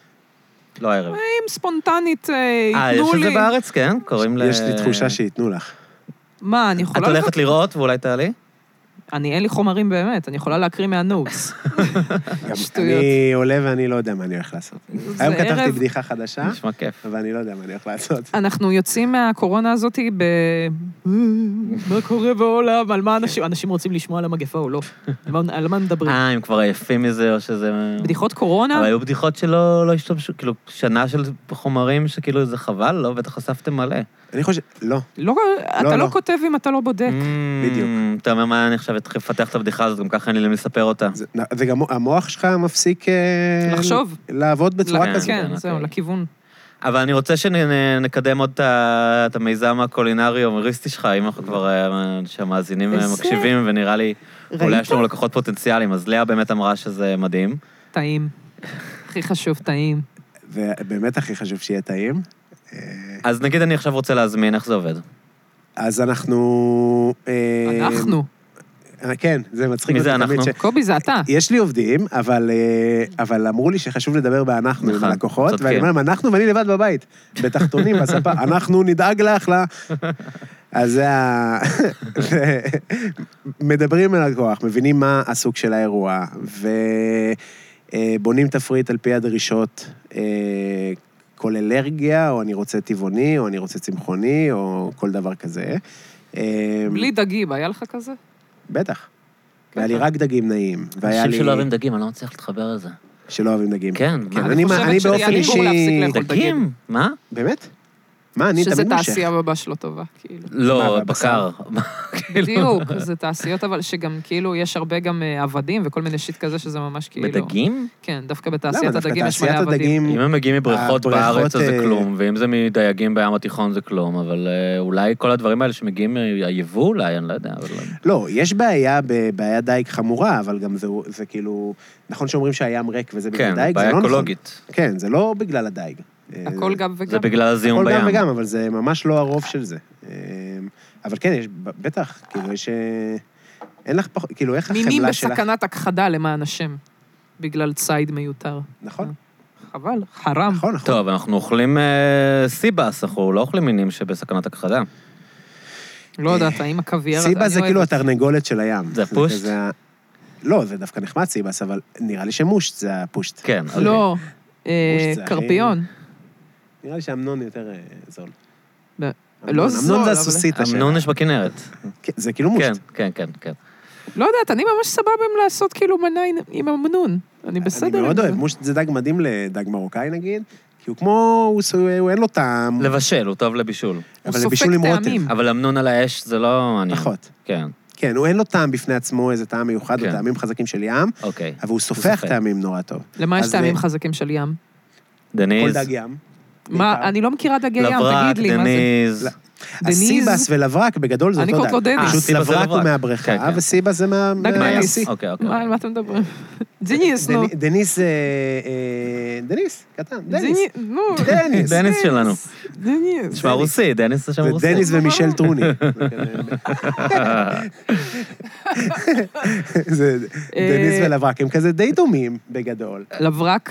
Speaker 1: לא הערב.
Speaker 3: אם ספונטנית אה,
Speaker 1: אה, יש
Speaker 3: ייתנו
Speaker 1: את זה
Speaker 3: לי...
Speaker 1: בארץ, כן? קוראים ל...
Speaker 2: יש לי תחושה שייתנו לך.
Speaker 3: מה, אני
Speaker 1: את
Speaker 3: יכולה...
Speaker 1: הולכת לראות ואולי תעלי?
Speaker 3: אני, אין לי חומרים באמת, אני יכולה להקריא מהנוטס.
Speaker 2: גם
Speaker 3: שטויות.
Speaker 2: אני עולה ואני לא יודע מה אני הולך לעשות.
Speaker 3: זה
Speaker 2: היום כתבתי
Speaker 3: ערב-
Speaker 2: בדיחה חדשה,
Speaker 1: נשמע כיף.
Speaker 2: אבל אני לא יודע מה אני הולך לעשות.
Speaker 3: אנחנו יוצאים מהקורונה הזאת ב... "אה, מה קורה בעולם? על מה אנשים... אנשים רוצים לשמוע על המגפה או לא? על מה- על מה מדברים?
Speaker 1: אה, הם כבר עייפים מזה, או שזה...
Speaker 3: בדיחות קורונה?
Speaker 1: אבל היו בדיחות שלא לא השתמשו, כאילו, שנה של חומרים שכאילו זה חבל, לא? בטח אספתם מלא.
Speaker 2: אני חושב, לא, לא,
Speaker 3: לא, אתה לא
Speaker 2: לא.
Speaker 3: כותב אם אתה לא בודק.
Speaker 2: בדיוק.
Speaker 1: Mm, אתה אומר מה, אני עכשיו אתחיל לפתח את הבדיחה הזאת, גם ככה אין לי למי לספר אותה.
Speaker 2: זה- וגם המוח שלך מפסיק... אה,
Speaker 3: לחשוב.
Speaker 2: לעבוד בצורה
Speaker 1: כן.
Speaker 2: כזאת.
Speaker 3: כן, זהו,
Speaker 1: אוקיי.
Speaker 3: לכיוון.
Speaker 1: אבל אני רוצה שנקדם עוד את ה- את המיזם הקולינרי הומוריסטי שלך, אם אנחנו כבר, אה, שהמאזינים אה,
Speaker 3: איזה-
Speaker 1: מקשיבים, ונראה לי, אולי
Speaker 3: ראית?
Speaker 1: יש לנו לקוחות פוטנציאליים, אז לאה באמת אמרה שזה מדהים.
Speaker 3: טעים. הכי חשוב, טעים.
Speaker 2: ובאמת הכי חשוב שיהיה טעים. אה,
Speaker 1: אז נגיד אני עכשיו רוצה להזמין, איך זה עובד?
Speaker 2: אז אנחנו... אה,
Speaker 3: אנחנו.
Speaker 2: אה, כן, זה מצחיק.
Speaker 1: מי זה
Speaker 2: אותי תמיד
Speaker 1: אנחנו?
Speaker 2: ש-
Speaker 3: קובי, זה אתה.
Speaker 2: יש לי עובדים, אבל, אה, אבל אמרו לי שחשוב לדבר באנחנו עם
Speaker 1: נכון,
Speaker 2: הלקוחות,
Speaker 1: צודקים.
Speaker 2: ואני אומר להם, אנחנו ואני לבד בבית, בתחתונים, בספה, אנחנו נדאג לך ל... אז זה ה... זה- מדברים עם הלקוח, מבינים מה הסוג של האירוע, ובונים תפריט על פי הדרישות, אה, כל אלרגיה, או אני רוצה טבעוני, או אני רוצה צמחוני, או כל דבר כזה. אה,
Speaker 3: בלי דגים, היה לך כזה?
Speaker 2: בטח. היה לי רק דגים נעים. והיה
Speaker 1: אנשים
Speaker 2: לי-
Speaker 1: שלא אוהבים דגים, אני לא מצליח להתחבר לזה.
Speaker 2: שלא אוהבים דגים.
Speaker 1: כן,
Speaker 2: כן,
Speaker 1: מה?
Speaker 2: אני,
Speaker 3: חושבת
Speaker 2: אני
Speaker 3: שזה
Speaker 2: באופן
Speaker 3: יהיה אמור להפסיק
Speaker 2: אישי...
Speaker 3: לאכול.
Speaker 1: דגים? מה?
Speaker 2: באמת? מה, אני
Speaker 3: שזה
Speaker 2: תמיד מושך.
Speaker 3: תעשייה ממש לא טובה, כאילו.
Speaker 1: לא,
Speaker 2: מה,
Speaker 1: בקר. כאילו,
Speaker 2: בבשר? כאילו.
Speaker 3: בדיוק, זה תעשיות, אבל שגם כאילו, יש הרבה גם אה, עבדים וכל מיני שיט כזה שזה ממש כאילו...
Speaker 1: בדגים?
Speaker 3: כן, דווקא
Speaker 2: למה?
Speaker 3: בתעשיית
Speaker 2: דווקא
Speaker 3: הדגים יש מלא
Speaker 2: תעשיית
Speaker 3: עבדים.
Speaker 2: הדגים...
Speaker 1: אם הם מגיעים מבריכות
Speaker 2: הבריכות,
Speaker 1: בארץ אז זה
Speaker 2: אה,
Speaker 1: כלום, ואם זה מדייגים בים התיכון זה כלום, אבל אה, אולי כל הדברים האלה שמגיעים מהיבוא אולי, אני לא יודע, אבל...
Speaker 2: לא, יש בעיה, ב- בעיה דייג חמורה, אבל גם זה, זה כאילו... נכון שאומרים שהים ריק וזה בגלל
Speaker 1: כן,
Speaker 2: דייג, זה
Speaker 1: בעיה
Speaker 2: לא נכון.
Speaker 1: אקולוגית.
Speaker 2: כן, זה לא בגלל הדייג. אה,
Speaker 3: הכל גם וגם.
Speaker 1: זה בגלל הזיהום
Speaker 2: הכל
Speaker 1: בים.
Speaker 2: גם וגם, אבל זה ממש לא הרוב של זה. אה, אבל כן, יש, ב- בטח, כאילו, יש... אה, אין לך פחות, כאילו, איך
Speaker 3: מינים
Speaker 2: החמלה שלך...
Speaker 3: בסכנת הכחדה למען השם, בגלל ציד מיותר.
Speaker 2: נכון,
Speaker 3: חבל, חרם.
Speaker 2: נכון, נכון.
Speaker 1: טוב, אנחנו אוכלים אה, סיבס, אנחנו לא אוכלים מינים שבסכנת הכחדה.
Speaker 3: לא יודעת, האם הקוויאר... הזה-
Speaker 2: נכון. סיבה
Speaker 3: אני
Speaker 2: זה כאילו
Speaker 3: אוהבת.
Speaker 2: התרנגולת של הים.
Speaker 1: זה הפושט?
Speaker 2: כזה ה- לא, זה דווקא נחמד סיבס, אבל נראה לי שמושט זה הפושט.
Speaker 1: כן. אז-
Speaker 3: לא, אה,
Speaker 2: גוש צעיר.
Speaker 3: קרפיון.
Speaker 2: נראה לי שאמנון יותר אה, זול.
Speaker 3: ב-
Speaker 2: אמנון-
Speaker 3: לא זול,
Speaker 2: אמנון זה
Speaker 3: אבל-
Speaker 2: הסוסיתא שלה.
Speaker 1: אמנון יש בכנרת.
Speaker 2: כן, זה כאילו
Speaker 1: כן,
Speaker 2: מושט.
Speaker 1: כן, כן, כן. לא
Speaker 3: לא יודעת, אני ממש סבבה עם לעשות כאילו מנה עם- עם אמנון. אני בסדר
Speaker 2: אני
Speaker 3: עם
Speaker 2: מאוד
Speaker 3: זה.
Speaker 2: אוהב, מושט זה דג מדהים לדג מרוקאי נגיד, כי הוא כמו, הוא ס- הוא אין לו טעם,
Speaker 1: לבשל, הוא טוב לבישול.
Speaker 3: הוא
Speaker 2: אבל
Speaker 3: סופג
Speaker 2: לבישול עם
Speaker 3: טעמים.
Speaker 2: רוטב.
Speaker 1: אבל אמנון על האש זה לא מעניין.
Speaker 2: פחות.
Speaker 1: כן,
Speaker 2: כן, הוא אין לו טעם בפני עצמו, איזה טעם מיוחד,
Speaker 1: כן.
Speaker 2: או טעמים חזקים של ים,
Speaker 1: אוקיי.
Speaker 2: אבל הוא סופח
Speaker 1: סופג.
Speaker 2: טעמים נורא טוב.
Speaker 3: למה יש
Speaker 2: אז,
Speaker 3: טעמים
Speaker 2: אה,
Speaker 3: חזקים של ים?
Speaker 2: כל
Speaker 1: דניז,
Speaker 2: דג ים.
Speaker 3: מה,
Speaker 2: בעיקר.
Speaker 3: אני לא מכירה דגי ים,
Speaker 1: לברק,
Speaker 3: תגיד לי, מה זה?
Speaker 1: דניז.
Speaker 2: לא,
Speaker 3: דניז.
Speaker 2: הסיבס ולברק, בגדול זה
Speaker 3: אני
Speaker 2: אותו דג.
Speaker 3: קוראת לו דניס.
Speaker 1: אה,
Speaker 2: פשוט
Speaker 1: סיבס זה
Speaker 2: לברק הוא
Speaker 1: לברק. כן,
Speaker 2: מהבריכה,
Speaker 1: כן.
Speaker 2: וסיבס זה מה-
Speaker 3: דג
Speaker 2: מהיבשי.
Speaker 3: מהים.
Speaker 1: אוקיי, אוקיי.
Speaker 3: מה, על מה אתם מדברים? דניס, נו.
Speaker 2: דני- דניס, אה, אה, דניס, קטן, דניס.
Speaker 3: דני- נו.
Speaker 2: דניס.
Speaker 1: דניס שלנו.
Speaker 3: דניס.
Speaker 1: נשמע רוסי, דניס זה שם
Speaker 2: זה
Speaker 1: רוסי.
Speaker 2: דניס ומישל טרוני. זה
Speaker 3: אה,
Speaker 2: דניס ולברק, הם כזה די דומים בגדול.
Speaker 3: לברק.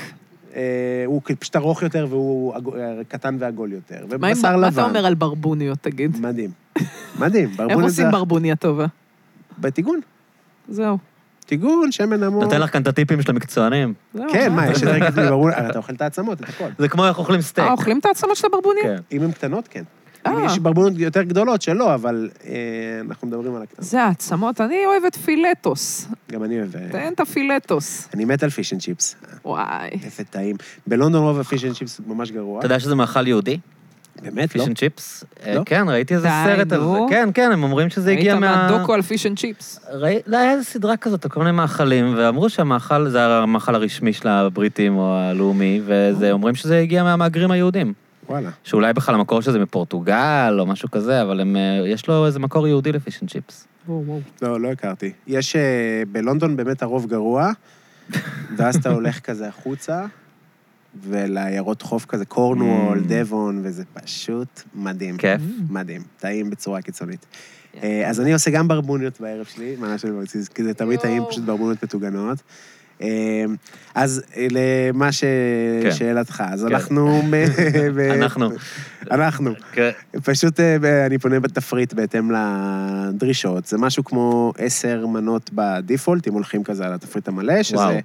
Speaker 2: אה, הוא כאילו פשוט ארוך יותר והוא עגו- אה, קטן ועגול יותר.
Speaker 3: מה עם-
Speaker 2: ובשר לבן.
Speaker 3: מה אתה אומר על ברבוניות, תגיד?
Speaker 2: מדהים. מדהים,
Speaker 3: איך
Speaker 2: ברבון זה...
Speaker 3: עושים ברבוניה טובה?
Speaker 2: בטיגון.
Speaker 3: זהו.
Speaker 2: טיגון, שמן המור.
Speaker 1: נותן לך כאן את הטיפים של המקצוענים.
Speaker 3: זהו,
Speaker 2: כן, מה, יש יותר גדולים ברבון, אבל אתה אוכל את העצמות, את הכל.
Speaker 1: זה כמו איך אוכלים סטייק.
Speaker 3: אה, אוכלים את העצמות של הברבוניה?
Speaker 1: כן.
Speaker 2: אם הן קטנות, כן.
Speaker 3: אה.
Speaker 2: יש ברבנות יותר גדולות שלא, אבל אה, אנחנו מדברים על הקטנה.
Speaker 3: זה העצמות, אני אוהבת פילטוס.
Speaker 2: גם אני אוהב... אה,
Speaker 3: תן את הפילטוס.
Speaker 2: אני מת על פיש אנד צ'יפס.
Speaker 3: וואי.
Speaker 2: איזה טעים. בלונדון רוב הפיש אנד צ'יפס ממש גרוע.
Speaker 1: אתה יודע שזה מאכל יהודי?
Speaker 2: באמת, לא?
Speaker 1: פיש אנד צ'יפס? אה,
Speaker 2: לא?
Speaker 1: כן, ראיתי איזה
Speaker 3: די,
Speaker 1: סרט על
Speaker 3: נו.
Speaker 1: זה. כן, כן, הם אומרים שזה
Speaker 3: ראית
Speaker 1: הגיע מה...
Speaker 3: מהדוקו על פיש אנד צ'יפס.
Speaker 1: ראי- לא, היה איזה סדרה כזאת, כל מיני מאכלים, ואמרו שהמאכל, זה המאכל הרשמי של הבריטים או הלאומי,
Speaker 3: אה.
Speaker 1: ואומרים שזה הגיע מהמהגרים היהודים.
Speaker 2: וואלה.
Speaker 1: שאולי בכלל המקור של זה מפורטוגל או משהו כזה, אבל הם, אה, יש לו איזה מקור יהודי לפיש אנד צ'יפס.
Speaker 2: לא, לא הכרתי. יש... אה, בלונדון באמת הרוב גרוע, ואז אתה הולך כזה החוצה, ולעיירות חוף כזה, קורנוול,
Speaker 1: Mm.
Speaker 2: דבון, וזה פשוט מדהים. Mm.
Speaker 1: כיף.
Speaker 2: מדהים, טעים בצורה קיצונית. אה, אז אני עושה גם ברבוניות בערב שלי, מנה של ברציס, כי זה תמיד טעים,
Speaker 3: יואו.
Speaker 2: פשוט ברבוניות מטוגנות. אה, אז אה, למה ש...
Speaker 1: כן.
Speaker 2: שאלתך, אז
Speaker 1: כן.
Speaker 2: אנחנו... ב- ב-
Speaker 1: אנחנו.
Speaker 2: אנחנו.
Speaker 1: כן.
Speaker 2: פשוט אה, ב- אני פונה בתפריט בהתאם לדרישות. זה משהו כמו עשר מנות בדיפולט, אם הולכים כזה על התפריט המלא,
Speaker 1: וואו.
Speaker 2: שזה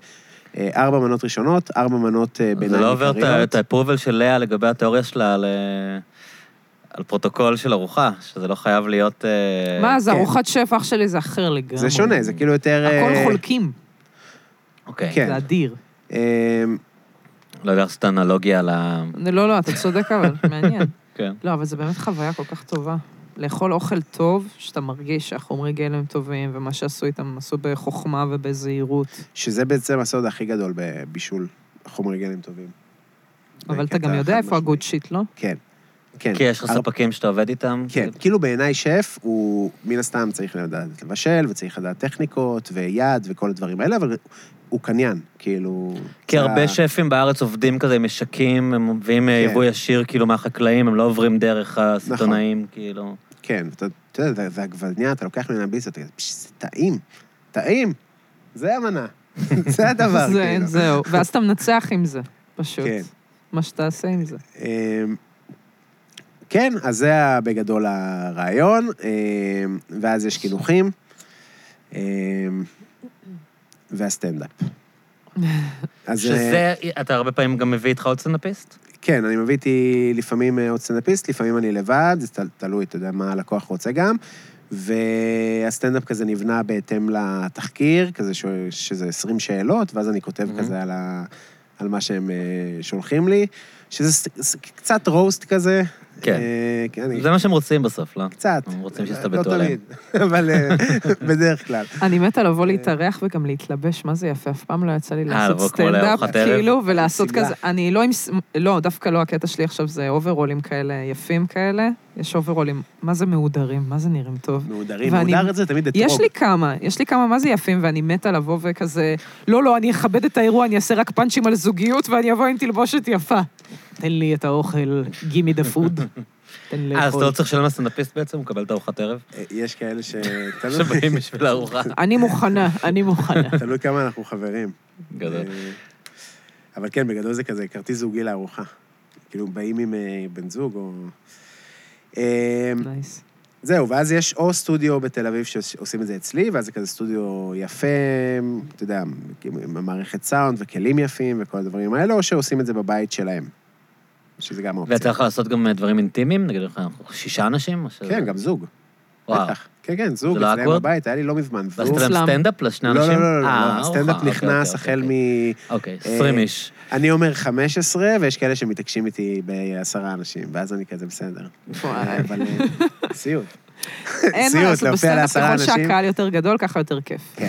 Speaker 2: אה, ארבע מנות ראשונות, ארבע מנות אה, ביניים
Speaker 1: זה לא עובר את ה-
Speaker 2: עיקריות.
Speaker 1: את האפרובל של לאה לגבי התיאוריה שלה על, אה, על פרוטוקול של ארוחה, שזה לא חייב להיות... אה,
Speaker 3: מה, אז
Speaker 2: כן.
Speaker 3: ארוחת שף אח שלי זה אחר לגמרי.
Speaker 2: זה שונה, זה כאילו יותר... אה,
Speaker 3: הכל חולקים,
Speaker 1: אוקיי.
Speaker 2: כן.
Speaker 3: זה אדיר.
Speaker 2: אה,
Speaker 1: לא יודע לעשות אנלוגיה ל...
Speaker 3: לא, לא, אתה צודק אבל, מעניין.
Speaker 1: כן.
Speaker 3: לא, אבל זה באמת חוויה כל כך טובה. לאכול אוכל טוב, שאתה מרגיש שהחומרי גלם טובים, ומה שעשו איתם, הם עשו בחוכמה ובזהירות.
Speaker 2: שזה בעצם הסוד הכי גדול בבישול חומרי גלם טובים.
Speaker 3: אבל אתה
Speaker 2: בקטע
Speaker 3: גם יודע
Speaker 2: חד
Speaker 3: איפה הגוד
Speaker 2: משמעי.
Speaker 3: שיט, לא?
Speaker 2: כן, כן.
Speaker 1: כי יש לך
Speaker 2: הר-
Speaker 1: ספקים שאתה עובד איתם?
Speaker 2: כן, כאילו בעיניי שף הוא מן הסתם צריך לדעת לבשל, וצריך לדעת טכניקות, ויד, וכל הדברים האלה, אבל הוא קניין, כאילו...
Speaker 1: כי
Speaker 2: זה ה-
Speaker 1: הרבה שפים בארץ עובדים כזה עם משקים, הם מביאים אה,
Speaker 2: כן.
Speaker 1: יבוא ישיר כאילו מהחקלאים, הם לא עוברים דרך הסיטונאים, כאילו.
Speaker 2: כן, אתה אתה יודע, זה- זה עגבניה, אתה לוקח ממנה ביס, אתה כזה, "פש, זה טעים, טעים, זה המנה, זה הדבר,
Speaker 3: זה-
Speaker 2: כאילו.
Speaker 3: זהו, ואז אתה מנצח עם זה, פשוט.
Speaker 2: כן.
Speaker 3: מה שתעשה עם זה.
Speaker 2: אמ, כן, אז זה ה- בגדול הרעיון, אמ, ואז יש קינוחים, אמ, והסטנדאפ. אז אה,
Speaker 1: שזה, אתה הרבה פעמים גם מביא איתך עוד סטנדאפיסט?
Speaker 2: כן, אני מביא איתי לפעמים אה, עוד סטנדאפיסט, לפעמים אני לבד, זה תל- תלוי, אתה יודע מה הלקוח רוצה גם. והסטנדאפ כזה נבנה בהתאם לתחקיר, כזה ש... שזה 20 שאלות, ואז אני כותב
Speaker 1: Mhm.
Speaker 2: כזה על, ה... על מה שהם אה, שולחים לי, שזה ס... ס... קצת רוסט כזה.
Speaker 1: כן.
Speaker 2: אה, כן, אני...
Speaker 1: זה מה שהם רוצים בסוף, לא?
Speaker 2: קצת.
Speaker 1: הם רוצים
Speaker 2: לא
Speaker 1: שיסתבטו עליהם.
Speaker 2: תמיד, אבל אה, בדרך כלל.
Speaker 3: אני מתה לבוא להתארח וגם להתלבש, מה זה יפה, אף פעם לא יצא לי לעשות
Speaker 1: לבוא אה, כמו
Speaker 3: סטנדאפ,
Speaker 1: לארוחת ערב?
Speaker 3: כאילו, ולעשות
Speaker 2: שמלה.
Speaker 3: כזה, אני לא עם, ס- לא, דווקא לא הקטע שלי עכשיו זה אוברולים כאלה יפים כאלה, יש אוברולים, מה זה מהודרים, מה זה נראים טוב.
Speaker 2: מהודרים,
Speaker 3: ואני-
Speaker 2: מהודר את זה תמיד אתרוג.
Speaker 3: יש לי כמה, יש לי כמה מה זה יפים, ואני מתה לבוא וכזה, לא, לא, אני אכבד את האירוע, אני אעשה רק פאנצ'ים על זוגיות, ואני אבוא עם תלבושת יפה. תן לי את האוכל, גימי דה פוד. תן לי
Speaker 1: אה, אז אתה
Speaker 3: לאכול.
Speaker 1: לא צריך לשלם לסטנדאפיסט בעצם, הוא מקבל את ארוחת ערב?
Speaker 2: אה, יש כאלה ש... תלוי-
Speaker 1: שבאים בשביל הארוחה.
Speaker 3: אני מוכנה, אני מוכנה.
Speaker 2: תלוי כמה אנחנו חברים.
Speaker 1: גדול.
Speaker 2: אה, אבל כן, בגדול זה כזה כרטיס זוגי לארוחה. כאילו, באים עם אה, בן זוג או... אה,
Speaker 3: נייס.
Speaker 2: זהו, ואז יש או סטודיו בתל אביב שעושים את זה אצלי, ואז זה כזה סטודיו יפה, אתה יודע, עם מערכת סאונד וכלים יפים וכל הדברים האלה, או שעושים את זה בבית שלהם, שזה גם
Speaker 1: ויצא
Speaker 2: אופציה.
Speaker 1: לך לעשות גם אה, דברים אינטימיים? נגיד לך, אנחנו שישה אנשים? או שזה-
Speaker 2: כן, גם זוג,
Speaker 1: וואו.
Speaker 2: בטח. כן, כן, זוג,
Speaker 1: זה לא
Speaker 2: אצלהם
Speaker 1: awkward?
Speaker 2: בבית, היה לי לא מזמן.
Speaker 1: ועשית
Speaker 2: והוא-
Speaker 3: אצלם.
Speaker 1: להם סטנדאפ לשני
Speaker 2: לא, לא,
Speaker 1: אנשים?
Speaker 2: לא, לא,
Speaker 1: אה,
Speaker 2: לא, הסטנדאפ
Speaker 1: אוקיי,
Speaker 2: נכנס
Speaker 1: אוקיי,
Speaker 2: החל מ... אה,
Speaker 1: אוקיי. אוקיי, 20 איש.
Speaker 2: אני אומר 15, ויש כאלה שמתעקשים איתי בעשרה אנשים, ואז אני כזה בסדר.
Speaker 3: וואי.
Speaker 2: אבל אה, סיוט.
Speaker 3: אין מה
Speaker 2: סיוט,
Speaker 3: לעשות,
Speaker 2: להופיע
Speaker 3: בסטנדאפ
Speaker 2: לעשרה
Speaker 3: ככל
Speaker 2: אנשים.
Speaker 3: שהקהל יותר גדול, ככה יותר כיף.
Speaker 2: כן,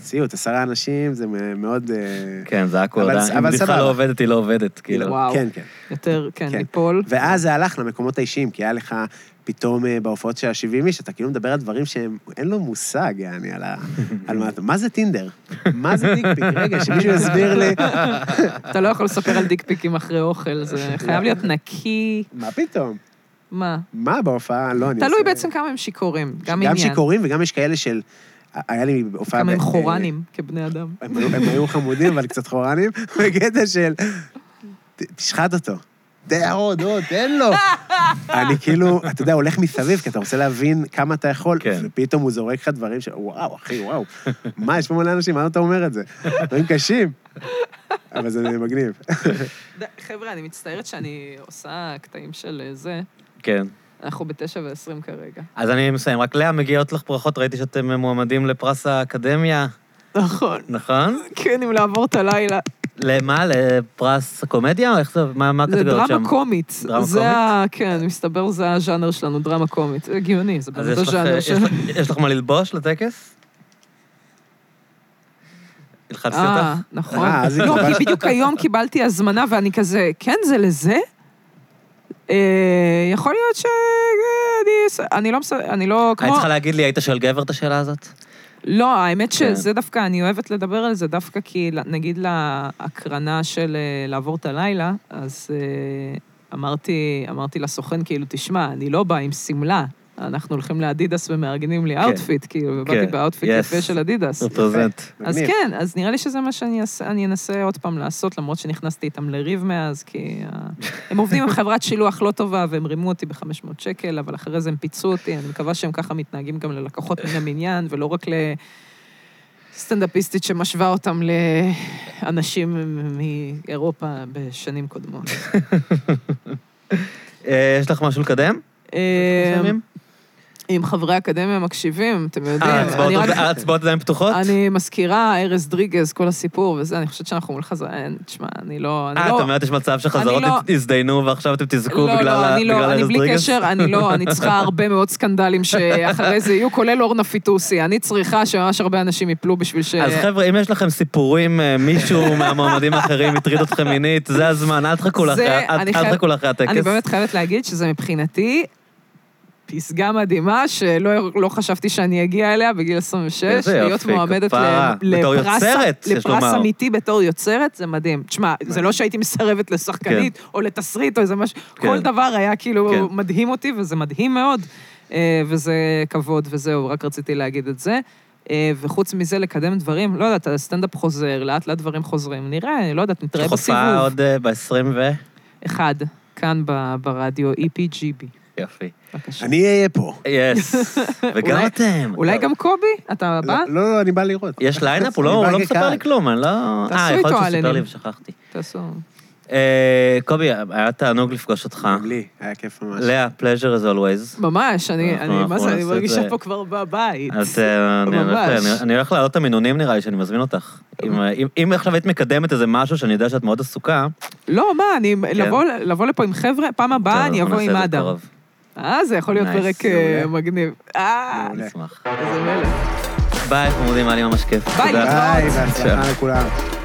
Speaker 2: סיוט, עשרה אנשים זה מ- מאוד... אה,
Speaker 1: כן, זה הכול.
Speaker 2: אבל-
Speaker 1: אם
Speaker 2: אבל
Speaker 1: בדיחה
Speaker 2: סבבה.
Speaker 1: לא עובדת, היא לא עובדת, כאילו.
Speaker 3: וואו.
Speaker 2: כן, כן.
Speaker 3: יותר, כן,
Speaker 2: כן.
Speaker 3: ליפול.
Speaker 2: ואז זה הלך למקומות האישיים, כי היה לך פתאום אה, בהופעות של ה-70 איש, אתה כאילו מדבר על דברים שהם, אין לו מושג, יעני, על ה... על מה אתה... מה זה טינדר? מה זה דיקפיק? רגע, שמישהו יסביר לי,
Speaker 3: אתה לא יכול לספר על דיקפיקים אחרי אוכל, זה חייב להיות נקי.
Speaker 2: מה פתאום?
Speaker 3: מה?
Speaker 2: מה בהופעה? לא, אני...
Speaker 3: תלוי
Speaker 2: עושה-
Speaker 3: בעצם כמה הם שיכורים, גם
Speaker 2: גם
Speaker 3: עניין.
Speaker 2: שיכורים וגם יש כאלה של... היה לי הופעה...
Speaker 3: כמה הם
Speaker 2: ב- אה,
Speaker 3: חורנים כבני אדם.
Speaker 2: הם היו- הם היו חמודים, אבל קצת חורנים, בקטע של... "ת- תשחט אותו. תן עוד, עוד, תן לו. אני כאילו, אתה יודע, הולך מסביב, כי אתה רוצה להבין כמה אתה יכול,
Speaker 1: כן.
Speaker 2: ופתאום הוא זורק לך דברים ש... וואו, אחי, וואו. מה, יש פה מלא אנשים, מה אתה אומר את זה? דברים קשים. אבל זה מגניב.
Speaker 3: חבר'ה, אני מצטערת שאני עושה קטעים של אה, זה.
Speaker 1: כן.
Speaker 3: אנחנו בתשע ועשרים כרגע.
Speaker 1: אז אני מסיים. רק לאה, מגיעות לך ברכות, ראיתי שאתם מועמדים לפרס האקדמיה,
Speaker 3: נכון.
Speaker 1: נכון?
Speaker 3: כן, אם לעבור את הלילה.
Speaker 1: למה? לפרס קומדיה? או איך זה? מה מה
Speaker 3: זה
Speaker 1: הקטגוריות שם?
Speaker 3: דרמה קומית.
Speaker 1: דרמה
Speaker 3: זה ה... כן, מסתבר זה הז'אנר שלנו, דרמה קומית. זה הגיוני, זה
Speaker 1: אז
Speaker 3: באמת
Speaker 1: יש לך,
Speaker 3: הז'אנר
Speaker 1: יש,
Speaker 3: שלנו.
Speaker 1: לך, יש לך מה ללבוש לטקס? הלחצתי
Speaker 3: אה,
Speaker 1: אותך?
Speaker 3: נכון.
Speaker 2: אה, אז היא
Speaker 3: לא,
Speaker 2: קיבלת.
Speaker 3: כי בדיוק היום קיבלתי הזמנה ואני כזה, כן, זה לזה? אה, יכול להיות ש... אני ס- אני לא מס... אני לא...
Speaker 1: היית
Speaker 3: כמו...
Speaker 1: אה, צריכה להגיד לי, היית שואל גבר את השאלה הזאת?
Speaker 3: לא, האמת
Speaker 1: כן.
Speaker 3: שזה דווקא, אני אוהבת לדבר על זה דווקא כי נגיד להקרנה של אה, לעבור את הלילה, אז אה, אמרתי, אמרתי לסוכן, כאילו, תשמע, אני לא באה עם שמלה. אנחנו הולכים לאדידס ומארגנים לי אאוטפיט, כאילו, ובאתי
Speaker 1: כן,
Speaker 3: באאוטפיט
Speaker 1: yes.
Speaker 3: יפה של אדידס.
Speaker 1: רפרזנט.
Speaker 3: אז
Speaker 2: מגניב.
Speaker 3: כן, אז נראה לי שזה מה שאני אעשה- אני אנסה עוד פעם לעשות, למרות שנכנסתי איתם לריב מאז, כי ה- הם עובדים עם חברת שילוח לא טובה, והם רימו אותי ב-500 שקל, אבל אחרי זה הם פיצו אותי, אני מקווה שהם ככה מתנהגים גם ללקוחות מן המניין, ולא רק לסטנדאפיסטית שמשווה אותם לאנשים מ- מאירופה בשנים קודמות.
Speaker 1: אה, יש לך משהו לקדם?
Speaker 3: אה,
Speaker 1: מסיימים?
Speaker 3: אם חברי אקדמיה מקשיבים, אתם יודעים,
Speaker 1: אה,
Speaker 3: אני
Speaker 1: ההצבעות
Speaker 3: רק-
Speaker 1: עוד- ההצבעות עדיין פתוחות?
Speaker 3: אני מזכירה, ארז דריגז, כל הסיפור וזה, אני חושבת שאנחנו מול חזרה, אין, תשמע, אני לא... אני
Speaker 1: אה,
Speaker 3: לא-
Speaker 1: את אומרת יש מצב שחזרות
Speaker 3: אני לא-
Speaker 1: הזדיינו ועכשיו אתם תזכו
Speaker 3: לא,
Speaker 1: בגלל
Speaker 3: לא,
Speaker 1: ה-
Speaker 3: אני
Speaker 1: בגלל
Speaker 3: לא, אני
Speaker 1: ארז
Speaker 3: בלי
Speaker 1: דריגס?
Speaker 3: קשר, אני לא, אני צריכה הרבה מאוד סקנדלים שאחרי זה יהיו, כולל אורנה פיטוסי. אני צריכה שממש הרבה אנשים יפלו בשביל ש...
Speaker 1: אז חבר'ה, אם יש לכם סיפורים, אה, מישהו מהמועמדים האחרים הטריד אתכם מינית, זה הזמן, אל תחכו
Speaker 3: זה-
Speaker 1: לאחרי- אל-
Speaker 3: אני
Speaker 1: אל
Speaker 3: חייב-
Speaker 1: תחכו לאחרי הטקס.
Speaker 3: אני באמת חייבת להגיד שזה מבחינתי פסגה מדהימה, שלא לא חשבתי שאני אגיע אליה בגיל 26,
Speaker 1: איזה
Speaker 3: להיות
Speaker 1: יופי,
Speaker 3: מועמדת
Speaker 1: כפרה.
Speaker 3: ל-
Speaker 1: בתור
Speaker 3: לפרס-
Speaker 1: יוצרת, יש
Speaker 3: לפרס
Speaker 1: לומר.
Speaker 3: אמיתי בתור יוצרת, זה מדהים. תשמע, זה לא שהייתי מסרבת לשחקנית, או לתסריט, או איזה משהו,
Speaker 1: כן.
Speaker 3: כל דבר היה כאילו
Speaker 1: כן.
Speaker 3: מדהים אותי, וזה מדהים מאוד, אה, וזה כבוד וזהו, רק רציתי להגיד את זה. אה, וחוץ מזה, לקדם דברים, לא יודעת, הסטנדאפ חוזר, לאט לאט דברים חוזרים, נראה, לא יודעת,
Speaker 1: יש
Speaker 3: נתראה
Speaker 1: לך
Speaker 3: בסיבוב.
Speaker 1: הופעה עוד ב-20 ו...
Speaker 3: אחד, כאן ב- ברדיו E EPGB.
Speaker 1: יופי.
Speaker 3: בבקשה.
Speaker 2: אני אהיה פה.
Speaker 1: יס. וגם
Speaker 3: אולי-
Speaker 1: אתם.
Speaker 3: אולי גם קובי? אתה בא?
Speaker 2: לא, לא, אני בא לראות.
Speaker 1: יש ליינאפ? הוא
Speaker 2: אני
Speaker 1: לא
Speaker 2: בא
Speaker 1: הוא לא מספר
Speaker 2: כקהל.
Speaker 1: לי כלום, אני לא...
Speaker 3: תעשו
Speaker 1: אה, יכול להיות
Speaker 3: איתו
Speaker 1: שהוא סיפר לי
Speaker 3: אלנים.
Speaker 1: ושכחתי.
Speaker 3: תעשו.
Speaker 1: אה, קובי, היה תענוג לפגוש אותך.
Speaker 2: גם לי, היה כיף ממש.
Speaker 1: אה. לאה, pleasure as always.
Speaker 3: ממש, אני,
Speaker 1: אנחנו-
Speaker 3: אני- מה
Speaker 1: אנחנו
Speaker 3: זה, אני
Speaker 1: נעשה את זה.
Speaker 3: מרגישה פה כבר בבית.
Speaker 1: אז אה, אני הולך
Speaker 3: ממש.
Speaker 1: אני- אני הולך להעלות את המינונים נראה לי, שאני מזמין אותך. אם, אה, אם- אם עכשיו היית מקדמת איזה משהו שאני יודע שאת מאוד עסוקה,
Speaker 3: לא, מה, אני לבוא- לבוא לפה עם חבר'ה, פעם הבאה
Speaker 1: בסדר,
Speaker 3: אני
Speaker 1: כן. אנחנו
Speaker 3: אבוא
Speaker 1: נעשה
Speaker 3: עם
Speaker 1: את זה
Speaker 3: אדם.
Speaker 1: בקרוב.
Speaker 3: אה, זה יכול להיות
Speaker 1: Nice,
Speaker 3: פרק
Speaker 2: מעולה.
Speaker 3: אה, מגניב. אה,
Speaker 2: מעולה.
Speaker 1: נשמח.
Speaker 3: איזה מלך.
Speaker 1: ביי, חמודים, היה לי ממש כיף.
Speaker 3: ביי,
Speaker 1: תודה.
Speaker 3: להתראות.
Speaker 2: ביי, בהצלחה לכולם.